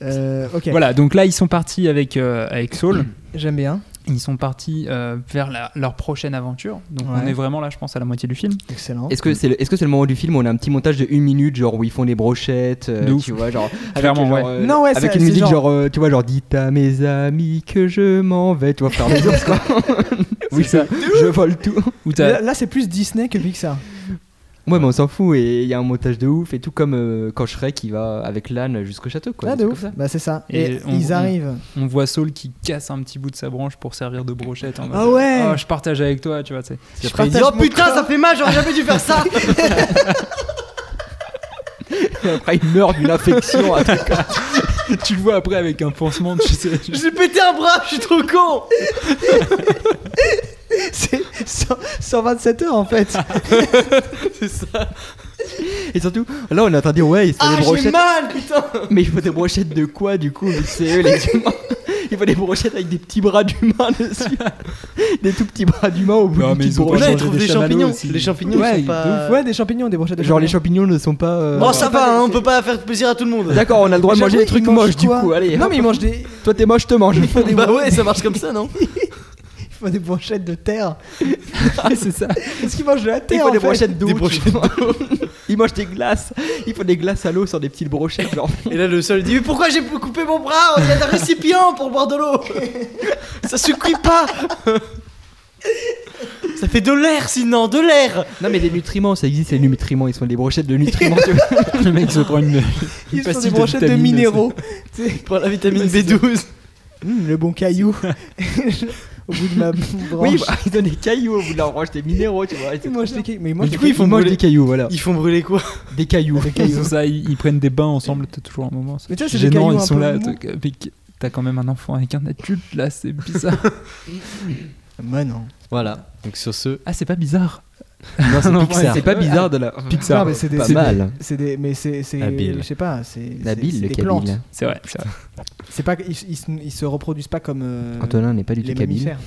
Speaker 1: euh, Ok.
Speaker 3: Voilà, donc là ils sont partis avec, euh, avec Saul.
Speaker 1: J'aime bien.
Speaker 3: Ils sont partis euh, vers la- leur prochaine aventure. Donc on
Speaker 1: Ouais.
Speaker 3: est vraiment là, je pense, à la moitié du film.
Speaker 1: Excellent.
Speaker 4: Est-ce que c'est le, est-ce que c'est le moment du film où on a un petit montage de une minute genre où ils font les brochettes, euh,
Speaker 3: De ouf.
Speaker 4: tu vois genre avec,
Speaker 3: Clairement, ouais.
Speaker 4: genre, euh,
Speaker 1: Non, ouais,
Speaker 4: avec
Speaker 1: c'est-
Speaker 4: une
Speaker 1: c'est
Speaker 4: musique
Speaker 1: genre-
Speaker 4: genre, euh, tu vois genre dites à mes amis que je m'en vais, tu vois faire les ours quoi. oui ça. Je vole tout.
Speaker 3: Où t'as-
Speaker 1: Là, là, c'est plus Disney que Pixar.
Speaker 4: Ouais, mais on s'en fout et il y a un montage de ouf et tout comme euh, quand Shrek il va avec l'âne jusqu'au château quoi.
Speaker 1: ah,
Speaker 4: C'est
Speaker 1: de
Speaker 4: comme
Speaker 1: ouf.
Speaker 4: ça.
Speaker 1: Bah, c'est ça. Et,
Speaker 3: Et on-
Speaker 1: ils
Speaker 3: on-
Speaker 1: arrivent.
Speaker 3: on voit Saul qui casse un petit bout de sa branche pour servir de brochette. en mode,
Speaker 1: Ah ouais.
Speaker 3: Oh, Je partage avec toi, tu vois. tu sais.
Speaker 1: Je partage
Speaker 8: Oh,
Speaker 4: Oh,
Speaker 1: mon corps.
Speaker 2: fait mal, j'aurais jamais dû faire ça.
Speaker 4: Et après il meurt d'une infection. un truc.
Speaker 3: tu le vois après avec un pansement, tu sais. tu-
Speaker 2: J'ai pété un bras, je suis trop con.
Speaker 1: C'est 100 127 heures en fait.
Speaker 4: Ah,
Speaker 2: C'est ça.
Speaker 4: Et surtout là on est en train de dire ouais il se fait des brochettes.
Speaker 2: mal, putain.
Speaker 4: Mais il faut des brochettes de quoi du coup vu que C'est eux les humains. Il faut des brochettes avec des petits bras d'humains dessus. Des tout petits bras d'humains au bout
Speaker 3: Non,
Speaker 4: du
Speaker 3: mais
Speaker 4: petit
Speaker 3: ils ont pas
Speaker 4: brochet.
Speaker 2: Là,
Speaker 3: changer
Speaker 2: ils trouvent
Speaker 3: des
Speaker 2: des
Speaker 3: chamallows
Speaker 2: champignons.
Speaker 3: aussi.
Speaker 2: Les champignons,
Speaker 3: Ouais,
Speaker 2: ils sont
Speaker 3: de
Speaker 2: pas.
Speaker 1: Ouais, des champignons, des brochettes de
Speaker 4: Genre les
Speaker 1: champignons.
Speaker 4: champignons ne sont pas. euh,
Speaker 2: Bon, ça va, hein, on peut pas faire plaisir à tout le monde.
Speaker 4: D'accord, on a le droit de manger des
Speaker 1: J'avoue,
Speaker 4: trucs
Speaker 1: ils mangent
Speaker 4: moches du
Speaker 1: quoi
Speaker 4: coup. Allez,
Speaker 1: Non,
Speaker 4: hop.
Speaker 1: mais ils mangent des,
Speaker 4: toi t'es moche, je te mange.
Speaker 2: Bah ouais, ça marche comme ça, non
Speaker 1: ils font des brochettes de terre.
Speaker 4: c'est ça.
Speaker 1: Est-ce qu'ils mangent de la
Speaker 4: Il
Speaker 1: terre
Speaker 4: faut
Speaker 1: en
Speaker 4: des
Speaker 1: fait
Speaker 4: brochettes d'eau.
Speaker 2: Des
Speaker 4: tu
Speaker 2: brochettes
Speaker 4: vois. Ils mangent des glaces. Ils font des glaces à l'eau sur des petites brochettes. Genre.
Speaker 2: Et là, le sol dit Mais pourquoi j'ai coupé mon bras Il y a un récipient pour boire de l'eau Ça se cuit pas Ça fait de l'air sinon, de l'air
Speaker 4: Non mais des nutriments, ça existe les nutriments. Ils sont des brochettes de nutriments. tu vois.
Speaker 3: le mec se prend une.
Speaker 1: Ils font
Speaker 3: pastille
Speaker 1: des
Speaker 3: de
Speaker 1: brochettes de,
Speaker 3: vitamines,
Speaker 1: minéraux.
Speaker 2: Pour la vitamine B12.
Speaker 1: Hum, le bon caillou. Au bout de ma branche.
Speaker 4: oui, bah, ils donnent des cailloux au bout de leur branche, des minéraux, tu vois. et c'est
Speaker 1: ils
Speaker 4: trop
Speaker 1: mangent
Speaker 4: bien.
Speaker 1: des cailloux. Mais ils
Speaker 4: Mais
Speaker 1: mangent
Speaker 4: du
Speaker 1: des
Speaker 4: coup, ils font manger des cailloux, voilà.
Speaker 2: Ils font brûler quoi
Speaker 4: Des cailloux. Des
Speaker 3: Ils font ça, ils, ils prennent des bains ensemble, t'as toujours un moment.
Speaker 1: Mais tu vois, c'est des
Speaker 3: gênant,
Speaker 1: cailloux
Speaker 3: ils
Speaker 1: un
Speaker 3: sont
Speaker 1: peu
Speaker 3: là.
Speaker 1: mous.
Speaker 3: t'as- mais qu- T'as quand même un enfant avec un adulte là, c'est bizarre.
Speaker 1: Bah non.
Speaker 2: Voilà, donc sur ce.
Speaker 3: ah, c'est pas bizarre.
Speaker 4: Non,
Speaker 3: c'est Pixar.
Speaker 4: C'est pas bizarre de la.
Speaker 3: Pixar.
Speaker 1: Non, mais c'est des-
Speaker 4: Pas
Speaker 1: c'est des-
Speaker 4: mal.
Speaker 1: C'est des, mais c'est, c'est,
Speaker 2: Habile.
Speaker 1: je sais pas, c'est, c'est,
Speaker 4: Nabil,
Speaker 1: c'est
Speaker 4: le
Speaker 1: des plantes.
Speaker 4: Kabyle.
Speaker 3: C'est vrai, c'est vrai.
Speaker 1: C'est pas, ils, ils, se- ils se reproduisent pas comme euh,
Speaker 4: Antonin n'est pas du tout
Speaker 1: les
Speaker 4: Kabyle.
Speaker 1: mammifères.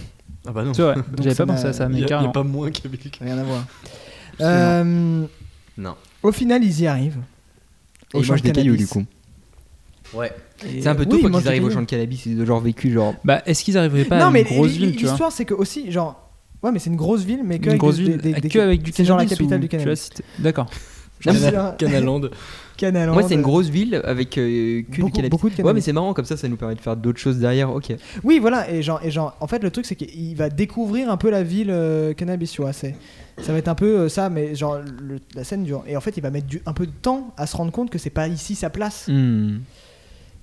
Speaker 2: Ah bah non.
Speaker 3: C'est vrai, j'avais
Speaker 1: ça
Speaker 3: pas pensé
Speaker 1: n'a-
Speaker 3: à ça,
Speaker 2: Il y a, il
Speaker 3: mais
Speaker 2: y a
Speaker 3: carrément.
Speaker 2: pas moins qu'Amérique.
Speaker 1: Rien à voir. Euh,
Speaker 2: Non.
Speaker 1: Au final, ils y arrivent.
Speaker 4: Et ils mangent des cailloux du coup.
Speaker 2: Ouais.
Speaker 4: C'est un peu
Speaker 1: euh, oui,
Speaker 4: tôt
Speaker 1: ils
Speaker 4: quand
Speaker 1: mangent
Speaker 4: ils
Speaker 1: des
Speaker 4: arrivent au
Speaker 1: cailloux.
Speaker 4: champ de cannabis. Ils ont genre vécu genre.
Speaker 3: Bah, est-ce qu'ils arriveraient pas
Speaker 1: non,
Speaker 3: à
Speaker 1: mais
Speaker 3: une grosse ville, tu vois
Speaker 1: l'histoire, c'est que aussi, genre. Ouais, mais c'est une grosse ville, mais que
Speaker 3: Une
Speaker 1: avec
Speaker 3: grosse
Speaker 1: des-
Speaker 3: ville,
Speaker 1: des- des-
Speaker 3: que avec du
Speaker 1: C'est genre la
Speaker 3: cannabis
Speaker 1: capitale
Speaker 3: ou-
Speaker 1: du
Speaker 3: tu vois,
Speaker 1: cannabis.
Speaker 3: si t'es- D'accord.
Speaker 1: Je me souviens,
Speaker 2: Canaland.
Speaker 1: Canaland.
Speaker 4: Moi, c'est une grosse ville avec euh, que du
Speaker 1: bah. Beaucoup-
Speaker 4: cannabis.
Speaker 1: beaucoup de
Speaker 4: Ouais, mais
Speaker 1: cannabis.
Speaker 4: c'est marrant comme ça, ça nous permet de faire d'autres choses derrière. Ok.
Speaker 1: Oui, voilà, et genre, et genre, en fait, le truc, c'est qu'il va découvrir un peu la ville euh, cannabis, tu vois. c'est- Ça va être un peu euh, ça, mais genre, le- la scène dure. Et en fait, il va mettre du, un peu de temps à se rendre compte que c'est pas ici sa place.
Speaker 4: Hmm.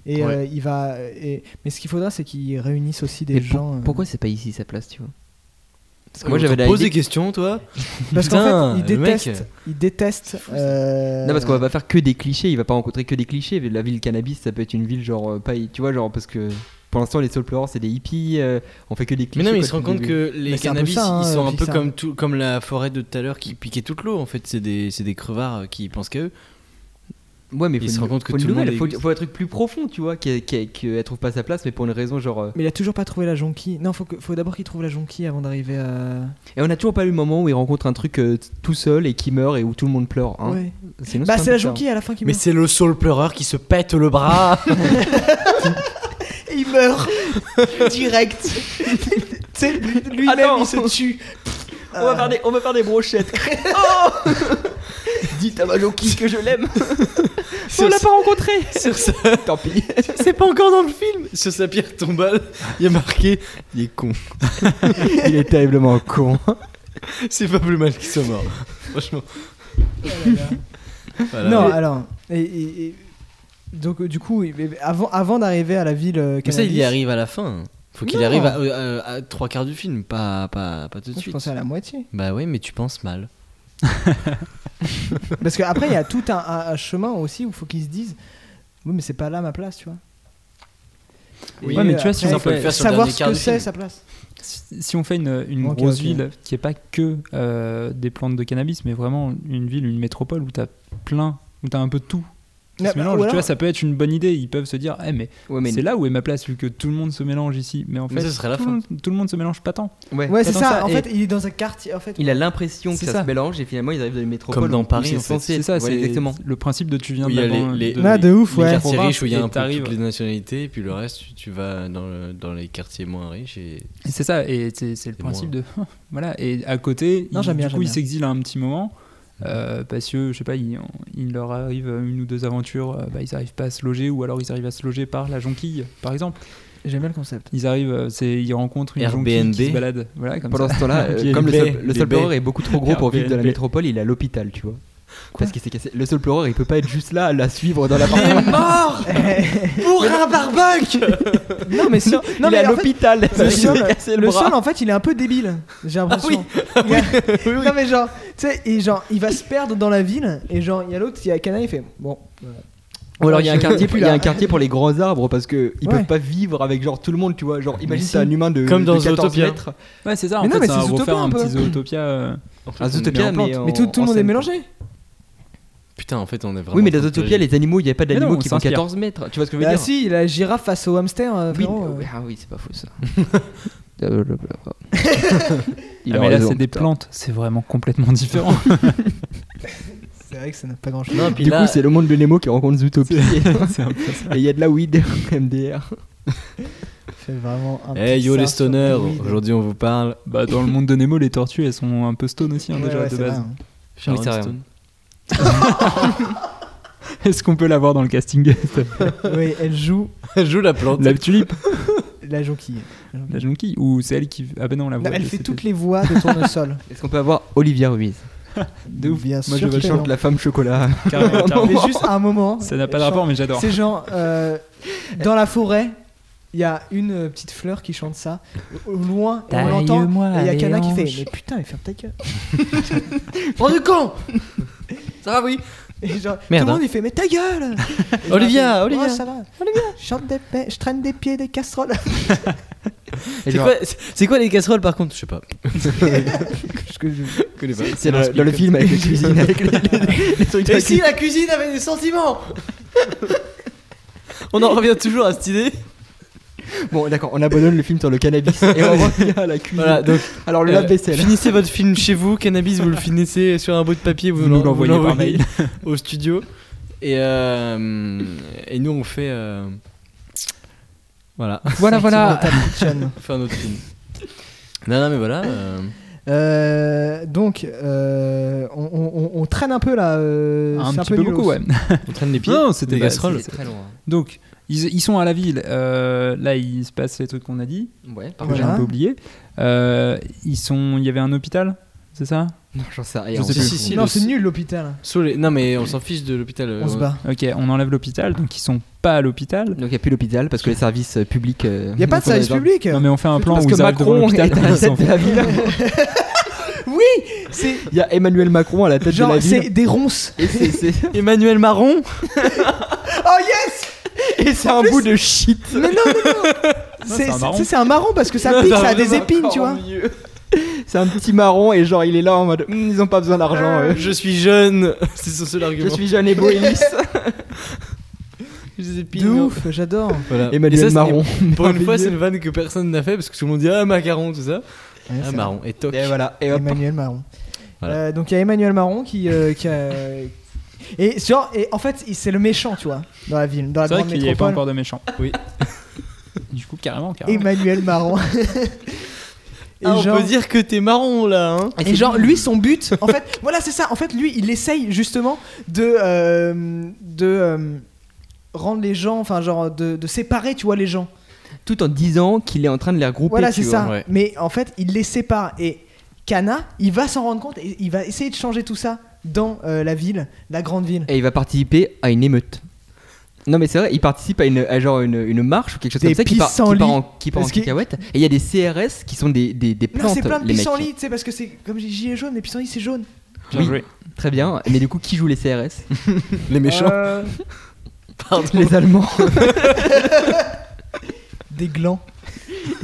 Speaker 1: Et euh, il va. et- mais ce qu'il faudra, c'est qu'ils réunissent aussi des
Speaker 4: Mais pour-
Speaker 1: gens. euh,
Speaker 4: Pourquoi c'est pas ici sa place, tu vois Parce que
Speaker 2: Moi
Speaker 4: moi j'avais la
Speaker 2: Pose des
Speaker 4: idée-
Speaker 2: questions, toi
Speaker 1: Parce qu'en fait,
Speaker 2: Putain,
Speaker 1: ils
Speaker 2: le mec.
Speaker 1: détestent. Ils détestent. euh,
Speaker 4: Non parce qu'on va pas faire que des clichés, il va pas rencontrer que des clichés. mais La ville cannabis, ça peut être une ville genre euh, pas, tu vois genre parce que Pour l'instant, les soulplorers, c'est des hippies, euh, on fait que des clichés.
Speaker 2: Mais non, mais ils
Speaker 4: quoi,
Speaker 2: se rendent
Speaker 4: depuis le
Speaker 2: compte
Speaker 4: début.
Speaker 2: que les
Speaker 1: Mais c'est un peu
Speaker 2: cannabis,
Speaker 1: ça, hein,
Speaker 2: ils sont un peu
Speaker 1: Pixar.
Speaker 2: comme, tout, comme la forêt de tout à l'heure qui piquait toute l'eau. En fait, c'est des, c'est des crevards euh, qui pensent qu'à eux.
Speaker 4: Ouais, mais
Speaker 2: Ils
Speaker 4: faut
Speaker 2: se
Speaker 4: une-
Speaker 2: rendent compte que
Speaker 4: faut une
Speaker 2: tout le monde
Speaker 4: nouvelle, faut,
Speaker 2: est-
Speaker 4: faut un truc plus profond, tu vois, qu'elle qui, qui- elle trouve pas sa place, mais pour une raison genre. euh,
Speaker 1: Mais il a toujours pas trouvé la jonquille. Non, faut, que- faut d'abord qu'il trouve la jonquille avant d'arriver à.
Speaker 4: Et on a toujours pas eu le moment où il rencontre un truc euh, t- tout seul et qui meurt et où tout le monde pleure. Hein.
Speaker 1: ouais.
Speaker 4: Sinon,
Speaker 1: Bah,
Speaker 4: un
Speaker 1: c'est la
Speaker 4: peu ça.
Speaker 1: jonquille à la fin qui
Speaker 2: Mais
Speaker 1: meurt.
Speaker 2: c'est le saule pleureur qui se pète le bras.
Speaker 1: Et il meurt direct. tu sais, lui- lui-même
Speaker 4: Attends.
Speaker 1: il se tue.
Speaker 4: Ah On
Speaker 1: Euh.
Speaker 4: va, faire des, on va faire des brochettes. oh Dites à ma jonquille que je l'aime. on
Speaker 2: Sur
Speaker 4: l'a
Speaker 2: ce-
Speaker 4: pas rencontré.
Speaker 2: Sur ce-
Speaker 4: Tant pis.
Speaker 2: c'est pas encore dans le film. Sur sa pierre tombale, il y a marqué Il est con.
Speaker 4: Il est terriblement con.
Speaker 2: C'est pas plus mal qu'il soit mort. Franchement.
Speaker 1: Ah.
Speaker 2: Voilà.
Speaker 1: non,
Speaker 2: Mais-
Speaker 1: alors. Et, et- et- Donc, euh, du coup, il- mais avant, avant d'arriver à la ville. euh,
Speaker 2: Mais ça, il y
Speaker 1: cannabis,
Speaker 2: arrive à la fin. Faut qu'il
Speaker 1: Non.
Speaker 2: arrive à, euh, à- à trois quarts du film, pas, pas, pas tout de
Speaker 1: Je
Speaker 2: suite.
Speaker 1: pensais à la moitié.
Speaker 2: Bah oui, mais tu penses mal.
Speaker 1: Parce qu'après, il y a tout un, un- un chemin aussi où il faut qu'ils se disent Oui, mais c'est pas là ma place, tu vois. euh,
Speaker 3: Oui, mais tu vois, si
Speaker 1: après,
Speaker 3: on peut le
Speaker 2: faire sur le
Speaker 1: savoir
Speaker 2: dernier
Speaker 1: ce
Speaker 2: quart
Speaker 1: que
Speaker 2: du
Speaker 1: c'est
Speaker 2: film.
Speaker 1: sa place.
Speaker 3: Si si on fait une, une
Speaker 1: Ok,
Speaker 3: grosse
Speaker 1: ok.
Speaker 3: ville qui est pas que euh, des plantes de cannabis, mais vraiment une ville, une métropole où t'as plein, où t'as un peu de tout. qui
Speaker 1: Mais-
Speaker 3: se mélange.
Speaker 1: Ah bah, ou alors-
Speaker 3: Tu vois, ça peut être une bonne idée. Ils peuvent se dire, Eh, mais,
Speaker 4: Ouais, mais
Speaker 3: c'est là où est ma place vu que tout le monde se mélange ici. Mais en fait,
Speaker 2: Mais ce serait la
Speaker 3: tout,
Speaker 2: fin.
Speaker 3: le monde- tout le monde se mélange pas tant.
Speaker 4: ouais.
Speaker 1: Ouais, c'est
Speaker 3: Attends,
Speaker 1: ça.
Speaker 3: ça,
Speaker 1: En
Speaker 3: et-
Speaker 1: fait, il est dans un quartier. En fait,
Speaker 4: Il a l'impression que
Speaker 3: C'est
Speaker 4: ça,
Speaker 3: ça.
Speaker 4: se mélange et finalement ils arrivent dans une métropole.
Speaker 2: Comme dans
Speaker 4: où
Speaker 2: Paris,
Speaker 4: c'est
Speaker 2: en fait.
Speaker 4: censé
Speaker 3: C'est
Speaker 4: être-
Speaker 3: ça,
Speaker 4: ouais,
Speaker 3: c'est
Speaker 4: exactement.
Speaker 3: le principe de tu viens
Speaker 2: Où
Speaker 3: de
Speaker 2: il y
Speaker 3: la
Speaker 2: a les-
Speaker 3: banlieue,
Speaker 2: les-
Speaker 3: de-
Speaker 1: Ah, de ouf,
Speaker 2: les
Speaker 1: ouais.
Speaker 2: quartiers
Speaker 3: Province,
Speaker 2: riches où il y a
Speaker 3: et
Speaker 2: un peu
Speaker 3: t'arrives.
Speaker 2: toutes les nationalités, et puis le reste, tu, tu vas dans, le- dans les quartiers moins riches. Et...
Speaker 3: Et C'est ça, et c'est c'est le
Speaker 2: C'est moi.
Speaker 3: principe de. voilà, et à côté,
Speaker 1: Non,
Speaker 3: il-
Speaker 1: j'aime bien,
Speaker 3: du
Speaker 1: j'aime
Speaker 3: coup, il
Speaker 1: bien.
Speaker 3: s'exile à un petit moment. euh, parce que, je sais pas, il, il leur arrive une ou deux aventures, euh, bah, ils arrivent pas à se loger, ou alors ils arrivent à se loger par la jonquille, par exemple.
Speaker 1: J'aime bien le concept.
Speaker 3: Ils arrivent, euh, c'est ils rencontrent une jonquille
Speaker 2: Airbnb.
Speaker 3: qui se balade. Voilà, comme
Speaker 4: Pendant
Speaker 3: ça.
Speaker 4: ce temps-là, euh,
Speaker 3: Qui est
Speaker 4: comme le
Speaker 3: baies,
Speaker 4: sol, le
Speaker 3: des
Speaker 4: sol pleureur
Speaker 3: baies.
Speaker 4: est beaucoup trop gros pour vivre de la
Speaker 3: RPNP.
Speaker 4: métropole, il est à l'hôpital, tu vois. Parce qu'il s'est cassé. Le sol pleureur, il peut pas être juste là à la suivre dans la
Speaker 1: Pour un barbuck Non, mais sur... non,
Speaker 4: il est
Speaker 1: mais
Speaker 4: à
Speaker 1: en fait,
Speaker 4: l'hôpital.
Speaker 1: le
Speaker 4: il s'est
Speaker 1: sol,
Speaker 4: cassé
Speaker 1: le,
Speaker 4: le
Speaker 1: sol,
Speaker 4: bras. Ah
Speaker 1: en fait, il est un peu débile. J'ai l'impression. Il y a- Non, mais genre, tu sais, et genre, il va se perdre dans la ville, et genre, il y a l'autre, il y a Cana, il fait bon.
Speaker 4: Ou alors il y a un
Speaker 1: Je-
Speaker 4: quartier,
Speaker 1: je-
Speaker 4: il y a un quartier pour les grands arbres parce que ils
Speaker 1: Ouais.
Speaker 4: peuvent pas vivre avec genre tout le monde, tu vois. Genre imagine
Speaker 1: si.
Speaker 4: c'est un humain de
Speaker 2: Comme dans
Speaker 4: de 14
Speaker 2: Zootopia.
Speaker 4: mètres.
Speaker 3: Ouais, c'est ça,
Speaker 1: Mais
Speaker 3: en
Speaker 1: non, mais
Speaker 3: fait, ça
Speaker 1: c'est
Speaker 3: va refaire
Speaker 1: Zootopia,
Speaker 3: un
Speaker 1: un peu.
Speaker 3: petit Zootopia. euh,
Speaker 2: Ah,
Speaker 1: Ah,
Speaker 4: Un Zootopia,
Speaker 3: mais en
Speaker 4: mais, en-
Speaker 1: Mais tout, tout le
Speaker 4: en
Speaker 1: monde est
Speaker 4: scène,
Speaker 1: mélangé.
Speaker 2: Putain, en fait, on est vraiment.
Speaker 4: quoi. Oui, mais dans
Speaker 2: dans
Speaker 4: Zootopia, les animaux, il y a pas
Speaker 3: non,
Speaker 4: d'animaux
Speaker 3: on
Speaker 4: qui font
Speaker 3: s'inspire.
Speaker 4: 14 mètres. Tu vois ce que je veux
Speaker 1: Bah
Speaker 4: dire
Speaker 1: si, la girafe face au hamster, euh,
Speaker 4: Oui,
Speaker 1: frérot, euh.
Speaker 4: mais- ah oui, c'est pas faux ça.
Speaker 3: ah, mais là, c'est des plantes, c'est vraiment complètement différent.
Speaker 1: C'est vrai que ça n'a pas grand chose.
Speaker 2: Non, puis
Speaker 4: Du
Speaker 2: là,
Speaker 4: coup, c'est le monde de Nemo qui rencontre Zootopia.
Speaker 3: c'est un peu ça.
Speaker 4: Et il y a de la weed MDR.
Speaker 1: Fait vraiment un
Speaker 4: Eh,
Speaker 2: Hey
Speaker 1: petit
Speaker 2: yo les
Speaker 1: sar sur
Speaker 2: stoners,
Speaker 1: Playmobil.
Speaker 2: aujourd'hui on vous parle.
Speaker 3: Bah, dans le monde de Nemo, les tortues, elles sont un peu stone aussi, hein,
Speaker 1: Ouais,
Speaker 3: déjà,
Speaker 1: ouais,
Speaker 3: de
Speaker 1: c'est
Speaker 3: base.
Speaker 1: vrai, hein.
Speaker 2: Sharon
Speaker 4: c'est vrai.
Speaker 2: Stone.
Speaker 3: Est-ce qu'on peut l'avoir dans le casting
Speaker 1: Oui, elle joue
Speaker 2: Elle joue la plante.
Speaker 3: La tulipe,
Speaker 1: la jonquille.
Speaker 4: Ah,
Speaker 1: La jonquille.
Speaker 3: la jonquille Ou c'est elle qui. Ah ben non, la
Speaker 1: Non,
Speaker 3: voix.
Speaker 1: elle
Speaker 3: je
Speaker 1: fait
Speaker 3: sais
Speaker 1: toutes
Speaker 3: plus.
Speaker 1: les voix de tournesol.
Speaker 4: Est-ce qu'on peut avoir Olivia Ruiz
Speaker 3: De ouf.
Speaker 1: Bien sûr.
Speaker 3: Moi, je veux
Speaker 1: qu'elle
Speaker 4: Chante
Speaker 1: est.
Speaker 4: la femme chocolat.
Speaker 3: Carrément, carrément.
Speaker 1: Mais juste à un moment.
Speaker 3: Ça n'a pas de
Speaker 1: elle chante-
Speaker 3: rapport, mais j'adore.
Speaker 1: C'est genre, euh, dans la forêt, il y a une euh, petite fleur qui chante ça. Au au loin, et on l'entend. Et il y a Kana qui fait Mais putain, mais ferme ta gueule.
Speaker 2: Prends du con Ça va, oui
Speaker 1: Et genre,
Speaker 4: Merde,
Speaker 1: tout le monde
Speaker 4: hein.
Speaker 1: il fait Mais ta gueule Et genre,
Speaker 2: Olivia,
Speaker 1: elle fait,
Speaker 2: Olivia.
Speaker 1: Oh, ça va. Je chante des pe- Je traîne des pieds, des casseroles.
Speaker 4: Et
Speaker 2: C'est
Speaker 4: genre,
Speaker 2: quoi, c'est quoi les casseroles par contre Je sais pas.
Speaker 1: Parce que je-
Speaker 2: Je connais pas.
Speaker 4: C'est dans, dans le film avec les cuisines, avec les, les- les trucs de la cuisine.
Speaker 2: la cuisine avait des sentiments On en revient toujours à cette idée.
Speaker 4: Bon, d'accord, on abandonne le film sur le cannabis et on revient à la cuisine.
Speaker 2: Voilà, donc
Speaker 4: Alors, le
Speaker 2: euh,
Speaker 4: lave-vaisselle.
Speaker 2: finissez votre film chez vous, cannabis, vous le finissez sur un bout de papier, vous,
Speaker 3: Vous
Speaker 2: l'en-
Speaker 3: nous l'envoyez
Speaker 2: vous
Speaker 3: par mail.
Speaker 2: au studio. Et, euh, et nous, on fait. euh, voilà,
Speaker 3: Voilà, voilà.
Speaker 1: Sortir de ta petite chaîne.
Speaker 2: on fait un autre film. Non, non, mais voilà. euh,
Speaker 1: Euh, donc, euh, on, on- on- on traîne un peu là. euh,
Speaker 3: Un
Speaker 1: c'est
Speaker 3: petit peu
Speaker 1: nul
Speaker 3: beaucoup,
Speaker 1: aussi.
Speaker 3: ouais.
Speaker 2: on traîne les pieds. Bah,
Speaker 3: Non, c'était
Speaker 2: des
Speaker 3: pas-
Speaker 2: casseroles.
Speaker 3: c'est-
Speaker 4: très loin.
Speaker 3: Donc, ils, ils sont à la ville. euh, là, il se passe les trucs qu'on a dit,
Speaker 4: Ouais,
Speaker 3: que
Speaker 4: par
Speaker 1: Voilà.
Speaker 3: j'ai un peu oublié. Euh, ils sont. Il y avait un hôpital, c'est ça
Speaker 4: Non, j'en sais rien.
Speaker 3: Je sais
Speaker 4: on-
Speaker 2: plus.
Speaker 1: Non,
Speaker 2: Le-
Speaker 1: c'est nul l'hôpital.
Speaker 2: Sous les- Non, mais on s'en fiche de l'hôpital. euh,
Speaker 1: On se bat.
Speaker 3: Ok, on enlève l'hôpital, donc ils sont pas à l'hôpital.
Speaker 4: Donc, il n'y a plus l'hôpital parce que les services euh, publics. Il
Speaker 1: Y a pas de service public.
Speaker 3: Non mais on fait un plan
Speaker 4: Parce
Speaker 3: où
Speaker 4: que
Speaker 3: ils arrivent devant
Speaker 4: Macron est à
Speaker 3: l'hôpital.
Speaker 4: la
Speaker 3: ils s'en
Speaker 4: tête de
Speaker 3: foutent.
Speaker 4: la ville.
Speaker 1: C'est
Speaker 4: Il y a Emmanuel Macron à la tête de
Speaker 1: genre
Speaker 4: la ville.
Speaker 1: c'est des ronces.
Speaker 4: Et c'est- c'est-
Speaker 2: Emmanuel Marron
Speaker 1: Oh yes Et
Speaker 4: C'est un bout de shit.
Speaker 1: Mais non, mais non C'est-
Speaker 3: c'est un
Speaker 1: c'est-
Speaker 3: marron.
Speaker 1: C'est c'est un marron parce que ça pique, ça a des épines, tu vois. C'est un petit marron et genre il est là en mode
Speaker 4: hmm,
Speaker 1: Hum, ils ont pas besoin d'argent. euh,
Speaker 2: Je suis jeune. C'est son seul
Speaker 4: Je
Speaker 2: argument.
Speaker 4: suis jeune et beau et lisse.
Speaker 2: J'ai des épines,
Speaker 1: De
Speaker 2: non.
Speaker 1: ouf, j'adore.
Speaker 2: hein. Voilà.
Speaker 1: Emmanuel
Speaker 2: Et ça, c'est-
Speaker 1: Marron.
Speaker 2: Pour une fois, c'est une vanne que personne n'a fait parce que tout le monde dit ah macaron tout ça.
Speaker 1: Ouais,
Speaker 2: Ah
Speaker 1: c'est
Speaker 2: marron et toc.
Speaker 4: Et voilà. Et hop.
Speaker 1: Emmanuel Marron.
Speaker 2: Voilà.
Speaker 1: Euh, donc il y a Emmanuel Marron qui, euh, qui a. Et, genre, et en fait, il- c'est le méchant, tu vois, dans la ville, dans la
Speaker 3: C'est vrai
Speaker 1: grande
Speaker 3: qu'il n'y avait pas
Speaker 1: métropole.
Speaker 3: encore de méchant. Oui. du coup, carrément, carrément.
Speaker 1: Emmanuel Marron. Et
Speaker 2: Ah, on
Speaker 1: genre-
Speaker 2: peut dire que t'es marron là. Hein.
Speaker 1: Et genre lui son but en fait voilà c'est ça en fait lui il essaye justement de euh, de euh, rendre les gens enfin genre de, de séparer tu vois les gens
Speaker 4: Tout en disant qu'il est en train de les regrouper.
Speaker 1: voilà
Speaker 4: tu
Speaker 1: c'est
Speaker 4: vois.
Speaker 1: ça
Speaker 2: ouais.
Speaker 1: mais en fait il les sépare et Kana il va s'en rendre compte et il va essayer de changer tout ça dans euh, la ville la grande ville
Speaker 4: Et il va participer à une émeute. Non mais c'est vrai, il participe à une à genre une, une marche ou quelque chose
Speaker 1: Des
Speaker 4: comme ça qui part, qui
Speaker 1: pissenlits.
Speaker 4: part en, qui part en
Speaker 1: Parce qu'il-
Speaker 4: cacahuète. Et il y a des CRS qui sont des, des, des
Speaker 1: non
Speaker 4: plantes.
Speaker 1: c'est plein de
Speaker 4: les mecs.
Speaker 1: pissenlits tu sais parce que c'est comme j'ai dit, gilet jaune mais pissenlit c'est jaune
Speaker 3: Bien
Speaker 4: Oui.
Speaker 3: joué.
Speaker 4: Très bien. Mais du coup, qui joue les CRS
Speaker 2: Les méchants.
Speaker 1: Euh,
Speaker 4: Les Allemands.
Speaker 1: des glands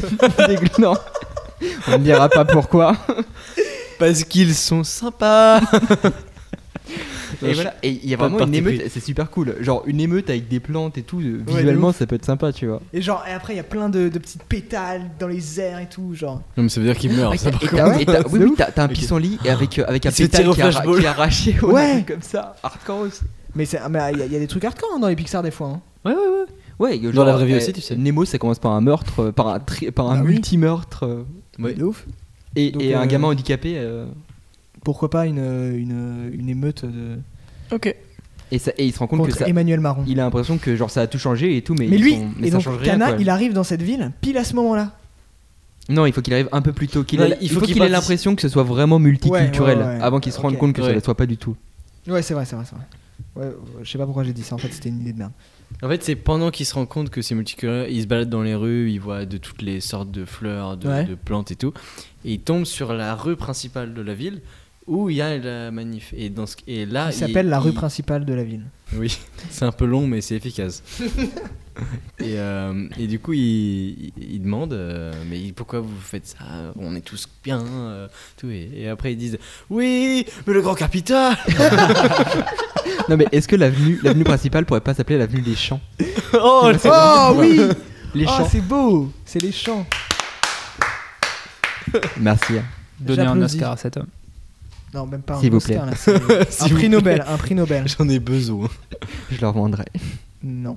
Speaker 4: Des gl- non. On ne dira pas pourquoi.
Speaker 2: Parce qu'ils sont sympas.
Speaker 4: Et voilà. Et il y a
Speaker 2: Pas de
Speaker 4: vraiment une
Speaker 2: parti
Speaker 4: émeute. C'est super cool. Genre une émeute avec des plantes et tout. euh,
Speaker 1: de
Speaker 4: Visuellement, ça peut être sympa, tu vois.
Speaker 1: et genre et après il y a plein de, de petites pétales dans les airs et tout genre
Speaker 2: Non mais ça veut dire qu'ils meurent.
Speaker 4: Ouais,
Speaker 2: ça,
Speaker 4: t'as-
Speaker 2: par
Speaker 4: et
Speaker 2: contre.
Speaker 4: t'as- et t'as- oui,
Speaker 2: C'est
Speaker 4: oui,
Speaker 2: ouf.
Speaker 4: t'as t'as un
Speaker 2: Ok.
Speaker 4: pissenlit et avec, euh, avec un
Speaker 2: Il se fait
Speaker 4: pétale
Speaker 2: tirer au
Speaker 4: qui, est arra-
Speaker 2: flashball.
Speaker 4: qui est arraché au
Speaker 1: Ouais.
Speaker 4: nez, comme ça, hardcore aussi.
Speaker 1: mais c'est mais il y, a- il y a des trucs hardcore hein, dans les Pixar des fois hein.
Speaker 4: Ouais, euh,
Speaker 2: genre, la vraie vie aussi, tu sais.
Speaker 4: Nemo, ça commence par un meurtre, euh, par un, tri- par un
Speaker 1: Bah oui.
Speaker 4: multi-meurtre. euh,
Speaker 2: Ouais.
Speaker 1: de ouf
Speaker 4: Et,
Speaker 1: Donc,
Speaker 4: et
Speaker 1: euh,
Speaker 4: un gamin handicapé. euh,
Speaker 1: pourquoi pas une, euh, une, une émeute de...
Speaker 2: Ok.
Speaker 4: et, ça, et il se rend compte que
Speaker 1: contre
Speaker 4: ça.
Speaker 1: Emmanuel Marron.
Speaker 4: Il a l'impression que genre ça a tout changé et tout, mais,
Speaker 1: Mais
Speaker 4: ils
Speaker 1: lui,
Speaker 4: sont- mais
Speaker 1: et
Speaker 4: ça
Speaker 1: donc
Speaker 4: change rien.
Speaker 1: Kana,
Speaker 4: quoi.
Speaker 1: il arrive dans cette ville pile à ce moment-là.
Speaker 4: Non, il faut qu'il arrive un peu plus tôt. Qu'il
Speaker 2: Non,
Speaker 4: ait-
Speaker 2: il
Speaker 4: il
Speaker 2: faut
Speaker 4: faut
Speaker 2: qu'il
Speaker 4: qu'il ait
Speaker 2: participe.
Speaker 4: l'impression que ce soit vraiment multiculturel
Speaker 1: Ouais, ouais, ouais.
Speaker 4: avant qu'il se rende
Speaker 1: Ok.
Speaker 4: compte que ça
Speaker 2: Ouais.
Speaker 4: ne soit pas du tout.
Speaker 1: Ouais, c'est vrai, c'est vrai, c'est vrai. Ouais, euh, je sais pas pourquoi j'ai dit ça, en fait, c'était une idée de merde.
Speaker 2: En fait, c'est pendant qu'ils se rendent compte que c'est multiculturel, ils se baladent dans les rues, ils voient de toutes les sortes de fleurs, de,
Speaker 1: Ouais.
Speaker 2: de plantes et tout, et ils tombent sur la rue principale de la ville où il y a la manif. Et, dans ce... et là,
Speaker 1: Il s'appelle la rue
Speaker 2: Ah, il-
Speaker 1: principale de la ville.
Speaker 2: Oui, c'est un peu long, mais c'est efficace. et, euh, et du coup, il, il, il demande euh, Mais pourquoi vous faites ça On est tous bien. euh, tout. Et, et après, ils disent Oui, mais le grand capital
Speaker 4: Non, mais est-ce que l'avenue l'avenue principale pourrait pas s'appeler l'avenue des champs
Speaker 2: Oh,
Speaker 1: Oh oui
Speaker 4: Ah Les
Speaker 1: Oh,
Speaker 4: champs.
Speaker 1: c'est beau C'est les champs.
Speaker 4: Merci. hein.
Speaker 3: Donner un
Speaker 1: J'applaudis.
Speaker 3: Oscar à cet homme.
Speaker 1: Non, même pas un
Speaker 4: S'il vous
Speaker 1: Oscar,
Speaker 4: plaît.
Speaker 1: là, c'est-
Speaker 2: S'il
Speaker 1: un
Speaker 2: vous
Speaker 1: prix
Speaker 2: plaît.
Speaker 1: Nobel, un prix Nobel.
Speaker 2: J'en ai besoin.
Speaker 4: Je leur vendrai.
Speaker 1: Non.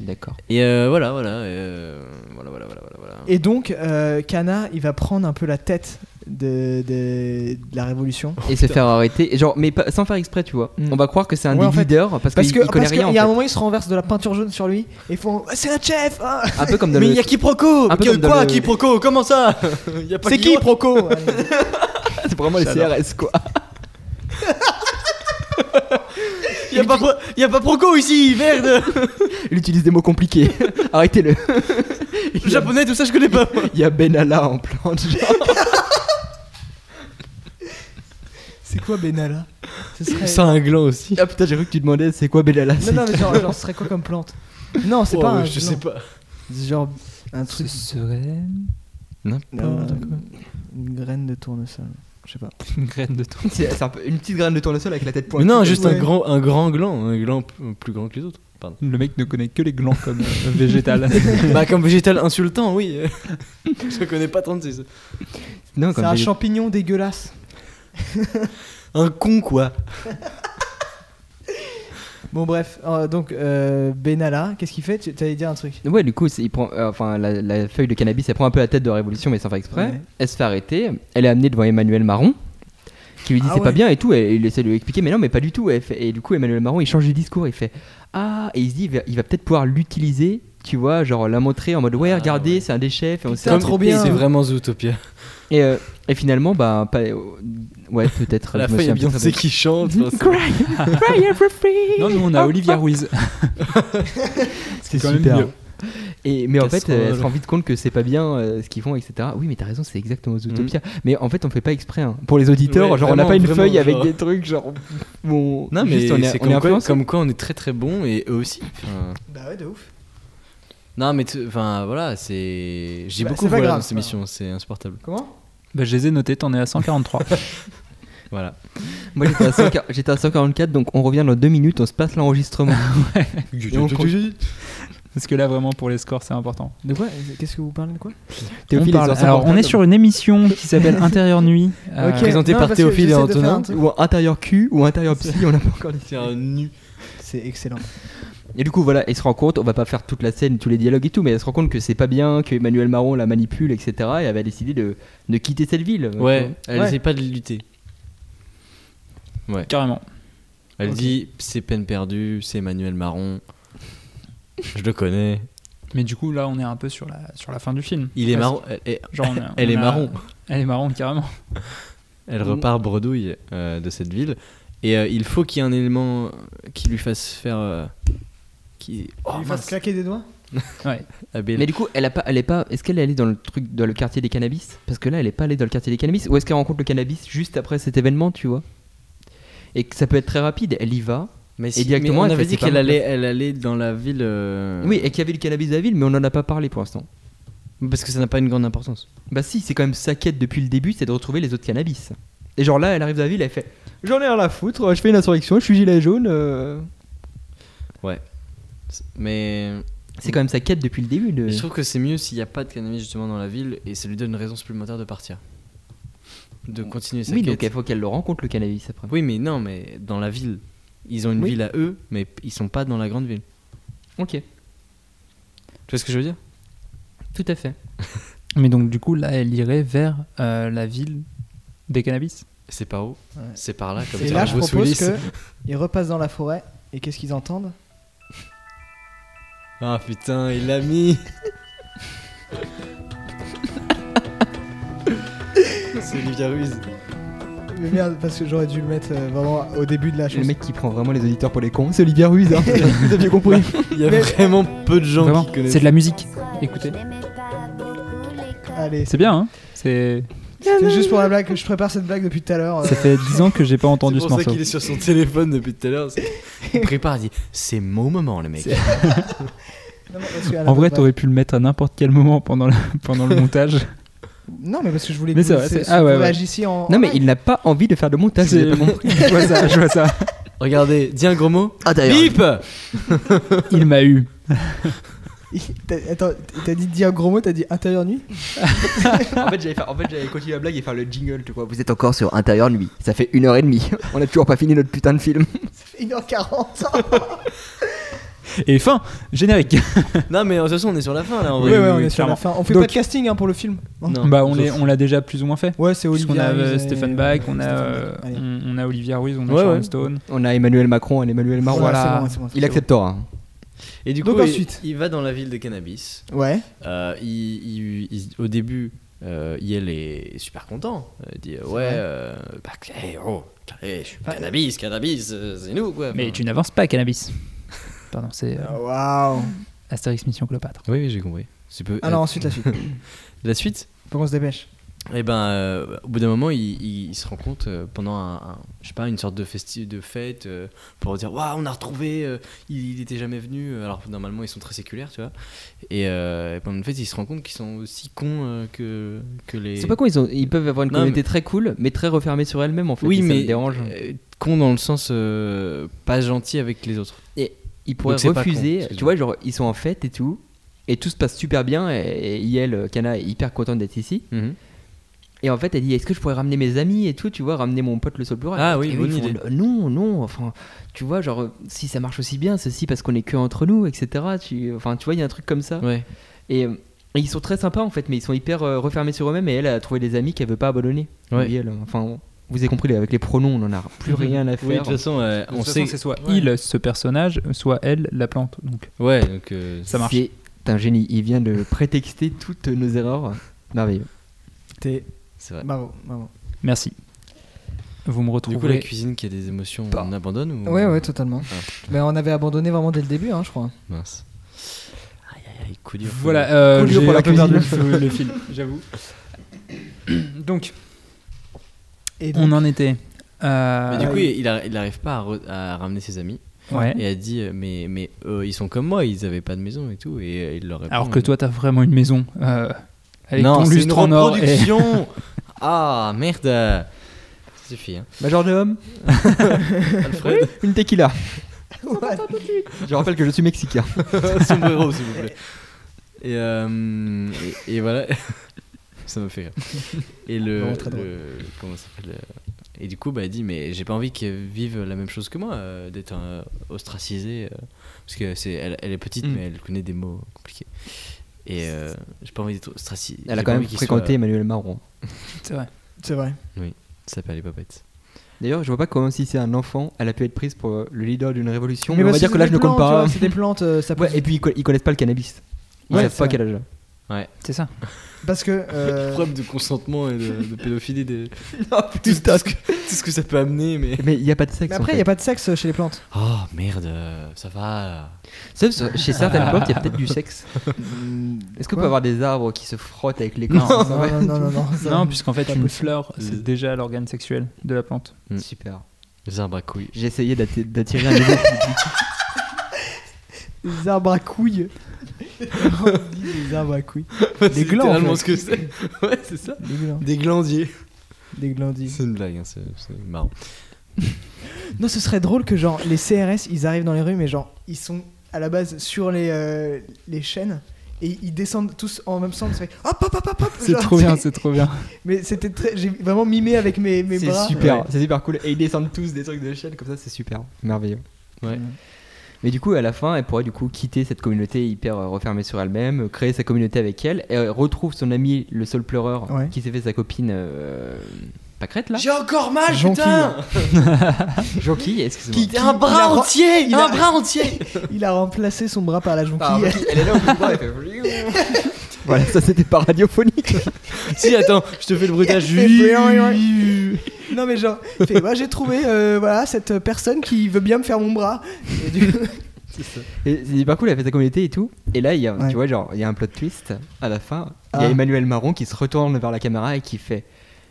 Speaker 4: D'accord.
Speaker 2: Et euh, voilà, voilà, euh, voilà, voilà, voilà, voilà, voilà.
Speaker 1: Et donc, euh, Kana, il va prendre un peu la tête de, de, de la révolution.
Speaker 4: et se faire arrêter. Et Genre, mais pas- sans faire exprès, tu vois.
Speaker 1: Mm.
Speaker 2: Hmm.
Speaker 4: On va croire que c'est un
Speaker 1: Ouais,
Speaker 4: des
Speaker 1: en fait.
Speaker 4: leaders parce
Speaker 1: Parce
Speaker 4: qu'il
Speaker 1: que
Speaker 4: il connaît
Speaker 1: parce qu'il y a
Speaker 4: rien. en
Speaker 1: un
Speaker 4: fait.
Speaker 1: moment, il se renverse de la peinture jaune sur lui et ils font Ah, C'est notre chef ah
Speaker 4: Un peu comme dans
Speaker 2: mais
Speaker 4: le.
Speaker 2: il y a quiproquo
Speaker 4: un peu
Speaker 2: Que-
Speaker 4: comme dans
Speaker 2: Quoi,
Speaker 4: le-
Speaker 2: quiproquo Comment ça Il y a pas
Speaker 1: C'est qui,
Speaker 2: Guillaume.
Speaker 1: Proco Allez.
Speaker 4: C'est vraiment les CRS quoi.
Speaker 2: Il y a pas pro- il y a pas proco ici, merde
Speaker 4: Il utilise des mots compliqués. Arrêtez-le.
Speaker 2: Le japonais, tout ça, je connais pas moi.
Speaker 4: Il y a Benalla en plante. Genre.
Speaker 1: C'est quoi Benalla Ce serait-
Speaker 2: un gland aussi.
Speaker 4: Ah putain, j'ai cru que tu demandais c'est quoi Benalla.
Speaker 1: Non,
Speaker 4: c'est-
Speaker 1: non, mais genre, genre, ce serait quoi comme plante Non, c'est pas. un-
Speaker 2: Oh, je
Speaker 1: non.
Speaker 2: sais pas.
Speaker 1: C'est Genre, un truc.
Speaker 3: serait
Speaker 1: euh, une graine de tournesol. Je sais pas.
Speaker 3: une graine de temps.
Speaker 4: C'est c'est un peu une petite graine de tournesol avec la tête
Speaker 2: Mais
Speaker 4: pointue.
Speaker 2: non, juste
Speaker 1: Ouais.
Speaker 2: un grand, un grand gland, un gland p- plus grand que les autres. Pardon.
Speaker 3: Le mec ne connaît que les glands comme euh, végétal.
Speaker 2: bah comme végétal insultant, oui. je connais pas 36.
Speaker 4: Non,
Speaker 1: C'est
Speaker 4: comme
Speaker 1: un
Speaker 4: des-
Speaker 1: champignon dégueulasse.
Speaker 2: Un con quoi.
Speaker 1: Bon, bref, euh, donc euh, Benalla, qu'est-ce qu'il fait Tu T'allais dire un truc.
Speaker 4: Ouais, du coup, c'est- il prend, euh, enfin, la, la feuille de cannabis, elle prend un peu la tête de la révolution, mais sans faire exprès.
Speaker 1: Ouais.
Speaker 4: Elle se fait arrêter. Elle est amenée devant Emmanuel Marron, qui lui dit
Speaker 1: Ah
Speaker 4: c'est pas
Speaker 1: ouais.
Speaker 4: bien et tout. Et il essaie de lui expliquer, mais non, mais pas du tout. Et, elle fait- et du coup, Emmanuel Marron, il change de discours. Il fait ah, et il se dit, il va, il va peut-être pouvoir l'utiliser, tu vois, genre la montrer en mode ouais,
Speaker 2: Ah,
Speaker 4: regardez,
Speaker 2: ouais.
Speaker 4: c'est un des chefs. Et, on sait
Speaker 1: Putain,
Speaker 4: un
Speaker 1: trop
Speaker 4: truc.
Speaker 1: bien.
Speaker 2: C'est vraiment Zootopia.
Speaker 4: Et, euh, et finalement, bah, pas- ouais, peut-être.
Speaker 2: À la
Speaker 4: je me
Speaker 2: fin, il y
Speaker 4: souviens
Speaker 2: a
Speaker 4: plus
Speaker 2: Beyoncé
Speaker 4: très bien.
Speaker 2: qui chante. enfin, c'est-
Speaker 3: non, nous on a Olivia Ruiz.
Speaker 4: C'est
Speaker 3: quand même
Speaker 4: super.
Speaker 3: mieux.
Speaker 4: Et, mais en fait,
Speaker 2: Casserole.
Speaker 4: euh, elle se rend vite compte que c'est pas bien euh, ce qu'ils font, etc. Oui, mais t'as raison, c'est exactement Zootopia.
Speaker 2: Mm.
Speaker 4: Mais en fait, on fait pas exprès. hein. Pour les auditeurs,
Speaker 2: Ouais,
Speaker 4: genre, on n'a
Speaker 2: vraiment,
Speaker 4: pas une
Speaker 2: vraiment,
Speaker 4: feuille
Speaker 2: genre.
Speaker 4: avec des trucs, genre. bon,
Speaker 2: Non, mais
Speaker 4: juste, on est-
Speaker 2: c'est
Speaker 4: on est
Speaker 2: comme, quoi-
Speaker 4: influencé.
Speaker 2: comme quoi on est très très bon et eux aussi. Enfin,
Speaker 1: Bah ouais, de ouf.
Speaker 2: Non, mais t- enfin voilà, c'est. J'ai
Speaker 1: Bah, c'est
Speaker 2: beaucoup
Speaker 1: pas
Speaker 2: voilà
Speaker 1: grave,
Speaker 2: dans cette
Speaker 1: ça.
Speaker 2: émission, c'est insupportable.
Speaker 1: Comment
Speaker 3: Bah, je les ai notés, t'en es à 143.
Speaker 2: Voilà.
Speaker 4: Moi, j'étais à 100 j'étais à 144, donc on revient dans deux minutes, on se passe l'enregistrement. Et on continue.
Speaker 3: Parce que là, vraiment, pour les scores, c'est important.
Speaker 1: De quoi Qu'est-ce que vous parlez de quoi
Speaker 4: Théophile
Speaker 3: on parle.
Speaker 4: est sur
Speaker 3: Alors,
Speaker 4: 144,
Speaker 3: on est sur une émission qui s'appelle Intérieur Nuit. euh,
Speaker 1: Ok.
Speaker 2: Présenté
Speaker 1: non,
Speaker 2: par
Speaker 1: parce que
Speaker 2: Théophile et
Speaker 1: j'essaie de faire
Speaker 2: Antonin.
Speaker 1: un truc.
Speaker 4: Ou un intérieur cul, ou un intérieur psy, on n'a pas encore décidé.
Speaker 2: C'est un nu.
Speaker 1: C'est excellent.
Speaker 4: Et du coup, voilà, elle se rend compte, on va pas faire toute la scène, tous les dialogues et tout, mais elle se rend compte que c'est pas bien, que Emmanuel Marron la manipule, etc. Et elle va décider de, de quitter cette ville.
Speaker 2: Ouais, elle
Speaker 1: Ouais.
Speaker 2: essaie pas de lutter.
Speaker 3: Carrément.
Speaker 2: Elle
Speaker 1: Ok.
Speaker 2: dit c'est peine perdue, c'est Emmanuel Marron. Je le connais.
Speaker 3: Mais du coup, là, on est un peu sur la, sur la fin du film.
Speaker 2: Il est
Speaker 3: Parce-
Speaker 2: marron. Elle, elle-
Speaker 3: Genre, on a-
Speaker 2: elle
Speaker 3: on
Speaker 2: est
Speaker 3: a-
Speaker 2: marron.
Speaker 3: Elle est marron, carrément.
Speaker 2: Elle repart bredouille euh, de cette ville. Et euh, il faut qu'il y ait un élément qui lui fasse faire. euh, qui...
Speaker 1: Tu
Speaker 2: Oh,
Speaker 1: lui
Speaker 2: mince,
Speaker 1: fasses claquer des doigts
Speaker 2: Abel.
Speaker 4: Mais du coup, elle a pas, elle est pas. Est-ce qu'elle est allée dans le truc, dans le quartier des cannabis Parce que là, elle est pas allée dans le quartier des cannabis. Ou est-ce qu'elle rencontre le cannabis juste après cet événement, tu vois Et que ça peut être très rapide. Elle y va.
Speaker 2: Mais
Speaker 4: si- directement,
Speaker 2: mais
Speaker 4: elle
Speaker 2: on avait
Speaker 4: fait,
Speaker 2: dit
Speaker 4: c'est pas
Speaker 2: qu'elle
Speaker 4: mon
Speaker 2: allait, elle allait dans la ville. euh,
Speaker 4: Oui, et qu'il y avait le cannabis de la ville, mais on en a pas parlé pour l'instant.
Speaker 2: Parce que ça n'a pas une grande importance.
Speaker 4: Bah si, c'est quand même sa quête depuis le début, c'est de retrouver les autres cannabis. Et genre là, elle arrive dans la ville, elle fait. J'en ai rien à foutre. Je fais une insurrection. Je suis gilet jaune. euh.
Speaker 2: Mais
Speaker 4: C'est quand même sa quête depuis le début. de-
Speaker 2: mais je trouve que c'est mieux s'il n'y a pas de cannabis justement dans la ville et ça lui donne une raison supplémentaire de partir. De continuer sa
Speaker 4: Oui,
Speaker 2: quête.
Speaker 4: donc il faut qu'elle le rencontre le cannabis après.
Speaker 2: Oui, mais non, mais dans la ville. Ils ont une
Speaker 4: Oui.
Speaker 2: ville à eux, mais ils sont pas dans la grande ville.
Speaker 4: Ok,
Speaker 2: Tu vois ce que je veux dire
Speaker 4: tout à fait.
Speaker 3: Mais donc, du coup, là, elle irait vers euh, la ville des cannabis.
Speaker 2: C'est par où
Speaker 1: Ouais.
Speaker 2: C'est par là, comme
Speaker 1: Et
Speaker 2: ça.
Speaker 1: là, je
Speaker 2: Bruce
Speaker 1: propose
Speaker 2: Willis.
Speaker 1: que ils repassent dans la forêt et qu'est-ce qu'ils entendent
Speaker 2: Ah putain, il l'a mis C'est Olivia Ruiz.
Speaker 1: Mais merde, parce que j'aurais dû le mettre euh, vraiment au début de la
Speaker 4: Le
Speaker 1: chose.
Speaker 4: mec qui prend vraiment les auditeurs pour les cons, c'est Olivier Ruiz. Hein. Vous aviez compris.
Speaker 2: Il y a vraiment peu de gens
Speaker 3: Vraiment,
Speaker 2: qui connaissent.
Speaker 3: c'est de la musique. Écoutez.
Speaker 1: Allez,
Speaker 3: C'est bien, hein C'est-
Speaker 1: c'était juste pour la blague. Je prépare cette blague depuis tout à l'heure. euh,
Speaker 3: Ça fait 10 ans que j'ai pas entendu ce
Speaker 2: C'est pour ça
Speaker 3: morceau.
Speaker 2: qu'il est sur son téléphone depuis tout à l'heure. c'est- Il prépare, il dit C'est mon moment, le mec.
Speaker 1: non, mais parce qu'à la
Speaker 3: En vrai,
Speaker 1: base-
Speaker 3: t'aurais pu le mettre à n'importe quel moment pendant, la- pendant le montage.
Speaker 1: bah, Non, mais parce que je voulais
Speaker 3: Mais
Speaker 1: que
Speaker 3: c'est
Speaker 1: vous,
Speaker 3: vrai,
Speaker 1: c'est-
Speaker 3: c'est- ah
Speaker 1: vous
Speaker 3: ouais, ouais.
Speaker 1: réagissiez en.
Speaker 4: Non mais il n'a pas envie de faire de montage.
Speaker 3: C'est-
Speaker 4: vous avez pas compris.
Speaker 3: je vois ça, je vois ça.
Speaker 2: Regardez, dis un gros mot.
Speaker 4: Ah
Speaker 2: Bip
Speaker 3: Il m'a eu.
Speaker 1: T'as- Attends, t'as dit dit un gros mot, t'as dit intérieur nuit
Speaker 4: En fait, j'allais faire- en fait, j'allais continuer la blague et faire le jingle, tu vois. Vous êtes encore sur Intérieur Nuit. Ça fait une heure et demie. On n'a toujours pas fini notre putain de film.
Speaker 1: 1h40
Speaker 3: Et fin, générique.
Speaker 2: Non, mais de toute façon, on est sur la fin là en
Speaker 1: Ouais,
Speaker 2: vrai.
Speaker 1: ouais, on
Speaker 3: oui,
Speaker 1: est sur la
Speaker 3: clairement.
Speaker 1: fin. On fait
Speaker 3: Donc-
Speaker 1: pas de casting hein, pour le film. hein.
Speaker 2: Non.
Speaker 3: bah, on
Speaker 2: sauf-
Speaker 3: l'est- on l'a déjà plus ou moins fait.
Speaker 1: Ouais, c'est Olivia.
Speaker 3: Puisqu'on a euh,
Speaker 1: Ruiz et-
Speaker 3: Stéphane Bach, on a,
Speaker 1: Stéphane
Speaker 3: euh,
Speaker 1: Bach. Allez.
Speaker 3: on, on a Olivia Ruiz, on a
Speaker 2: Ouais,
Speaker 3: Sharon
Speaker 2: ouais.
Speaker 3: Stone.
Speaker 4: On a Emmanuel Macron et Emmanuel Marron.
Speaker 1: Voilà,
Speaker 3: voilà.
Speaker 1: c'est bon, c'est bon, c'est
Speaker 4: Il hein.
Speaker 1: bon.
Speaker 4: acceptera.
Speaker 2: Et du coup,
Speaker 1: Donc
Speaker 2: il-
Speaker 1: ensuite.
Speaker 2: il va dans la ville de cannabis.
Speaker 1: Ouais.
Speaker 2: Euh, il- il- il- au début, euh, Yel est super content. Il dit euh, Ouais,
Speaker 1: vrai. Bah,
Speaker 2: euh, bah, eh, oh, eh, je suis cannabis, cannabis, euh, c'est nous quoi.
Speaker 3: Mais
Speaker 2: Enfin,
Speaker 3: tu n'avances pas, cannabis. Pardon, c'est euh,
Speaker 1: Waouh.
Speaker 3: Astérix Mission Cléopâtre.
Speaker 2: Oui, oui, j'ai compris. C'est peu- euh,
Speaker 1: Alors Ah ensuite la suite.
Speaker 2: La suite,
Speaker 1: Faut qu'on se dépêche.
Speaker 2: eh ben, euh, au bout d'un moment, il, il- il se rend compte euh, pendant un, un- je sais pas, une sorte de, festi de fête euh, pour dire Waouh, on a retrouvé, euh, il, il était jamais venu. euh, Alors normalement, ils sont très séculaires, tu vois. Et, euh, et pendant une fête, il se rend compte qu'ils sont aussi cons euh, que, que les.
Speaker 4: C'est pas quoi, ils, ont- ils peuvent avoir une
Speaker 2: Non,
Speaker 4: communauté très cool, mais très refermée sur elle-même en fait.
Speaker 2: Oui,
Speaker 4: et ça
Speaker 2: mais
Speaker 4: me dérange.
Speaker 2: euh, con dans le sens euh, pas gentil avec les autres.
Speaker 4: Ils pourraient
Speaker 2: donc c'est pas con,
Speaker 4: refuser.
Speaker 2: excuse-moi.
Speaker 4: tu vois, genre, ils sont en fête et tout. Et tout se passe super bien. Et, et Yael, euh, Kana est hyper contente d'être ici. Et en fait, elle dit Est-ce que je pourrais ramener mes amis et tout, tu vois, ramener mon pote le sol pleural
Speaker 2: Ah oui,
Speaker 4: Et eux,
Speaker 2: bonne
Speaker 4: ils font,
Speaker 2: idée.
Speaker 4: Non, non, enfin, tu vois, genre, euh, si ça marche aussi bien, ceci parce qu'on est que entre nous, etc. Tu, enfin, tu vois, il y a un truc comme ça.
Speaker 2: Ouais.
Speaker 4: Et, euh, et ils sont très sympas en fait, mais ils sont hyper euh, refermés sur eux-mêmes. Et elle a trouvé des amis qu'elle veut pas abandonner.
Speaker 2: Ouais.
Speaker 4: Oui, elle, euh, enfin, vous avez compris, avec les pronoms, on en a plus rien à
Speaker 2: Oui, de
Speaker 4: faire.
Speaker 2: toute façon, euh,
Speaker 3: De
Speaker 2: on
Speaker 3: toute
Speaker 2: sait.
Speaker 3: façon, c'est soit il, ce personnage, soit elle, la plante. Donc,
Speaker 2: Ouais, donc. euh,
Speaker 3: ça marche.
Speaker 4: C'est un génie. Il vient de prétexter toutes nos erreurs. Merveilleux.
Speaker 1: T'es.
Speaker 2: c'est vrai.
Speaker 1: Bravo, bravo.
Speaker 3: Merci. Vous me retrouvez.
Speaker 2: Du coup, la cuisine qui a des émotions,
Speaker 4: Bah.
Speaker 2: on abandonne ou...
Speaker 3: Ben,
Speaker 1: Ouais, ouais, totalement.
Speaker 2: Ah.
Speaker 1: Mais on avait abandonné vraiment dès le début, hein, je crois.
Speaker 2: Mince. Allez, coup dur. coup
Speaker 3: Voilà,
Speaker 2: dur.
Speaker 3: euh,
Speaker 1: Coup dur
Speaker 3: j'ai
Speaker 1: pour la
Speaker 3: un peu perdu
Speaker 1: comédie.
Speaker 3: le, le film, j'avoue. Donc,
Speaker 1: Et donc,
Speaker 3: on en était. Euh,
Speaker 2: Mais du coup, il, n'arrive pas à, re- à ramener ses amis
Speaker 3: ouais.
Speaker 2: et a dit euh, mais mais euh, ils sont comme moi, ils avaient pas de maison et tout et euh, il leur répond.
Speaker 3: Alors que
Speaker 2: euh,
Speaker 3: toi, t'as vraiment une maison euh, avec
Speaker 2: non,
Speaker 3: ton
Speaker 2: c'est
Speaker 3: lustre
Speaker 2: une
Speaker 3: en or. Et...
Speaker 2: reproduction. ah merde. Ça suffit. Hein.
Speaker 4: Major de homme,
Speaker 2: Alfred,
Speaker 4: une tequila.
Speaker 1: ouais.
Speaker 4: Je rappelle que je suis mexicain.
Speaker 2: sombrero s'il vous plaît. Et, euh, et, et voilà. ça me fait rire. Et le,
Speaker 1: Vraiment très drôle.
Speaker 2: le- comment ça s'appelle euh, Et du coup, bah, elle dit mais j'ai pas envie qu'ils vivent la même chose que moi, euh, d'être euh, ostracisée, euh, parce que c'est, elle, elle est petite
Speaker 4: Mm.
Speaker 2: mais elle connaît des mots compliqués. Et euh, j'ai pas envie d'être ostracisée.
Speaker 4: Elle a quand même fréquenté Emmanuel Marron.
Speaker 3: C'est vrai.
Speaker 1: C'est vrai.
Speaker 2: Ça s'appelle les papettes.
Speaker 4: D'ailleurs, je vois pas comment, si c'est un enfant, elle a pu être prise pour euh, le leader d'une révolution. Mais
Speaker 1: bah,
Speaker 4: on va
Speaker 1: c'est
Speaker 4: dire que
Speaker 1: des
Speaker 4: l'âge ne compte
Speaker 1: plantes, tu
Speaker 4: pas.
Speaker 1: vois, C'est des plantes, euh, ça pousse
Speaker 4: Ouais, et puis ils co- ils connaissent pas le cannabis. Ils
Speaker 1: Ouais,
Speaker 4: savent
Speaker 1: c'est
Speaker 4: pas
Speaker 1: vrai.
Speaker 4: quel âge.
Speaker 3: C'est ça.
Speaker 1: Parce que. euh,
Speaker 2: Preuve de consentement et de, de pédophilie, de...
Speaker 4: Non,
Speaker 2: tout, ce que, tout ce que ça peut amener, mais.
Speaker 4: Mais il n'y a pas de sexe.
Speaker 1: Mais
Speaker 4: en
Speaker 1: après, il
Speaker 4: fait.
Speaker 1: n'y a pas de sexe chez les plantes.
Speaker 2: Oh merde, euh, ça va.
Speaker 4: Sauf sur- chez certaines plantes, il y a peut-être du sexe. Est-ce qu'on
Speaker 1: Mm, Quoi
Speaker 4: peut avoir des arbres qui se frottent avec les
Speaker 3: Non.
Speaker 4: corps
Speaker 1: non, non, non, non, non, ça-
Speaker 3: non, puisqu'en fait,
Speaker 1: pas
Speaker 3: une
Speaker 1: possible.
Speaker 3: fleur, c'est
Speaker 2: Euh.
Speaker 3: déjà l'organe sexuel de la plante.
Speaker 2: Mm.
Speaker 4: Super.
Speaker 2: Les arbres à couilles.
Speaker 4: J'ai essayé d'atte- d'attirer un nouveau public.
Speaker 1: Les arbres à couilles. On dit des arbres à couilles. Des glands, en
Speaker 2: littéralement
Speaker 1: fait.
Speaker 2: ce que c'est. ouais, c'est ça.
Speaker 1: Des glands.
Speaker 2: Des glandiers.
Speaker 1: Des glandis.
Speaker 2: C'est une blague, hein, c'est c'est marrant.
Speaker 1: Non, ce serait drôle que genre les CRS ils arrivent dans les rues, mais genre ils sont à la base sur les, euh, les chaînes et ils descendent tous en même sens. ça fait hop hop hop hop hop.
Speaker 3: C'est
Speaker 1: genre,
Speaker 3: trop bien, c'est trop bien.
Speaker 1: Mais c'était très. J'ai vraiment mimé avec mes, mes
Speaker 4: C'est
Speaker 1: bras.
Speaker 4: super, c'est super cool. Et ils descendent tous des trucs de chaîne comme ça, c'est super. Merveilleux.
Speaker 2: Ouais.
Speaker 4: Mais du coup, à la fin, elle pourra du coup quitter cette communauté hyper euh, refermée sur elle-même, euh, créer sa communauté avec elle. Elle retrouve son ami, le seul pleureur,
Speaker 1: Ouais.
Speaker 4: qui s'est fait sa copine. euh, Pâquerette là
Speaker 2: J'ai encore mal,
Speaker 1: Jonquille.
Speaker 2: putain
Speaker 4: Jonquille, excuse-moi.
Speaker 1: Qui- il a re-
Speaker 2: entier
Speaker 1: il a-
Speaker 2: entier
Speaker 1: Il a remplacé son bras par la
Speaker 4: Enfin,
Speaker 1: jonquille.
Speaker 4: elle est là au bout du bras, elle fait. voilà, ça c'était pas radiophonique.
Speaker 2: Si, attends, je te fais le bruitage.
Speaker 1: non mais genre, il fait, bah, j'ai trouvé euh, voilà cette personne qui veut bien me faire mon bras. Et du coup,
Speaker 4: Et c'est hyper cool, elle fait sa communauté et tout. Et là, il y a,
Speaker 1: Ouais.
Speaker 4: tu vois, genre, il y a un plot twist à la fin. Il y
Speaker 1: Ah.
Speaker 4: a Emmanuel Marron qui se retourne vers la caméra et qui fait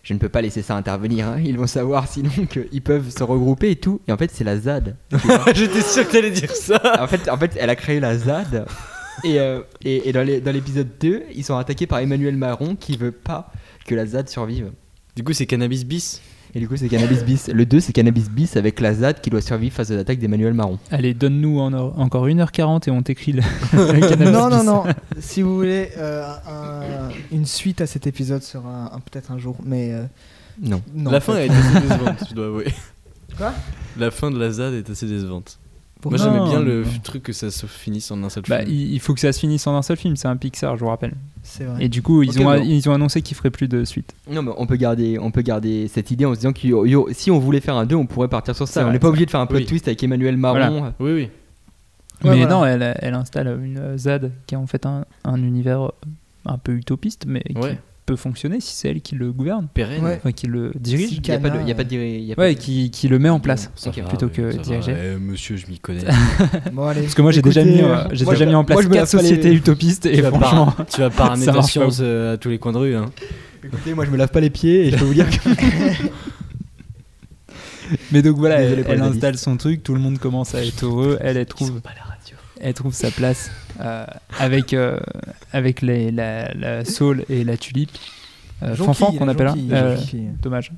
Speaker 4: Je ne peux pas laisser ça intervenir, hein. ils vont savoir sinon qu'ils peuvent se regrouper et tout. Et en fait, c'est la ZAD.
Speaker 2: J'étais sûr que t'allais dire ça.
Speaker 4: en, fait, en fait, elle a créé la ZAD. Et, euh, et, et dans les- dans l'épisode 2, ils sont attaqués par Emmanuel Marron qui veut pas que la ZAD survive.
Speaker 2: Du coup, c'est cannabis bis.
Speaker 4: Et du coup, c'est Cannabis Bis. Le 2, c'est Cannabis Bis avec la ZAD qui doit survivre face à l'attaque d'Emmanuel Marron.
Speaker 3: Allez, donne-nous en or- encore 1h40 et on t'écrit le, le cannabis
Speaker 1: non non
Speaker 3: bis.
Speaker 1: non. Si vous voulez euh, un- une suite à cet épisode sera un- peut-être un jour, mais euh,
Speaker 4: Non.
Speaker 1: non.
Speaker 2: la fin est assez décevante, je dois avouer.
Speaker 1: Quoi
Speaker 2: La fin de la ZAD est assez décevante. Moi,
Speaker 3: Non,
Speaker 2: j'aimais bien le
Speaker 3: non.
Speaker 2: truc que ça se finisse en un seul
Speaker 3: Bah,
Speaker 2: film.
Speaker 3: il il faut que ça se finisse en un seul film, c'est un Pixar, je vous rappelle.
Speaker 1: C'est vrai.
Speaker 3: Et du coup, ils,
Speaker 4: Ok,
Speaker 3: ont,
Speaker 4: bon.
Speaker 3: ils ont annoncé qu'ils feraient plus de suite.
Speaker 4: Non, mais on peut garder, on peut garder cette idée en se disant que yo- yo, si on voulait faire un 2, on pourrait partir sur
Speaker 3: C'est
Speaker 4: ça. On
Speaker 3: vrai,
Speaker 4: n'est pas obligé de faire un plot
Speaker 2: Oui.
Speaker 4: twist avec Emmanuel Marron.
Speaker 2: Oui, oui.
Speaker 1: Ouais,
Speaker 3: mais
Speaker 1: voilà.
Speaker 3: non, elle, elle installe une euh, ZAD qui est en fait un, un univers un peu utopiste, mais qui
Speaker 2: Ouais.
Speaker 3: peut fonctionner si c'est elle qui le gouverne,
Speaker 2: Pérenne.
Speaker 1: Ouais.
Speaker 3: enfin, qui le dirige.
Speaker 1: Si.
Speaker 4: Il n'y a pas de,
Speaker 1: Cana,
Speaker 4: il y a pas de, il y a pas
Speaker 3: Ouais,
Speaker 4: de-
Speaker 3: qui, qui le met en place
Speaker 2: Ça
Speaker 4: Ok,
Speaker 2: va,
Speaker 3: plutôt
Speaker 2: ouais,
Speaker 3: que
Speaker 2: ça va.
Speaker 3: diriger.
Speaker 2: Eh, monsieur, je m'y connais.
Speaker 1: Bon, allez.
Speaker 3: Parce que moi j'ai déjà
Speaker 1: Écoutez,
Speaker 3: mis,
Speaker 1: euh,
Speaker 3: euh, j'ai
Speaker 4: moi,
Speaker 3: déjà
Speaker 4: je-
Speaker 3: mis en
Speaker 4: moi,
Speaker 3: place
Speaker 4: je me
Speaker 3: quatre
Speaker 4: lave pas les-
Speaker 3: sociétés utopistes et
Speaker 2: tu, vas
Speaker 3: franchement.
Speaker 2: par, tu vas par
Speaker 3: ça marche
Speaker 2: annotation euh, à tous les coins de rue. Hein.
Speaker 4: Écoutez, moi je me lave pas les pieds et je peux vous dire que.
Speaker 3: Mais donc voilà,
Speaker 4: Désolé
Speaker 3: elle,
Speaker 4: pour les
Speaker 3: elle
Speaker 4: analystes.
Speaker 3: installe son truc, tout le monde commence à être heureux, elle, elle trouve, elle trouve sa place euh, avec, euh, avec les, la, la saule et la tulipe. Euh,
Speaker 1: Jonquille,
Speaker 3: Fanfan
Speaker 1: la
Speaker 3: qu'on appelle.
Speaker 1: jonquille,
Speaker 3: hein. Euh,
Speaker 1: la jonquille.
Speaker 3: dommage.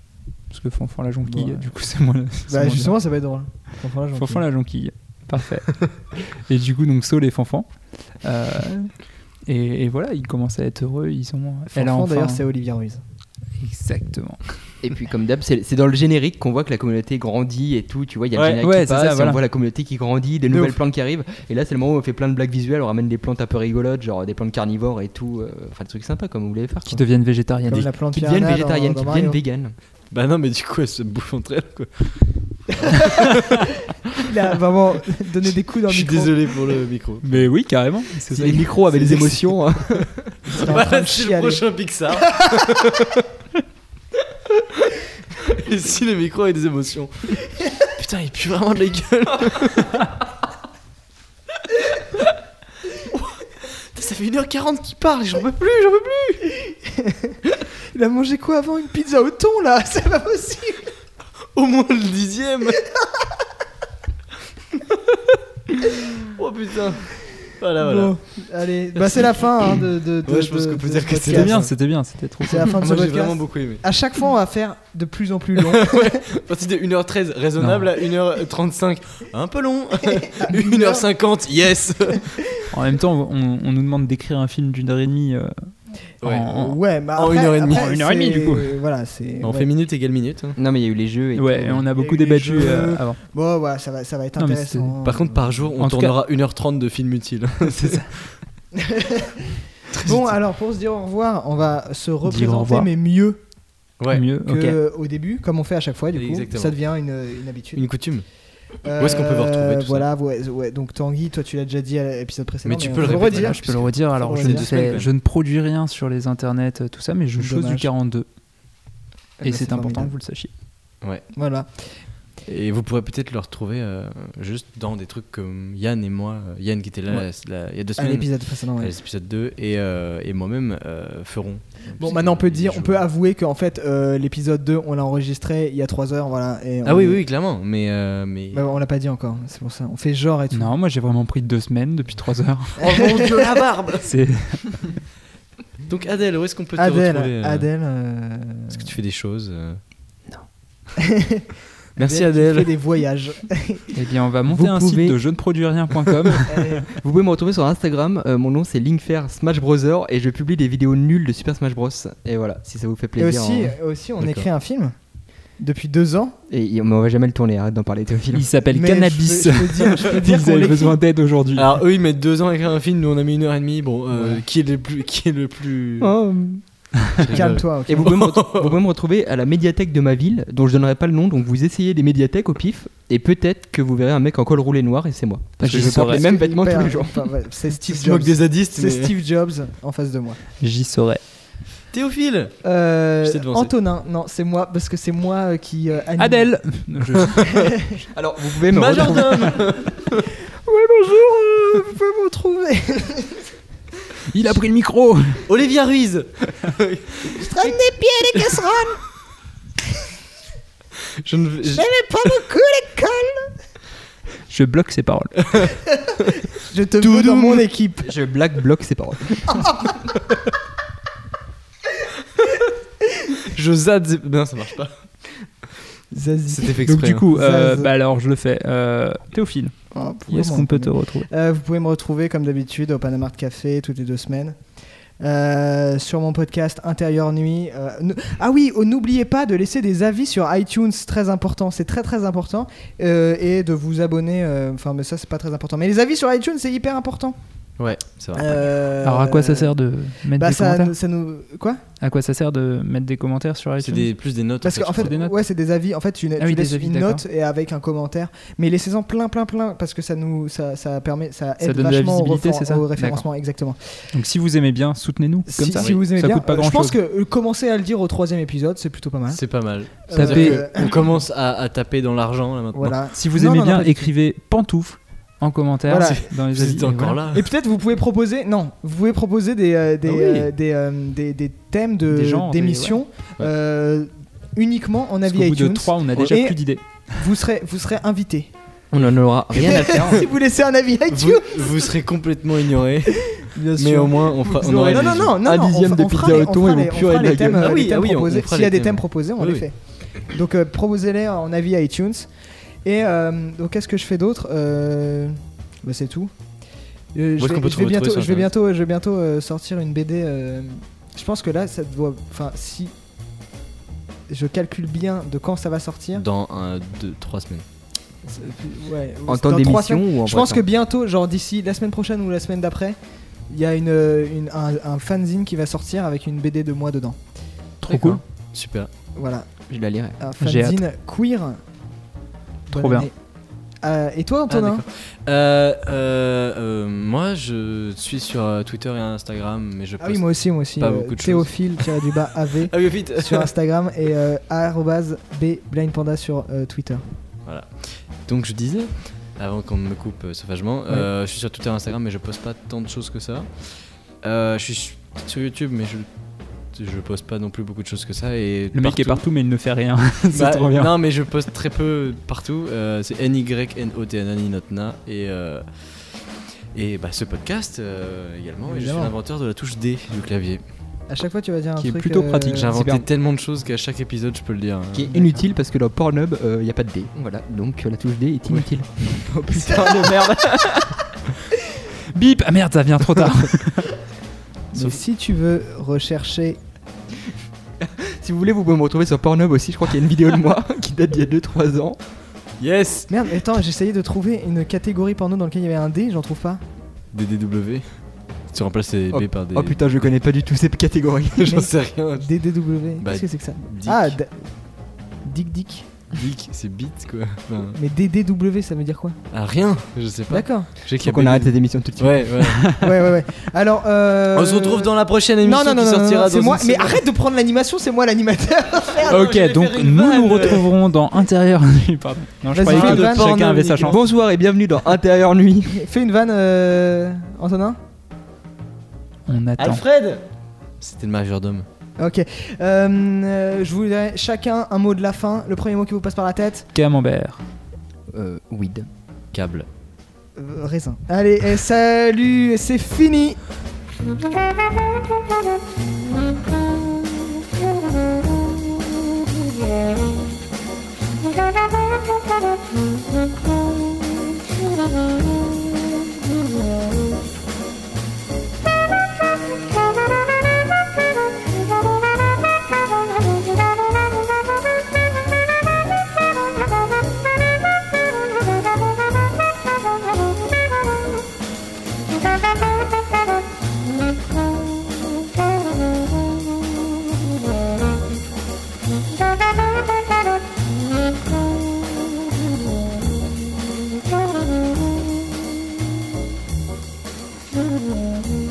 Speaker 3: Parce que Fanfan la jonquille,
Speaker 1: Bah,
Speaker 3: du coup c'est moins. c'est moins
Speaker 1: Bah
Speaker 3: bien.
Speaker 1: justement ça va être drôle. Fanfan la
Speaker 3: Fanfan
Speaker 1: jonquille.
Speaker 3: la jonquille. Parfait. et du coup, donc Saul et Fanfan. Euh, et, et voilà, ils commencent à être heureux. Ils sont. elle a
Speaker 1: Fanfan,
Speaker 3: enfin-
Speaker 1: d'ailleurs c'est Olivier Ruiz.
Speaker 3: Exactement.
Speaker 4: Et puis comme d'hab, c'est c'est dans le générique qu'on voit que la communauté grandit et tout. Tu vois, il y a le
Speaker 3: Ouais,
Speaker 4: générique
Speaker 3: ouais,
Speaker 4: qui
Speaker 3: c'est
Speaker 4: passe,
Speaker 3: ça,
Speaker 4: et
Speaker 3: voilà.
Speaker 4: on voit la communauté qui grandit, des
Speaker 1: De
Speaker 4: nouvelles
Speaker 1: ouf.
Speaker 4: plantes qui arrivent. Et là, c'est le moment où on fait plein de blagues visuelles, on ramène des plantes un peu rigolotes, genre des plantes carnivores et tout. euh, Enfin, des trucs sympas comme vous voulez faire.
Speaker 3: Qui
Speaker 4: quoi.
Speaker 3: deviennent végétariens.
Speaker 1: Comme la plante
Speaker 4: Qui deviennent
Speaker 1: Piranha
Speaker 4: végétariennes,
Speaker 1: dans-
Speaker 4: qui
Speaker 1: dans
Speaker 4: deviennent
Speaker 1: Mario.
Speaker 4: véganes.
Speaker 2: Bah non, mais du coup, elles se bouffent entre elles. Quoi.
Speaker 1: Il a vraiment donné des coups dans
Speaker 2: Je
Speaker 1: le
Speaker 2: suis
Speaker 1: micro.
Speaker 2: désolé pour le micro.
Speaker 3: Mais oui, carrément. C'est
Speaker 4: Les micros avaient des émotions. hein.
Speaker 1: Il était en train
Speaker 2: Voilà,
Speaker 1: de
Speaker 2: c'est le
Speaker 1: chialer.
Speaker 2: prochain Pixar. et si les micros avaient des émotions Putain, il pue vraiment de la gueule. Putain, ça fait 1h40 qu'il parle et j'en peux plus, j'en peux plus.
Speaker 1: Il a mangé quoi avant Une pizza au thon là C'est pas possible
Speaker 2: Au moins le dixième. oh putain. Voilà, voilà.
Speaker 1: Bon, allez, bah c'est la fin hein, de, de, de-
Speaker 2: Ouais, je pense
Speaker 1: de-
Speaker 2: qu'on peut
Speaker 1: de
Speaker 2: dire
Speaker 1: ce
Speaker 2: que c'était
Speaker 1: podcast.
Speaker 3: C'était bien, c'était bien, c'était trop.
Speaker 1: C'est la fin de ce
Speaker 2: Moi j'ai
Speaker 1: podcast.
Speaker 2: vraiment beaucoup aimé.
Speaker 1: À chaque fois, on va faire de plus en plus long.
Speaker 2: Parti de 1h13 raisonnable à 1h35 un peu long. 1h50 yes.
Speaker 3: En même temps, on, on nous demande d'écrire un film d'une heure et demie. euh,
Speaker 2: Ouais.
Speaker 3: en-
Speaker 1: ouais, mais
Speaker 2: En
Speaker 1: après-
Speaker 2: une heure et demie.
Speaker 1: après,
Speaker 3: En une heure et demie,
Speaker 1: c'est-
Speaker 3: du coup.
Speaker 1: Voilà, c'est.
Speaker 2: On
Speaker 1: ouais.
Speaker 2: fait minute égale minute. hein.
Speaker 4: Non, mais il y a eu les jeux. Et
Speaker 3: Ouais,
Speaker 4: tout.
Speaker 3: et on a beaucoup
Speaker 1: eu les
Speaker 3: débattu
Speaker 1: jeux.
Speaker 3: euh, avant.
Speaker 1: Bon, ouais, ça va, ça va être
Speaker 3: Non, mais
Speaker 1: intéressant.
Speaker 2: Par contre, par jour, on
Speaker 3: En tout
Speaker 2: tournera 1h30 de films utiles. C'est ça.
Speaker 1: Bon, alors pour se dire au revoir, on va se représenter,
Speaker 3: revoir.
Speaker 1: mais mieux
Speaker 2: Ouais.
Speaker 3: Mieux, ok.
Speaker 1: que euh, au début, comme on fait à chaque fois. Du coup,
Speaker 2: Exactement.
Speaker 1: ça devient une, une habitude. Euh,
Speaker 2: Une coutume. Où est-ce qu'on peut vous retrouver, tout ça
Speaker 1: Voilà, ouais, ouais, donc Tanguy, toi tu l'as déjà dit à l'épisode précédent.
Speaker 2: Mais tu
Speaker 1: on
Speaker 2: peux le
Speaker 1: peut
Speaker 2: répéter,
Speaker 1: redire.
Speaker 2: là,
Speaker 3: Je peux le redire, alors
Speaker 1: Faut
Speaker 3: je,
Speaker 1: le
Speaker 3: ne
Speaker 1: dire.
Speaker 3: fais- je ne produis rien sur les internets, euh, tout ça, mais je chose du
Speaker 1: Dommage.
Speaker 3: 42.
Speaker 1: Mais
Speaker 3: Et c'est important que
Speaker 1: formidable.
Speaker 3: vous le sachiez.
Speaker 1: Voilà.
Speaker 2: Et vous pourrez peut-être le retrouver euh, juste dans des trucs comme Yann et moi. euh, Yann qui était là la- la- il y a deux
Speaker 1: À
Speaker 2: semaines.
Speaker 1: l'épisode précédent,
Speaker 2: à
Speaker 1: ouais.
Speaker 2: l'épisode 2 et, euh, et moi-même euh, ferons.
Speaker 1: Bon, maintenant on peut
Speaker 2: Ils
Speaker 1: dire, on
Speaker 2: jouent.
Speaker 1: peut avouer qu'en fait, euh, l'épisode 2, on l'a enregistré il y a 3 heures, voilà. Et
Speaker 2: Ah
Speaker 1: on
Speaker 2: oui,
Speaker 1: est-
Speaker 2: oui, clairement. Mais, euh, mais...
Speaker 1: Bah, on l'a pas dit encore, c'est pour ça. On fait genre et tout.
Speaker 3: Non, moi j'ai vraiment pris deux semaines depuis trois heures.
Speaker 2: Oh mon dieu, la barbe
Speaker 3: C'est
Speaker 2: Donc Adèle, où est-ce qu'on peut te
Speaker 1: Adèle,
Speaker 2: retrouver euh,
Speaker 1: Adèle. euh,
Speaker 2: Est-ce que tu fais des choses euh
Speaker 1: Merci Adèle. qui fait des voyages.
Speaker 3: Eh bien, on va monter
Speaker 4: Vous
Speaker 3: un
Speaker 4: pouvez-
Speaker 3: site de je ne produis rien.com.
Speaker 1: Euh,
Speaker 4: Vous pouvez me retrouver sur Instagram. euh, mon nom c'est Linkfair Smash Brother et je publie des vidéos nulles de Super Smash Bros. Et voilà, si ça vous fait
Speaker 1: et
Speaker 4: plaisir.
Speaker 1: aussi,
Speaker 4: hein.
Speaker 1: aussi, on
Speaker 2: D'accord.
Speaker 1: écrit un film depuis 2 ans.
Speaker 4: Et, mais on va jamais le tourner. Arrête d'en parler, Théophile.
Speaker 3: Il s'appelle
Speaker 1: Mais
Speaker 3: Cannabis.
Speaker 1: Je peux, je peux dire, je peux dire
Speaker 3: Ils
Speaker 1: qu'on
Speaker 3: avaient
Speaker 1: l'écrit.
Speaker 3: besoin d'aide aujourd'hui.
Speaker 2: Alors eux, ils mettent deux ans à écrire un film, nous on a mis une heure et demie. Bon, euh, qui est le plus... Qui est le plus...
Speaker 4: Oh.
Speaker 2: Je rigole.
Speaker 1: Calme-toi, ok.
Speaker 4: Et vous pouvez, me retrou- vous pouvez me retrouver à la médiathèque de ma ville, dont je donnerai pas le nom, donc vous essayez des médiathèques au pif, et peut-être que vous verrez un mec en col roulé noir, et c'est moi. Parce que
Speaker 3: Je
Speaker 4: je porte
Speaker 3: saurais.
Speaker 4: les mêmes vêtements tous
Speaker 1: Hyper-
Speaker 4: les jours.
Speaker 1: enfin, ouais, C'est
Speaker 2: Tu
Speaker 1: Steve
Speaker 2: te
Speaker 1: Jobs.
Speaker 2: moques des zadistes,
Speaker 1: C'est
Speaker 2: mais...
Speaker 1: Steve Jobs en face de moi.
Speaker 3: J'y saurais.
Speaker 2: Théophile
Speaker 1: Euh,
Speaker 2: Je t'ai devancé.
Speaker 1: Antonin, non, c'est moi parce que c'est moi euh, qui euh, anime.
Speaker 3: Adèle Je-
Speaker 4: Alors vous pouvez me retrouver.
Speaker 2: Majordome
Speaker 1: Ouais, bonjour, euh, vous pouvez me retrouver.
Speaker 3: Il a pris le micro
Speaker 2: Olivia Ruiz
Speaker 1: Je traîne des pieds, les casseroles.
Speaker 2: Je ne... je-
Speaker 1: J'aimais pas beaucoup l'école.
Speaker 3: Je bloque ses paroles.
Speaker 1: Je te veux dans mon équipe.
Speaker 4: Je black bloque ses paroles.
Speaker 2: Je zad... Non, ça marche pas.
Speaker 1: Zazie.
Speaker 2: C'était fait
Speaker 3: Donc,
Speaker 1: hein.
Speaker 2: exprès.
Speaker 3: du coup, euh,
Speaker 1: Zaz.
Speaker 3: bah, alors je le fais. Euh, Théophile,
Speaker 1: Oh,
Speaker 3: où est-ce
Speaker 1: vraiment.
Speaker 3: qu'on peut te retrouver
Speaker 1: Euh, Vous pouvez me retrouver comme d'habitude au Panama de Café toutes les deux semaines. Euh, sur mon podcast Intérieur Nuit. euh, n- ah oui, oh, n'oubliez pas de laisser des avis sur iTunes, très important, c'est très très important. Euh, et de vous abonner, euh, enfin, mais ça c'est pas très important. Mais les avis sur iTunes c'est hyper important.
Speaker 2: hein. Ouais, c'est vrai.
Speaker 1: Euh,
Speaker 3: Alors à quoi ça sert de mettre
Speaker 1: bah,
Speaker 3: des
Speaker 1: ça,
Speaker 3: commentaires
Speaker 1: ça nous. Quoi
Speaker 3: À quoi ça sert de mettre des commentaires sur
Speaker 2: C'est
Speaker 3: iTunes
Speaker 2: des, plus des notes.
Speaker 1: Parce qu'en fait,
Speaker 2: je
Speaker 3: des notes. Ah
Speaker 1: ouais, c'est des avis. En fait, tu, tu
Speaker 3: oui, des
Speaker 1: laisses
Speaker 3: avis,
Speaker 1: une
Speaker 3: d'accord.
Speaker 1: note et avec un commentaire. Mais laissez-en plein, plein, plein, parce que ça nous, ça, ça permet, ça aide
Speaker 3: donne de la
Speaker 1: vachement au,
Speaker 3: visibilité,
Speaker 1: refor-
Speaker 3: c'est ça
Speaker 1: au référencement, exactement.
Speaker 3: Donc si vous aimez bien, soutenez-nous. Comme
Speaker 1: si
Speaker 3: ça,
Speaker 1: si vous aimez
Speaker 3: ça
Speaker 1: bien,
Speaker 3: coûte pas
Speaker 1: euh, je pense
Speaker 3: grand-chose.
Speaker 1: que euh, commencer à le dire au troisième épisode, c'est plutôt pas mal.
Speaker 2: crois. C'est pas mal.
Speaker 1: Euh,
Speaker 3: Tapez-
Speaker 1: euh,
Speaker 2: On commence à, à taper dans l'argent là maintenant.
Speaker 1: voilà.
Speaker 3: Si vous
Speaker 1: Non,
Speaker 3: aimez
Speaker 1: non, non,
Speaker 3: bien,
Speaker 1: pas du tout.
Speaker 3: écrivez pantoufle en commentaire
Speaker 1: Voilà.
Speaker 3: dans les
Speaker 2: Vous
Speaker 3: avis.
Speaker 2: êtes encore là.
Speaker 1: Et peut-être vous pouvez proposer, non, vous pouvez proposer des euh, des,
Speaker 3: Ah oui.
Speaker 1: euh, des, euh, des- des thèmes de
Speaker 3: Des genres, des-
Speaker 1: d'émissions
Speaker 2: ouais.
Speaker 1: euh, uniquement en
Speaker 3: Parce
Speaker 1: avis
Speaker 3: qu'au bout de
Speaker 1: iTunes.
Speaker 3: 3, on a déjà
Speaker 1: Et-
Speaker 3: plus d'idées.
Speaker 1: Vous serez vous serez invité.
Speaker 4: On en aura rien à faire.
Speaker 1: si vous laissez un avis
Speaker 2: Vous,
Speaker 1: iTunes,
Speaker 2: vous serez complètement ignoré,
Speaker 1: bien sûr.
Speaker 2: mais au moins on, fera, on
Speaker 1: Non,
Speaker 2: aura
Speaker 1: non,
Speaker 2: les-
Speaker 1: non, non, non,
Speaker 4: Un dixième
Speaker 1: on,
Speaker 4: de
Speaker 1: on fera
Speaker 4: pizza
Speaker 1: les-
Speaker 4: au thon
Speaker 1: on
Speaker 4: et
Speaker 1: fera
Speaker 4: mon
Speaker 1: les-
Speaker 4: purée
Speaker 1: on fera
Speaker 4: de la
Speaker 1: les thèmes,
Speaker 4: gueule.
Speaker 1: euh,
Speaker 2: Ah oui,
Speaker 1: les thèmes
Speaker 2: ah oui, on- on
Speaker 1: proposés.
Speaker 2: fera
Speaker 1: S'il y a
Speaker 2: les
Speaker 1: des
Speaker 2: thèmes.
Speaker 1: thèmes proposés, on
Speaker 2: Oui,
Speaker 1: les
Speaker 2: oui.
Speaker 1: fait. Donc euh, proposez-les en avis iTunes. Et euh, donc qu'est-ce que je fais d'autre Euh, bah, C'est tout. Euh,
Speaker 2: est-ce
Speaker 1: je,
Speaker 2: qu'on
Speaker 1: vais,
Speaker 2: peut
Speaker 1: je
Speaker 2: te
Speaker 1: vais
Speaker 2: retrouver
Speaker 1: bientôt,
Speaker 2: sur
Speaker 1: je vais
Speaker 2: Internet
Speaker 1: bientôt, je vais bientôt euh, sortir une BD. euh, je pense que là, ça doit. Enfin, si je calcule bien de quand ça va sortir.
Speaker 2: dans 2 3 semaines.
Speaker 1: c'est- ouais,
Speaker 4: En
Speaker 1: c'est
Speaker 4: temps
Speaker 1: dans trois
Speaker 4: d'émission ou en
Speaker 1: je
Speaker 4: vrai
Speaker 1: pense que
Speaker 4: temps
Speaker 1: bientôt, genre d'ici la semaine prochaine ou la semaine d'après, il y a une, euh, une- un, un fanzine qui va sortir avec une BD de moi dedans.
Speaker 3: Trop cool.
Speaker 2: Super.
Speaker 1: Voilà,
Speaker 4: Je la lirai.
Speaker 1: un
Speaker 3: J'ai
Speaker 1: fanzine queer.
Speaker 3: Trop
Speaker 1: Bonne
Speaker 3: bien. Ah,
Speaker 1: année. Euh, et toi, Antonin
Speaker 2: Ah, Euh, euh, euh, moi je suis sur euh, Twitter et Instagram, mais je
Speaker 1: Ah
Speaker 2: poste
Speaker 1: oui, moi aussi, moi aussi.
Speaker 2: pas beaucoup de choses.
Speaker 1: Théophile, tiré du bas, AV
Speaker 2: Ah oui, vite.
Speaker 1: sur Instagram et euh, arrobase bblindpanda sur euh, Twitter.
Speaker 2: Donc je disais avant qu'on me coupe euh, sauvagement, euh, je suis sur Twitter et Instagram mais je poste pas tant de choses que ça. Euh, je suis su- sur YouTube, mais je, je poste pas non plus beaucoup de choses que ça. Et
Speaker 3: Le mec est partout, mais il ne fait rien. c'est
Speaker 2: Bah,
Speaker 3: trop bien.
Speaker 2: Non, mais je poste très peu partout. Euh, c'est N-Y-N-O-T-N, Aninotna. Et, euh, et bah, ce podcast euh, également. Et je suis
Speaker 1: Évidemment.
Speaker 2: l'inventeur de la touche D du clavier.
Speaker 1: À chaque fois, tu vas dire un
Speaker 3: Qui est
Speaker 1: truc. euh,
Speaker 3: plutôt pratique,
Speaker 2: J'ai inventé
Speaker 3: bien.
Speaker 2: tellement de choses qu'à chaque épisode, je peux le dire.
Speaker 4: Qui est inutile parce que dans Pornhub, il n'y a pas de D. Voilà, donc euh, la touche D est inutile.
Speaker 3: Oh putain de merde. Bip Ah merde, ça vient trop tard.
Speaker 1: Donc, si tu veux rechercher.
Speaker 4: Si vous voulez, vous pouvez me retrouver sur Pornhub aussi. Je crois qu'il y a une vidéo de moi qui date d'il y a 2-3 ans.
Speaker 2: Yes
Speaker 1: Merde, attends, j'essayais de trouver une catégorie porno dans laquelle il y avait un D, j'en trouve pas.
Speaker 2: DDW. Tu remplaces les B par des.
Speaker 4: Oh putain, je connais pas du tout ces catégories.
Speaker 2: J'en sais
Speaker 3: Ah,
Speaker 2: rien.
Speaker 1: DDW.
Speaker 2: Bah,
Speaker 1: Qu'est-ce que c'est que ça
Speaker 2: Dick.
Speaker 1: Ah, d- Dick Dick.
Speaker 2: Dick, c'est bit quoi. Enfin,
Speaker 1: Mais DDW, ça veut dire quoi
Speaker 2: ah, rien, je sais pas.
Speaker 1: D'accord.
Speaker 2: J'ai qu'il y a
Speaker 4: Faut qu'on
Speaker 2: BD.
Speaker 4: arrête cette émission tout de suite.
Speaker 2: Ouais, ouais.
Speaker 1: Ouais, ouais, ouais. Alors, euh...
Speaker 2: On se retrouve dans la prochaine
Speaker 1: Non,
Speaker 2: émission
Speaker 1: non, non,
Speaker 2: qui
Speaker 1: non, non,
Speaker 2: sortira
Speaker 1: non, c'est
Speaker 2: dans
Speaker 1: moi.
Speaker 2: une
Speaker 1: Mais
Speaker 2: semaine.
Speaker 1: arrête de prendre l'animation, c'est moi l'animateur.
Speaker 3: ok, donc nous nous retrouverons dans Intérieur Nuit. Pardon. Non, je
Speaker 1: Vas-y,
Speaker 3: croyais
Speaker 1: fais une
Speaker 3: que
Speaker 1: vanne,
Speaker 3: chacun avait sa
Speaker 1: Nicolas.
Speaker 3: chance.
Speaker 4: Bonsoir et bienvenue dans Intérieur Nuit.
Speaker 1: Fais une vanne, euh... Antonin.
Speaker 3: On attend.
Speaker 1: Alfred.
Speaker 2: C'était le majordome.
Speaker 1: Ok. Euh, euh, je vous dirai chacun un mot de la fin. Le premier mot qui vous passe par la tête.
Speaker 3: Camembert.
Speaker 4: Euh, weed.
Speaker 2: Câble.
Speaker 1: Euh, raisin. Allez, et salut, et c'est fini.
Speaker 7: Thank you.